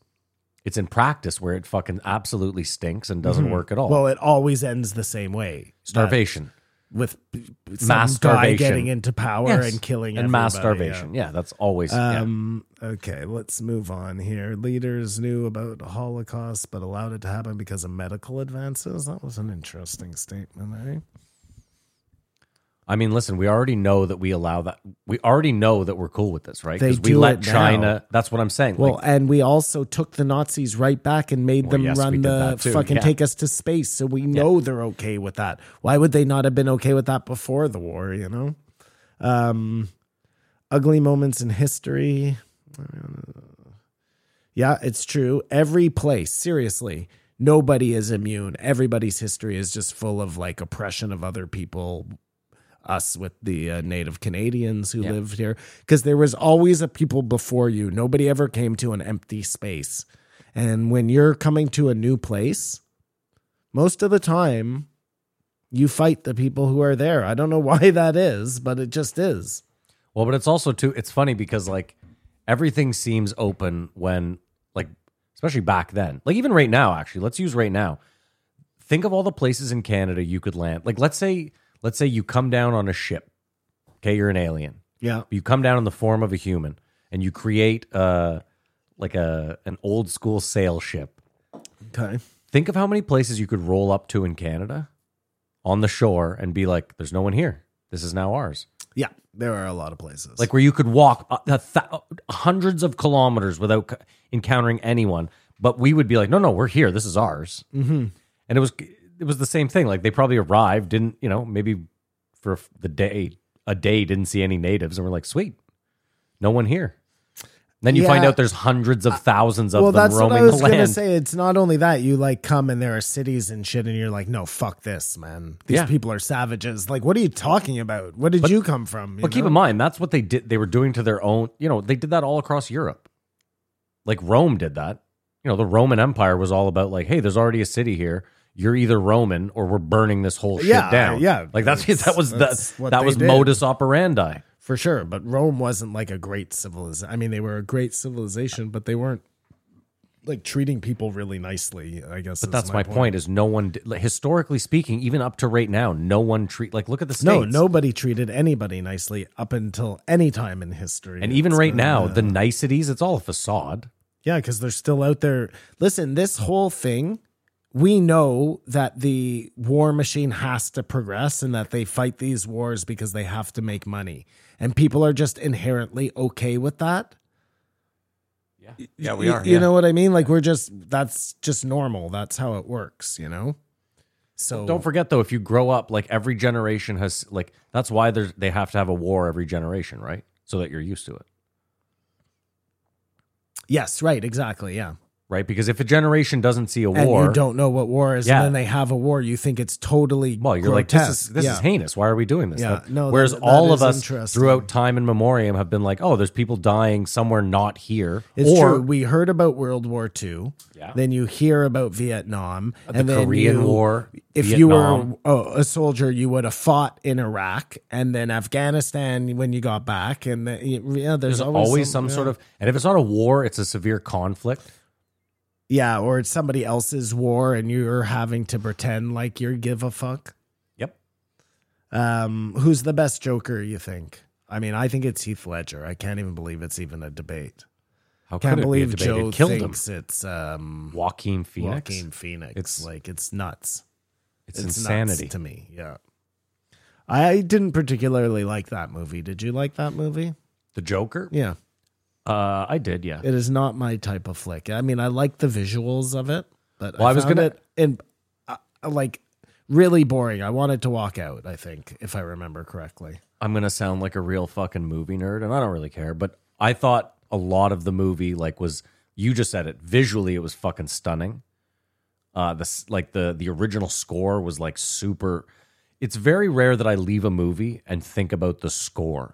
It's in practice where it fucking absolutely stinks and doesn't work at all.
Mm-hmm. Well, it always ends the same way.
starvation,
That- with b- b- some
mass
guy
starvation,
getting into power
Yes.
and killing
and mass
everybody, yeah.
starvation. Yeah. that's always. yeah.
Um, okay, let's move on here. Leaders knew about the Holocaust but allowed it to happen because of medical advances. That was an interesting statement, eh?
I mean, listen, we already know that we allow that. We already know that we're cool with this, right?
They
we
do
let
it now.
China. That's what I'm saying.
Well,
like,
and we also took the Nazis right back and made them
yes, we
run
did
the
that too,
fucking
yeah.
take us to space. So we know they're okay with that. Why would they not have been okay with that before the war, you know? Um, ugly moments in history. Yeah, it's true. Every place, seriously, nobody is immune. Everybody's history is just full of like oppression of other people us with the uh, native Canadians who lived here because there was always a people before you. Nobody ever came to an empty space. And when you're coming to a new place, most of the time you fight the people who are there. I don't know why that is, but it just is.
Well, but it's also too. It's funny because like everything seems open when like especially back then. Like even right now, actually, let's use right now. Think of all the places in Canada you could land. Like let's say let's say you come down on a ship. Okay, you're an alien.
Yeah.
You come down in the form of a human and you create uh like a an old school sail ship.
Okay.
Think of how many places you could roll up to in Canada on the shore and be like, "There's no one here. This is now ours."
Yeah. There are a lot of places.
like where you could walk a, a th- hundreds of kilometers without c- encountering anyone. But we would be like, no, no, we're here. This is ours. Mm-hmm. And it was it was the same thing. Like they probably arrived, didn't you know? Maybe for f- the day, a day, didn't see any natives, and we're like, sweet, no one here. Then you find
Yeah.
out there's hundreds of thousands of
well,
them
that's what
roaming
I was
the land.
gonna say. It's not only that you like come and there are cities and shit, and you're like, no, fuck this, man. These
Yeah.
people are savages. Like, what are you talking about? Where did you come from? you
But keep
know?
in mind, that's what they did. They were doing to their own. You know, they did that all across Europe. Like Rome did that. You know, the Roman Empire was all about like, hey, there's already a city here. You're either Roman or we're burning this whole shit
Yeah,
down.
yeah.
like that's,
That's-
that was
that's
the,
what
that
they
was
did.
modus operandi.
for sure. But Rome wasn't like a great civilization. I mean, they were a great civilization, but they weren't like treating people really nicely. I guess.
But that's my, point. Is no one did- like, historically speaking, even up to right now, no one treat like look at the states.
No, nobody treated anybody nicely up until any time in history.
And even
It's
right
been,
now,
uh,
the niceties, it's all a facade.
Yeah, because they're still out there. Listen, this whole thing, we know that the war machine has to progress and that they fight these wars because they have to make money. And people are just inherently okay with that. Yeah, yeah we are. You, know what I mean? Like, we're just, that's just normal. That's how it works, you know? So
Don't forget though, if you grow up, like every generation has like that's why there's they have to have a war every generation, right? So that you're used to it.
Yes, right. Exactly. Yeah.
Right? Because if a generation doesn't see a
And
war,
you don't know what war is.
Yeah.
And then they have a war. You think it's totally.
well, you're like, this is
grotesque.
this
Yeah.
is heinous. Why are we doing this?
Yeah,
That-
no,
Whereas
that- that
all
is
of us
interesting.
throughout time and memoriam have been like, oh, there's people dying somewhere not here.
It's
or
true. We heard about World War II.
Yeah.
Then you hear about Vietnam
the
and then
Korean
you-
War.
If
Vietnam.
you were oh, a soldier, you would have fought in Iraq and then Afghanistan when you got back. And the, yeah, there's,
there's always, some,
yeah.
sort of and if it's not a war, it's a severe conflict.
yeah, or it's somebody else's war, and you're having to pretend like you give a fuck.
Yep.
Um, who's the best Joker? You think? I mean, I think it's Heath Ledger. I can't even believe it's even a debate.
How
Can't
could
believe
it be a debate?
Joe
It killed him.
thinks it's um,
Joaquin Phoenix.
Joaquin Phoenix.
It's-
like it's nuts.
it's,
It's, insanity
insanity.
to me. Yeah, I didn't particularly like that movie. Did you like that movie?
The Joker?
Yeah,
Uh, I did, yeah.
it is not my type of flick. I mean, I like the visuals of it, but
Well,
I,
I was
was gonna
gonna-
it in, uh, like really boring. I wanted to walk out. I think if I remember correctly.
I'm gonna sound like a real fucking movie nerd, and I don't really care, but I thought a lot of the movie like was you just said it visually, it was fucking stunning. Uh, this like the the original score was like super. It's very rare that I leave a movie and think about the score,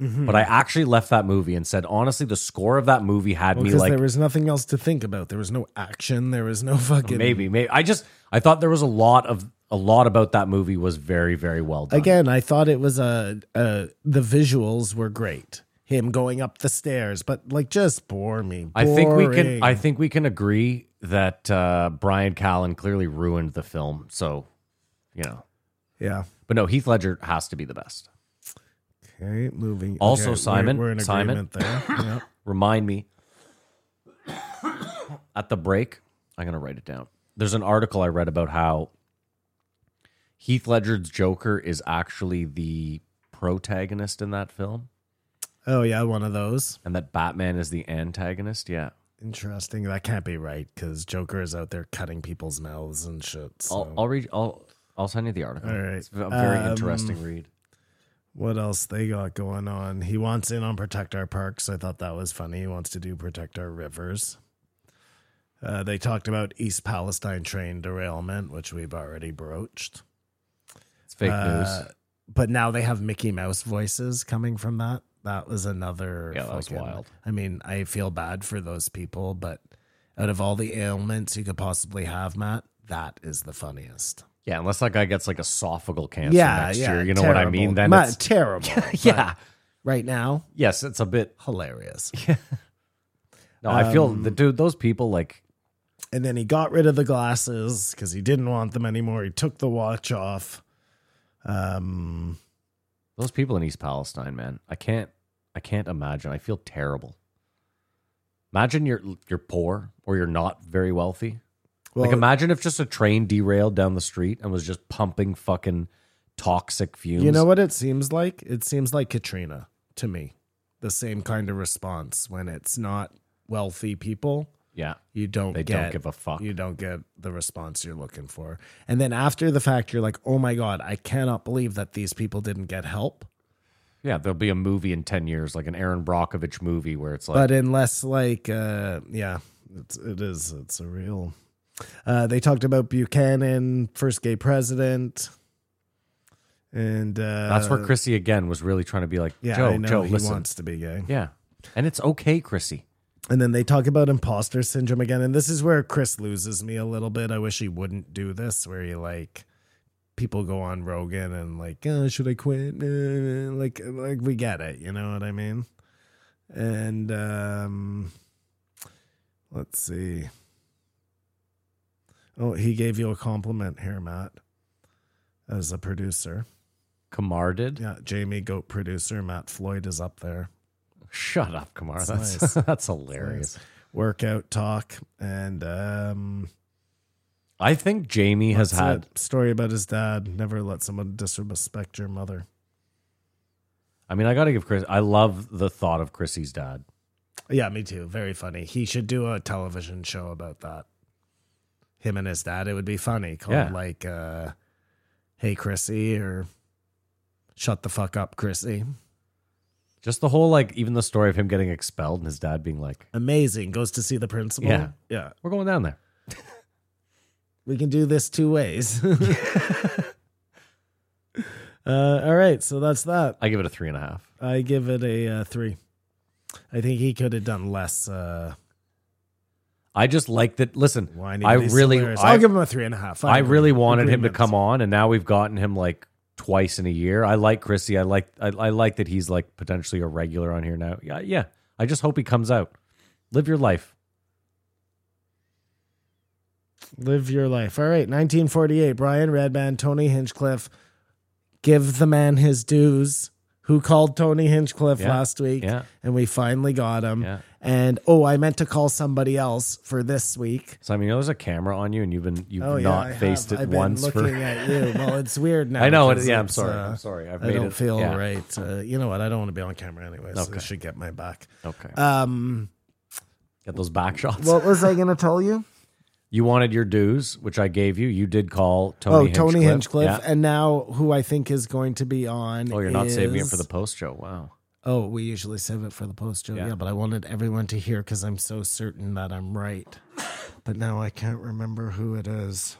Mm-hmm.
but I actually left that movie and said honestly, the score of that movie had me
Because
like
there was nothing else to think about. There was no action. There was no fucking.
maybe maybe I just I thought there was a lot of a lot about that movie was very very well done.
Again, I thought it was a, a. The visuals were great. Him going up the stairs, but like just bore me.
I think we
Boring.
can. I think we can agree that uh, Brian Callen clearly ruined the film. So, you know,
yeah.
but no, Heath Ledger has to be the best.
Okay, moving.
Also,
okay, we're-
Simon,
We're in
Simon.
agreement there. Yeah.
Remind me at the break. I'm gonna write it down. There's an article I read about how Heath Ledger's Joker is actually the protagonist in that film,
Oh yeah, one of those.
and that Batman is the antagonist. Yeah.
Interesting. That can't be right because Joker is out there cutting people's mouths and shit. So.
I'll, I'll read. I'll I'll send you the article.
All right.
It's a very
Um,
interesting read.
what else they got going on? He wants in on protect our parks. I thought that was funny. He wants to do protect our rivers. Uh, they talked about East Palestine train derailment, which we've already broached.
It's fake
Uh,
news.
but now they have Mickey Mouse voices coming from that. That was another.
Yeah, that was
fucking-
wild.
I mean, I feel bad for those people, but out of all the ailments you could possibly have, Matt, that is the funniest.
Yeah, unless that guy gets like esophageal cancer next year, you know what I
terrible.
mean? Then
Matt,
it's,
terrible.
yeah,
right now,
yes, it's a bit.
hilarious.
No, I feel
Um,
the dude. Those people like
And then he got rid of the glasses because he didn't want them anymore. He took the watch off. Um,
those people in East Palestine, man. I can't. I can't imagine. I feel terrible. Imagine you're you're poor or you're not very wealthy.
well,
like imagine if just a train derailed down the street and was just pumping fucking toxic fumes.
you know what it seems like? It seems like Katrina to me. The same kind of response when it's not wealthy people.
Yeah.
You don't
They
get,
don't give a fuck.
You don't get the response you're looking for. And then after the fact, you're like, oh my God, I cannot believe that these people didn't get help.
Yeah, there'll be a movie in ten years, like an Aaron Brockovich movie, where it's like
but unless like uh yeah it's, it is it's a real uh they talked about buchanan first gay president and uh
that's where Chrissy again was really trying to be like,
yeah
Joe,
I know
Joe,
he
listen,
wants to be gay
yeah, and it's okay, Chrissy.
and then they talk about imposter syndrome again and this is where chris loses me a little bit i wish he wouldn't do this where he like people go on rogan and like oh, should i quit Uh, like like we get it you know what i mean and um let's see oh he gave you a compliment here matt as a producer
Kamar did.
yeah jamie goat producer matt floyd is up there
Shut up, Kamar.
That's
That's that's,
nice.
hilarious.
workout talk and um
I think Jamie has
That's
had.
it. story about his dad. Never let someone disrespect your mother.
I mean, I got to give Chris. I love the thought of Chrissy's dad.
Yeah, me too. Very funny. He should do a television show about that. Him and his dad. It would be funny. Called
Yeah.
like, uh, "Hey Chrissy" or "Shut the fuck up, Chrissy."
Just the whole like, even the story of him getting expelled and his dad being like,
Amazing. Goes to see the principal.
Yeah.
yeah.
"We're going down there."
We can do this two ways. uh, all right. So that's that.
I give it a three and a half.
I give it a uh, three. I think he could have done less. Uh,
I just like that. Listen,
whining.
I
He's
really,
hilarious.
I,
I'll give him a three and a half.
I really wanted him to come
on.
on, and now we've gotten him like twice in a year. I like Chrissy. I like, I, I like that he's like potentially a regular on here now. Yeah, yeah. I just hope he comes out. Live your life.
Live your life. All right, 1948. Brian Redman, Tony Hinchcliffe. Give the man his dues. Who called Tony Hinchcliffe
Yeah,
last week?
yeah.
And we finally got him.
Yeah.
And oh, I meant to call somebody else for this week.
So I mean, there's a camera on you, and you've been you've
Oh, yeah,
not
I
faced
have.
it
I've
once
been
for.
looking at you. Well, it's weird now.
I know. It,
because
yeah, I'm
it's,
sorry.
uh,
I'm sorry. I've
I
made
don't
it,
feel
yeah.
right. Uh, you know what? I don't want to be on camera anyway, so
Okay.
I should get my back.
Okay.
Um,
Get those back shots.
what was I going to tell you?
you wanted your dues, which I gave you. You did call Tony.
oh, Tony Hinchcliffe,
Yeah.
and now who I think is going to be on.
oh, you're not saving it
is-
for the post show. Wow.
Oh, we usually save it for the post show.
Yeah.
Yeah. but I wanted everyone to hear because I'm so certain that I'm right. But now I can't remember who it is.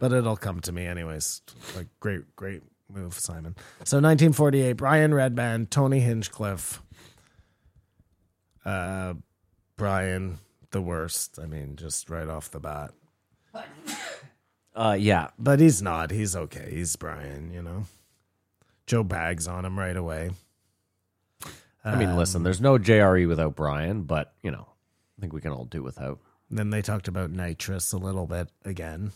But it'll come to me anyways. Like great, great move, Simon. So 1948, Brian Redman, Tony Hinchcliffe, uh, Brian the worst. I mean, just right off the bat.
Uh, yeah.
But he's not. He's okay. He's Brian, you know. Joe bags on him right away.
I
Um,
mean, listen, there's no JRE without Brian, but you know, I think we can all do without.
And then they talked about nitrous a little bit again.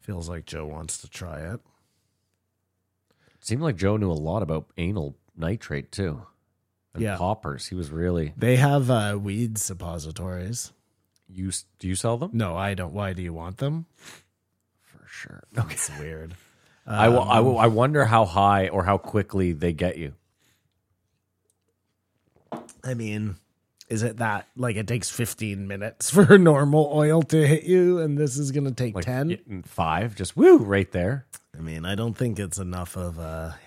Feels like Joe wants to try it.
It seemed like Joe knew a lot about anal nitrate too, and
Yeah.
poppers. He was really.
They have uh, weed suppositories.
You s- do you sell them?
No, I don't. Why do you want them?
For sure.
That's weird.
I, w-
Um,
I, w- I wonder how high or how quickly they get you.
I mean, is it that like it takes 15 minutes for normal oil to hit you and this is going to take
Like mm,
10?
y- five, just woo, right there.
I mean, I don't think it's enough of a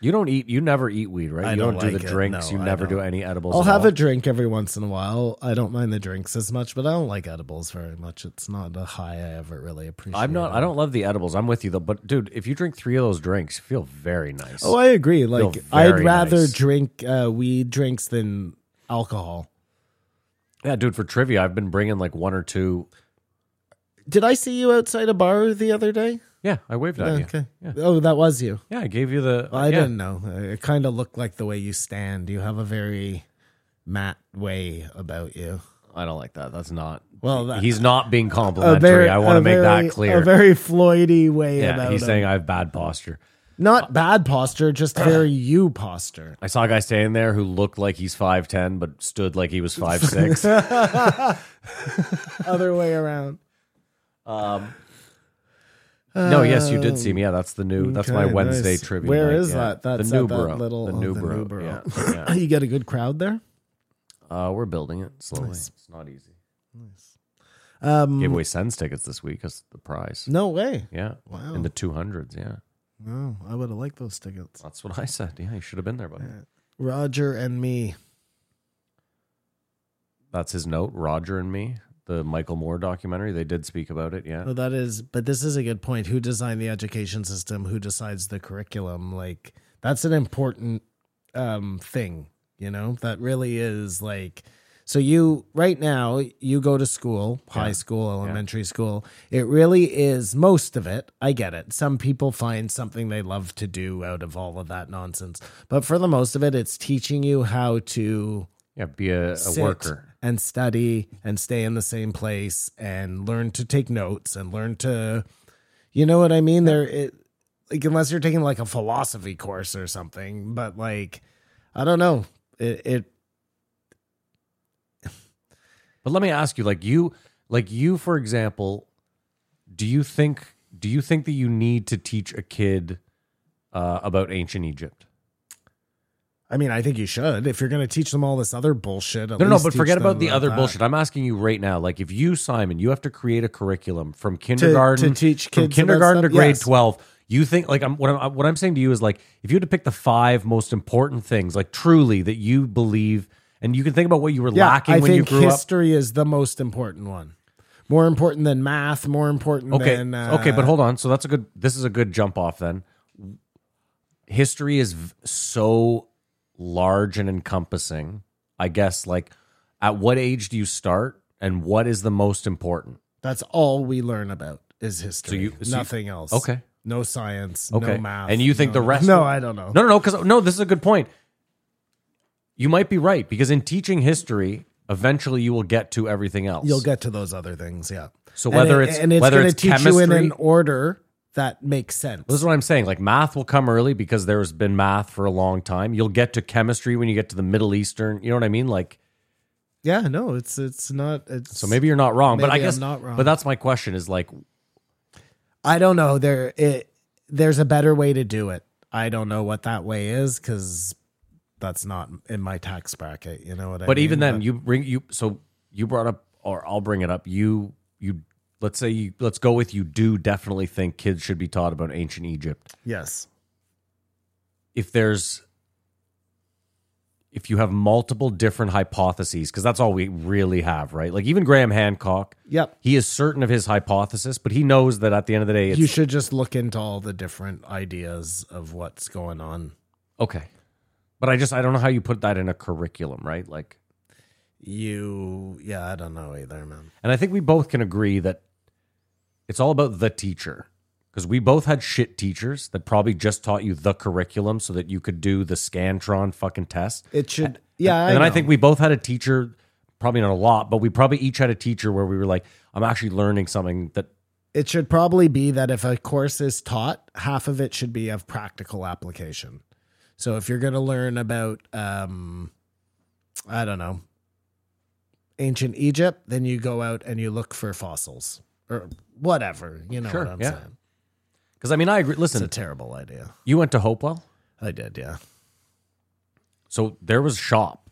You don't eat. You never eat weed, right?
I
you
don't
don't, do
like
the
it.
drinks.
No,
you
I
never do
don't.
any edibles.
I'll
at
have
all.
a drink every once in a while. I don't mind the drinks as much, but I don't like edibles very much. It's not a high I ever really appreciate.
I'm not. I don't love the edibles. I'm with you though. But dude, if you drink three of those drinks, you feel very nice.
Oh, I agree. Like I'd
very
rather
nice.
drink uh, weed drinks than alcohol.
yeah, dude. For trivia, I've been bringing like one or two.
Did I see you outside a bar the other day?
Yeah, I waved at you.
Okay. Oh, that was you.
Yeah, I gave you the.
I
yeah.
didn't know. Uh, It kind of looked like the way you stand. You have a very matte way about you.
I don't like that. That's not.
Well, that-
he's not being
A
complimentary.
very,
I want to
a
make
very-
that clear.
A very Floydy way
yeah,
about
he's
him.
saying I have bad posture.
not bad posture, just very you posture.
I saw a guy standing there who looked like he's five ten, but stood like he was five six.
Other way around.
No, yes, you did see me. Yeah, that's the new. That's my
Okay,
Wednesday
nice.
trivia.
Where
night,
is
yeah.
that? That's
the
at
new
that
borough.
little-
the
oh,
new
the new
borough.
borough.
Yeah,
You get a good crowd there.
yeah. Uh, we're building it slowly. It's not easy.
Um,
Gave away Sens tickets this week as the prize.
no way.
Yeah,
Wow.
in the two hundreds. Yeah,
No, I would have liked those tickets.
that's what I said. Yeah, you should have been there, buddy.
Roger and me.
That's his note. Roger and me, the Michael Moore documentary. They did speak about it. Yeah,
Oh, that is, but this is a good point. Who designed the education system? Who decides the curriculum? Like that's an important um, thing, you know. That really is like. So you right now you go to school, high school, elementary school. It really is most of it. I get it. Some people find something they love to do out of all of that nonsense, but for the most of it, it's teaching you how to
yeah. Be a, a
sit
worker.
and study and stay in the same place and learn to take notes and learn to you know what i mean there it like unless you're taking like a philosophy course or something but like i don't know it, it
But let me ask you, like you, like you, for example, do you think do you think that you need to teach a kid uh, about ancient Egypt?
i mean i think you should if you're going to teach them all this other bullshit at
No, no,
least
but
teach
forget about
them
the other
that.
bullshit. I'm asking you right now. Like, if you, Simon, you have to create a curriculum from kindergarten
teach
from
kids about
kindergarten to
stuff?
grade
Yes.
12. You think like I'm what I'm what I'm saying to you is like if you had to pick the five most important things, like truly that you believe, and you can think about what you were
yeah
lacking
i
when
think
you grew up.
history is the most important one more important than math more important
Okay,
than uh,
okay, but hold on. So that's a good. This is a good jump off. Then history is v- so large and encompassing. I guess like at what age do you start, and what is the most important?
that's all we learn about is history
you- so you-
nothing else
Okay.
no science
Okay.
no math
And you think
no-
the rest?
no i don't know
No, no, no. Because no, this is a good point. You might be right because in teaching history, eventually you will get to everything else.
you'll get to those other things yeah
So whether
and it-
it's-
and it's
whether
gonna
it's
teach you in an
chemistry-
order that makes sense
This is what I'm saying. Like math will come early because there's been math for a long time. You'll get to chemistry when you get to the Middle Eastern. You know what I mean? Like
yeah no it's it's not it's
so maybe you're not wrong, but I
Maybe I'm
guess
not wrong.
But that's my question: is like
i don't know there it there's a better way to do it i don't know what that way is because that's not in my tax bracket you know what i mean
but even then you bring you so you brought up or i'll bring it up you you let's say you let's go with you do definitely think kids should be taught about ancient egypt
yes
if there's if you have multiple different hypotheses because that's all we really have right like even graham hancock
Yep.
he is certain of his hypothesis but he knows that at the end of the day it's
you should just look into all the different ideas of what's going on
okay but i just i don't know how you put that in a curriculum right like
you yeah i don't know either man
And I think we both can agree that it's all about the teacher because we both had shit teachers that probably just taught you the curriculum so that you could do the Scantron fucking test.
it should yeah
and then I
know.
think we both had a teacher, probably not a lot, but we probably each had a teacher where we were like, I'm actually learning something that
it should probably be that if a course is taught, half of it should be of practical application. So if you're going to learn about, um, I don't know, ancient Egypt, then you go out and you look for fossils or whatever. You know
Sure,
what I'm
yeah.
saying?
because I mean I agree.
It's a
Listen,
terrible idea.
you went to Hopewell,
I did, yeah.
so there was shop.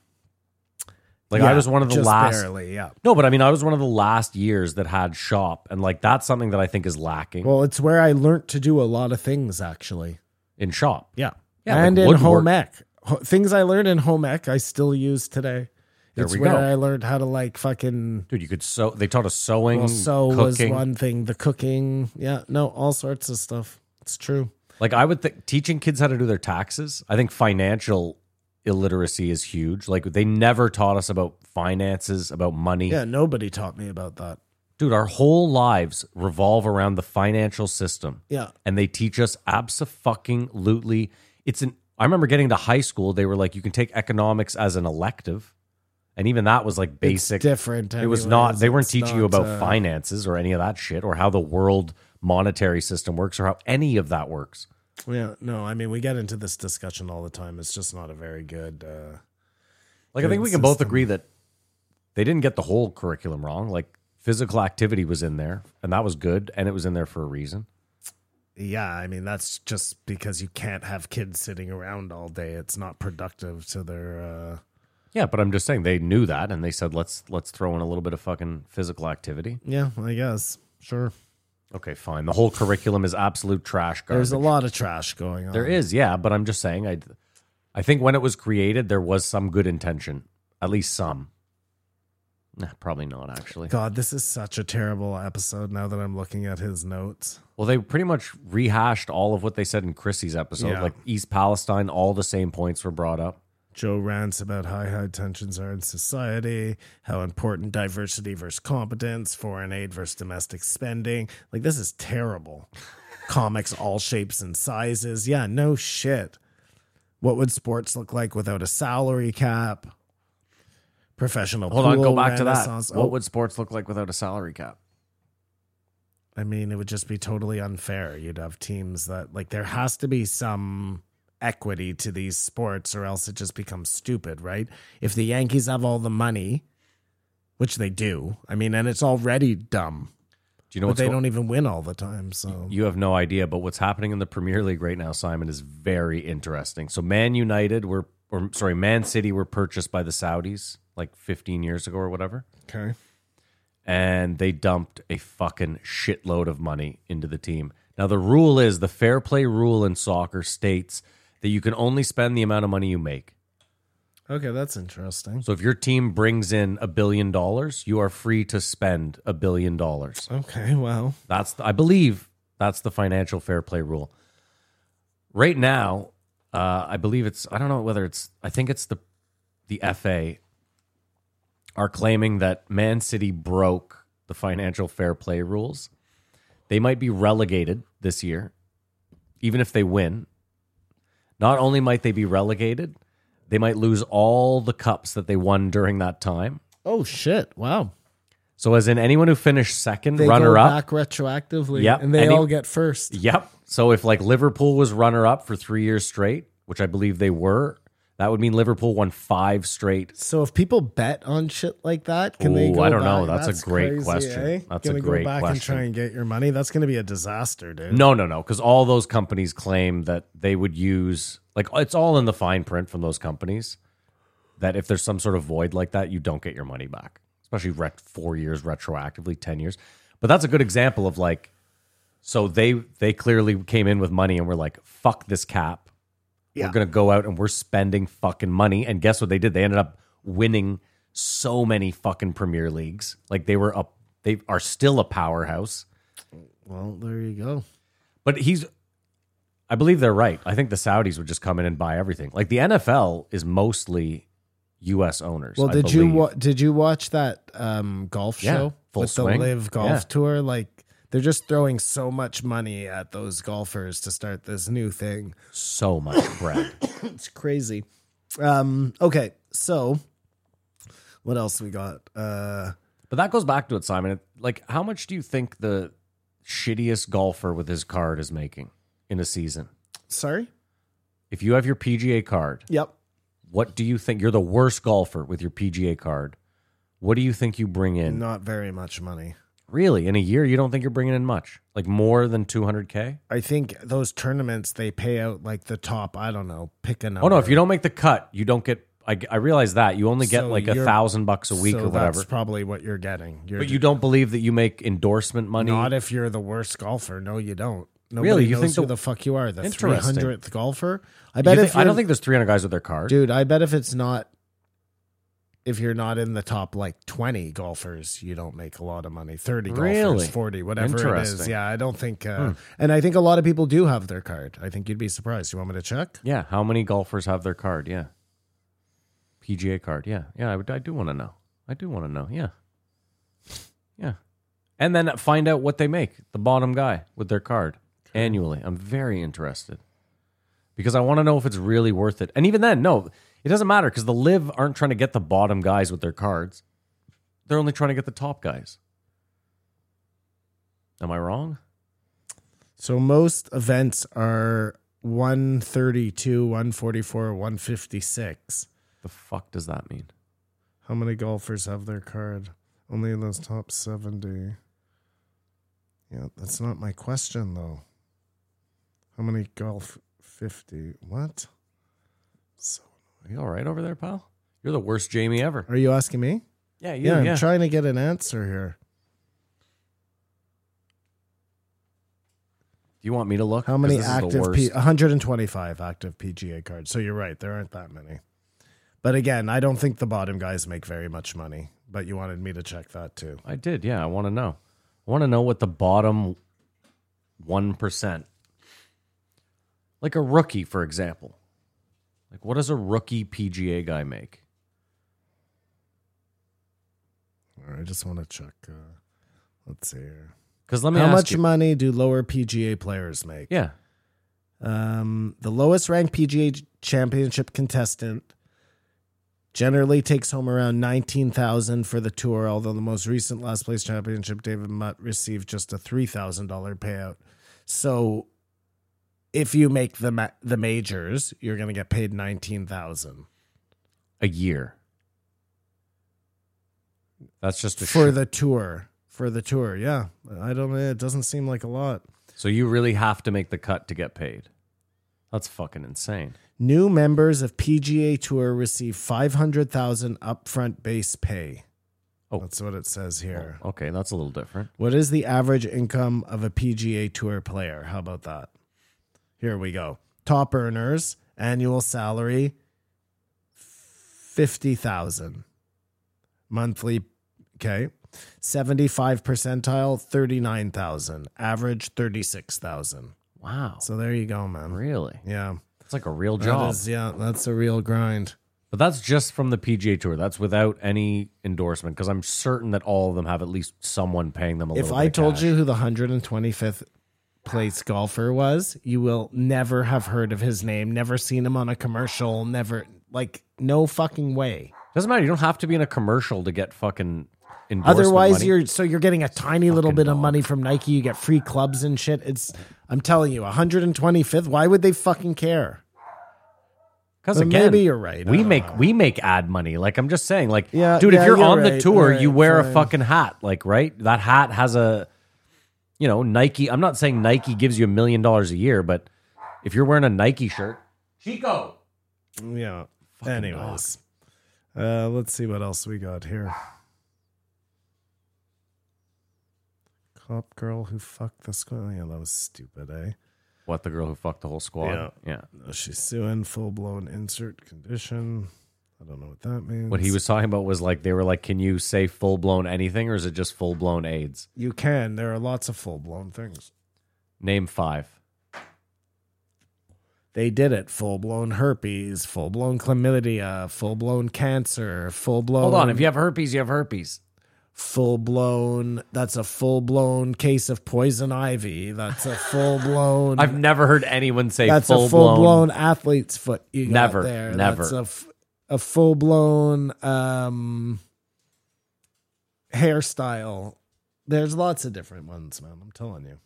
Like I
Yeah,
was one of the
just
last.
barely, yeah.
No, but I mean I was one of the last years that had shop, and like that's something that I think is lacking
Well, it's where I learnt to do a lot of things, actually.
in shop.
Yeah.
like
and in
woodwork.
home ec. Ho- Things I learned in home ec, I still use today.
There
it's
we
where
go.
I learned how to like fucking
Dude, you could sew. They taught us sewing,
well, sew was
cooking.
one thing, the cooking, yeah, no, all sorts of stuff. It's true.
Like I would think teaching kids how to do their taxes. I think financial illiteracy is huge. Like they never taught us about finances, about money.
Yeah, nobody taught me about that.
Dude, our whole lives revolve around the financial system.
Yeah.
And they teach us abso-fucking-lutely. It's an I remember getting to high school, they were like, you can take economics as an elective. And even that was like basic.
different
It was
anyways.
not they weren't
It's
teaching you
not,
about
uh,
finances or any of that shit or how the world monetary system works or how any of that works.
Yeah, no, I mean we get into this discussion all the time. It's just not a very good uh
Like I think
good
we can both
system.
agree that they didn't get the whole curriculum wrong. Like physical activity was in there, and that was good, and it was in there for a reason.
yeah, I mean that's just because you can't have kids sitting around all day. It's not productive to their uh
Yeah, but I'm just saying they knew that, and they said let's let's throw in a little bit of fucking physical activity.
Yeah, I guess. Sure.
Okay, fine. The whole curriculum is absolute trash garbage.
There's a lot of trash going on.
There is, yeah, but I'm just saying I I think when it was created, there was some good intention, at least some. Nah, probably not actually.
God, this is such a terrible episode now that I'm looking at his notes.
Well, they pretty much rehashed all of what they said in Chrissy's episode.
Yeah.
Like East Palestine, all the same points were brought up.
Joe rants about how high tensions are in society, how important diversity versus competence, foreign aid versus domestic spending. Like, this is terrible. Comics, all shapes and sizes. Yeah, no shit. What would sports look like without a salary cap? Professional.
Hold on, go
pool,
back to that.
renaissance- Oh,
What would sports look like without a salary cap?
I mean, it would just be totally unfair. You'd have teams that, like, there has to be some equity to these sports or else it just becomes stupid, right? If the Yankees have all the money, which they do, I mean, and it's already dumb,
Do you know
but
what's
they
go-
don't even win all the time. So,
You have no idea, but what's happening in the Premier League right now, Simon, is very interesting. So Man United were or sorry, Man City were purchased by the Saudis like 15 years ago or whatever.
okay.
and they dumped a fucking shitload of money into the team. Now, the rule is the fair play rule in soccer states that you can only spend the amount of money you make.
Okay, that's interesting.
So, if your team brings in a billion dollars, you are free to spend a billion dollars.
Okay, well,
That's, the, I believe, that's the financial fair play rule. Right now, uh, I believe it's, I don't know whether it's, I think it's the, the FA are claiming that Man City broke the financial fair play rules. They might be relegated this year, even if they win. Not only might they be relegated, they might lose all the cups that they won during that time.
oh shit, wow.
So, as in anyone who finished second,
They
runner
go
up,
back retroactively,
Yep,
and they
any-
all get first.
Yep. So if like Liverpool was runner up for three years straight, which I believe they were, that would mean Liverpool won five straight.
So if people bet on shit like that, can they
Ooh,
go
I don't
back?
know. That's a great question. That's a
Gonna
great
go back and
question.
try and get your money? That's going to be a disaster, dude.
No, no, no. Because all those companies claim that they would use like it's all in the fine print from those companies that if there's some sort of void like that, you don't get your money back, especially ret- four years retroactively, ten years. But that's a good example of like, so they they clearly came in with money and were like, fuck this cap. We're gonna go out and we're spending fucking money. And guess what they did? They ended up winning so many fucking Premier Leagues. Like they were up. They are still a powerhouse.
Well, there you go.
But he's, I believe they're right. I think the Saudis would just come in and buy everything. Like the NFL is mostly U.S. owners.
Well,
I
did you
believe.
wa- did you watch that um, golf
Yeah,
show
Full
with
Swing.
the Live Golf
Yeah.
Tour? Like they're just throwing so much money at those golfers to start this new thing.
so much bread?
It's crazy. Um, okay, so what else we got? Uh,
but that goes back to it, Simon. Like, how much do you think the shittiest golfer with his card is making in a season?
sorry.
If you have your PGA card,
Yep.
what do you think? You're the worst golfer with your PGA card. What do you think you bring in?
Not very much money.
Really, in a year, you don't think you're bringing in much? Like more than 200K?
I think those tournaments they pay out like the top. I don't know. Pick a number.
Oh no! If you don't make the cut, you don't get. I, I realize that you only get
So
like a
you're-
thousand bucks a week
So
or whatever.
That's probably what you're getting. You're
But you don't believe that you make endorsement money.
not if you're the worst golfer. No, you don't. Nobody
Really? You
knows
think
who
the-
the, fuck you are? The three
Interesting.
hundredth golfer. I
Do you
bet if
think- I don't
you're-
think there's 300 guys with their card.
dude. I bet if it's not, if you're not in the top like twenty golfers, you don't make a lot of money. Thirty
Really?
golfers, forty, whatever it is.
Interesting. Hmm.
Yeah, I don't think. Uh, And I think a lot of people do have their card. I think you'd be surprised. You want me to check?
Yeah, how many golfers have their card? Yeah, PGA card. Yeah, yeah. I would. I do want to know. I do want to know. Yeah, yeah. And then find out what they make. The bottom guy with their card annually. I'm very interested because I want to know if it's really worth it. And even then, no, it doesn't matter because the live aren't trying to get the bottom guys with their cards. They're only trying to get the top guys. Am I wrong?
So most events are one thirty-two, one forty-four, one fifty-six.
The fuck does that mean?
How many golfers have their card? Only in those top 70. Yeah, that's not my question, though. How many golf 50? What?
Are you all right over there, pal? You're the worst Jamie ever.
Are you asking me?
Yeah, you,
Yeah,
yeah.
I'm trying to get an answer here.
Do you want me to look?
How many
'Cause this is the
active?
worst.
P- 125 active PGA cards. So you're right, there aren't that many. But again, I don't think the bottom guys make very much money. But you wanted me to check that too.
I did. Yeah, I want to know. I want to know what the bottom one percent, like a rookie, for example. Like, what does a rookie PGA guy make?
All right, I just want to check. Uh, let's see here.
Because let me
How
ask
much
you.
money do lower PGA players make?
yeah,
Um, the lowest ranked PGA Championship contestant generally takes home around 19,000 for the tour, although the most recent last place championship David Mutt received just a $3,000 payout. So if you make the ma- the majors, you're going to get paid 19,000
a year. That's just a
for
shit-
the tour. For the tour, yeah. I don't know, it doesn't seem like a lot.
so you really have to make the cut to get paid. That's fucking insane.
New members of PGA Tour receive 500,000 upfront base pay.
Oh.
That's what it says here.
Okay, that's a little different.
What is the average income of a PGA Tour player? How about that? Here we go. Top earners, annual salary 50,000. Monthly okay. 75 percentile 39,000. Average 36,000.
Wow,
So there you go, man.
really?
Yeah.
It's like a real
That
job.
is- yeah, that's a real grind.
But that's just from the PGA Tour. That's without any endorsement because I'm certain that all of them have at least someone paying them a
If
little.
I
bit of
told
cash.
you who the 125th place golfer was, you will never have heard of his name, never seen him on a commercial, never like no fucking way.
doesn't matter. You don't have to be in a commercial to get fucking endorsement
Otherwise,
money.
you're so you're getting a tiny little
Fucking
bit of
dog.
money from Nike. You get free clubs and shit. It's I'm telling you, 125th. Why would they fucking care?
because
Well,
again,
maybe you're right. I
We
don't
make
know.
we make ad money. Like I'm just saying, like
Yeah,
dude, if
yeah,
you're,
you're
on the
right,
tour,
you're
you
right,
wear a
fine.
fucking hat. Like right, that hat has a, you know, Nike. I'm not saying Nike gives you a million dollars a year, but if you're wearing a Nike shirt, Chico,
Yeah. Anyways, uh, let's see what else we got here. Cop girl who fucked the squad. Yeah, that was stupid, eh?
what the girl who fucked the whole squad?
Yeah.
yeah.
No, Uh, she's suing full blown insert condition. I don't know what that means.
What he was talking about was like they were like, can you say full blown anything or is it just full blown AIDS?
You can. There are lots of full blown things.
Name five.
They did it. Full blown herpes, full blown chlamydia, full blown cancer, full blown.
Hold on, if you have herpes, you have herpes.
full blown. That's a full blown case of poison ivy. That's a full blown.
I've never heard anyone say
that's
full
a full
blown.
blown athlete's foot. You got
Never,
there.
never.
That's a, f- a full blown um, hairstyle. There's lots of different ones, man. I'm telling you.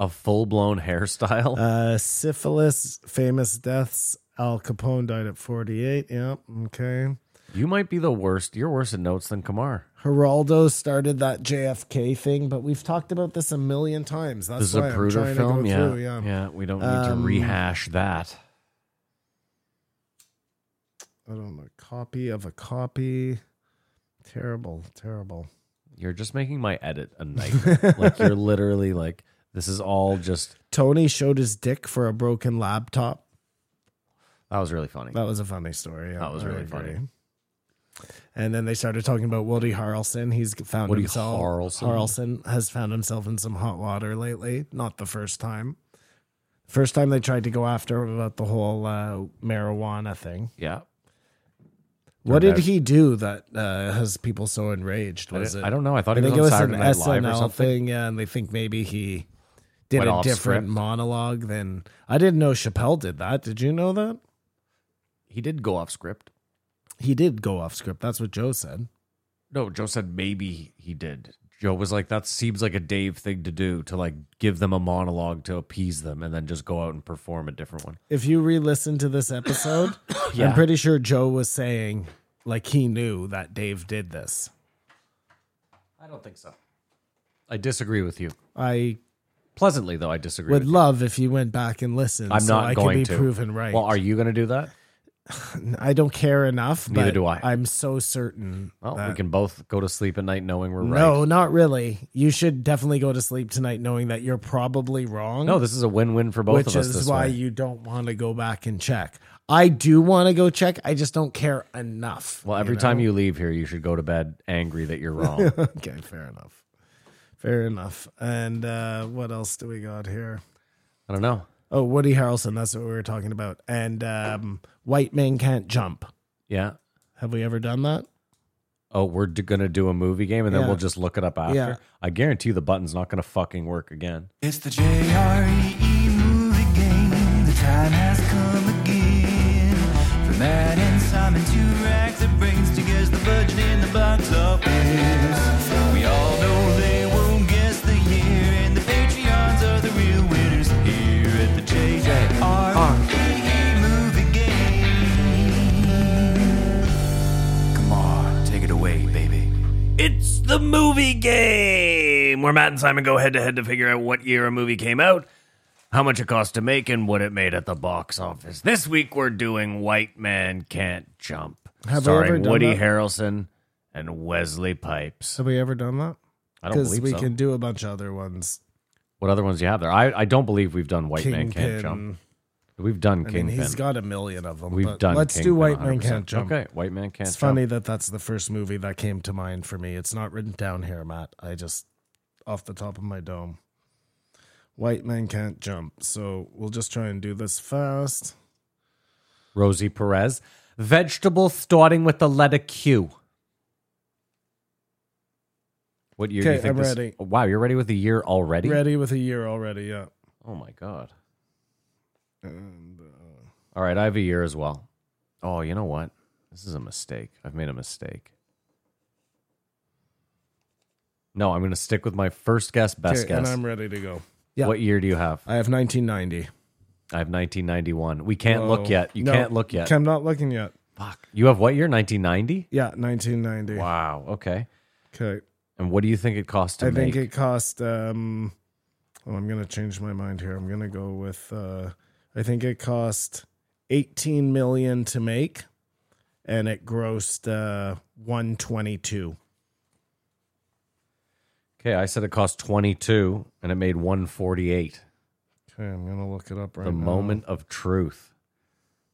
A full blown hairstyle.
Uh, syphilis, famous deaths. Al Capone died at 48. Yep. Okay.
you might be the worst. You're worse at notes than Kamar.
Geraldo started that JFK thing, but we've talked about this a million times.
The
That's why I'm
Zapruder
trying
film.
to go
Yeah.
through.
yeah.
Yeah.
We don't need
Um,
to rehash that.
I don't know. Copy of a copy. Terrible. Terrible.
You're just making my edit a nightmare. like you're literally like This is all just
Tony showed his dick for a broken laptop.
that was really funny.
That was a funny story.
That was
I
really
agree.
funny.
And then they started talking about Woody Harrelson. He's found
Woody
himself.
Harrelson?
Harrelson has found himself in some hot water lately. Not the first time. First time they tried to go after him about the whole uh, marijuana thing.
Yeah.
What did
out-
he do that uh, has people so enraged?
I
Was
don't-
it?
I don't know. I thought
I
he was
think it
on
was
Saturday
an
Night Live or
SNL
something.
thing, yeah, and they think maybe he did
Went
a
off
different
script.
monologue than I didn't know Chappelle did that. Did you know that?
He did go off script.
He did go off script. That's what Joe said.
No, Joe said maybe he did. Joe was like, that seems like a Dave thing to do to like give them a monologue to appease them and then just go out and perform a different one.
If you re-listen to this episode, I'm pretty sure Joe was saying like he knew that Dave did this.
I don't think so. I disagree with you.
I
Pleasantly, though, I disagree
would
with you.
love if you went back and listened.
I'm
so
not
I
going
could be
to.
proven right.
Well, are you going to do that?
I don't care enough.
Neither
but
do I.
I'm so certain.
Well, we
that-
can both go to sleep at night knowing we're right.
No, not really. You should definitely go to sleep tonight knowing that you're probably wrong.
No, this is a win-win for both
which
of us.
is
this
why
way.
you don't want to go back and check. I do want to go check. I just don't care enough.
Well, every time you leave here, you should go to bed angry that you're wrong.
okay, fair enough. Fair enough. And uh, what else do we got here?
I don't know.
Oh, Woody Harrelson. That's what we were talking about. And um, White Men Can't Jump.
Yeah.
Have we ever done that?
Oh, we're d- gonna do a movie game, and then
Yeah.
we'll just look it up after.
Yeah.
I guarantee you the button's not gonna fucking work again.
It's the JRE E movie game. The time has come again. For Matt and Simon, two rags that brings together the budget in the box office. We all know they won't guess the year, and the Patreons are the real winners here at the JRE E movie game. Come on, take it away, baby.
It's the movie game, where Matt and Simon go head to head to figure out what year a movie came out, how much it cost to make, and what it made at the box office. This week we're doing White Man Can't Jump,
Have I ever
starring
done
Woody
that?
Harrelson and Wesley Pipes.
Have we ever done that?
I don't
Because
believe
we
so.
can do a bunch of other ones.
What other ones do you have there? I, I don't believe we've done White Man Can't
Kingpin.
Jump. We've done
I mean,
Kingpin.
he's got a million of them.
we've
but
done.
Let's do
Kingpin
White Men
100%.
Can't Jump.
Okay, White Man Can't.
It's
Jump.
funny that that's the first movie that came to mind for me. It's not written down here, Matt. I just off the top of my dome. White man can't jump, so we'll just try and do this fast.
Rosie Perez. Vegetable starting with the letter Q. What year do you
Okay,
think
I'm
this?
ready.
Wow, you're ready with the year already.
Ready with a year already, yeah.
Oh my god.
And, uh,
All right, I have a year as well. Oh, you know what? This is a mistake. I've made a mistake. No, I'm going to stick with my first guess, best
okay, and
guess.
I'm ready to go. Yeah.
What year do you have?
I have 1990.
I have 1991. We can't look
Oh,
yet. You
no,
can't look yet.
I'm not looking yet.
you have what year? 1990?
Yeah, 1990.
Wow. Okay.
Okay.
And what do you think it cost to
I
make?
think it cost. Um, oh, I'm gonna change my mind here. I'm gonna go with. Uh, I think it cost 18 million to make, and it grossed uh, 122.
okay, I said it cost 22 and it made 148.
Okay, I'm gonna look it up right
the
now.
moment of truth.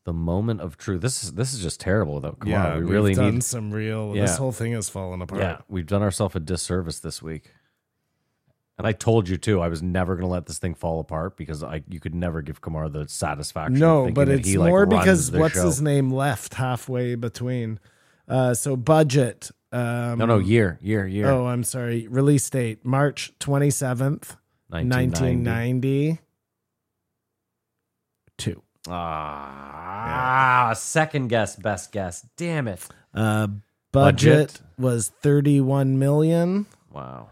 The moment of truth. This is this is just terrible though. Come
Yeah,
on. We
we've
really
done
need
some real.
Yeah.
This whole thing has fallen apart.
Yeah, we've done ourselves a disservice this week. And I told you too, I was never going to let this thing fall apart because I you could never give Kamar the satisfaction. of
No,
thinking
but
that
it's
he, like,
more
runs
because
the
what's
show.
his name left halfway between. Uh, so budget. Um,
No, no, year, year, year.
Oh, I'm sorry. Release date March 27th,
1990.
1990. Two.
Ah, second guess, best guess. Damn it!
Uh, budget,
Budget.
was 31 million.
Wow.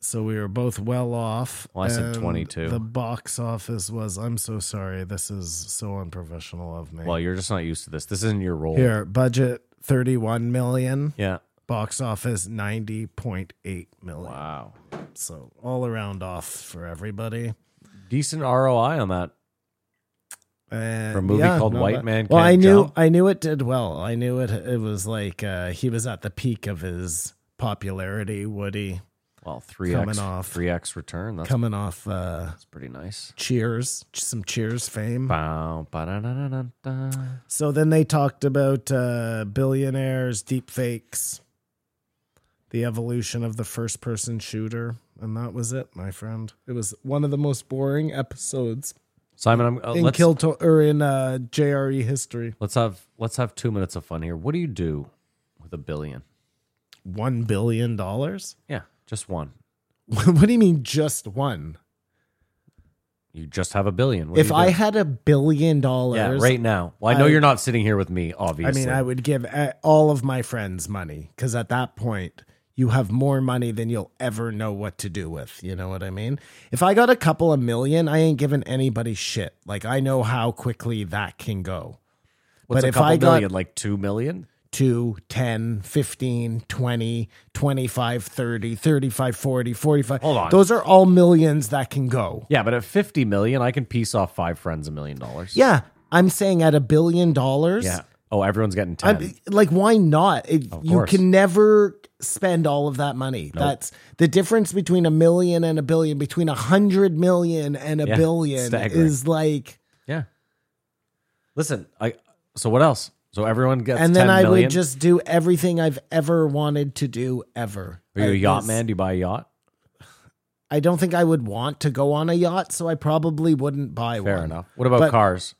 So we were both well off.
Well, I said
And
22.
The box office was, I'm so sorry. This is so unprofessional of me.
Well, you're just not used to this. This isn't your role.
Here, budget 31 million,
Yeah.
box office 90.8 million.
Wow.
So all around off for everybody.
Decent ROI on that.
Uh,
For a movie called
no,
White
but-
Man
Well,
Can't
I knew
Jump.
I knew it did well. I knew it. It was like uh, he was at the peak of his popularity. Woody
Well, three
Coming
x
off.
three x return. That's,
coming off uh,
that's pretty nice.
Cheers, some Cheers fame.
Bow, ba-da-da-da-da-da.
So then they talked about uh, billionaires, deep fakes, the evolution of the first person shooter. And that was it, my friend. It was one of the most boring episodes
Simon, I'm, uh,
in
let's
Kill to- or in uh, JRE history.
let's have let's have two minutes of fun here. What do you do with a billion?
One billion dollars?
Yeah, just one.
what do you mean just one?
You just have a billion. What do
if
you
I
do?
had a billion
yeah,
dollars,
right now. Well, I know
I-
you're not sitting here with me,
I
obviously.
mean, I would give uh, all of my friends money because at that point, you have more money than you'll ever know what to do with. You know what I mean? If I got a couple of million, I ain't giving anybody shit. Like, I know how quickly that can go.
What's
but
a
if
couple
I got-
million? like two million.
Two, 10, 15, 20, 25, 30, 35, 40, 45.
Hold on.
Those are all millions that can go.
Yeah, but at fifty million, I can piece off five friends a million dollars.
Yeah. I'm saying at a billion dollars.
yeah. Oh, everyone's getting 10
I'm, like, why not? It-
Of
you
course.
can never spend all of that money.
Nope.
That's the difference between a million and a billion, between a hundred million and a
Yeah,
billion
staggering.
is like.
Yeah. Listen, I. So what else? So everyone gets.
and then
10
I
million?
would just do everything I've ever wanted to do ever.
Are you a
I-
yacht
is-
man? Do you buy a yacht?
I don't think I would want to go on a yacht, so I probably wouldn't buy one.
Fair enough. What about
But-
cars?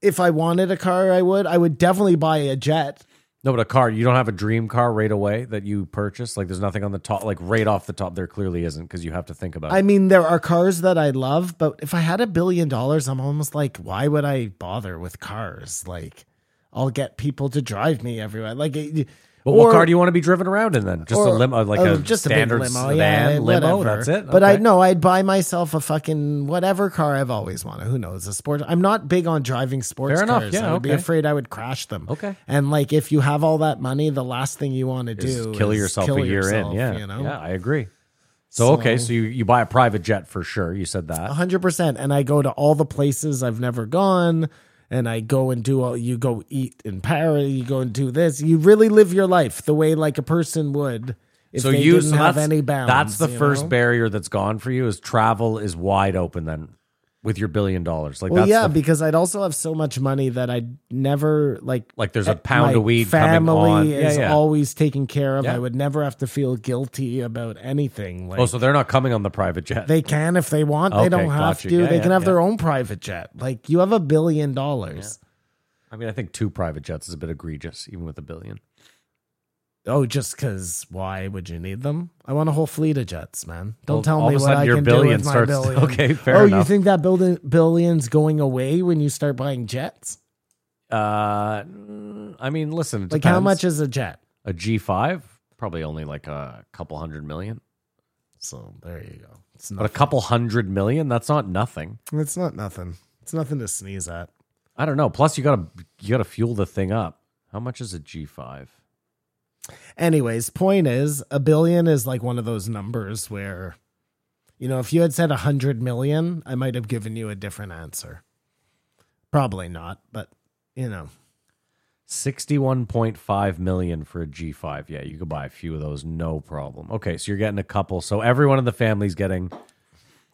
If I wanted a car, I would. I would definitely buy a jet.
No, but a car. You don't have a dream car right away that you purchase. Like there's nothing on the top. Like right off the top, there clearly isn't because you have to think about.
I
it.
mean, there are cars that I love, but if I had a billion dollars, I'm almost like, why would I bother with cars? Like, I'll get people to drive me everywhere. Like, it-
But what car do you want to be driven around in then? Just a
or-
limo, like
oh,
a
big
standard sedan limo.
whatever.
That's it.
But I
Okay.
know I'd buy myself a fucking whatever car I've always wanted. Who knows? A sport. I'm not big on driving sports
Fair enough.
cars.
Yeah,
I would be
okay.
afraid I would crash them.
Okay.
And like, if you have all that money, the last thing you want to do
Is
is
kill yourself
kill
a year
yourself,
in. Yeah,
You know.
yeah, I agree. So, okay, so you, you buy a private jet for sure. You said that.
A hundred percent. And I go to all the places I've never gone, and I go and do all. You go eat in Paris. You go and do this. You really live your life the way like a person would if
so
they
you
didn't
so
have
that's-
any bounds.
That's the
you
first
know?
barrier that's gone for you is travel is wide open then with your billion dollars. Like
Well,
that's
yeah,
the,
because I'd also have so much money that I'd never like.
like there's a
eh,
pound
my
of weed coming
Family
on. Yeah,
is
yeah.
always taken care of.
Yeah.
I would never have to feel guilty about anything. Like,
oh, so they're not coming on the private jet.
They can if they want.
Okay,
they don't have
gotcha.
to.
Yeah,
they
yeah,
can have
yeah.
their own private jet. Like you have a billion dollars.
I mean, I think two private jets is a bit egregious, even with a billion.
Oh, just because why would you need them? I want a whole fleet of jets, man. Don't
Well,
tell
all
me
of a
what
sudden
I
your
can do
billion
with
starts-
my billion.
Okay, fair
oh, you
enough.
think that building billion's going away when you start buying jets?
Uh, mm, I mean, listen, it
Like how
depends.
much is a jet?
a G five? Probably only like a couple hundred million,
So there you go. It's
but a
not.
couple hundred million. That's not nothing.
It's not nothing. It's nothing to sneeze at.
I don't know. Plus, you gotta you gotta fuel the thing up. How much is a G five?
Anyways, point is, a billion is like one of those numbers where, you know, if you had said a hundred million, I might have given you a different answer. Probably not, but you know,
Sixty-one point five million for a G five. Yeah, you could buy a few of those, no problem. Okay, so you're getting a couple. So everyone in the family's getting.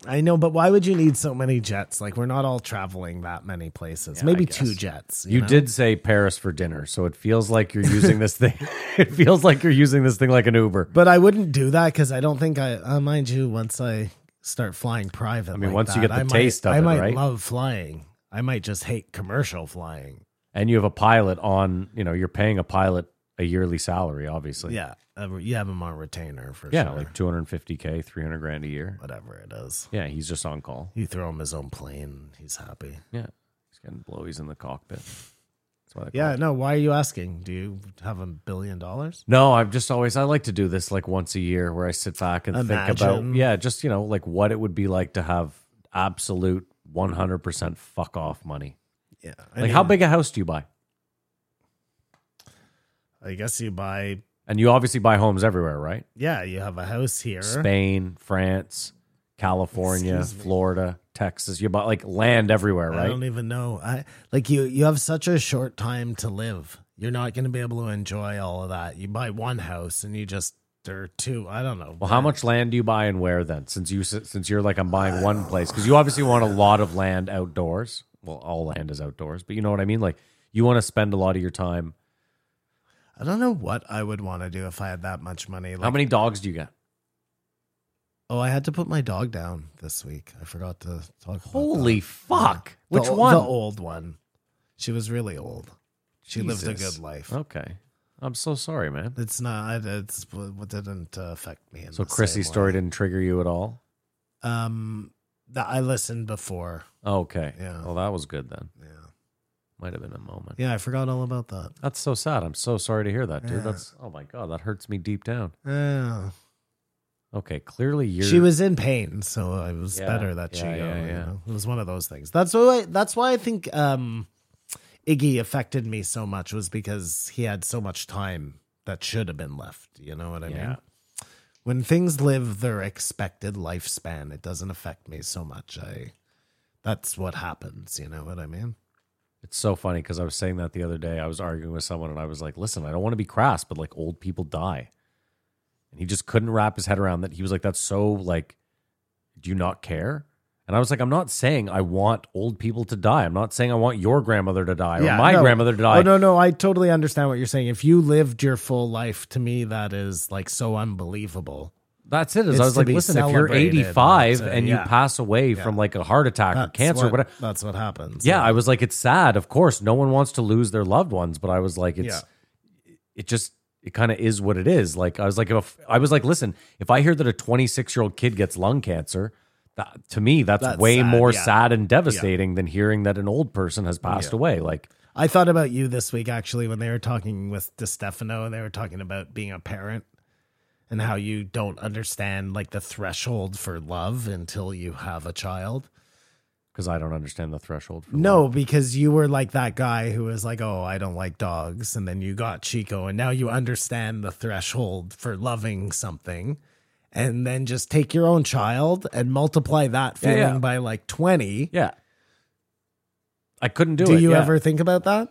I know. But why would you need so many jets? Like we're not all traveling that many places. Maybe two
guess.
jets.
You
know?
did say Paris for dinner, so it feels like you're using this thing. it feels like you're using this thing like an Uber.
but I wouldn't do that because I don't think I. Uh, mind you, once I start flying private, I
mean, once you get the
I might-
taste of
I
it,
might
right?
love flying. I might just hate commercial flying.
And you have a pilot on. You know, you're paying a pilot a yearly salary, obviously.
Yeah, uh, you have them on retainer for
Yeah,
sure.
like 250k, 300 grand a year.
whatever it is.
Yeah, he's just on call.
You throw him his own plane, he's happy.
Yeah, he's getting blowies in the cockpit. That's why they call
Yeah,
it-
no, why are you asking? Do you have a billion dollars?
No, I'm just always I like to do this like once a year where I sit back and think
Imagine.
about yeah, just you know like what it would be like to have absolute 100% fuck off money.
Yeah. I
Like how
mean,
big a house do you buy?
I guess you buy
And you obviously buy homes everywhere, right?
yeah, you have a house here.
Spain, France, California, Florida, Texas. You buy like land everywhere,
I don't
right?
even know. I like you you have such a short time to live. You're not gonna be able to enjoy all of that. You buy one house and you just or two. I don't know.
Well, how much land do you buy and where then? Since you since you're like I'm buying one place because you obviously want a lot of land outdoors. Well, all land is outdoors, but you know what I mean. Like you want to spend a lot of your time.
I don't know what I would want to do if I had that much money.
How many dogs do you get?
Oh, I had to put my dog down this week. I forgot to talk.
Holy
about
fuck!
that.
Which
The-
one?
The old one. She was really old. She lived a
Jesus. Oh.
good life.
Okay, I'm so sorry, man.
It's not. It's what didn't uh, affect me. In
So
the
Chrissy's
same way.
story didn't trigger you at all.
Um, that I listened before.
Okay.
Yeah.
Well, that was good then.
Yeah.
Might have been a moment.
Yeah, I forgot all about that.
That's so sad. I'm so sorry to hear that, dude.
Yeah.
That's oh my god, that hurts me deep down.
Yeah.
Okay, clearly you're
she was in pain, so it was
Yeah,
better that she.
yeah,
got
yeah,
it, you
yeah.
know? It was one of those things. That's why. That's why I think um, Iggy affected me so much was because he had so much time that should have been left. You know what I
Yeah.
mean? When things live their expected lifespan, it doesn't affect me so much. I. That's what happens. You know what I mean?
It's so funny because I was saying that the other day. I was arguing with someone and I was like, listen, I don't want to be crass, but like old people die. And he just couldn't wrap his head around that. He was like, that's so like, do you not care? And I was like, I'm not saying I want old people to die. I'm not saying I want your grandmother to die or my
no.
grandmother to die.
Oh no, no, I totally understand what you're saying. If you lived your full life, to me, that is like so unbelievable.
That's it. Is
It's
I was
to
like,
be
listen, if you're
celebrated,
85
that's it,
and you
yeah.
pass away from like a heart attack or
That's
cancer,
what,
or whatever.
That's what happens.
Yeah, I was like, it's sad. Of course, no one wants to lose their loved ones, but I was like, it's it just it kind of is what it is. Like I was like, if I was like, listen, if I hear that a 26 year old kid gets lung cancer, that, to me that's,
That's
way
sad,
more
yeah.
sad and devastating than hearing that an old person has passed away. Like
I thought about you this week actually when they were talking with DeStefano and they were talking about being a parent and how you don't understand like the threshold for love until you have a child.
because I don't understand the threshold. For
No, because you were like that guy who was like, "Oh, I don't like dogs," and then you got Chico, and now you understand the threshold for loving something. And then just take your own child and multiply that
Yeah,
feeling
yeah.
by like twenty.
yeah, I couldn't do,
Do,
it.
you
yeah.
ever think about that?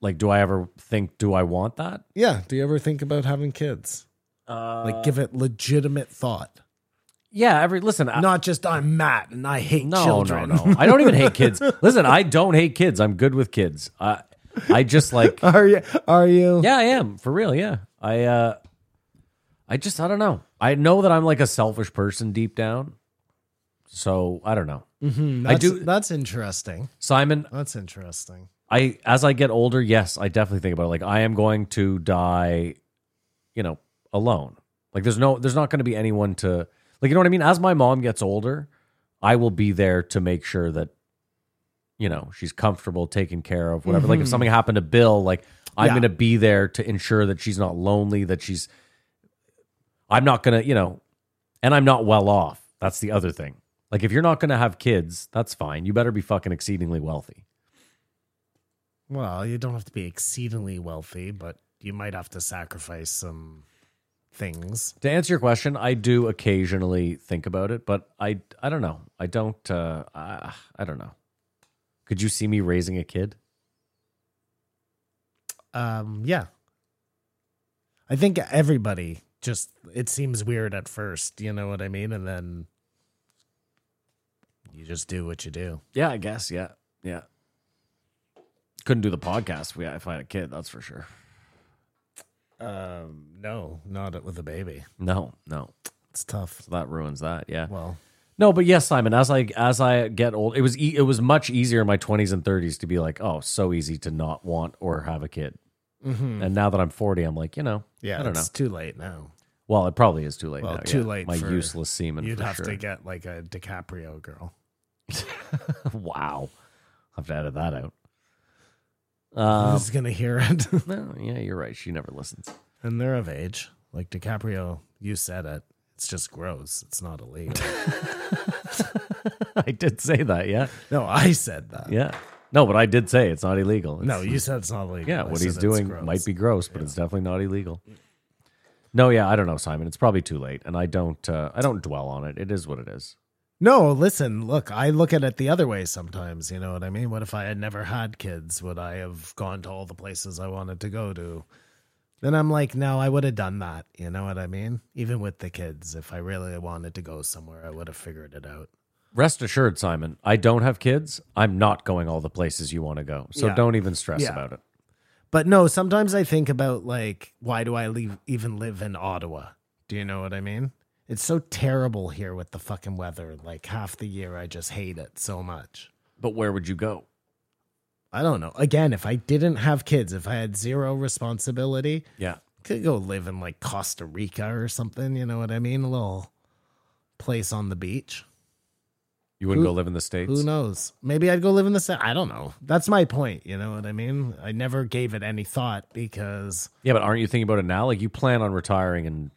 like? Do I ever think? Do I want that?
Yeah. Do you ever think about having kids?
Uh,
Like, give it legitimate thought.
yeah, every listen. I-
Not just I'm Matt and I hate
Uh, No,
children.
no, no. I don't even hate kids. Listen, I don't hate kids. I'm good with kids. I, I just like,
Are you? Are you?
yeah, I am for real. Yeah, I, uh, I just, I don't know. I know that I'm like a selfish person deep down. So I don't know,
That's,
do-
That's interesting.
Simon.
That's interesting.
I as I get older, yes, I definitely think about it. Like I am going to die, you know, alone. Like there's no there's not going to be anyone to like you know what I mean? As my mom gets older, I will be there to make sure that you know, she's comfortable, taken care of, whatever. Like if something happened to Bill, like I'm
Yeah.
going to be there to ensure that she's not lonely, that she's I'm not going to, you know, and I'm not well off. That's the other thing. Like if you're not going to have kids, that's fine. You better be fucking exceedingly wealthy.
Well, you don't have to be exceedingly wealthy, but you might have to sacrifice some things.
To answer your question, I do occasionally think about it, but I I don't know. I don't uh I, I don't know. Could you see me raising a kid?
Um, yeah. I think everybody just it seems weird at first, you know what I mean? And then you just do what you do.
Yeah, I guess, yeah. Yeah. Couldn't do the podcast if, we, if I had a kid, that's for sure.
Um, no, not with a baby.
No, no.
It's tough.
So that ruins that, yeah.
Well,
No, but yes, Simon. As I as I get old, it was e- it was much easier in my twenties and thirties to be like, oh, so easy to not want or have a kid. And now that I'm forty, I'm like, you know,
yeah,
I don't know.
it's too late now.
Well, it probably is too late.
Well,
now,
too
yeah.
late
My
for-
useless semen.
You'd
for
have
sure.
to get like a DiCaprio girl.
wow, I'll have to edit that out. Um,
Who's gonna hear it?
No, yeah, you're right. She never listens.
and they're of age. Like DiCaprio, you said it. It's just gross. It's not illegal.
I did say that. Yeah,
no, I said that.
yeah. No, but I did say it's not illegal. It's-
No, you said it's not illegal.
yeah,
I
what
said
he's
it's
doing
gross.
might be gross, but it's definitely not illegal. No, yeah, I don't know, Simon. It's probably too late, and I don't. Uh, I don't dwell on it. It is what it is.
No, listen, look, I look at it the other way sometimes. You know what I mean? What if I had never had kids? Would I have gone to all the places I wanted to go to? Then I'm like, no, I would have done that. You know what I mean? Even with the kids, if I really wanted to go somewhere, I would have figured it out.
Rest assured, Simon, I don't have kids. I'm not going all the places you want to go. So
Yeah.
don't even stress
Yeah.
about it.
But no, sometimes I think about like, why do I leave, even live in Ottawa? Do you know what I mean? It's so terrible here with the fucking weather. Like half the year, I just hate it so much.
But where would you go?
I don't know. Again, if I didn't have kids, if I had zero responsibility,
Yeah.
could go live in like Costa Rica or something. You know what I mean? A little place on the beach.
You wouldn't
Who-
go live in the States?
Who knows? Maybe I'd go live in the South. I don't know. That's my point. You know what I mean? I never gave it any thought because
Yeah, but aren't you thinking about it now? Like you plan on retiring in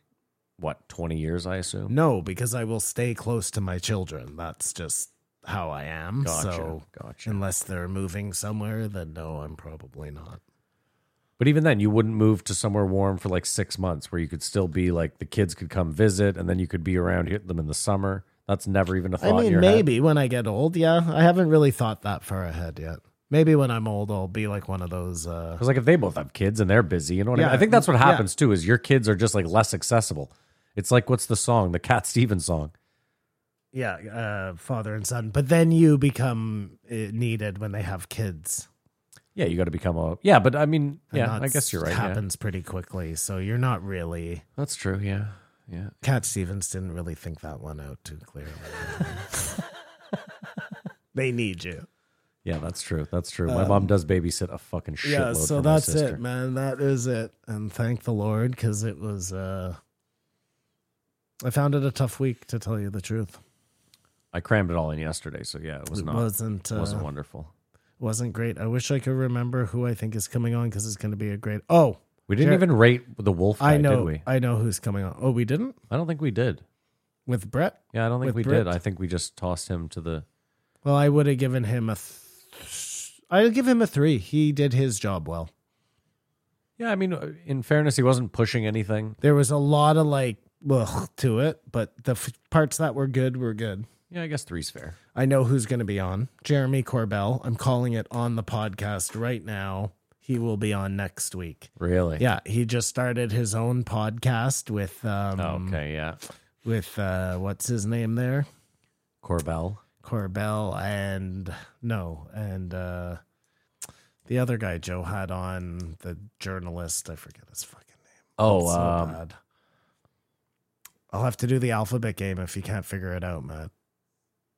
what, 20 years, I assume?
no, because I will stay close to my children. That's just how I am.
Gotcha,
So
gotcha.
unless they're moving somewhere, then no, I'm probably not.
But even then, you wouldn't move to somewhere warm for like six months where you could still be like the kids could come visit and then you could be around hit them in the summer. That's never even a thought.
I
in
mean,
your head.
maybe when I get old, yeah. I haven't really thought that far ahead yet. Maybe when I'm old, I'll be like one of those. Uh,
Because like if they both have kids and they're busy, you know what I mean.
Yeah.
I think that's what
Yeah.
happens too. Is your kids are just like less accessible. It's like what's the song, the Cat Stevens song?
yeah, uh, father and son. But then you become uh, needed when they have kids.
Yeah, you got to become a yeah. But I mean,
And
yeah, I
that's-
guess you're right. Yeah.
Happens pretty quickly, so you're not really.
That's true. Yeah, yeah.
Cat Stevens didn't really think that one out too clearly. they need you.
Yeah, that's true. That's true. My mom does babysit a fucking shitload.
Um, yeah, so
for my
that's
sister.
it, man. That is it, and thank the Lord because it was. uh I found it a tough week to tell you the truth.
I crammed it all in yesterday, so yeah, it was
It
not
wasn't,
it wasn't
uh,
wonderful.
Wasn't great. I wish I could remember who I think is coming on because it's going to be a great. Oh,
We didn't
Jer-
even rate the wolf. Guy,
I know.
Did we?
I know who's coming on. Oh, we didn't
I don't think we did.
with Brett.
Yeah, I don't think
With
we
Brit?
did. I think we just tossed him to the.
Well, I would have given him a. Th- I'd give him a three. He did his job well.
Yeah, I mean, uh, in fairness, he wasn't pushing anything.
There was a lot of like ugh, to it, but the f- parts that were good were good.
Yeah, I guess three's fair.
I know who's going to be on. Jeremy Corbell. I'm calling it on the podcast right now. He will be on next week.
Really?
Yeah, he just started his own podcast with um
Okay. Yeah.
with uh what's his name there?
Corbell.
Corbell and no, and uh the other guy Joe had on the journalist, I forget his fucking name.
Oh,
so
um,
bad. I'll have to do the alphabet game if you can't figure it out, Matt.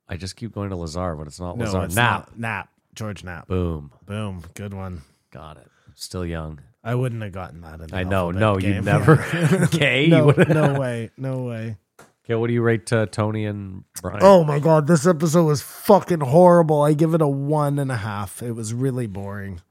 I just keep going to Lazar, but it's not
No,
Lazar.
it's
Nap.
not. Nap. George Nap.
Boom.
Boom. Good one.
Got it. Still young.
I wouldn't have gotten that in the
I know.
alphabet
No, you
game.
never. okay.
no,
you would-
no way. No way.
okay. What do you rate uh, Tony and Brian?
Oh my god, this episode was fucking horrible. I give it a one and a half. It was really boring.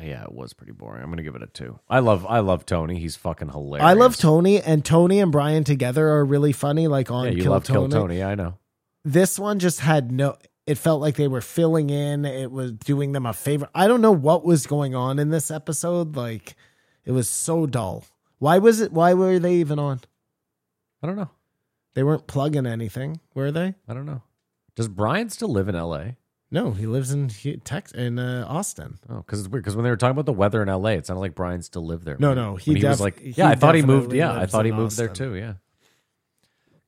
yeah, it was pretty boring. I'm gonna give it a two. I love. I love Tony. He's fucking hilarious.
I love Tony, and Tony and Brian together are really funny. Like on
Yeah, you
Kill,
love
Tony.
Kill Tony. I know.
This one just had no. It felt like they were filling in. It was doing them a favor. I don't know what was going on in this episode. Like, it was so dull. Why was it? Why were they even on?
I don't know.
They weren't plugging anything, were they?
I don't know. Does Brian still live in L.A.?
No, he lives in Hu- Tex in uh, Austin.
Oh, because it's weird. Because when they were talking about the weather in L.A., it sounded like Brian still lived there.
No,
When-
no,
when
he
he was
def-
like,
he
yeah, I thought he moved.
definitely
Yeah, I
lives
thought he
in
moved there
Austin.
too. Yeah.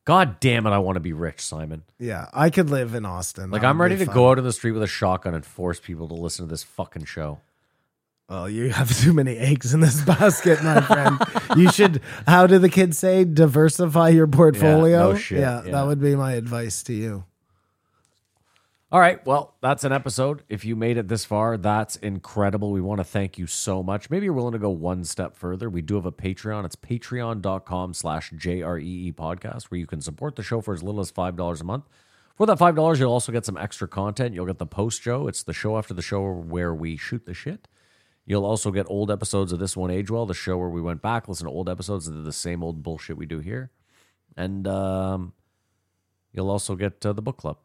God damn it! I want to be rich, Simon.
Yeah, I could live in Austin.
Like
That
I'm
would
ready
be
to
fun.
go out on the street with a shotgun and force people to listen to this fucking show.
Well, Oh, you have too many eggs in this basket, my friend. you should. How do the kids say? Diversify your portfolio.
Yeah, no shit, yeah.
that would be my advice to you.
All right, well, that's an episode. If you made it this far, that's incredible. We want to thank you so much. Maybe you're willing to go one step further. We do have a Patreon. It's patreon.com slash JREE E podcast, where you can support the show for as little as $5 a month. For that $5, you'll also get some extra content. You'll get the post show. It's the show after the show where we shoot the shit. You'll also get old episodes of This One Age Well, the show where we went back, listen to old episodes, and did the same old bullshit we do here. And um, you'll also get uh, the book club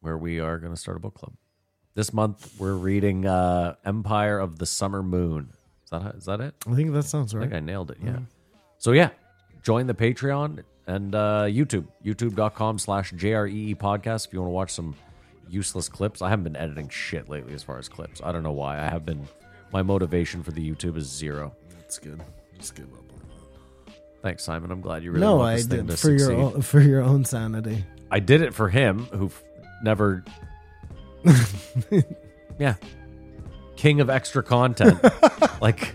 where we are going to start a book club. This month we're reading uh, Empire of the Summer Moon. Is that how, is that it?
I think that sounds
I
right.
think I nailed it. Yeah.
Mm-hmm.
So yeah, join the Patreon and uh, YouTube, youtube.com slash JREE E podcast. If you want to watch some useless clips, I haven't been editing shit lately as far as clips. I don't know why. I have been My motivation for the YouTube is zero.
That's good. Just give up.
Thanks, Simon. I'm glad you really
No,
want
I
this thing
did
to
for your
succeed.
own, for your own sanity.
I did it for him, who f- never. yeah, king of extra content. like,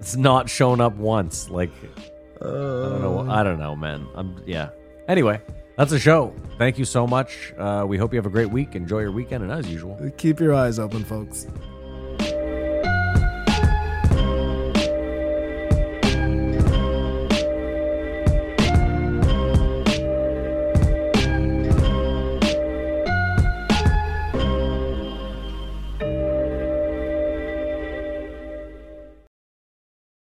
it's not shown up once. Like, I don't know. I don't know, man. I'm yeah. Anyway, that's a show. Thank you so much. Uh, we hope you have a great week. Enjoy your weekend, and as usual.
Keep your eyes open, folks.